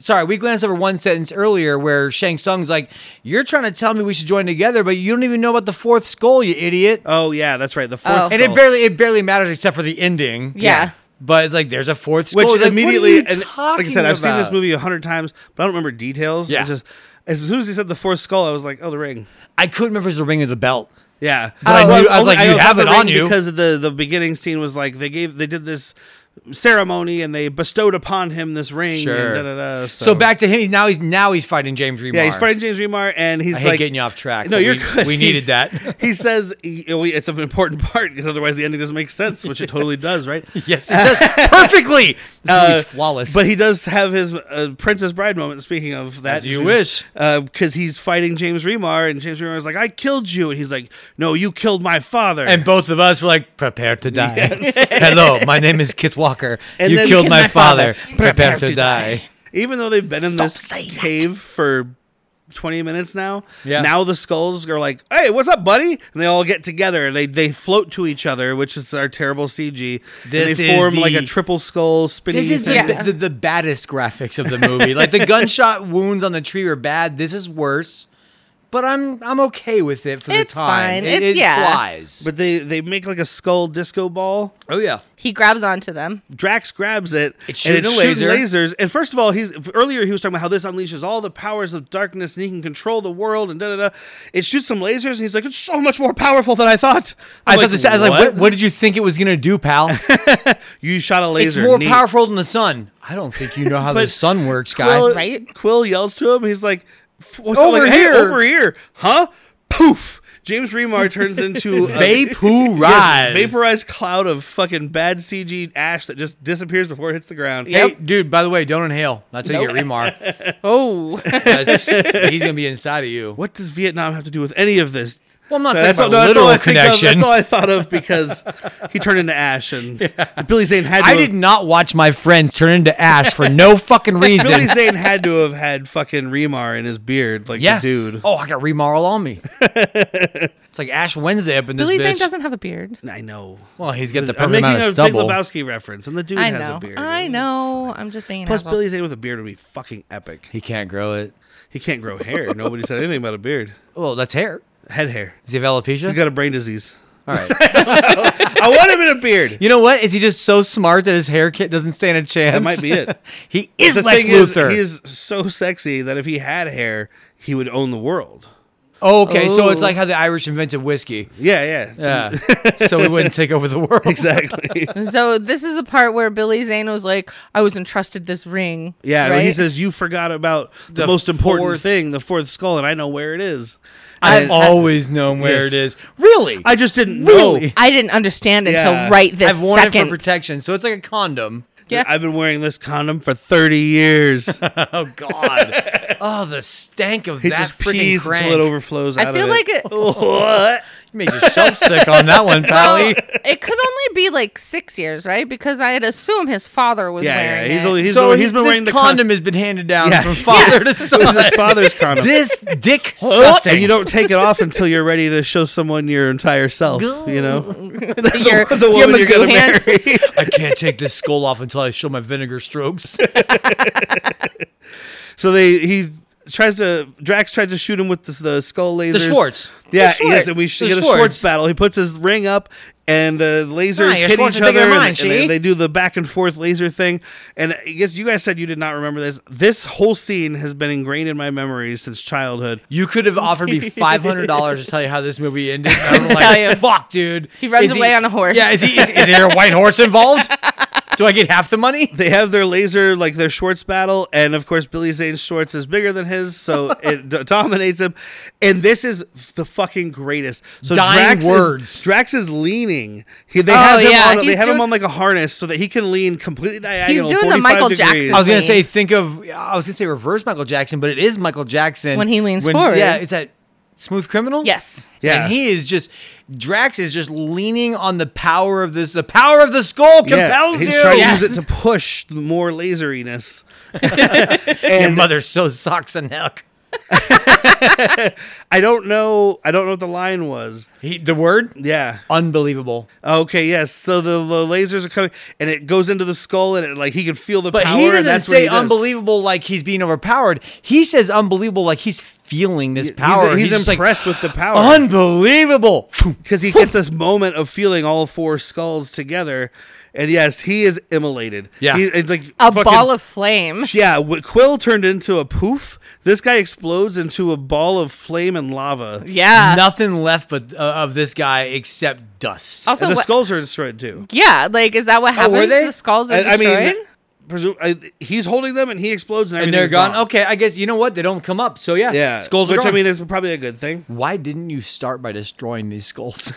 [SPEAKER 3] Sorry, we glanced over one sentence earlier where Shang Tsung's like, You're trying to tell me we should join together, but you don't even know about the fourth skull, you idiot.
[SPEAKER 1] Oh yeah, that's right. The fourth,
[SPEAKER 2] Oh.
[SPEAKER 3] And
[SPEAKER 1] skull.
[SPEAKER 3] it barely it barely matters except for the ending.
[SPEAKER 2] Yeah.
[SPEAKER 3] But it's like there's a fourth
[SPEAKER 1] which
[SPEAKER 3] skull. It's like, what are
[SPEAKER 1] immediately,
[SPEAKER 3] you
[SPEAKER 1] and like I said, I've seen
[SPEAKER 3] talking
[SPEAKER 1] this
[SPEAKER 3] about?
[SPEAKER 1] movie a hundred times, but I don't remember details.
[SPEAKER 3] Yeah.
[SPEAKER 1] It's just as soon as he said the fourth skull, I was like, "Oh, the ring."
[SPEAKER 3] I couldn't remember if it was the ring or the belt.
[SPEAKER 1] Yeah,
[SPEAKER 3] But I knew- I was
[SPEAKER 1] only-
[SPEAKER 3] like, you
[SPEAKER 1] only
[SPEAKER 3] have
[SPEAKER 1] thought
[SPEAKER 3] it
[SPEAKER 1] the
[SPEAKER 3] on
[SPEAKER 1] ring
[SPEAKER 3] you.
[SPEAKER 1] because of the the beginning scene was like they gave they did this ceremony and they bestowed upon him this ring. And
[SPEAKER 3] Sure.
[SPEAKER 1] da-da-da, so.
[SPEAKER 3] So back to him. he's- Now he's now he's fighting James Remar.
[SPEAKER 1] Yeah, he's fighting James Remar, and he's
[SPEAKER 3] I hate
[SPEAKER 1] like
[SPEAKER 3] getting you off track.
[SPEAKER 1] No,
[SPEAKER 3] but
[SPEAKER 1] you're
[SPEAKER 3] we,
[SPEAKER 1] good.
[SPEAKER 3] We
[SPEAKER 1] He's-
[SPEAKER 3] needed that.
[SPEAKER 1] he says he- we- it's an important part because otherwise the ending doesn't make sense, which it totally does, right?
[SPEAKER 3] yes, it does perfectly. This
[SPEAKER 1] Uh,
[SPEAKER 3] movie's flawless.
[SPEAKER 1] But he does have his uh, Princess Bride moment. Speaking of that,
[SPEAKER 3] As you wish.
[SPEAKER 1] because he's fighting James Remar, and James Remar is like, "I killed you," and he's like, "No, you killed my father."
[SPEAKER 3] and both of us were like, prepare to die. Hello, my name is Kit Walker.
[SPEAKER 1] And
[SPEAKER 3] you
[SPEAKER 1] then-
[SPEAKER 3] killed my,
[SPEAKER 1] my
[SPEAKER 3] father. Prepare, to, die.
[SPEAKER 1] even though they've been in
[SPEAKER 3] Stop
[SPEAKER 1] this
[SPEAKER 3] saying that.
[SPEAKER 1] cave for. 20 minutes now.
[SPEAKER 3] Yeah.
[SPEAKER 1] Now the skulls are like, hey, what's up, buddy? And they all get together and they, they float to each other, which is our terrible CG. And
[SPEAKER 3] This
[SPEAKER 1] they
[SPEAKER 3] is
[SPEAKER 1] form like
[SPEAKER 3] the-
[SPEAKER 1] a triple skull spinning.
[SPEAKER 3] This is the,
[SPEAKER 1] thing.
[SPEAKER 2] Yeah.
[SPEAKER 3] the the baddest graphics of the movie. Like the gunshot wounds on the tree were bad. This is worse. But I'm I'm okay with it for
[SPEAKER 2] It's
[SPEAKER 3] the time.
[SPEAKER 2] fine.
[SPEAKER 3] It,
[SPEAKER 2] It's-
[SPEAKER 3] it
[SPEAKER 2] yeah.
[SPEAKER 3] flies.
[SPEAKER 1] But they they make like a skull disco ball.
[SPEAKER 3] oh yeah.
[SPEAKER 2] he grabs onto them.
[SPEAKER 1] Drax grabs it.
[SPEAKER 3] It's
[SPEAKER 1] and
[SPEAKER 3] shooting a laser.
[SPEAKER 1] lasers. And first of all, he's earlier he was talking about how this unleashes all the powers of darkness and he can control the world and da da da. It shoots some lasers and he's like, it's so much more powerful than I thought.
[SPEAKER 3] I
[SPEAKER 1] I'm
[SPEAKER 3] thought this. I was like,
[SPEAKER 1] "What?
[SPEAKER 3] what, what did you think it was gonna do, pal?
[SPEAKER 1] You shot a
[SPEAKER 3] It's
[SPEAKER 1] laser.
[SPEAKER 3] more
[SPEAKER 1] Neat."
[SPEAKER 3] powerful than the sun. I don't think you know how the
[SPEAKER 1] But
[SPEAKER 3] sun works, guy.
[SPEAKER 1] Quill,
[SPEAKER 2] Right?
[SPEAKER 1] Quill yells to him. He's like, f- what's up?
[SPEAKER 3] Over
[SPEAKER 1] Like, "Hey,
[SPEAKER 3] here."
[SPEAKER 1] over here, huh? Poof. James Remar turns into a-
[SPEAKER 3] Vaporize.
[SPEAKER 1] uh, Yes, vaporized cloud of fucking bad CG ash that just disappears before it hits the ground.
[SPEAKER 3] Hey, dude, by the way, don't inhale. That's how you get Remar.
[SPEAKER 2] Oh,
[SPEAKER 3] That's, he's going to be inside of you.
[SPEAKER 1] what does Vietnam have to do with any of this?
[SPEAKER 3] Well, I'm not
[SPEAKER 1] So
[SPEAKER 3] saying
[SPEAKER 1] that's,
[SPEAKER 3] my
[SPEAKER 1] all, no, that's all
[SPEAKER 3] literal
[SPEAKER 1] I think of.
[SPEAKER 3] connection.
[SPEAKER 1] That's all I thought of because he turned into ash, and Billy Zane had. To
[SPEAKER 3] I
[SPEAKER 1] have,
[SPEAKER 3] did not watch my friends turn into ash for no fucking
[SPEAKER 1] Billy
[SPEAKER 3] reason.
[SPEAKER 1] Zane had to have had fucking Remar in his beard, like
[SPEAKER 3] Yeah.
[SPEAKER 1] the dude.
[SPEAKER 3] Oh, I got Remar all on me. it's like Ash Wednesday up in this
[SPEAKER 2] Billy
[SPEAKER 3] bitch.
[SPEAKER 2] Zane doesn't have a beard.
[SPEAKER 1] I know.
[SPEAKER 3] Well, he's got the
[SPEAKER 1] I'm
[SPEAKER 3] perfect
[SPEAKER 1] making
[SPEAKER 3] amount
[SPEAKER 1] a
[SPEAKER 3] of stubble.
[SPEAKER 1] Big Lebowski reference, and the dude
[SPEAKER 2] I
[SPEAKER 1] has
[SPEAKER 2] know.
[SPEAKER 1] a beard.
[SPEAKER 2] I know. I'm just being an
[SPEAKER 1] Plus,
[SPEAKER 2] asshole.
[SPEAKER 1] Billy Zane with a beard would be fucking epic.
[SPEAKER 3] He can't grow it.
[SPEAKER 1] He can't grow hair. Nobody said anything about a beard.
[SPEAKER 3] Well, that's hair.
[SPEAKER 1] Head hair.
[SPEAKER 3] Does he have alopecia?
[SPEAKER 1] He's got a brain disease.
[SPEAKER 3] all right.
[SPEAKER 1] I want him in a beard.
[SPEAKER 3] You know what? Is he just so smart that his hair kit doesn't stand a chance?
[SPEAKER 1] That might be it.
[SPEAKER 3] he is
[SPEAKER 1] the
[SPEAKER 3] Lex
[SPEAKER 1] thing
[SPEAKER 3] Luthor.
[SPEAKER 1] is, he is so sexy that if he had hair, he would own the world.
[SPEAKER 3] Oh, okay. So it's
[SPEAKER 2] Oh.
[SPEAKER 3] like how the Irish invented whiskey.
[SPEAKER 1] Yeah, yeah.
[SPEAKER 3] Yeah. so we wouldn't take over the world.
[SPEAKER 1] Exactly.
[SPEAKER 2] So this is the part where Billy Zane was like, "I was entrusted this ring."
[SPEAKER 1] Yeah,
[SPEAKER 2] right?
[SPEAKER 1] he says you forgot about the,
[SPEAKER 3] The
[SPEAKER 1] most important
[SPEAKER 3] fourth-
[SPEAKER 1] thing, the fourth skull, and I know where it is.
[SPEAKER 3] I've
[SPEAKER 1] And
[SPEAKER 3] always known where
[SPEAKER 1] Yes.
[SPEAKER 3] it is. Really?
[SPEAKER 1] I just didn't know.
[SPEAKER 3] Really?
[SPEAKER 2] I didn't understand
[SPEAKER 1] Yeah.
[SPEAKER 2] until right this
[SPEAKER 3] I've worn it
[SPEAKER 2] second.
[SPEAKER 3] for protection. So it's like a condom.
[SPEAKER 2] Yeah.
[SPEAKER 1] I've been wearing this condom for 30 years.
[SPEAKER 3] Oh God. oh, the stank of
[SPEAKER 1] It
[SPEAKER 3] that
[SPEAKER 1] just
[SPEAKER 3] freaking
[SPEAKER 1] pees
[SPEAKER 3] crank.
[SPEAKER 1] until it overflows out
[SPEAKER 2] I feel
[SPEAKER 1] of
[SPEAKER 2] like
[SPEAKER 1] it.
[SPEAKER 2] it.
[SPEAKER 1] What?
[SPEAKER 3] You made yourself sick on that one, Pally.
[SPEAKER 2] it could only be like six years, right? Because I'd assume his father was
[SPEAKER 1] Yeah, yeah.
[SPEAKER 2] wearing
[SPEAKER 1] He's,
[SPEAKER 2] it.
[SPEAKER 1] only, he's,
[SPEAKER 3] so
[SPEAKER 1] been, he's been
[SPEAKER 3] this
[SPEAKER 1] wearing the
[SPEAKER 3] condom has been handed down
[SPEAKER 1] Yeah.
[SPEAKER 3] from father to son.
[SPEAKER 1] It was his father's condom.
[SPEAKER 3] Dis dick disgusting.
[SPEAKER 1] and you don't take it off until you're ready to show someone your entire self. You know,
[SPEAKER 2] your,
[SPEAKER 1] the
[SPEAKER 2] your
[SPEAKER 1] woman you're
[SPEAKER 2] Magoo
[SPEAKER 1] gonna
[SPEAKER 2] hands.
[SPEAKER 1] marry.
[SPEAKER 3] I can't take this skull off until I show my vinegar strokes.
[SPEAKER 1] so they he tries to Drax tries to shoot him with the, the skull lasers.
[SPEAKER 3] Schwartz.
[SPEAKER 1] Yeah,
[SPEAKER 3] The Schwartz.
[SPEAKER 1] yes, and we should
[SPEAKER 3] The
[SPEAKER 1] get a
[SPEAKER 3] Schwartz.
[SPEAKER 1] Schwartz battle. He puts his ring up, and the lasers
[SPEAKER 3] Ah, your
[SPEAKER 1] hit
[SPEAKER 3] Schwartz
[SPEAKER 1] each
[SPEAKER 3] is bigger
[SPEAKER 1] other.
[SPEAKER 3] than
[SPEAKER 1] and-
[SPEAKER 3] mine,
[SPEAKER 1] and,
[SPEAKER 3] see?
[SPEAKER 1] they, they do the back and forth laser thing. And I guess you guys said you did not remember this. This whole scene has been ingrained in my memories since childhood.
[SPEAKER 3] You could have offered me five hundred dollars to tell you how this movie ended. and I'm like,
[SPEAKER 2] Tell you.
[SPEAKER 3] fuck, dude.
[SPEAKER 2] He runs away on a horse.
[SPEAKER 3] Yeah, is, he, is, is there a white horse involved? Do I get half the money?
[SPEAKER 1] They have their laser, like their Schwartz battle, and of course Billy Zane's Schwartz is bigger than his, so it d- dominates him. And this is the fucking greatest. So
[SPEAKER 3] Dying
[SPEAKER 1] Drax
[SPEAKER 3] words.
[SPEAKER 1] Is, Drax is leaning. He, they
[SPEAKER 2] Oh,
[SPEAKER 1] have, them
[SPEAKER 2] yeah,
[SPEAKER 1] on, they
[SPEAKER 2] he's
[SPEAKER 1] have him
[SPEAKER 2] doing-
[SPEAKER 1] on like a harness so that he can lean completely diagonal.
[SPEAKER 2] doing the
[SPEAKER 1] 45
[SPEAKER 2] Michael
[SPEAKER 1] degrees.
[SPEAKER 2] Jackson
[SPEAKER 3] I was gonna
[SPEAKER 2] Wayne.
[SPEAKER 3] say, think of. I was gonna say reverse Michael Jackson, but it is Michael Jackson
[SPEAKER 2] When he leans forward.
[SPEAKER 3] Yeah, is that Smooth Criminal?
[SPEAKER 2] Yes.
[SPEAKER 1] Yeah.
[SPEAKER 3] and he is just Drax is just leaning on the power of this. The power of the skull compels
[SPEAKER 1] he's
[SPEAKER 3] you.
[SPEAKER 1] trying
[SPEAKER 3] Yes.
[SPEAKER 1] to use it to push more laseriness.
[SPEAKER 3] Your mother sews socks and neck.
[SPEAKER 1] I don't know. I don't know what the line was.
[SPEAKER 3] He, the word
[SPEAKER 1] Yeah.
[SPEAKER 3] unbelievable.
[SPEAKER 1] Okay. Yes. So the, the lasers are coming, and it goes into the skull, and it like he can feel the
[SPEAKER 3] But
[SPEAKER 1] power.
[SPEAKER 3] he
[SPEAKER 1] and
[SPEAKER 3] doesn't
[SPEAKER 1] that's
[SPEAKER 3] say
[SPEAKER 1] what he does.
[SPEAKER 3] unbelievable like he's being overpowered. He says unbelievable like he's feeling this power.
[SPEAKER 1] He's, he's
[SPEAKER 3] just like,
[SPEAKER 1] impressed with the power.
[SPEAKER 3] unbelievable.
[SPEAKER 1] because he gets this moment of feeling all four skulls together, and yes, he is immolated.
[SPEAKER 3] Yeah.
[SPEAKER 1] He- it's like
[SPEAKER 2] A
[SPEAKER 1] fucking-
[SPEAKER 2] ball of flame.
[SPEAKER 1] yeah. What Quill turned into a poof. This guy explodes into a ball of flame and lava.
[SPEAKER 2] Yeah.
[SPEAKER 3] Nothing left but uh, of this guy except dust.
[SPEAKER 2] Also,
[SPEAKER 1] and the
[SPEAKER 2] what-
[SPEAKER 1] skulls are destroyed too.
[SPEAKER 2] yeah, like is that what happens?
[SPEAKER 3] they?
[SPEAKER 2] The skulls are
[SPEAKER 1] I, I
[SPEAKER 2] destroyed.
[SPEAKER 1] mean, presume I, he's holding them and he explodes and,
[SPEAKER 3] and
[SPEAKER 1] everything
[SPEAKER 3] they're
[SPEAKER 1] is
[SPEAKER 3] gone. Okay, I guess you know what? They don't come up. So yeah,
[SPEAKER 1] Yeah,
[SPEAKER 3] skulls
[SPEAKER 1] which
[SPEAKER 3] are gone.
[SPEAKER 1] I mean is probably a good thing.
[SPEAKER 3] Why didn't you start by destroying these skulls?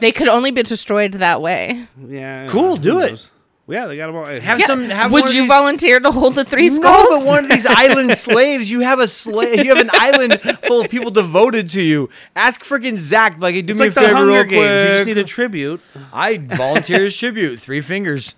[SPEAKER 2] they could only be destroyed that way.
[SPEAKER 1] Yeah,
[SPEAKER 3] Cool,
[SPEAKER 1] who
[SPEAKER 3] do it.
[SPEAKER 1] knows? Yeah, they got them all.
[SPEAKER 3] Have some. Have
[SPEAKER 2] Would
[SPEAKER 3] one of
[SPEAKER 2] you
[SPEAKER 3] these-
[SPEAKER 2] volunteer to hold the three
[SPEAKER 3] No,
[SPEAKER 2] skulls?
[SPEAKER 3] but one of these island slaves. You have a slave. You have an island full of people devoted to you. Ask freaking Zach. Like, hey, do
[SPEAKER 1] it's
[SPEAKER 3] me
[SPEAKER 1] like
[SPEAKER 3] a
[SPEAKER 1] the
[SPEAKER 3] favor,
[SPEAKER 1] Hunger
[SPEAKER 3] real
[SPEAKER 1] Games. You just
[SPEAKER 3] quick.
[SPEAKER 1] need a tribute.
[SPEAKER 3] I volunteer as tribute. Three fingers.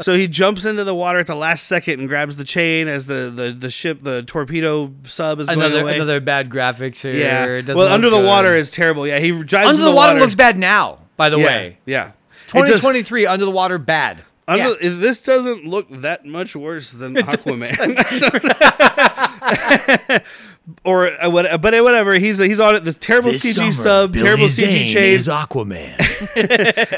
[SPEAKER 1] So he jumps into the water at the last second and grabs the chain as the the, the ship, the torpedo sub is going
[SPEAKER 3] Another
[SPEAKER 1] away.
[SPEAKER 3] another bad graphics here. It
[SPEAKER 1] yeah.
[SPEAKER 3] doesn't
[SPEAKER 1] Well,
[SPEAKER 3] look
[SPEAKER 1] under the
[SPEAKER 3] good.
[SPEAKER 1] water is terrible. Yeah, he drives
[SPEAKER 3] under
[SPEAKER 1] in
[SPEAKER 3] the water, looks bad now. By the
[SPEAKER 1] Yeah,
[SPEAKER 3] way,
[SPEAKER 1] yeah. It does-
[SPEAKER 3] 2023 under the water bad.
[SPEAKER 1] Under, This doesn't look that much worse than Aquaman. or uh, what, but uh, whatever. He's he's on it. The terrible CG sub, terrible CG chain,
[SPEAKER 3] Aquaman.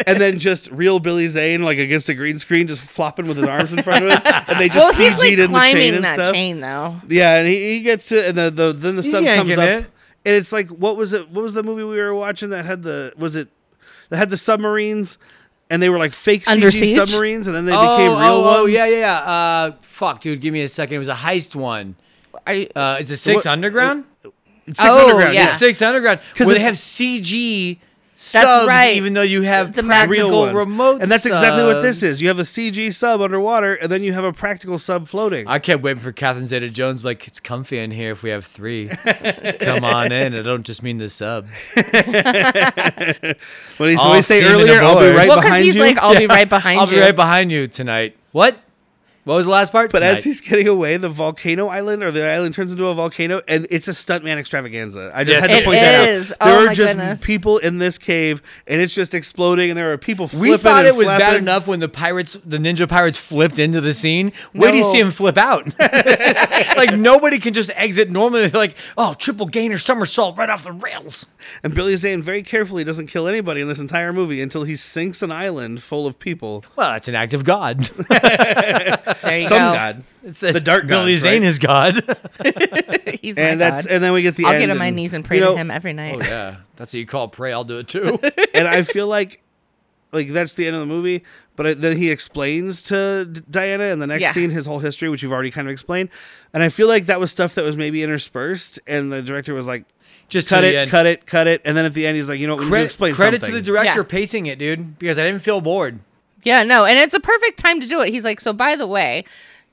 [SPEAKER 1] and then just real Billy Zane like against a green screen, just flopping with his arms in front of him, and they
[SPEAKER 2] well,
[SPEAKER 1] just
[SPEAKER 2] he's
[SPEAKER 1] CG'd
[SPEAKER 2] like
[SPEAKER 1] in the chain
[SPEAKER 2] climbing
[SPEAKER 1] and
[SPEAKER 2] that
[SPEAKER 1] stuff.
[SPEAKER 2] chain though.
[SPEAKER 1] Yeah, and he, he gets to and the, the then the
[SPEAKER 3] He's
[SPEAKER 1] sub comes
[SPEAKER 3] yanking
[SPEAKER 1] up,
[SPEAKER 3] it.
[SPEAKER 1] and it's like what was it? What was the movie we were watching that had the was it that had the submarines, and they were like fake CG
[SPEAKER 2] Under Siege?
[SPEAKER 1] submarines, and then they
[SPEAKER 3] oh,
[SPEAKER 1] became real
[SPEAKER 3] oh,
[SPEAKER 1] ones.
[SPEAKER 3] oh, yeah, yeah, yeah. Uh, fuck, dude, give me a second. It was a heist one.
[SPEAKER 2] Are you,
[SPEAKER 3] Uh, it's a Six
[SPEAKER 1] What-
[SPEAKER 3] Underground.
[SPEAKER 1] Six
[SPEAKER 2] Oh,
[SPEAKER 1] underground.
[SPEAKER 2] yeah.
[SPEAKER 1] Yeah.
[SPEAKER 3] It's Six Underground.
[SPEAKER 1] 'Cause
[SPEAKER 3] Where they
[SPEAKER 1] it's-
[SPEAKER 3] have CG subs,
[SPEAKER 2] right.
[SPEAKER 3] even though you have
[SPEAKER 2] The mag-
[SPEAKER 1] real
[SPEAKER 3] practical
[SPEAKER 1] ones.
[SPEAKER 3] remote.
[SPEAKER 1] and that's exactly what this
[SPEAKER 3] subs.
[SPEAKER 1] is. You have a CG sub underwater, and then you have a practical sub floating.
[SPEAKER 3] I kept waiting for Catherine Zeta-Jones. Like it's comfy in here if we have three. Come on in. I don't just mean the sub.
[SPEAKER 1] When he, so
[SPEAKER 3] All
[SPEAKER 1] we say
[SPEAKER 3] seamen
[SPEAKER 1] earlier, I'll be
[SPEAKER 3] Oh, aboard.
[SPEAKER 1] right
[SPEAKER 2] well, because
[SPEAKER 1] behind
[SPEAKER 2] he's
[SPEAKER 1] you.
[SPEAKER 2] like, I'll be right behind
[SPEAKER 3] I'll be
[SPEAKER 2] you.
[SPEAKER 3] right behind you tonight. What? What was the last part?
[SPEAKER 1] but as
[SPEAKER 3] Tonight.
[SPEAKER 1] he's getting away, the volcano island or the island turns into a volcano, and it's a stuntman extravaganza. I just
[SPEAKER 3] Yes.
[SPEAKER 1] had to
[SPEAKER 3] It
[SPEAKER 1] point that
[SPEAKER 2] is.
[SPEAKER 1] out. There
[SPEAKER 2] Oh
[SPEAKER 1] are
[SPEAKER 2] my
[SPEAKER 1] just
[SPEAKER 2] goodness.
[SPEAKER 1] people in this cave, and it's just exploding, and there are people flipping.
[SPEAKER 3] we thought
[SPEAKER 1] and
[SPEAKER 3] it was bad
[SPEAKER 1] flapping.
[SPEAKER 3] enough when the pirates, the ninja pirates, flipped into the scene. Where do you
[SPEAKER 2] No.
[SPEAKER 3] see him flip out? It's just, like nobody can just exit normally. They're like, oh, triple gainer somersault right off the rails.
[SPEAKER 1] And Billy Zane very carefully doesn't kill anybody in this entire movie until he sinks an island full of people.
[SPEAKER 3] Well, that's an act of God.
[SPEAKER 2] There you
[SPEAKER 1] Some
[SPEAKER 2] go.
[SPEAKER 1] god.
[SPEAKER 3] It's, it's
[SPEAKER 1] The dark
[SPEAKER 3] Billy
[SPEAKER 1] gods,
[SPEAKER 3] Zane
[SPEAKER 1] right?
[SPEAKER 3] is God.
[SPEAKER 2] He's my
[SPEAKER 1] And that's
[SPEAKER 2] god.
[SPEAKER 1] and then we get the
[SPEAKER 2] I'll
[SPEAKER 1] end
[SPEAKER 2] get on my
[SPEAKER 1] and,
[SPEAKER 2] knees and pray
[SPEAKER 1] you know, Oh,
[SPEAKER 2] to him every night.
[SPEAKER 3] Oh, yeah, that's what you call pray. I'll do it too.
[SPEAKER 1] and I feel like like that's the end of the movie. But I- then he explains to D- Diana in the next
[SPEAKER 2] Yeah.
[SPEAKER 1] scene his whole history, which you've already kind of explained. And I feel like that was stuff that was maybe interspersed, and the director was like,
[SPEAKER 3] Just
[SPEAKER 1] "Cut
[SPEAKER 3] to
[SPEAKER 1] it,
[SPEAKER 3] the end.
[SPEAKER 1] cut it, cut it." And then at the end, he's like, "You know, what, we need to
[SPEAKER 3] Credit,
[SPEAKER 1] explain
[SPEAKER 3] credit to
[SPEAKER 1] something."
[SPEAKER 3] the director
[SPEAKER 2] Yeah.
[SPEAKER 3] pacing it, dude, because I didn't feel bored.
[SPEAKER 2] Yeah, no, and it's a perfect time to do it. He's like, so by the way,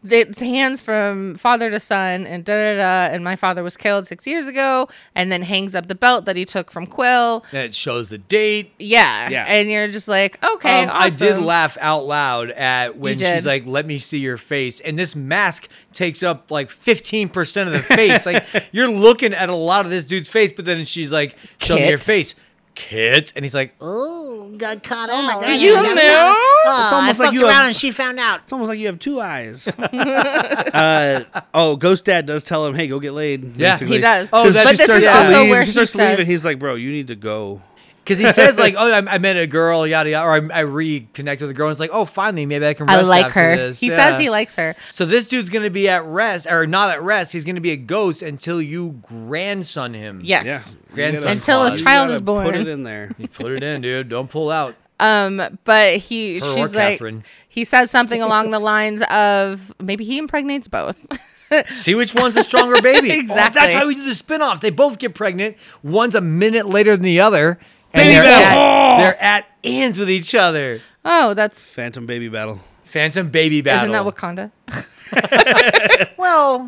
[SPEAKER 2] it's hands from father to son, and da da da. And my father was killed six years ago, and then hangs up the belt that he took from Quill.
[SPEAKER 3] And it shows the date.
[SPEAKER 2] Yeah,
[SPEAKER 1] Yeah.
[SPEAKER 2] and you're just like, okay,
[SPEAKER 3] Um, I
[SPEAKER 2] awesome.
[SPEAKER 3] did laugh out loud at when
[SPEAKER 2] did.
[SPEAKER 3] she's like, "Let me see your face," and this mask takes up like fifteen percent of the face. like you're looking at a lot of this dude's face, but then she's like, "Show me your
[SPEAKER 2] Kit.
[SPEAKER 3] face, kit," and he's like,
[SPEAKER 5] Oh, got caught oh out.
[SPEAKER 2] You
[SPEAKER 5] I got
[SPEAKER 2] know?
[SPEAKER 5] found- Oh,
[SPEAKER 1] It's
[SPEAKER 5] I
[SPEAKER 1] almost like
[SPEAKER 5] fucked
[SPEAKER 1] you
[SPEAKER 5] around
[SPEAKER 1] have-
[SPEAKER 5] and she found out.
[SPEAKER 1] It's almost like you have two eyes. uh, oh, Ghost Dad does tell him, "Hey, go get laid."
[SPEAKER 3] Yeah.
[SPEAKER 1] basically.
[SPEAKER 2] He does.
[SPEAKER 3] Oh,
[SPEAKER 2] but
[SPEAKER 3] that-
[SPEAKER 2] this
[SPEAKER 1] She
[SPEAKER 2] is
[SPEAKER 1] starts to
[SPEAKER 2] also
[SPEAKER 1] leave,
[SPEAKER 2] where
[SPEAKER 1] she
[SPEAKER 2] he
[SPEAKER 1] starts to leave, and
[SPEAKER 2] says,
[SPEAKER 1] he's like, "Bro, you need to go."
[SPEAKER 3] Because he says like, "Oh, I, I met a girl, yada yada," or I, I reconnect with a girl. And it's like, "Oh, finally, maybe I can." Rest
[SPEAKER 2] "I like
[SPEAKER 3] after
[SPEAKER 2] her."
[SPEAKER 3] this."
[SPEAKER 2] He
[SPEAKER 3] Yeah.
[SPEAKER 2] says he likes her.
[SPEAKER 3] So this dude's gonna be at rest, or not at rest. He's gonna be a ghost until you grandson him.
[SPEAKER 2] Yes.
[SPEAKER 1] Yeah,
[SPEAKER 3] Grandson
[SPEAKER 1] You gotta-
[SPEAKER 2] Until a
[SPEAKER 1] you
[SPEAKER 2] child
[SPEAKER 1] gotta
[SPEAKER 2] is born.
[SPEAKER 1] Put it in there.
[SPEAKER 3] You put it in, dude. Don't pull out.
[SPEAKER 2] Um, but he,
[SPEAKER 3] Her or
[SPEAKER 2] she's like,
[SPEAKER 3] Catherine.
[SPEAKER 2] he says something along the lines of maybe he impregnates both.
[SPEAKER 3] See which one's the stronger baby.
[SPEAKER 2] Exactly.
[SPEAKER 3] that's how we do the spinoff. They both get pregnant. One's a minute later than the other. And
[SPEAKER 1] Baby
[SPEAKER 3] they're,
[SPEAKER 1] battle.
[SPEAKER 3] at, they're at ends with each other.
[SPEAKER 2] oh, that's
[SPEAKER 1] Phantom baby battle.
[SPEAKER 3] Phantom baby battle.
[SPEAKER 2] isn't that Wakanda?
[SPEAKER 3] well,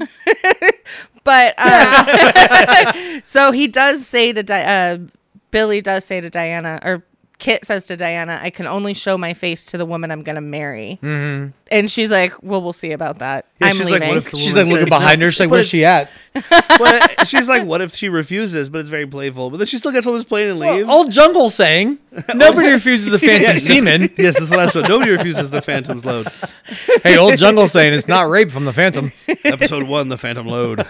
[SPEAKER 2] But um, so he does say to Di- uh, Billy does say to Diana or Kit says to Diana, "I can only show my face to the woman I'm gonna marry," mm-hmm. and she's like, "Well, we'll see about that.
[SPEAKER 1] Yeah,
[SPEAKER 2] I'm
[SPEAKER 1] she's like,
[SPEAKER 2] leaving."
[SPEAKER 1] what if the woman says no? But it's-
[SPEAKER 3] at?
[SPEAKER 1] but she's like, "What if she refuses?" But it's very playful. But then she still gets on this plane and leaves.
[SPEAKER 3] Old Jungle saying, nobody refuses the Phantom Seaman.
[SPEAKER 1] yes, that's the last one. Nobody refuses the Phantom's load.
[SPEAKER 3] Hey, Old Jungle saying it's not rape from the Phantom.
[SPEAKER 1] Episode one, the Phantom load.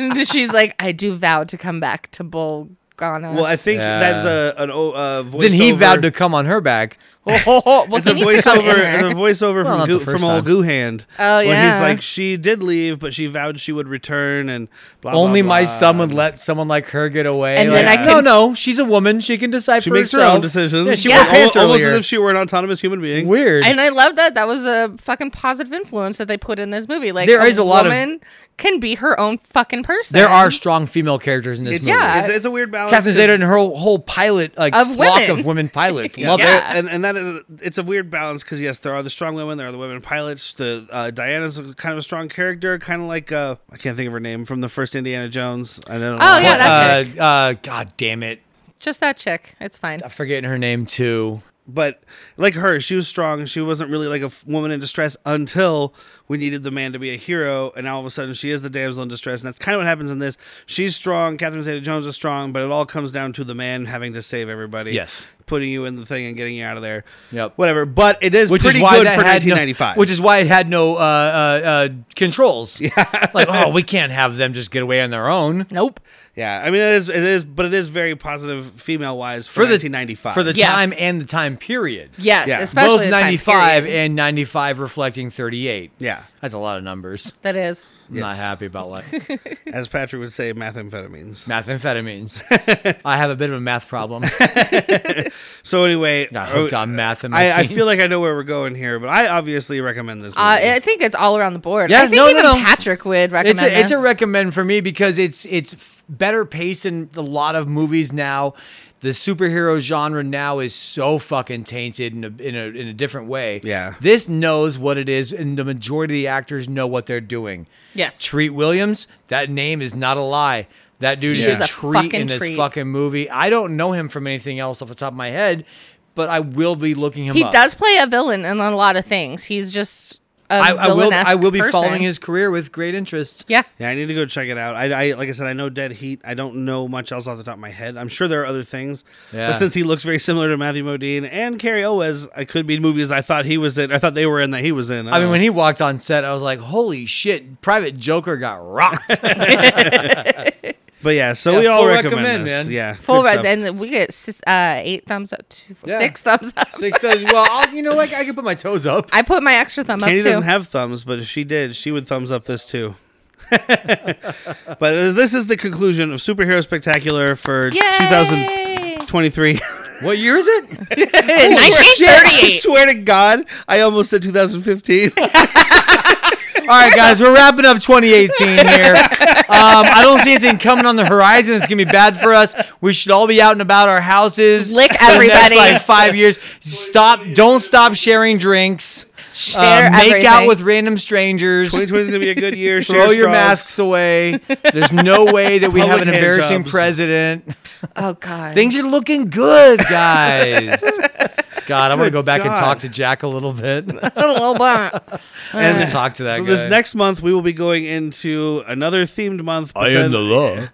[SPEAKER 2] And she's like, "I do vow to come back to Bull Ghana."
[SPEAKER 1] Well, I think
[SPEAKER 3] Yeah.
[SPEAKER 1] that's a an o- uh, voiceover.
[SPEAKER 3] Then he vowed to come on her back.
[SPEAKER 2] well,
[SPEAKER 1] It's a
[SPEAKER 2] he needs to come in
[SPEAKER 1] voiceover,
[SPEAKER 2] there.
[SPEAKER 1] and a voiceover
[SPEAKER 3] Well,
[SPEAKER 1] from
[SPEAKER 3] not
[SPEAKER 1] Goo,
[SPEAKER 3] the first
[SPEAKER 1] from old
[SPEAKER 3] time.
[SPEAKER 1] Goo Hand.
[SPEAKER 2] Oh,
[SPEAKER 1] When he's
[SPEAKER 2] yeah.
[SPEAKER 1] like, she did leave, but she vowed she would return, and blah, blah,
[SPEAKER 3] Only my
[SPEAKER 1] blah.
[SPEAKER 3] son would let someone like her get away.
[SPEAKER 2] And
[SPEAKER 3] like,
[SPEAKER 2] then
[SPEAKER 1] I
[SPEAKER 3] no,
[SPEAKER 1] can-
[SPEAKER 3] no, she's a woman. She can decide
[SPEAKER 1] She
[SPEAKER 3] for
[SPEAKER 1] makes her
[SPEAKER 3] herself.
[SPEAKER 1] own decisions.
[SPEAKER 3] Yeah, she
[SPEAKER 2] Yeah.
[SPEAKER 3] wore pants
[SPEAKER 1] almost, almost as
[SPEAKER 3] earlier.
[SPEAKER 1] if she were an autonomous human being.
[SPEAKER 3] Weird.
[SPEAKER 2] And I love that. That was a fucking positive influence that they put in this movie. Like
[SPEAKER 3] There is a lot of-
[SPEAKER 2] woman can be her own fucking person.
[SPEAKER 3] There are strong female characters in this
[SPEAKER 1] It's,
[SPEAKER 3] movie.
[SPEAKER 2] Yeah.
[SPEAKER 1] it's, it's a weird balance.
[SPEAKER 3] Catherine
[SPEAKER 1] 'cause-
[SPEAKER 3] Zeta and her whole pilot like
[SPEAKER 2] Of
[SPEAKER 3] flock
[SPEAKER 2] women.
[SPEAKER 3] of women pilots.
[SPEAKER 1] Yeah.
[SPEAKER 3] Love
[SPEAKER 2] Yeah.
[SPEAKER 3] it.
[SPEAKER 1] And, and that is it's a weird balance because yes, there are the strong women, there are the women pilots. The uh, Diana's kind of a strong character, kind of like uh, I can't think of her name from the first Indiana Jones. I don't know.
[SPEAKER 2] Oh, yeah, that-
[SPEAKER 3] Uh,
[SPEAKER 2] chick.
[SPEAKER 3] uh, God damn it.
[SPEAKER 2] just that chick. It's fine.
[SPEAKER 3] I'm forgetting her name too.
[SPEAKER 1] but like her, she was strong. She wasn't really like a f- woman in distress until we needed the man to be a hero, and now all of a sudden she is the damsel in distress, and that's kind of what happens in this. She's strong. Catherine Zeta-Jones is strong, but it all comes down to the man having to save everybody.
[SPEAKER 3] Yes.
[SPEAKER 1] putting you in the thing and getting you out of there.
[SPEAKER 3] Yep.
[SPEAKER 1] Whatever. But it is
[SPEAKER 3] Which
[SPEAKER 1] pretty
[SPEAKER 3] is why
[SPEAKER 1] good
[SPEAKER 3] that
[SPEAKER 1] for
[SPEAKER 3] had no-
[SPEAKER 1] 1995.
[SPEAKER 3] which is why it had no uh, uh, uh, controls. Yeah. like, oh, we can't have them just get away on their own.
[SPEAKER 2] Nope.
[SPEAKER 1] Yeah, I mean it is it is, but it is very positive female wise for,
[SPEAKER 3] For the
[SPEAKER 1] 1995.
[SPEAKER 3] For the
[SPEAKER 2] Yeah.
[SPEAKER 3] time and the time period.
[SPEAKER 2] Yes,
[SPEAKER 1] Yeah.
[SPEAKER 2] especially
[SPEAKER 3] Both
[SPEAKER 2] the time
[SPEAKER 3] 95
[SPEAKER 2] period.
[SPEAKER 3] and 95 reflecting 38.
[SPEAKER 1] yeah,
[SPEAKER 3] That's a lot of numbers.
[SPEAKER 2] That is.
[SPEAKER 1] Yes.
[SPEAKER 3] I'm not happy about like
[SPEAKER 1] as Patrick would say, methamphetamines.
[SPEAKER 3] methamphetamines. I have a bit of a math problem.
[SPEAKER 1] So anyway,
[SPEAKER 3] Got hooked
[SPEAKER 1] uh,
[SPEAKER 3] on math in
[SPEAKER 1] I,
[SPEAKER 3] my
[SPEAKER 1] I
[SPEAKER 3] teens.
[SPEAKER 1] feel like I know where we're going here, but I obviously recommend this. Movie.
[SPEAKER 2] Uh, I think it's all around the board. I
[SPEAKER 3] Yeah,
[SPEAKER 2] think
[SPEAKER 3] no, no,
[SPEAKER 2] even
[SPEAKER 3] no.
[SPEAKER 2] Patrick would recommend
[SPEAKER 3] it's a, it's a
[SPEAKER 2] this.
[SPEAKER 3] recommend for me because it's it's f- better pace than a lot of movies now. The superhero genre now is so fucking tainted in a, in a in a different way.
[SPEAKER 1] Yeah.
[SPEAKER 3] this knows what it is, and the majority of the actors know what they're doing.
[SPEAKER 2] Yes.
[SPEAKER 3] Treat Williams, that name is not a lie. That dude
[SPEAKER 2] He
[SPEAKER 3] is,
[SPEAKER 2] is a
[SPEAKER 3] a treat
[SPEAKER 2] fucking
[SPEAKER 3] in this
[SPEAKER 2] treat.
[SPEAKER 3] fucking movie. I don't know him from anything else off the top of my head, but I will be looking him
[SPEAKER 2] He
[SPEAKER 3] up.
[SPEAKER 2] does play a villain in a lot of things. He's just a
[SPEAKER 3] I, I will. I
[SPEAKER 2] villain-esque
[SPEAKER 3] will be
[SPEAKER 2] person.
[SPEAKER 3] following his career with great interest.
[SPEAKER 2] Yeah.
[SPEAKER 1] yeah, I need to go check it out. I, I like I said, I know Dead Heat. I don't know much else off the top of my head. I'm sure there are other things.
[SPEAKER 3] Yeah.
[SPEAKER 1] But since he looks very similar to Matthew Modine and Carrie Owens, I could be movies I thought he was in. I thought they were in that he was in.
[SPEAKER 3] I mean, when he walked on set, I was like, "Holy shit!" Private Joker got rocked.
[SPEAKER 1] But yeah, so
[SPEAKER 3] Yeah,
[SPEAKER 1] we all
[SPEAKER 3] full
[SPEAKER 1] recommend,
[SPEAKER 3] recommend,
[SPEAKER 1] this.
[SPEAKER 3] man.
[SPEAKER 1] Yeah,
[SPEAKER 2] Full
[SPEAKER 1] good
[SPEAKER 2] red.
[SPEAKER 1] stuff.
[SPEAKER 2] Then we get six, uh, eight thumbs up, two,
[SPEAKER 3] Yeah.
[SPEAKER 2] six thumbs up.
[SPEAKER 3] Six thumbs. Well, I'll, you know, like I can put my toes up.
[SPEAKER 2] I put my extra thumb
[SPEAKER 1] Katie
[SPEAKER 2] up too.
[SPEAKER 1] doesn't have thumbs, but if she did, she would thumbs up this too. but this is the conclusion of Superhero Spectacular for
[SPEAKER 2] Yay!
[SPEAKER 1] 2023.
[SPEAKER 3] What year is it?
[SPEAKER 2] 1938.
[SPEAKER 1] I swear to God, I almost said 2015.
[SPEAKER 3] All right, guys, we're wrapping up 2018 here. Um, I don't see anything coming on the horizon that's gonna be bad for us. We should all be out and about our houses.
[SPEAKER 2] Lick
[SPEAKER 3] for the
[SPEAKER 2] everybody.
[SPEAKER 3] Next, like five years. Stop. Don't stop sharing drinks. Um,
[SPEAKER 2] Share
[SPEAKER 3] make out
[SPEAKER 2] everything.
[SPEAKER 3] with random strangers.
[SPEAKER 1] 2020 is gonna be a good year. Share
[SPEAKER 3] Throw your
[SPEAKER 1] straws.
[SPEAKER 3] masks away. There's no way that we have
[SPEAKER 1] Public
[SPEAKER 3] an
[SPEAKER 1] hand
[SPEAKER 3] embarrassing
[SPEAKER 1] jobs.
[SPEAKER 3] president.
[SPEAKER 2] Oh God.
[SPEAKER 3] Things are looking good, guys. God, I'm gonna
[SPEAKER 1] Good
[SPEAKER 3] go back and
[SPEAKER 1] God.
[SPEAKER 3] talk to Jack a little bit.
[SPEAKER 2] little bit.
[SPEAKER 1] And
[SPEAKER 3] talk to that
[SPEAKER 1] so
[SPEAKER 3] guy.
[SPEAKER 1] this next month we will be going into another themed month. I am the
[SPEAKER 3] law.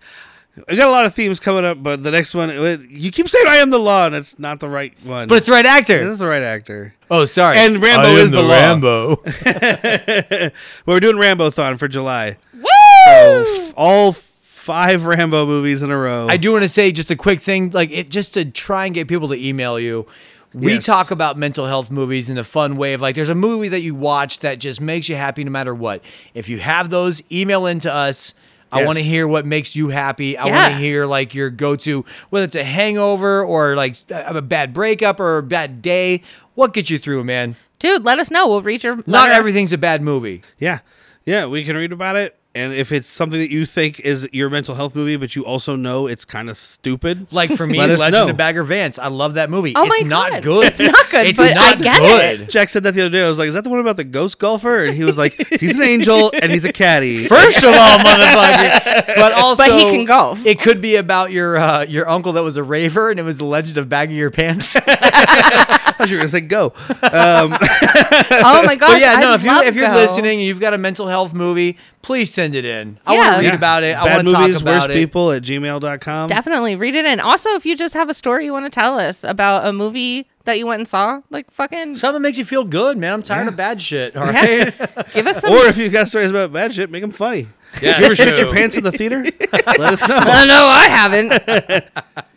[SPEAKER 1] We got a lot of themes coming up, but the next one you keep saying I am the law, and it's not the right one.
[SPEAKER 3] But it's the right
[SPEAKER 1] this
[SPEAKER 3] actor.
[SPEAKER 1] is the right actor.
[SPEAKER 3] Oh, sorry.
[SPEAKER 1] And Rambo
[SPEAKER 3] I am
[SPEAKER 1] is the law.
[SPEAKER 3] Rambo.
[SPEAKER 1] We're doing Rambo Thon for July.
[SPEAKER 2] Woo!
[SPEAKER 1] So f- all five Rambo movies in a row.
[SPEAKER 3] I do want to say just a quick thing, like it just to try and get people to email you. We
[SPEAKER 1] Yes.
[SPEAKER 3] talk about mental health movies in the fun way of like there's a movie that you watch that just makes you happy no matter what. If you have those, email in to us. I
[SPEAKER 1] Yes.
[SPEAKER 3] want to hear what makes you happy. I want
[SPEAKER 2] Yeah.
[SPEAKER 3] to hear like your go-to, whether it's a hangover or like a a bad breakup or a bad day. What gets you through, man?
[SPEAKER 2] Dude, let us know. We'll read your.
[SPEAKER 3] Not
[SPEAKER 2] letter.
[SPEAKER 3] everything's a bad movie.
[SPEAKER 1] Yeah, yeah. We can read about it, and if it's something that you think is your mental health movie, but you also know it's kind of stupid,
[SPEAKER 3] Like for me,
[SPEAKER 1] Let us
[SPEAKER 3] Legend
[SPEAKER 1] know.
[SPEAKER 3] of Bagger Vance. I love that movie.
[SPEAKER 2] Oh
[SPEAKER 3] it's
[SPEAKER 2] my
[SPEAKER 3] not
[SPEAKER 2] God.
[SPEAKER 3] good.
[SPEAKER 2] It's not good,
[SPEAKER 3] It's
[SPEAKER 2] but I
[SPEAKER 3] not
[SPEAKER 2] get
[SPEAKER 3] good.
[SPEAKER 1] Jack said that the other day. I was like, "Is that the one about the ghost golfer?" And he was like, "He's an angel and he's a caddy."
[SPEAKER 3] First of all, motherfucker. But also,
[SPEAKER 2] But he can golf.
[SPEAKER 3] It could be about your uh, your uncle that was a raver, and it was the legend of bagging your pants. but
[SPEAKER 1] I thought you were gonna say go. Um,
[SPEAKER 2] Oh my God.
[SPEAKER 3] yeah, no.
[SPEAKER 2] I
[SPEAKER 3] If you
[SPEAKER 2] love
[SPEAKER 3] if you're
[SPEAKER 2] Go.
[SPEAKER 3] listening and you've got a mental health movie, please send it in. I want
[SPEAKER 2] Yeah.
[SPEAKER 3] to read
[SPEAKER 2] Yeah.
[SPEAKER 3] about it. I
[SPEAKER 1] Bad
[SPEAKER 3] want to talk
[SPEAKER 1] movies, worse
[SPEAKER 3] about it.
[SPEAKER 1] people at gmail.com.
[SPEAKER 2] definitely read it in. Also, if you just have a story you want to tell us about a movie that you went and saw, like fucking
[SPEAKER 3] Something makes you feel good, man. I'm tired of bad shit. All
[SPEAKER 2] Yeah.
[SPEAKER 3] right.
[SPEAKER 2] give us some.
[SPEAKER 1] Or if you've got stories about bad shit, make them funny.
[SPEAKER 3] Yeah,
[SPEAKER 1] you ever shit
[SPEAKER 3] true.
[SPEAKER 1] your pants in the theater? Let us know.
[SPEAKER 2] I know I haven't.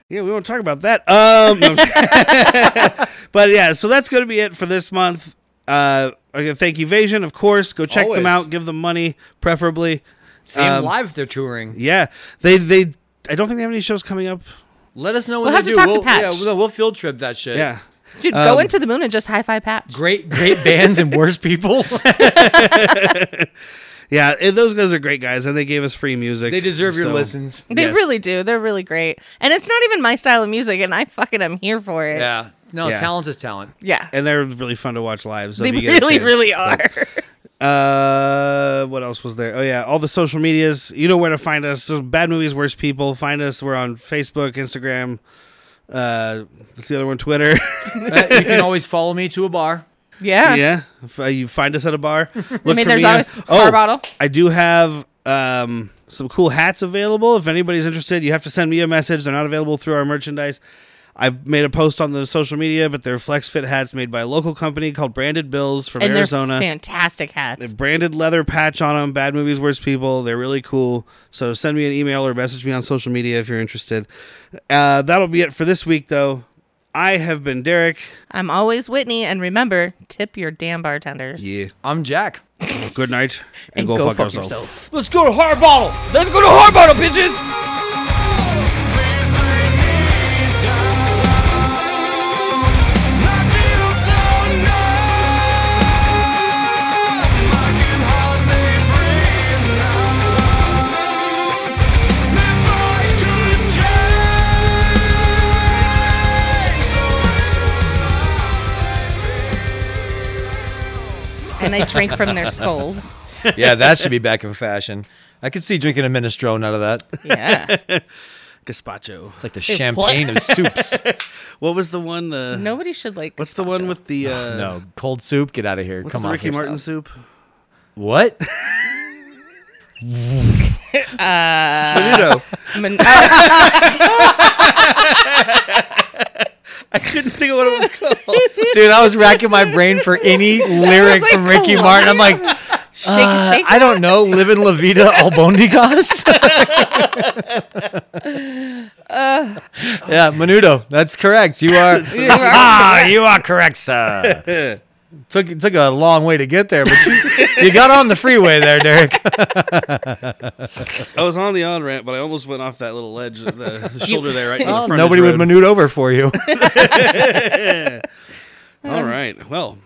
[SPEAKER 1] Yeah, we won't talk about that. Um, no, I'm just- but yeah, so that's going to be it for this month. Uh, I'm gonna thank Evasion, of course. Go check
[SPEAKER 3] Always.
[SPEAKER 1] them out. Give them money, preferably.
[SPEAKER 3] See 'em
[SPEAKER 1] Um,
[SPEAKER 3] live if they're touring.
[SPEAKER 1] Yeah, they they. I don't think they have any shows coming up.
[SPEAKER 3] Let us know
[SPEAKER 2] We'll
[SPEAKER 3] when they
[SPEAKER 2] have to
[SPEAKER 3] do.
[SPEAKER 2] talk to
[SPEAKER 3] we'll,
[SPEAKER 2] Patch.
[SPEAKER 3] Yeah, we'll, we'll field trip that shit.
[SPEAKER 1] Yeah,
[SPEAKER 2] Dude,
[SPEAKER 1] Um,
[SPEAKER 2] go into the moon and just high five Patch.
[SPEAKER 3] Great, great bands and worse people.
[SPEAKER 1] yeah. and those guys are great guys, and they gave us free music.
[SPEAKER 3] they deserve your
[SPEAKER 1] so-
[SPEAKER 3] listens.
[SPEAKER 2] They
[SPEAKER 1] Yes.
[SPEAKER 2] really do. They're really great. And it's not even my style of music, and I fucking am here for it.
[SPEAKER 3] Yeah. No,
[SPEAKER 1] Yeah.
[SPEAKER 3] talent is talent.
[SPEAKER 2] Yeah.
[SPEAKER 1] And they're really fun to watch live. So
[SPEAKER 2] they
[SPEAKER 1] if you get a
[SPEAKER 2] really,
[SPEAKER 1] chance.
[SPEAKER 2] really are.
[SPEAKER 1] Uh, what else was there? Oh yeah, all the social medias. You know where to find us. There's bad movies, worse people. Find us. We're on Facebook, Instagram. Uh, what's the other one? Twitter.
[SPEAKER 3] Uh, you can always follow me to a bar.
[SPEAKER 2] yeah.
[SPEAKER 1] yeah, if, uh, you find us at a bar. Look
[SPEAKER 2] I mean,
[SPEAKER 1] for
[SPEAKER 2] there's
[SPEAKER 1] me.
[SPEAKER 2] always
[SPEAKER 1] oh,
[SPEAKER 2] bar bottle.
[SPEAKER 1] I do have um some cool hats available. If anybody's interested, you have to send me a message. They're not available through our merchandise. I've made a post on the social media, but they're flex fit hats made by a local company called Branded Bills from
[SPEAKER 2] And
[SPEAKER 1] Arizona.
[SPEAKER 2] they're fantastic hats.
[SPEAKER 1] branded leather patch on them. Bad movies, worse people. They're really cool. So send me an email or message me on social media if you're interested. Uh, that'll be it for this week, though. I have been Derek.
[SPEAKER 2] I'm always Whitney, and remember, tip your damn bartenders.
[SPEAKER 1] Yeah.
[SPEAKER 3] I'm Jack.
[SPEAKER 1] Good night and, go, fuck, yourself.
[SPEAKER 3] Let's go to Hard Bottle.
[SPEAKER 2] Let's go to hard bottle, bitches!
[SPEAKER 6] Please lay me down. I feel so numb. I can hardly breathe now. If I could change the way I feel.
[SPEAKER 2] And I drink from their skulls.
[SPEAKER 3] yeah, that should be back in fashion. I could see drinking a minestrone out of that.
[SPEAKER 2] Yeah.
[SPEAKER 1] Gazpacho.
[SPEAKER 3] It's like the champagne of soups.
[SPEAKER 1] What was the one? The
[SPEAKER 2] Nobody should like.
[SPEAKER 1] What's the one with the uh,
[SPEAKER 3] No, cold soup. Get out of here.
[SPEAKER 1] What's
[SPEAKER 3] Come
[SPEAKER 1] the
[SPEAKER 3] on.
[SPEAKER 1] Ricky
[SPEAKER 3] here.
[SPEAKER 1] Martin soup?
[SPEAKER 3] What?
[SPEAKER 1] Menudo.
[SPEAKER 2] Min- uh,
[SPEAKER 1] I couldn't think of what it was called.
[SPEAKER 3] Dude, I was racking my brain for any lyric
[SPEAKER 2] like,
[SPEAKER 3] from Ricky
[SPEAKER 2] "Come
[SPEAKER 3] Martin. I'm
[SPEAKER 2] on."
[SPEAKER 3] like,
[SPEAKER 2] Shake, shake.
[SPEAKER 3] I don't know. Live in La Vida Albondigas. yeah, Menudo. That's correct. You are.
[SPEAKER 2] You are-
[SPEAKER 3] ah, you are correct, sir. took took a long way to get there, but you, you got on the freeway there, Derek.
[SPEAKER 1] I was on the on ramp, but I almost went off that little ledge, the, the shoulder there, right in the front.
[SPEAKER 3] Nobody would manute over for you.
[SPEAKER 1] All right. Well,